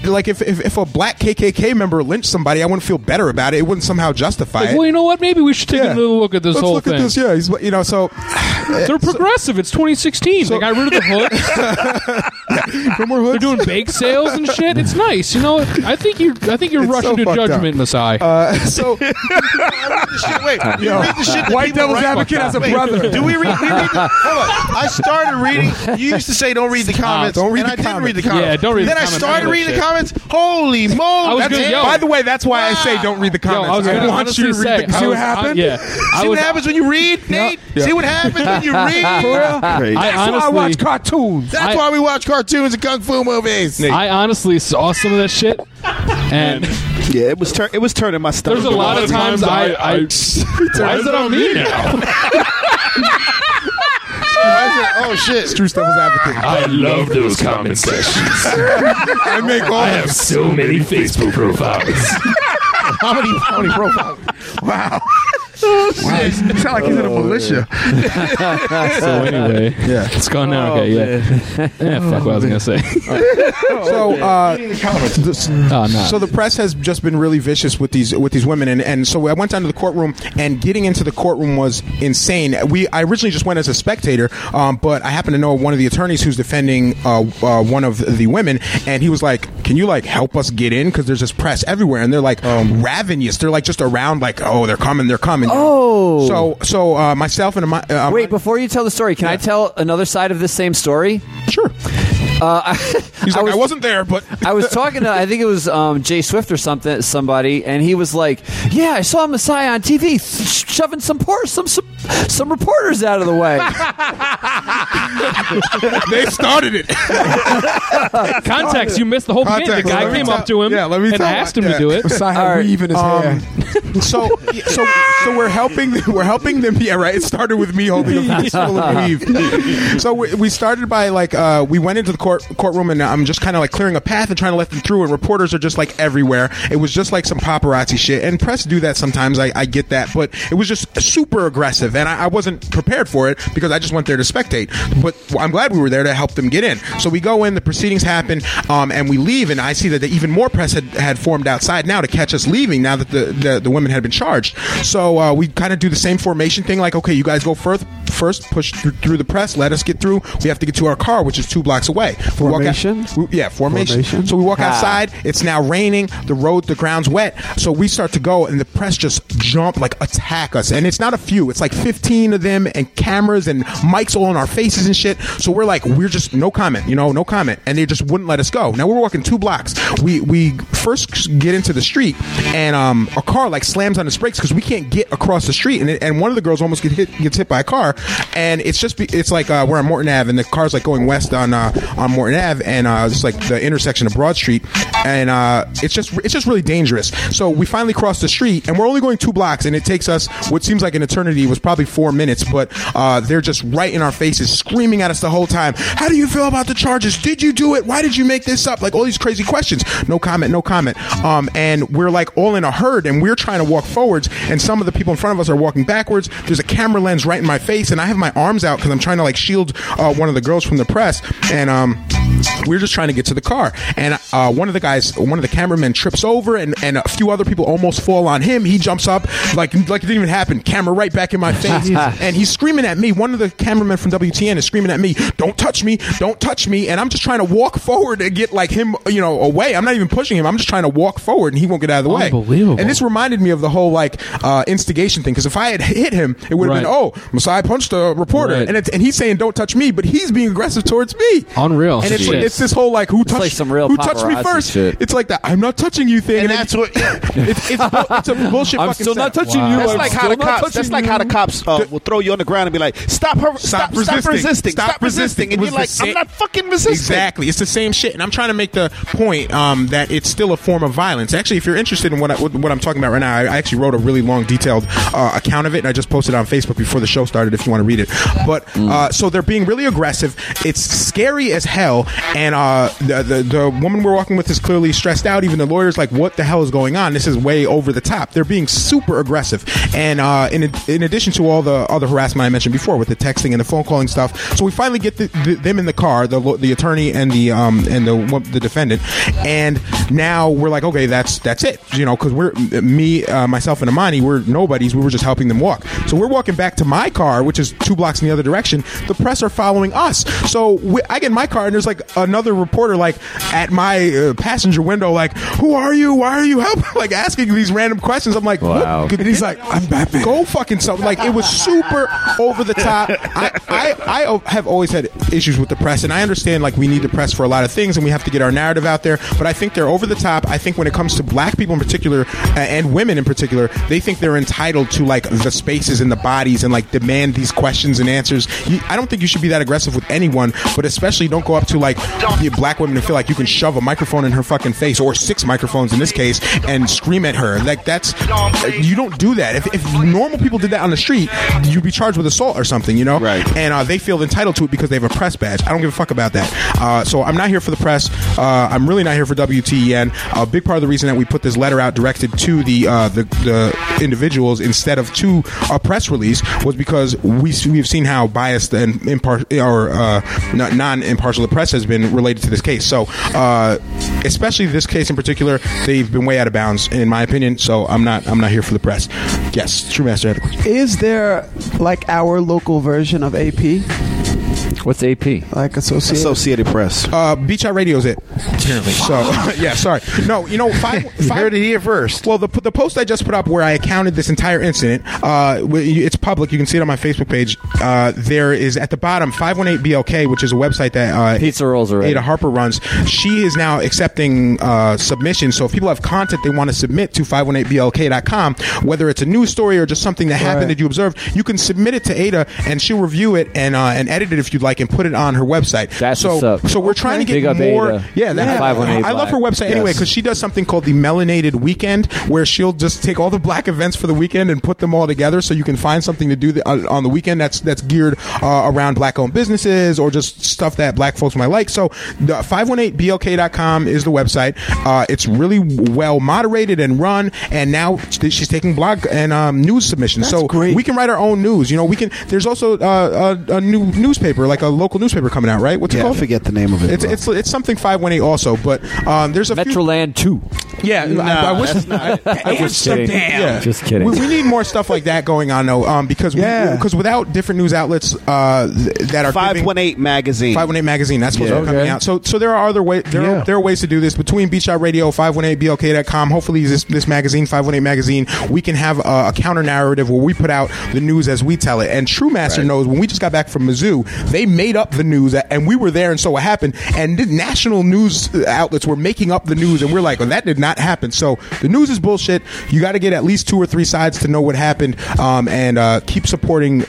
Speaker 4: like if, if if a black KKK member lynched somebody, I wouldn't feel better about it. It wouldn't somehow justify
Speaker 6: Like,
Speaker 4: it.
Speaker 6: well, you know what? Maybe we should take
Speaker 4: Yeah.
Speaker 6: a little look at this
Speaker 4: Let's
Speaker 6: whole
Speaker 4: look
Speaker 6: thing.
Speaker 4: At this. Yeah, he's, you know, so
Speaker 6: They're progressive. It's 2016. they got rid of the hood.
Speaker 4: no more hoods.
Speaker 6: They're doing bake sales and shit. It's nice. You know, I think you I think you're
Speaker 4: It's
Speaker 6: rushing
Speaker 4: so
Speaker 6: to
Speaker 4: fucked up.
Speaker 6: judgment, Masai.
Speaker 4: Uh, so
Speaker 8: Wait, you
Speaker 6: Yo.
Speaker 8: read the shit that
Speaker 6: White
Speaker 8: people
Speaker 6: Devil's
Speaker 8: write?
Speaker 6: Advocate as a
Speaker 8: Wait,
Speaker 6: brother.
Speaker 8: Do we read? We read the, hold on. I started reading. You used to say don't read the
Speaker 6: Stop.
Speaker 8: comments.
Speaker 6: Don't read
Speaker 8: and
Speaker 6: the
Speaker 8: I didn't read the
Speaker 6: comments.
Speaker 8: comments.
Speaker 6: Yeah, don't read
Speaker 8: then
Speaker 6: the
Speaker 8: I
Speaker 6: comments.
Speaker 8: started
Speaker 6: I
Speaker 8: reading
Speaker 6: hate
Speaker 8: the comments. Holy moly!
Speaker 4: That's- By the way, that's why I say don't read the comments.
Speaker 8: I was gonna
Speaker 4: want
Speaker 8: honestly
Speaker 4: you to read
Speaker 8: say,
Speaker 4: the comments.
Speaker 8: I was- I- yeah. I was- when you read, Nate?
Speaker 4: Yeah.
Speaker 8: See what happens when you read.
Speaker 6: For real? Great. I honestly-
Speaker 8: cartoons.
Speaker 6: I-
Speaker 8: That's why we watch cartoons and kung fu movies.
Speaker 6: I honestly saw some of that shit, and
Speaker 11: yeah, it was tur- it was turning my stomach.
Speaker 6: There's a lot of times I, I, why is it on me now?
Speaker 8: oh shit!
Speaker 4: It's true Devil's Advocate.
Speaker 2: I love those comment sections.
Speaker 4: I make all.
Speaker 2: I have so many Facebook profiles.
Speaker 8: How many, how many profiles? Wow.
Speaker 4: It sounds like he's in a militia.
Speaker 6: so anyway, yeah, it's gone now.
Speaker 8: Oh,
Speaker 6: okay, yeah, yeah. Fuck what I was gonna say.
Speaker 4: so, uh, this-
Speaker 6: Oh, no.
Speaker 4: Oh, so the press has just been really vicious with these with these women, and, and so I went down to the courtroom, and getting into the courtroom was insane. We I originally just went as a spectator, um, but I happen to know one of the attorneys who's defending uh, uh, one of the women, and he was like, "Can you like help us get in? Because there's this press everywhere, and they're like
Speaker 7: Um.
Speaker 4: ravenous. They're like just around, like oh, they're coming, they're coming. Oh, so so uh, myself and my uh,
Speaker 7: Wait, before you tell the story, can I tell another side of this same story?
Speaker 4: Sure.
Speaker 7: Uh, I,
Speaker 4: He's
Speaker 7: I
Speaker 4: like,
Speaker 7: was,
Speaker 4: I wasn't there, but
Speaker 7: I was talking to I think it was um, Jay Swift or something somebody, and he was like, "Yeah, I saw Messiah on TV sh- shoving some por- some, some some reporters out of the way."
Speaker 4: they started it.
Speaker 6: Context, you missed the whole beginning. The
Speaker 4: Context,
Speaker 6: guy
Speaker 4: let me
Speaker 6: came up
Speaker 4: tell-
Speaker 6: to him
Speaker 4: yeah, let me
Speaker 6: and
Speaker 4: tell-
Speaker 6: asked him
Speaker 4: yeah.
Speaker 6: to do it.
Speaker 4: Messiah
Speaker 6: All right,
Speaker 4: weave in his
Speaker 6: um,
Speaker 4: hair. So, so, so we're helping. We're helping them. Yeah, right. It started with me holding a fistful of weave. So we, we started by like uh, we went into the court courtroom and I'm just kind of like clearing a path and trying to let them through. And reporters are just like everywhere. It was just like some paparazzi shit. And press do that sometimes. I, I get that, but it was just super aggressive, and I, I wasn't prepared for it because I just went there to spectate. But I'm glad we were there to help them get in. So we go in. The proceedings happen, um, and we leave. And I see that the, even more press had, had formed outside now to catch us leaving. Now that the the, the women had been charged, so uh, we kind of do the same formation thing. Like, okay, you guys go first. First, push through, through the press. Let us get through. We have to get to our car, which is two blocks away. We walk out-
Speaker 10: Formation?
Speaker 4: we- yeah, formation.
Speaker 10: Formation?
Speaker 4: So we walk
Speaker 10: Ah.
Speaker 4: outside. It's now raining. The road, the ground's wet. So we start to go, and the press just jump, like attack us. And it's not a few. It's like 15 of them, and cameras and mics all in our faces and shit. So we're like, we're just no comment, you know, no comment. And they just wouldn't let us go. Now we're walking two blocks. We we first get into the street, and um, a car like slams on its brakes because we can't get across the street. And it, and one of the girls almost get hit, gets hit by a car. And it's just be- it's like uh, we're on Morton Ave, and the car's like going west on uh, on Morton Ave, and uh, it's like the intersection of Broad Street, and uh, it's just it's just really dangerous. So we finally cross the street, and we're only going two blocks, and it takes us what seems like an eternity. It was probably four minutes, but uh, they're just right in our faces, screaming at us the whole time. How do you feel about the charges? Did you do it? Why did you make this up? Like all these crazy questions. No comment. No comment. Um, and we're like all in a herd, and we're trying to walk forwards, and some of the people in front of us are walking backwards. There's a camera lens right in my face, and I have my arms out because I'm trying to like shield uh, one of the girls from the press, and um, we're just trying to get to the car. And uh, one of the guys, one of the cameramen, trips over, and, and a few other people almost fall on him. He jumps up like like it didn't even happen. Camera right back in my face, and he's screaming at me. One of the cameramen from WTN is screaming at me, "Don't touch me! Don't touch me!" And I'm just trying to walk forward and get like him, you know, away. I'm not even pushing him. I'm just trying to walk forward, and he won't get out of the way.
Speaker 6: Unbelievable.
Speaker 4: And this reminded me of the whole like uh, instigation thing because if I had hit him, it would have
Speaker 6: Right.
Speaker 4: been, "Oh, Masai punched a reporter,"
Speaker 6: Right.
Speaker 4: and it's, and he's saying, "Don't touch me," but he's being aggressive towards me.
Speaker 6: Unreal.
Speaker 4: And it's,
Speaker 6: Shit.
Speaker 4: it's this whole like who touched
Speaker 6: like some real
Speaker 4: who touched me
Speaker 6: paparazzi
Speaker 4: first?
Speaker 6: shit.
Speaker 4: It's like that. I'm not touching you thing. And, that's
Speaker 8: what
Speaker 4: it's, it's, bull- it's a bullshit.
Speaker 11: I'm
Speaker 4: fucking
Speaker 11: still not
Speaker 4: setup.
Speaker 11: touching Wow. you. That's I'm like how still the not cops- touching that's like how the you. cops, uh, will throw you on the ground and be like, "Stop her! Stop, stop resisting! Stop, resisting!"
Speaker 4: It
Speaker 11: And
Speaker 4: was
Speaker 11: you're like,
Speaker 4: the
Speaker 11: "I'm
Speaker 4: same-
Speaker 11: not fucking resisting."
Speaker 4: Exactly. It's the same shit. And I'm trying to make the point um, that it's still a form of violence. Actually, if you're interested in what, I, what, what I'm talking about right now, I, I actually wrote a really long, detailed uh, account of it, and I just posted it on Facebook before the show started if you want to read it. But uh, so they're being really aggressive. It's scary as hell. And uh, the, the, the woman we're walking with is clearly stressed out. Even the lawyer's like, what the hell is going on? This is way over the top. They're being super aggressive. And uh, in, in addition to all the other harassment I mentioned before with the texting and the phone calling stuff, so we finally get the, the, them in the car, the, lo- the attorney and the um, and the wo- the defendant, and now we're like, okay, that's that's it, you know, because we're me, uh, myself, and Amani, we're nobodies. We were just helping them walk. So we're walking back to my car, which is two blocks in the other direction. The press are following us. So we, I get in my car, and there's like another reporter, like at my uh, passenger window, like, who are you? Why are you helping? like asking these random questions. I'm like, wow. And he's like, I'm Batman. Go fucking something. Like it was super over the top. I, I, I have always had issues with the press, and I understand like we need the press for a lot of things, and we have to get our narrative out there. But I think they're over the top. I think when it comes to black people in particular, uh, and women in particular, they think they're entitled to like the spaces and the bodies, and like demand these questions and answers. You, I don't think you should be that aggressive with anyone, but especially don't go up to like the black women and feel like you can shove a microphone in her fucking face, or six microphones in this case, and scream at her. Like that's you don't do that. If, if normal people did that on the street, you'd be charged with assault or something, you know? Right. And uh, they feel entitled to it because they have a press badge. I don't give a fuck about that. Uh, so I'm not here for the press. Uh, I'm really not here for WTEN. A big part of the reason that we put this letter out directed to the uh, the, the individuals instead of to a press release was because we we've seen how biased and impar- or uh, non impartial the press has been related to this case. So uh, especially this case in particular, they've been way out of bounds in my opinion. So I'm not I'm not here for the press. Yes, True Master had a question.
Speaker 10: Is there like our local version of AP?
Speaker 14: What's AP?
Speaker 10: Like Associated,
Speaker 11: Associated Press.
Speaker 4: Uh, Beach Out Radio's it. Apparently. So yeah, sorry. No, you know, five, five, heard it here first. Well, the the post I just put up where I accounted this entire incident, uh, w- it's public. You can see it on my Facebook page. Uh, there is at the bottom 518 BLK, which is a website that uh, Pizza Rolls
Speaker 14: already.
Speaker 4: Ada Harper runs. She is now accepting uh, submissions. So if people have content they want to submit to 518blk.com, whether it's a news story or just something that happened that you observed, you can submit it to Ada and she'll review it and uh, and edit it if you'd like and put it on her website. That's so
Speaker 14: what's up.
Speaker 4: so we're trying to
Speaker 14: Big
Speaker 4: get
Speaker 14: up
Speaker 4: more.
Speaker 14: Ada.
Speaker 4: Yeah, that,
Speaker 14: Yeah. 518
Speaker 4: I love her
Speaker 14: Black.
Speaker 4: website anyway
Speaker 14: Yes.
Speaker 4: because she does something called the Melanated Weekend, where she'll just take all the black events for the weekend and put them all together, so you can find something to do the, on, on the weekend that's that's geared uh, around black-owned businesses or just stuff that black folks might like. So, the 518blk.com is the website. Uh, it's really well moderated and run, and now she's taking blog and um, news submissions. so we can write our own news. You know, we can. There's also uh, a, a new newspaper, like a local newspaper coming out, right? What's it
Speaker 11: Yeah, I
Speaker 4: called?
Speaker 11: forget the name of it.
Speaker 4: It's,
Speaker 11: bro.
Speaker 4: it's it's something five one eight also, but um, there's a
Speaker 14: Metroland two.
Speaker 4: Yeah,
Speaker 14: Nah,
Speaker 4: I, I wish.
Speaker 14: that's not-
Speaker 4: I, I wish
Speaker 14: Just kidding.
Speaker 4: Damn.
Speaker 14: Yeah. Just kidding.
Speaker 4: We, we need more stuff like that going on though, um, because
Speaker 11: Yeah.
Speaker 4: because without different news outlets uh, th- that are
Speaker 11: Five one eight magazine.
Speaker 4: Five one eight magazine. That's what's
Speaker 11: Yeah.
Speaker 4: coming
Speaker 11: Okay.
Speaker 4: out. So, so there are other ways. There, are, there are ways to do this between Beach Out Radio, five one eight blk.com. Hopefully, this this magazine, five one eight magazine, we can have a, a counter narrative where we put out the news as we tell it. And True Master knows when we just got back from Mizzou, they made up the news, and we were there, and so it happened. And the national news outlets were making up the news, and we're like, well, that did not happen. So the news is bullshit. You got to get at least two or three sides to know what happened, um, and uh, keep supporting,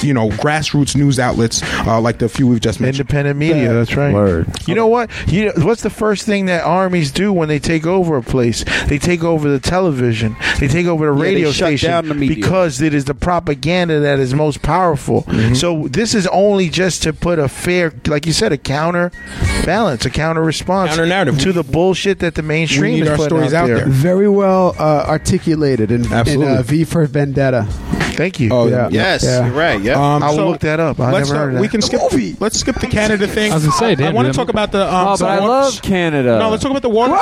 Speaker 4: you know, grassroots news outlets uh, like the few we've just mentioned.
Speaker 8: Independent media. That's right. You know what? You know, what's the first thing that armies do when they take over a place? They take over the television. They take over the
Speaker 11: Yeah, they
Speaker 8: radio
Speaker 11: shut
Speaker 8: station
Speaker 11: down the media.
Speaker 8: because it is the propaganda that is most powerful. So this is only only just to put a fair, like you said, a counter balance, a counter response, counter narrative to the bullshit that the mainstream is putting out, there.
Speaker 10: Very well uh, articulated in, in, uh,
Speaker 8: Absolutely.
Speaker 10: V for Vendetta. Thank
Speaker 8: you.
Speaker 10: Oh,
Speaker 8: Yeah. Yes, you're right, yeah.
Speaker 4: Um,
Speaker 8: I'll look that up. I
Speaker 4: let's, uh,
Speaker 8: never heard of
Speaker 4: We
Speaker 8: that.
Speaker 4: can skip. Let's skip the Canada thing.
Speaker 8: I was gonna say, damn,
Speaker 4: want to
Speaker 8: dude,
Speaker 4: talk
Speaker 8: I'm-
Speaker 4: about the. Um,
Speaker 7: Oh, but I
Speaker 4: wa-
Speaker 7: love Canada.
Speaker 4: No, let's talk about the water.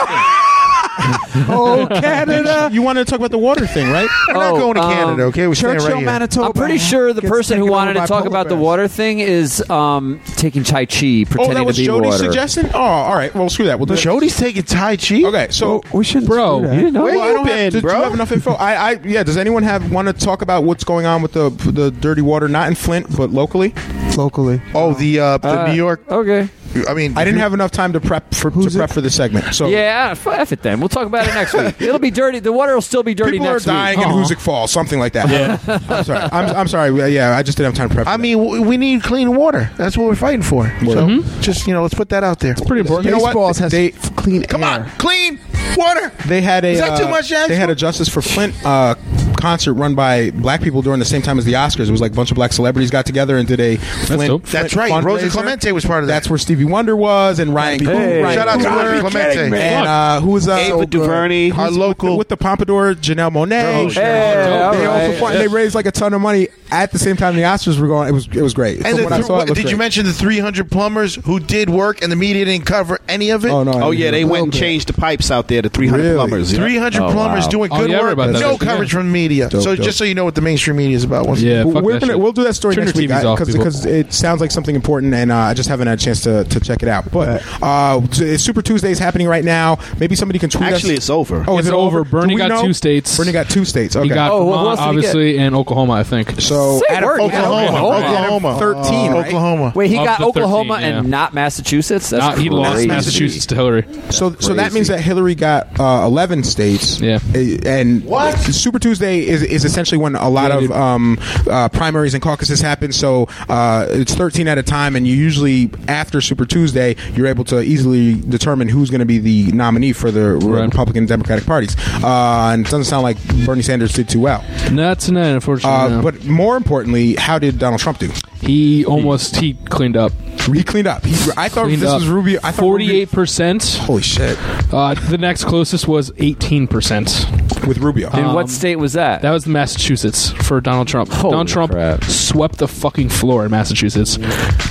Speaker 4: thing.
Speaker 10: oh,
Speaker 4: Canada! You wanted to talk about the water thing, right?
Speaker 7: Oh, um, I'm pretty sure the
Speaker 4: gets
Speaker 7: person who
Speaker 4: taken
Speaker 7: wanted
Speaker 4: over
Speaker 7: to
Speaker 4: by
Speaker 7: talk
Speaker 4: polar
Speaker 7: about the
Speaker 4: bears.
Speaker 7: water thing is um, taking Tai Chi,
Speaker 4: Oh, that
Speaker 7: pretending
Speaker 4: was
Speaker 7: to be
Speaker 4: Jody's
Speaker 7: water.
Speaker 4: suggestion. Oh, all right. Well, screw that. We'll do
Speaker 7: But
Speaker 8: Jody's taking Tai Chi.
Speaker 4: Okay, so
Speaker 10: we should,
Speaker 4: bro.
Speaker 7: do that. You didn't know
Speaker 4: Well,
Speaker 7: where
Speaker 4: I
Speaker 7: you
Speaker 4: don't have-
Speaker 7: been,
Speaker 4: do- do
Speaker 7: bro?
Speaker 4: you have enough info? I, I, yeah. Does anyone have want to talk about what's going on with the the dirty water? Not in Flint, but locally.
Speaker 10: Locally.
Speaker 4: Oh,
Speaker 8: the uh,
Speaker 7: the Uh, New
Speaker 8: York.
Speaker 7: Okay.
Speaker 8: I mean,
Speaker 4: I didn't have enough time to prep for to prep for this segment. So
Speaker 7: yeah, f- F it then. We'll talk about it next week. It'll be dirty. The water will still be dirty
Speaker 4: people are
Speaker 7: next week.
Speaker 4: dying in
Speaker 7: Aw.
Speaker 4: Hoosick Falls, something like that. Yeah. I'm sorry. I'm, I'm sorry. Yeah, I just didn't have time to prep.
Speaker 8: I mean, w- we need clean water. That's what we're fighting for. So, just you know, let's put that out there. It's pretty
Speaker 4: important. You know what? Baseballs has They-
Speaker 10: clean
Speaker 8: Come on, clean water.
Speaker 4: They had a
Speaker 8: Is that
Speaker 4: uh,
Speaker 8: too much? Jack?
Speaker 4: They had a Justice for Flint uh, concert run by black people during the same time as the Oscars. It was like a bunch of black celebrities got together and did a Flint.
Speaker 8: dope. That's right. Rosa Clemente
Speaker 4: was part of that. That's where Stevie Wonder was and Ryan.
Speaker 8: Hey.
Speaker 4: Coogler.
Speaker 8: Shout out to
Speaker 4: Coogler.
Speaker 8: Rosa Clemente.
Speaker 4: Are you kidding me? And uh, who was uh,
Speaker 8: Ava
Speaker 4: uh,
Speaker 8: DuVernay.
Speaker 4: who's
Speaker 8: Our
Speaker 4: with
Speaker 8: local-
Speaker 4: the- with the Pompadour, Janelle Monae.
Speaker 8: Oh, sure. Hey, all
Speaker 4: they
Speaker 8: right.
Speaker 4: also fought, and they raised like a ton of money at the same time the Oscars were going. It was it was great. From
Speaker 8: And the
Speaker 4: what I
Speaker 8: th-
Speaker 4: saw, it
Speaker 8: what-
Speaker 4: looked
Speaker 8: did you
Speaker 4: great.
Speaker 8: mention the 300 plumbers who did work and the media didn't cover any of it?
Speaker 4: Oh, no, I
Speaker 11: Oh yeah, they went and changed the pipes out there to 300 plumbers. yeah.
Speaker 8: 300
Speaker 11: Oh,
Speaker 8: plumbers
Speaker 11: wow.
Speaker 8: doing good work. No coverage from the media.
Speaker 11: Dope,
Speaker 8: so
Speaker 11: dope.
Speaker 8: just so you know what the mainstream media is about. Once
Speaker 4: But we're gonna, we'll do that story
Speaker 8: Turn
Speaker 4: next
Speaker 8: your
Speaker 4: week
Speaker 8: TVs off, people.
Speaker 4: because it sounds like something important, and uh, I just haven't had a chance to, to check it out. But uh, t- Super Tuesday is happening right now. Maybe somebody can tweet us.
Speaker 11: Actually, it's over.
Speaker 4: Oh, is
Speaker 6: It's
Speaker 4: it
Speaker 6: over.
Speaker 4: over?
Speaker 6: Bernie
Speaker 4: Do we
Speaker 6: got
Speaker 4: know?
Speaker 6: two states.
Speaker 4: Bernie got two states. Okay.
Speaker 6: He got Vermont, obviously, and Oklahoma, I think.
Speaker 4: So
Speaker 7: Say word,
Speaker 8: Oklahoma, Oklahoma.
Speaker 4: thirteen, right?
Speaker 8: Oklahoma.
Speaker 7: Wait, he
Speaker 6: Up
Speaker 7: got
Speaker 6: to 13,
Speaker 7: Oklahoma
Speaker 6: yeah.
Speaker 7: and not Massachusetts. That's
Speaker 6: Nah, he lost
Speaker 7: crazy.
Speaker 6: Massachusetts to Hillary.
Speaker 4: So, so that
Speaker 7: Crazy.
Speaker 4: means that Hillary got uh, eleven states. Yeah, and what Super Tuesday is, is essentially when a lot of um, uh, primaries and caucuses happen. So uh, it's thirteen at a time, and you usually after Super Tuesday, you're able to easily determine who's going to be the nominee for the Republican and Democratic parties. Uh, and it doesn't sound like Bernie Sanders did too well.
Speaker 6: Not tonight, unfortunately.
Speaker 4: Uh,
Speaker 6: no.
Speaker 4: But more importantly, how did Donald Trump do?
Speaker 6: He almost he cleaned up.
Speaker 4: He cleaned up. He, I thought
Speaker 6: Cleaned
Speaker 4: this
Speaker 6: up.
Speaker 4: was Rubio. I thought Rubio-
Speaker 6: Forty-eight percent. Holy
Speaker 4: shit!
Speaker 6: Uh, the next closest was eighteen percent
Speaker 4: with Rubio.
Speaker 7: In what state was that?
Speaker 6: Um, That was Massachusetts for Donald Trump. Donald Trump swept the fucking floor in Massachusetts.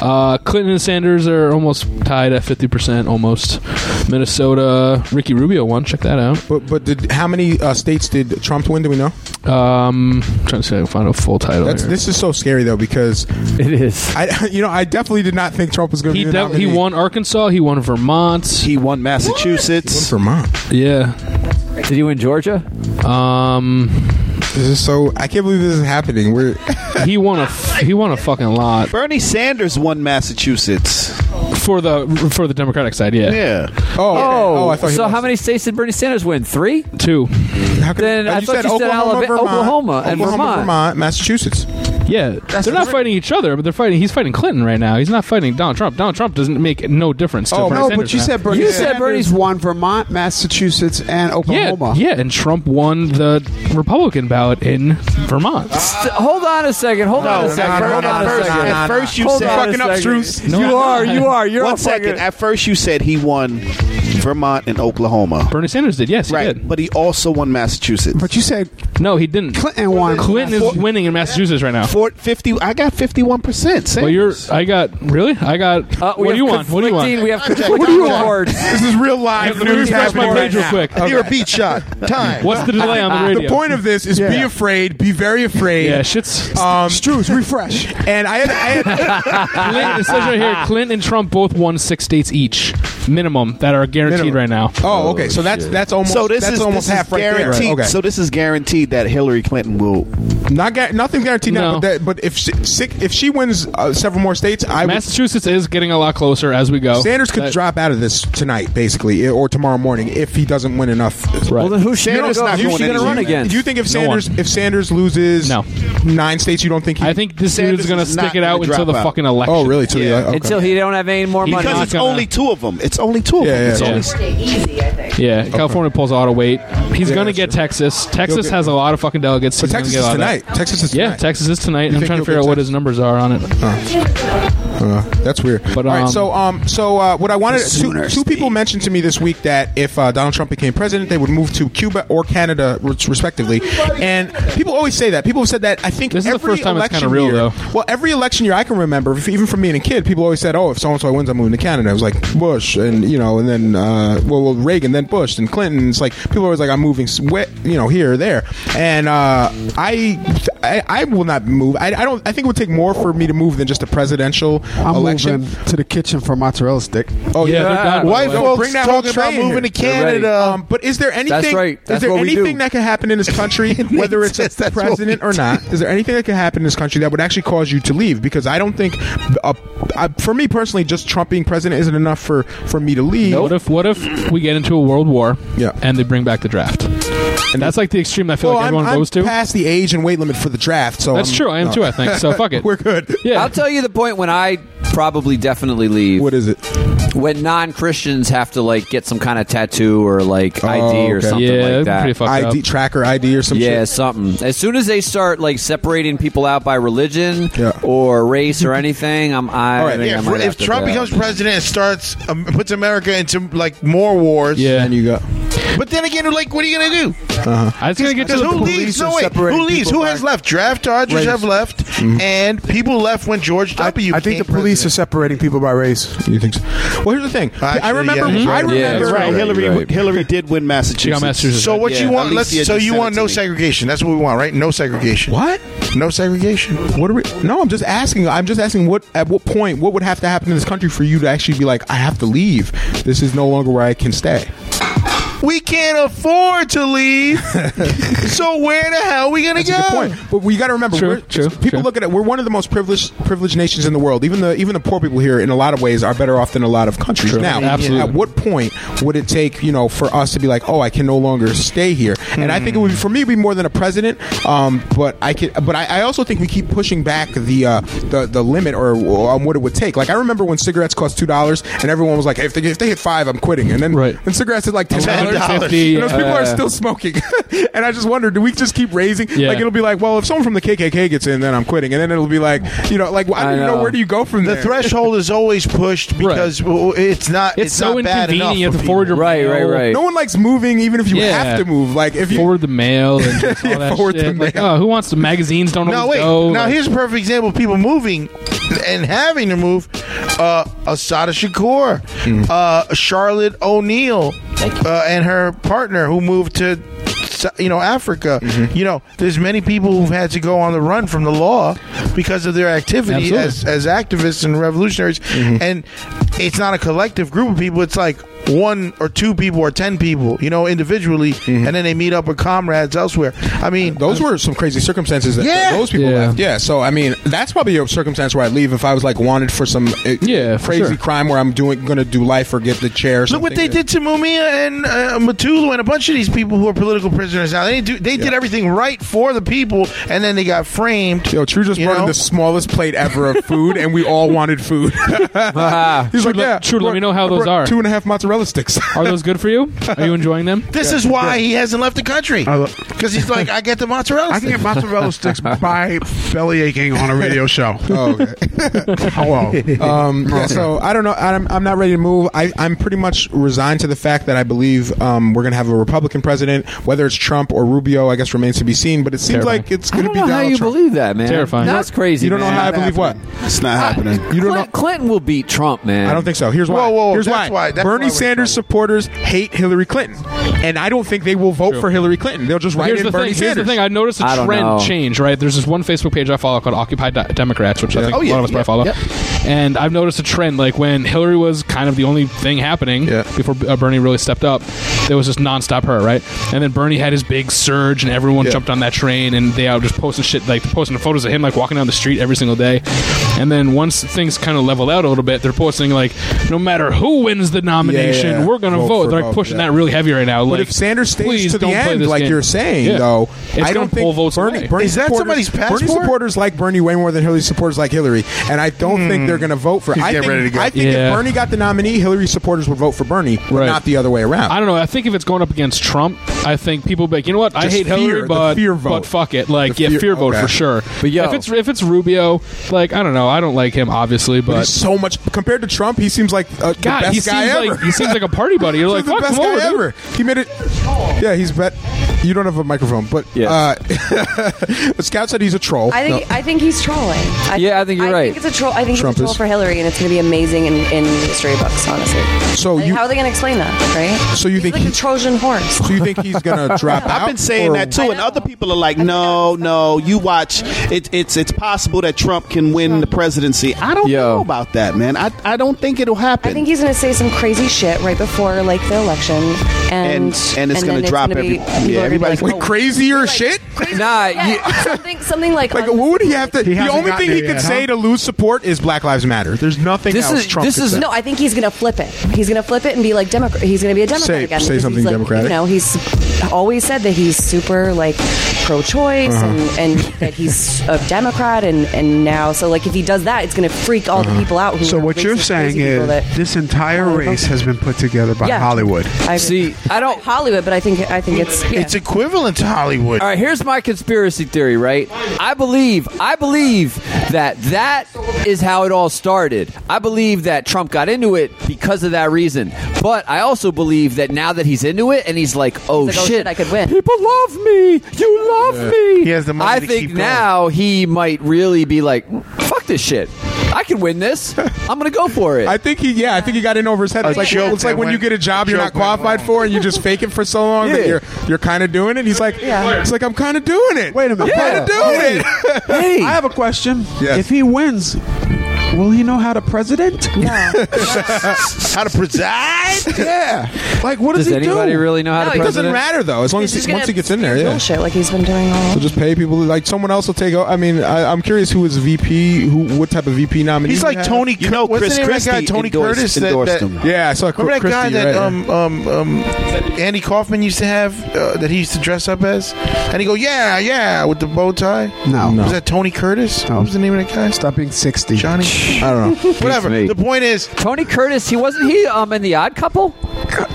Speaker 6: Uh, Clinton and Sanders are almost tied at fifty percent, almost. Minnesota, Ricky Rubio won. Check that out.
Speaker 4: But but did how many uh, states did Trump win? Do we know?
Speaker 6: Um, trying to see if I can find a full title.
Speaker 4: That's,
Speaker 6: here.
Speaker 4: this is so scary though because
Speaker 7: it is.
Speaker 4: I you know I definitely did not think Trump was going to
Speaker 6: He,
Speaker 4: be the
Speaker 6: de- he
Speaker 4: nominee.
Speaker 6: won Arkansas. He won Vermont. He
Speaker 11: won Massachusetts.
Speaker 4: Vermont.
Speaker 6: Yeah.
Speaker 7: Did he win Georgia?
Speaker 6: Um,
Speaker 4: this is so. I can't believe this is happening. We're
Speaker 6: he won a f- he won a fucking lot.
Speaker 11: Bernie Sanders won Massachusetts
Speaker 6: for the for the Democratic side. Yeah.
Speaker 11: Yeah.
Speaker 4: Oh,
Speaker 11: Oh,
Speaker 7: oh,
Speaker 11: I thought he
Speaker 7: so
Speaker 11: lost.
Speaker 7: how many states did Bernie Sanders win? Three,
Speaker 6: two.
Speaker 4: oh,
Speaker 7: Then I thought you said Alabama, Oklahoma, and Vermont.
Speaker 4: Massachusetts.
Speaker 6: Yeah, they're not fighting each other, but they're fighting. He's fighting Clinton right now. He's not fighting Donald Trump. Donald Trump doesn't make no difference. To
Speaker 10: Oh,
Speaker 6: Bernie
Speaker 10: no,
Speaker 6: Sanders
Speaker 10: but you
Speaker 6: now.
Speaker 10: said Bernie. Sanders won Vermont, Massachusetts, and Oklahoma.
Speaker 6: Yeah, and Trump won the Republican ballot in Vermont.
Speaker 7: St- hold on a second. Hold on a second. hold on a second.
Speaker 11: At first, you
Speaker 7: Hold
Speaker 11: said
Speaker 7: on a second. you are. You are. You're
Speaker 11: One
Speaker 7: a fucking-
Speaker 11: second. At first, you said he won Vermont and Oklahoma.
Speaker 6: Bernie Sanders did. Yes,
Speaker 11: right. But he also won Massachusetts.
Speaker 10: But you said
Speaker 6: no, he didn't.
Speaker 10: Clinton won.
Speaker 6: Clinton is winning in Massachusetts right now.
Speaker 11: Four, 50 I got fifty-one percent.
Speaker 6: Well, you're. I got really. I got.
Speaker 7: Uh, we have
Speaker 6: what do you want? What do you want?
Speaker 7: conflicting- We have
Speaker 6: What do
Speaker 7: conflicting
Speaker 6: you want?
Speaker 7: reports.
Speaker 4: This is real live
Speaker 6: Let me
Speaker 4: news
Speaker 6: refresh my
Speaker 4: happening
Speaker 6: page real
Speaker 4: right
Speaker 6: quick.
Speaker 4: now.
Speaker 6: You're a
Speaker 8: beat shot. Time.
Speaker 6: What's the delay on the radio?
Speaker 4: The point of this is be afraid, be very afraid.
Speaker 6: Yeah, shit's.
Speaker 4: Um,
Speaker 10: Struce, refresh.
Speaker 4: And I had, I had
Speaker 6: Clinton, it says right here, Clinton and Trump both won six states each, minimum that are guaranteed right now.
Speaker 4: Oh, okay. So that's that's almost
Speaker 11: so this
Speaker 4: that's
Speaker 11: is
Speaker 4: almost
Speaker 11: this
Speaker 4: half
Speaker 11: is
Speaker 4: right there.
Speaker 11: guaranteed.
Speaker 4: Okay.
Speaker 11: So this is guaranteed that Hillary Clinton will.
Speaker 4: Not gu- nothing guaranteed now,
Speaker 6: No.
Speaker 4: but, that, but if she, sick, if she wins uh, several more states, I would,
Speaker 6: Massachusetts is getting a lot closer as we go.
Speaker 4: Sanders could
Speaker 6: That-
Speaker 4: drop out of this tonight, basically, or tomorrow morning if he doesn't win enough.
Speaker 7: Well, then who's she Sanders gonna go- not who's going she gonna anywhere. run against?
Speaker 4: Do you think if
Speaker 7: No one.
Speaker 4: Sanders if Sanders loses
Speaker 6: No.
Speaker 4: nine states, you don't think? He,
Speaker 6: I think this dude is going to stick it out until the fucking election.
Speaker 4: Oh, uh, really? Till the, okay.
Speaker 7: Until he don't have any more money.
Speaker 11: Because it's only two of them. It's only two of them.
Speaker 4: yeah,
Speaker 11: it's
Speaker 4: yeah.
Speaker 11: only
Speaker 6: Yes.
Speaker 1: Easy, I think.
Speaker 6: Yeah, California pulls a lot of weight. He's going to get Texas. Texas
Speaker 1: get-
Speaker 6: has a lot of fucking delegates. But
Speaker 4: Texas is tonight. Texas is
Speaker 6: yeah.
Speaker 4: tonight.
Speaker 6: Texas is tonight.
Speaker 4: You
Speaker 6: And I'm
Speaker 4: think
Speaker 6: trying to
Speaker 4: he'll
Speaker 6: figure
Speaker 4: get Oh. Uh,
Speaker 6: out what his numbers are on it.
Speaker 4: that's weird. But All right, so um, so uh, what I wanted two, two people mentioned to me this week that if uh, Donald Trump became president, they would move to Cuba or Canada, res- respectively. And people always say that. People have said that. I think this
Speaker 6: is the first time it's kinda real, though.
Speaker 4: Well, every election year I can remember, if- even from being a kid, people always said, "Oh, if so and so wins, I'm moving to Canada." It was like Bush, and you know, and then uh, well, well, Reagan, then Bush, and Clinton. It's like people are always like, "I'm moving, s- wh- you know, here or there." And uh, I, I, I will not move. I, I don't. I think it would take more for me to move than just a presidential
Speaker 10: I'm
Speaker 4: election.
Speaker 10: moving to the kitchen for mozzarella stick.
Speaker 4: Oh yeah,
Speaker 10: white
Speaker 4: Don't
Speaker 10: folks
Speaker 4: bring that whole
Speaker 10: talking about
Speaker 4: train here.
Speaker 10: moving to Canada.
Speaker 4: Um, but is there anything?
Speaker 10: That's right. That's
Speaker 4: is there
Speaker 10: what we do.
Speaker 4: anything that can happen in this country, whether it's a
Speaker 10: what we
Speaker 4: president or
Speaker 10: do.
Speaker 4: not? Is there anything that can happen in this country that would actually cause you to leave? Because I don't think, uh, I, for me personally, just Trump being president isn't enough for for me to leave.
Speaker 6: What if what if we get into a world war? Yeah. And they bring back the draft. And that's like the extreme I feel
Speaker 4: Well,
Speaker 6: like everyone
Speaker 4: I'm, I'm
Speaker 6: goes to.
Speaker 4: past the age and weight limit for the draft, so
Speaker 6: That's
Speaker 4: I'm-
Speaker 6: true. I am
Speaker 4: no.
Speaker 6: too. I think so. Fuck it.
Speaker 4: We're good.
Speaker 6: Yeah.
Speaker 7: I'll tell you the point when I probably definitely leave. What
Speaker 4: is it?
Speaker 7: When non Christians have to like get some kind of tattoo or like ID or
Speaker 4: Oh, okay.
Speaker 7: something like that.
Speaker 4: ID tracker ID or some
Speaker 7: yeah,
Speaker 4: shit.
Speaker 7: something. As soon as they start like separating people out by religion or race or anything, I'm I,
Speaker 8: All
Speaker 7: I
Speaker 8: right.
Speaker 7: think I
Speaker 8: Yeah,
Speaker 7: might
Speaker 8: if,
Speaker 7: have
Speaker 8: if
Speaker 7: to uh,
Speaker 8: Trump
Speaker 7: go.
Speaker 8: becomes president and starts um, puts America into like more wars,
Speaker 6: yeah,
Speaker 4: and you go. Uh-huh.
Speaker 8: But then again, like, what are you gonna do?
Speaker 6: I was gonna get to
Speaker 8: Because
Speaker 6: the
Speaker 8: who leaves? No, wait. Who leaves? Who has left? Draft Dodgers
Speaker 10: Race.
Speaker 8: have left,
Speaker 7: Mm-hmm.
Speaker 8: and people left when George W.
Speaker 10: I think the
Speaker 8: became
Speaker 10: police are separating people by race.
Speaker 4: You think so? Well, here's the thing.
Speaker 10: Actually,
Speaker 4: I remember.
Speaker 10: yeah,
Speaker 4: I
Speaker 10: that's right. Yeah,
Speaker 4: remember.
Speaker 10: that's right.
Speaker 11: Hillary, Hillary did win Massachusetts.
Speaker 8: So what you want? Let's. So you want no segregation? That's what we want, right? No segregation.
Speaker 4: What?
Speaker 8: No segregation.
Speaker 4: What are we? No, I'm just asking. I'm just asking. What at what point? What would have to happen in this country for you to actually be like, I have to leave. This is no longer where I can stay.
Speaker 8: We can't afford to leave. so where the hell are we gonna
Speaker 4: That's a
Speaker 8: go?
Speaker 4: good point. But we got to remember,
Speaker 8: True,
Speaker 4: we're, people look at it. We're one of the most privileged privileged nations in the world. Even the even the poor people here, in a lot of ways, are better off than a lot of countries.
Speaker 6: True.
Speaker 4: Now,
Speaker 6: Absolutely.
Speaker 4: at what point would it take you know for us to be like, oh, I can no longer stay here? And I think it would be, for me it'd be more than a president. Um, but I can. But I, I also think we keep pushing back the uh, the the limit or on what it would take. Like I remember when cigarettes cost two dollars, and everyone was like, if they if they hit five, I'm quitting. And then right. and cigarettes is like ten dollars. And
Speaker 6: $11.50,
Speaker 4: those people
Speaker 6: uh,
Speaker 4: are still smoking. and I just wonder, do we just keep raising?
Speaker 6: Yeah.
Speaker 4: Like it'll be like, well, if someone from the KKK gets in, then I'm quitting, and then it'll be like, you know, like I don't
Speaker 8: I
Speaker 4: even know
Speaker 8: know.
Speaker 4: where do you go from
Speaker 8: The
Speaker 4: there?
Speaker 8: threshold is always pushed because well, it's not. It's,
Speaker 4: so
Speaker 8: not bad enough
Speaker 4: inconvenient
Speaker 8: for
Speaker 4: to forward
Speaker 8: people.
Speaker 4: your Right, mail. right, right. No one likes moving, even if you have to move. Like if you
Speaker 6: forward the mail and just all that
Speaker 4: forward the
Speaker 6: shit. Like, oh, who wants the magazines? Don't
Speaker 8: No,
Speaker 6: always
Speaker 8: wait.
Speaker 6: go.
Speaker 8: now
Speaker 6: Like-
Speaker 8: here's a perfect example of people moving and having to move. Uh, Asada Shakur, uh, Charlotte O'Neal, uh, and her partner who moved to you know Africa. You know, there's many people who've had to go on the run from the law because of their activity
Speaker 6: Absolutely.
Speaker 8: as, as activists and revolutionaries. And it's not a collective group of people. It's like one or two people or ten people, you know, individually, and then they meet up with comrades elsewhere. I mean, uh,
Speaker 4: those were some crazy circumstances that
Speaker 8: Yeah.
Speaker 4: those people
Speaker 8: Yeah.
Speaker 4: left. Yeah. So I mean, that's probably a circumstance where I leave if I was like wanted for some uh,
Speaker 8: Yeah, for
Speaker 4: crazy
Speaker 8: sure.
Speaker 4: crime where I'm doing going to do life or get the chair. Or
Speaker 8: Look what
Speaker 4: something.
Speaker 8: they did to Mumia and uh, Matulu and a bunch of these people who are political prisoners now. They do, they did everything right for the people, and then they got framed.
Speaker 4: Yo, True just brought in the smallest plate ever of food, and we all wanted food. He's
Speaker 6: True,
Speaker 4: like,
Speaker 6: let-
Speaker 4: yeah,
Speaker 6: True, let me know how
Speaker 4: I
Speaker 6: those
Speaker 4: brought
Speaker 6: are.
Speaker 4: Two and a half mozzarella sticks.
Speaker 6: Are those good for you? Are you enjoying them?
Speaker 8: This is why he hasn't left the country because he's like, I get the mozzarella.
Speaker 6: I can get mozzarella
Speaker 8: sticks
Speaker 10: by belly aching on a radio show.
Speaker 4: Oh,
Speaker 10: Hello.
Speaker 4: Um, yeah, so I don't know. I'm, I'm not ready to move. I, I'm pretty much resigned to the fact that I believe um, we're going to have a Republican president, whether it's Trump or Rubio. I guess remains to be seen. But it seems
Speaker 7: Terrifying.
Speaker 4: like it's going to
Speaker 7: I
Speaker 4: be
Speaker 7: don't know
Speaker 4: Donald
Speaker 7: how you
Speaker 4: Trump.
Speaker 7: believe that, man. Terrifying. That's
Speaker 4: Not-
Speaker 7: crazy,
Speaker 4: You don't
Speaker 7: man.
Speaker 4: know how I
Speaker 7: Not
Speaker 4: believe what?
Speaker 11: It's not happening.
Speaker 4: You don't know.
Speaker 7: Clinton will beat Trump, man.
Speaker 4: I don't think so. Here's why.
Speaker 7: Whoa, whoa,
Speaker 4: Here's
Speaker 7: that's
Speaker 4: why.
Speaker 7: why- that's
Speaker 4: Bernie
Speaker 7: why we're in
Speaker 4: Sanders supporters hate Hillary Clinton, and I don't think they will vote
Speaker 6: True.
Speaker 4: for Hillary Clinton. They'll just write
Speaker 6: Here's
Speaker 4: in
Speaker 6: the
Speaker 4: Bernie
Speaker 6: thing.
Speaker 4: Sanders.
Speaker 6: Here's the thing. I noticed a
Speaker 4: I don't know.
Speaker 6: trend change. Right, there's this one Facebook page I follow called Occupy Di- Democrats, which I think
Speaker 4: Oh,
Speaker 6: a
Speaker 4: yeah,
Speaker 6: lot of us
Speaker 4: yeah,
Speaker 6: probably follow.
Speaker 4: yeah.
Speaker 6: And I've noticed a trend. Like when Hillary was kind of the only thing happening before uh, Bernie really stepped up, there was just nonstop her. Right, and then Bernie had his big surge, and everyone jumped on that train, and they out just posting shit, like posting photos of him like walking down the street every single day. And then once things kind of leveled out a little bit, they're posting like, no matter who wins the nomination,
Speaker 4: yeah.
Speaker 6: we're gonna
Speaker 4: Vote
Speaker 6: vote.
Speaker 4: for
Speaker 6: They're like
Speaker 4: both,
Speaker 6: pushing
Speaker 4: yeah.
Speaker 6: that really heavy right now.
Speaker 4: But
Speaker 6: like,
Speaker 4: if Sanders stays
Speaker 6: please
Speaker 4: to the
Speaker 6: don't play
Speaker 4: end,
Speaker 6: this
Speaker 4: like
Speaker 6: game.
Speaker 4: you're saying,
Speaker 6: Yeah.
Speaker 4: though,
Speaker 6: It's
Speaker 4: I
Speaker 6: gonna
Speaker 4: don't
Speaker 6: pull
Speaker 4: think
Speaker 6: votes
Speaker 4: Bernie,
Speaker 6: away.
Speaker 4: Bernie
Speaker 6: Is that
Speaker 4: supporters-
Speaker 6: somebody's
Speaker 4: Bernie
Speaker 6: passport?
Speaker 4: supporters like Bernie way more than Hillary supporters like Hillary, and I don't think they're are going to vote for.
Speaker 6: Hmm. He's
Speaker 4: I
Speaker 6: getting
Speaker 4: think,
Speaker 6: ready to go.
Speaker 4: I think
Speaker 6: Yeah.
Speaker 4: if Bernie got the nominee, Hillary supporters would vote for Bernie, but not the other way around.
Speaker 6: I don't know. I think if it's going up against Trump, I think people will be like, you know what? I
Speaker 4: Just
Speaker 6: hate
Speaker 4: fear,
Speaker 6: Hillary,
Speaker 4: the
Speaker 6: but
Speaker 4: fear vote.
Speaker 6: but fuck it. Like,
Speaker 4: The
Speaker 6: yeah,
Speaker 4: fear-
Speaker 6: fear vote
Speaker 4: okay.
Speaker 6: for sure.
Speaker 4: But yo-
Speaker 6: if it's if it's Rubio, like I don't know. I don't like him obviously, but,
Speaker 4: But he's so much compared to Trump, he seems like uh,
Speaker 6: God,
Speaker 4: the best
Speaker 6: he
Speaker 4: guy
Speaker 6: seems
Speaker 4: ever.
Speaker 6: like- he seems like a party buddy. You're like,
Speaker 4: He's the
Speaker 6: "Fuck,
Speaker 4: best
Speaker 6: come
Speaker 4: guy
Speaker 6: over, dude."
Speaker 4: ever. He made it. Yeah, he's bet. You don't have a microphone, but uh, Scout said he's a troll.
Speaker 1: I think I think he's trolling. I, yeah, I think you're
Speaker 4: right.
Speaker 1: Think it's a troll. I think
Speaker 4: Trump
Speaker 1: it's a troll
Speaker 4: is-
Speaker 1: for Hillary, and it's going to be amazing in, in history books, honestly.
Speaker 4: So
Speaker 1: Like,
Speaker 4: you-
Speaker 1: how are they going to explain that, right?
Speaker 4: So you
Speaker 1: he's
Speaker 4: think
Speaker 1: like a Trojan horse?
Speaker 4: So you think he's gonna drop out?
Speaker 11: I've been saying
Speaker 4: or-
Speaker 11: that too, and other people are like, "No, no, you watch. It, it's it's possible that Trump can win the presidency. I don't know about that, man. I, I don't think it'll happen.
Speaker 1: I think he's going to say some crazy shit right before like the election, and
Speaker 11: And- and it's gonna
Speaker 1: then
Speaker 11: drop
Speaker 1: gonna be-
Speaker 11: every- yeah,
Speaker 1: people are gonna be
Speaker 11: everybody's-
Speaker 1: like,
Speaker 11: Wait,
Speaker 1: oh,
Speaker 4: crazier shit.
Speaker 7: Nah,
Speaker 1: yeah, something something like
Speaker 4: Like, what would he have to?
Speaker 1: He
Speaker 4: the
Speaker 1: hasn't
Speaker 4: only
Speaker 1: gotten
Speaker 4: thing he
Speaker 1: there
Speaker 4: could
Speaker 1: yet,
Speaker 4: say
Speaker 1: huh?
Speaker 4: to lose support is Black Lives Matter. There's nothing else Trump could say.
Speaker 1: no. I think he's gonna flip it. He's gonna flip it and be like Democrat. He's gonna be a Democrat
Speaker 4: Say-
Speaker 1: again.
Speaker 4: say
Speaker 1: because he's
Speaker 4: something
Speaker 1: like,
Speaker 4: Democratic.
Speaker 1: You know, he's always said that he's super like pro-choice
Speaker 4: Uh-huh.
Speaker 1: and, and that he's a Democrat and and now so like if he does that, it's gonna freak all
Speaker 4: Uh-huh.
Speaker 1: the people out. Who
Speaker 10: So
Speaker 1: are
Speaker 10: what you're
Speaker 1: racist, crazy
Speaker 10: saying
Speaker 1: people
Speaker 10: is
Speaker 1: that, Oh,
Speaker 10: this entire race has been put together by
Speaker 1: Yeah.
Speaker 10: Hollywood.
Speaker 1: I see. I don't Hollywood, but I think I think it's yeah.
Speaker 10: It's equivalent to Hollywood.
Speaker 7: All right, here's my conspiracy theory, right? I believe, I believe that that is how it all started. I believe that Trump got into it because of that reason. But I also believe that now that he's into it and he's like, oh,
Speaker 1: He's like, oh,
Speaker 7: shit,
Speaker 1: shit, I could win.
Speaker 7: People love me. You love
Speaker 1: Yeah.
Speaker 7: me.
Speaker 1: He has the money
Speaker 7: I
Speaker 1: to
Speaker 7: think
Speaker 1: keep going.
Speaker 7: now he might really be like, fuck this shit. I can win this. I'm going to go for it.
Speaker 4: I think he, yeah, I think he got in over his head.
Speaker 7: A
Speaker 4: It's like,
Speaker 7: joke
Speaker 4: it's like
Speaker 7: that
Speaker 4: when you
Speaker 7: went-
Speaker 4: get a job
Speaker 7: a
Speaker 4: you're not
Speaker 7: joke went
Speaker 4: qualified for, and you just fake it for so long
Speaker 7: Yeah.
Speaker 4: that you're you're kind of doing it. He's like,
Speaker 10: Yeah.
Speaker 4: it's like I'm kind of doing it. Wait a
Speaker 10: minute.
Speaker 4: I'm kind of doing it.
Speaker 10: hey, I have a question. If he wins, will he know how to president?
Speaker 8: How to preside?
Speaker 10: yeah. Like, what does,
Speaker 4: Does
Speaker 10: he do?
Speaker 4: anybody really know how No, to he
Speaker 10: It
Speaker 4: doesn't president? matter, though, as long as
Speaker 1: he's
Speaker 4: he-
Speaker 1: just
Speaker 4: once
Speaker 1: gonna
Speaker 4: he gets in there, yeah.
Speaker 1: bullshit like he's been doing all.
Speaker 4: So just pay people like someone else will take. o- I mean, I, I'm curious who is VP, who what type of VP nominee?
Speaker 8: He's
Speaker 4: he
Speaker 8: like
Speaker 4: had.
Speaker 8: Tony. Cur- what's the name of that guy? Tony Curtis that- that-
Speaker 4: Yeah, I saw
Speaker 8: Remember that
Speaker 4: Christie,
Speaker 8: guy that
Speaker 4: right.
Speaker 8: um, um, um, Andy Kaufman used to have uh, that he used to dress up as, and he go, yeah, yeah, with the bow tie.
Speaker 10: No.
Speaker 8: was that Tony Curtis? What was the name of that guy?
Speaker 10: Stop being sixty,
Speaker 8: Johnny.
Speaker 10: I don't know.
Speaker 8: Whatever. The point is,
Speaker 7: Tony Curtis. He wasn't he um in the Odd Couple,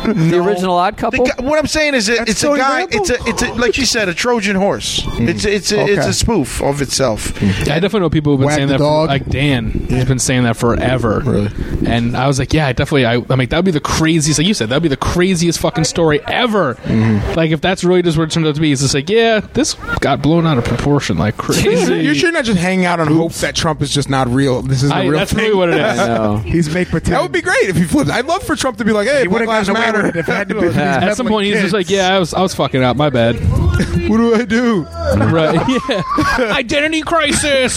Speaker 7: the original Odd Couple.
Speaker 8: guy- what I'm saying is, that it's a guy. It's a, it's a, like you said, a Trojan horse. It's, a, it's, a, it's
Speaker 6: Okay.
Speaker 8: a spoof of itself.
Speaker 6: Yeah, I definitely know people who've been
Speaker 8: Whack
Speaker 6: saying
Speaker 8: the
Speaker 6: that. For,
Speaker 8: dog.
Speaker 6: like Dan has been saying that forever. Really? And I was like, yeah, I definitely. I, I mean, that'd be the craziest. Like you said, that'd be the craziest fucking story ever.
Speaker 4: Mm-hmm.
Speaker 6: Like if that's really just what it turned out to be, it's just like, yeah, this got blown out of proportion like crazy.
Speaker 4: You should not just hang out on hope that Trump is just not real. This isn't
Speaker 6: I-
Speaker 4: a real
Speaker 6: that's
Speaker 4: thing.
Speaker 6: really what it is. I know.
Speaker 10: He's make pretend.
Speaker 4: That would be great if he flipped. I'd love for Trump to be like, "Hey, Black Lives Matter."
Speaker 6: At some point, he's just like, yeah, I was, I was fucking up. My bad.
Speaker 4: what do I do?
Speaker 6: Right. Yeah. Identity crisis.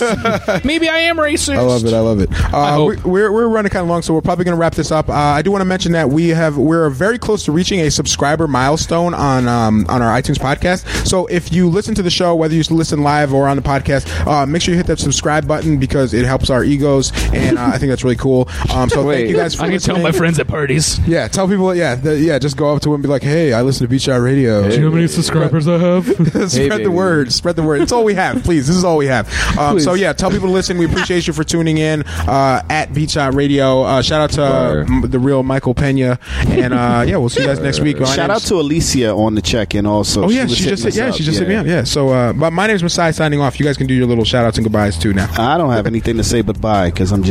Speaker 6: Maybe I am racist.
Speaker 4: I love it. I love it. Uh, we- we're, we're running kind of long, so we're probably going to wrap this up. Uh, I do want to mention that we have we're very close to reaching a subscriber milestone on um, on our iTunes podcast. So if you listen to the show, whether you listen live or on the podcast, uh, make sure you hit that subscribe button because it helps our egos, and uh, I think that's really cool. Um, so thank you guys. For
Speaker 6: I can tell
Speaker 4: listening.
Speaker 6: my friends at parties.
Speaker 4: Yeah, tell people. Yeah, the, yeah. Just go up to him and be like, "Hey, I listen to Beach Out Radio.
Speaker 6: Do you know how many subscribers I have?
Speaker 4: spread the word. Spread the word. It's all we have. Please, this is all we have. Um, so
Speaker 6: Please.
Speaker 4: yeah, tell people to listen. We appreciate you for tuning in uh, at Beach Shot Radio. Uh, shout out to uh, m- the real Michael Pena, and uh, yeah, we'll see you guys next week. My
Speaker 11: Shout out
Speaker 4: name's-
Speaker 11: to Alicia on the check-in also.
Speaker 4: Oh yeah,
Speaker 11: was
Speaker 4: she just
Speaker 11: hitting
Speaker 4: hit, yeah,
Speaker 11: us
Speaker 4: she
Speaker 11: up,
Speaker 4: just hit me up. Yeah. So, uh, but my name's Masai signing off. You guys can do your little shout outs and goodbyes too now.
Speaker 11: I don't have anything to say but bye because I'm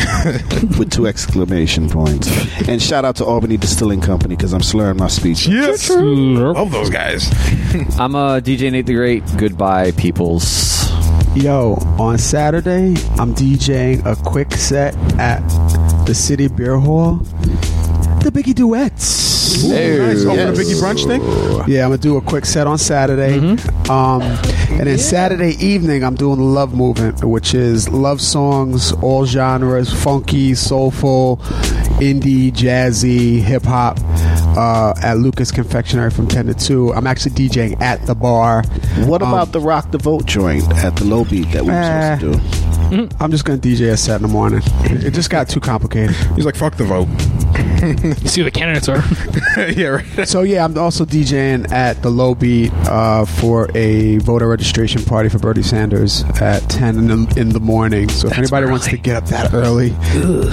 Speaker 11: JB with two exclamation points. And shout out to Albany Distilling Company because I'm slurring my speech.
Speaker 4: Yes,
Speaker 11: love
Speaker 4: those guys.
Speaker 7: I'm a DJ Nate the Great. Goodbye, peoples.
Speaker 10: Yo, on Saturday, I'm DJing a quick set at the City Beer Hall. The Biggie Duets.
Speaker 4: Ooh, nice. Oh, for the Biggie brunch thing? Mm-hmm.
Speaker 10: Yeah, I'm gonna do a quick set on Saturday, um, and then Saturday evening I'm doing the Love Movement, which is love songs, all genres, funky, soulful, indie, jazzy, hip hop. Uh, at Lucas Confectionery from 10 to 2. I'm actually DJing at the bar.
Speaker 11: What
Speaker 10: Um,
Speaker 11: about the Rock the Vote joint at the low beat that we were
Speaker 10: Eh,
Speaker 11: supposed to do?
Speaker 4: Mm-hmm.
Speaker 10: I'm just gonna DJ a set in the morning. It it just got too complicated.
Speaker 4: He's like, "Fuck the vote."
Speaker 6: You see who the candidates are.
Speaker 4: yeah, right.
Speaker 10: So yeah, I'm also DJing at the Low Beat uh, for a voter registration party for Bernie Sanders at 10 in the, in the morning. So if anybody wants to get up that early,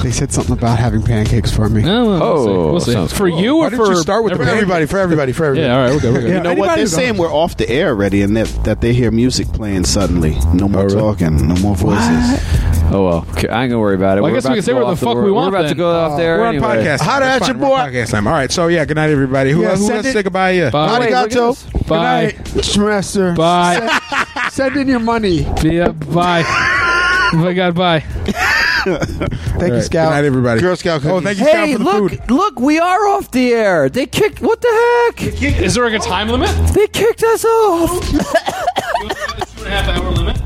Speaker 10: they said something about having pancakes for me.
Speaker 6: oh, we'll see. For you
Speaker 4: Why
Speaker 6: or
Speaker 4: didn't
Speaker 6: for
Speaker 4: you start with the
Speaker 6: everybody?
Speaker 4: everybody? For everybody, for everybody.
Speaker 11: you know what? They're saying we're off the air already, and that that they hear music playing suddenly. No
Speaker 4: Oh,
Speaker 11: more talking. No more voices.
Speaker 14: Oh well, okay, I ain't gonna worry about it.
Speaker 11: Well, I
Speaker 14: We're
Speaker 11: guess we
Speaker 14: about
Speaker 11: can
Speaker 14: to
Speaker 11: say
Speaker 14: go
Speaker 11: what the
Speaker 14: off
Speaker 11: fuck
Speaker 14: wor-
Speaker 11: we
Speaker 14: We're
Speaker 11: want
Speaker 14: about to
Speaker 11: then.
Speaker 14: go off there.
Speaker 4: Uh, We're
Speaker 14: anyway.
Speaker 4: on podcast. That's fine, we're on Podcast time. All right. So yeah, good night, everybody. Who,
Speaker 10: Yeah,
Speaker 4: who
Speaker 10: send
Speaker 4: wants to
Speaker 10: it-
Speaker 4: say goodbye? Yeah.
Speaker 10: Bye. Wait, look at this.
Speaker 4: Bye.
Speaker 10: Good night, Schmaster.
Speaker 6: Bye.
Speaker 10: Send, send in your money.
Speaker 6: Yeah, bye. oh my God, bye.
Speaker 10: Thank you, Scout.
Speaker 4: Good night, everybody.
Speaker 10: Girl Scout
Speaker 4: Oh, thank you, Scout,
Speaker 7: hey,
Speaker 4: for the
Speaker 7: look,
Speaker 4: food.
Speaker 7: look, we are off the air. They kicked. What the heck?
Speaker 6: Is there like a time limit?
Speaker 7: They kicked us off.
Speaker 6: Two and a half hour limit.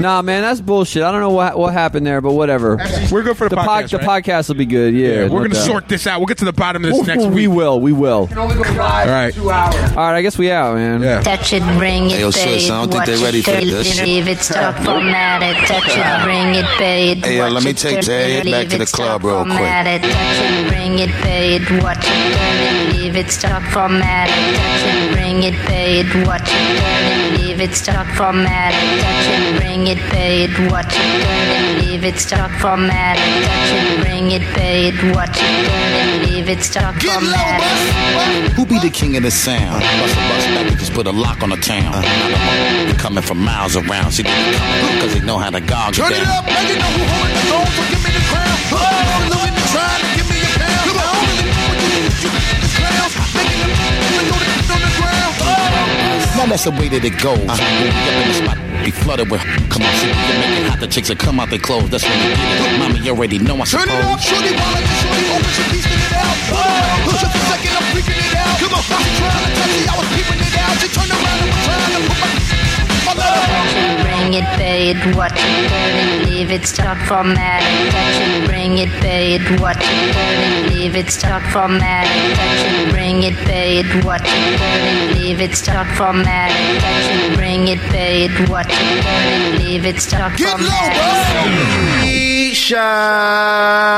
Speaker 7: nah, man, that's bullshit. I don't know what what happened there, but whatever.
Speaker 4: We're good for the podcast,
Speaker 7: The
Speaker 4: right?
Speaker 7: podcast will be good. Yeah,
Speaker 4: We're
Speaker 7: no
Speaker 4: gonna
Speaker 7: doubt.
Speaker 4: sort this out. We'll get to the bottom of this next
Speaker 7: We
Speaker 4: week.
Speaker 7: will. We will.
Speaker 4: All right.
Speaker 7: All right, I guess we out, man.
Speaker 23: That should bring it,
Speaker 7: Hey, yo,
Speaker 23: babe.
Speaker 7: sis, I don't think
Speaker 23: Watch
Speaker 7: they're ready
Speaker 23: it,
Speaker 7: for
Speaker 23: dirty,
Speaker 7: this.
Speaker 23: Leave it, stop formatted. That should bring it, babe.
Speaker 24: Hey, yo,
Speaker 23: Watch
Speaker 24: let me
Speaker 23: it,
Speaker 24: take
Speaker 23: dirty,
Speaker 24: Ted back
Speaker 23: leave
Speaker 24: to
Speaker 23: it,
Speaker 24: the
Speaker 23: stop
Speaker 24: club real quick.
Speaker 23: formatted. That should bring it, babe. Watch it, dirty, leave it, stop formatted. That should bring it, babe. Watch it, dirty, leave it, stop formatted. That should bring it, babe. Watch it, dirty, leave it, stop formatted. That should bring it, babe. Watch it, dirty, leave it, stop formatted.
Speaker 24: Who be the king of the sound? Bust a bust back and just put a lock on the town. Now the motherfucker coming from miles around. See, they be coming cause they know how to gog
Speaker 25: Turn
Speaker 24: down.
Speaker 25: it up, make it know who holding the phone. So give me the crown. Oh, I'm looking to try to give me a pound. Come on, really know what you need. You can hit the clowns. Making them even know that it's on the ground. Oh,
Speaker 24: Now that's the way that it goes. When we up in the spot, be flooded with. Come on, see, we can make it hot. The chicks will come out their clothes. That's when you get it. Mama, you already know I
Speaker 25: Turn
Speaker 24: suppose.
Speaker 25: it up, shorty wallet, and shorty opens and piecing it out. Oh, just a second, I'm freaking it out. Come on, I was trying to touch it, I was peeping it out. She turned around and was trying to put my, my love.
Speaker 23: Bring it, paid, watch it, dirty, leave it, stop formatting, touching, bring it, paid, watch it, dirty, leave it, stop formatting, touching, bring it, paid, watch it, dirty, leave it, stop formatting, touching, bring it, paid, watch it, dirty, leave it, stop formatting.
Speaker 24: Keisha.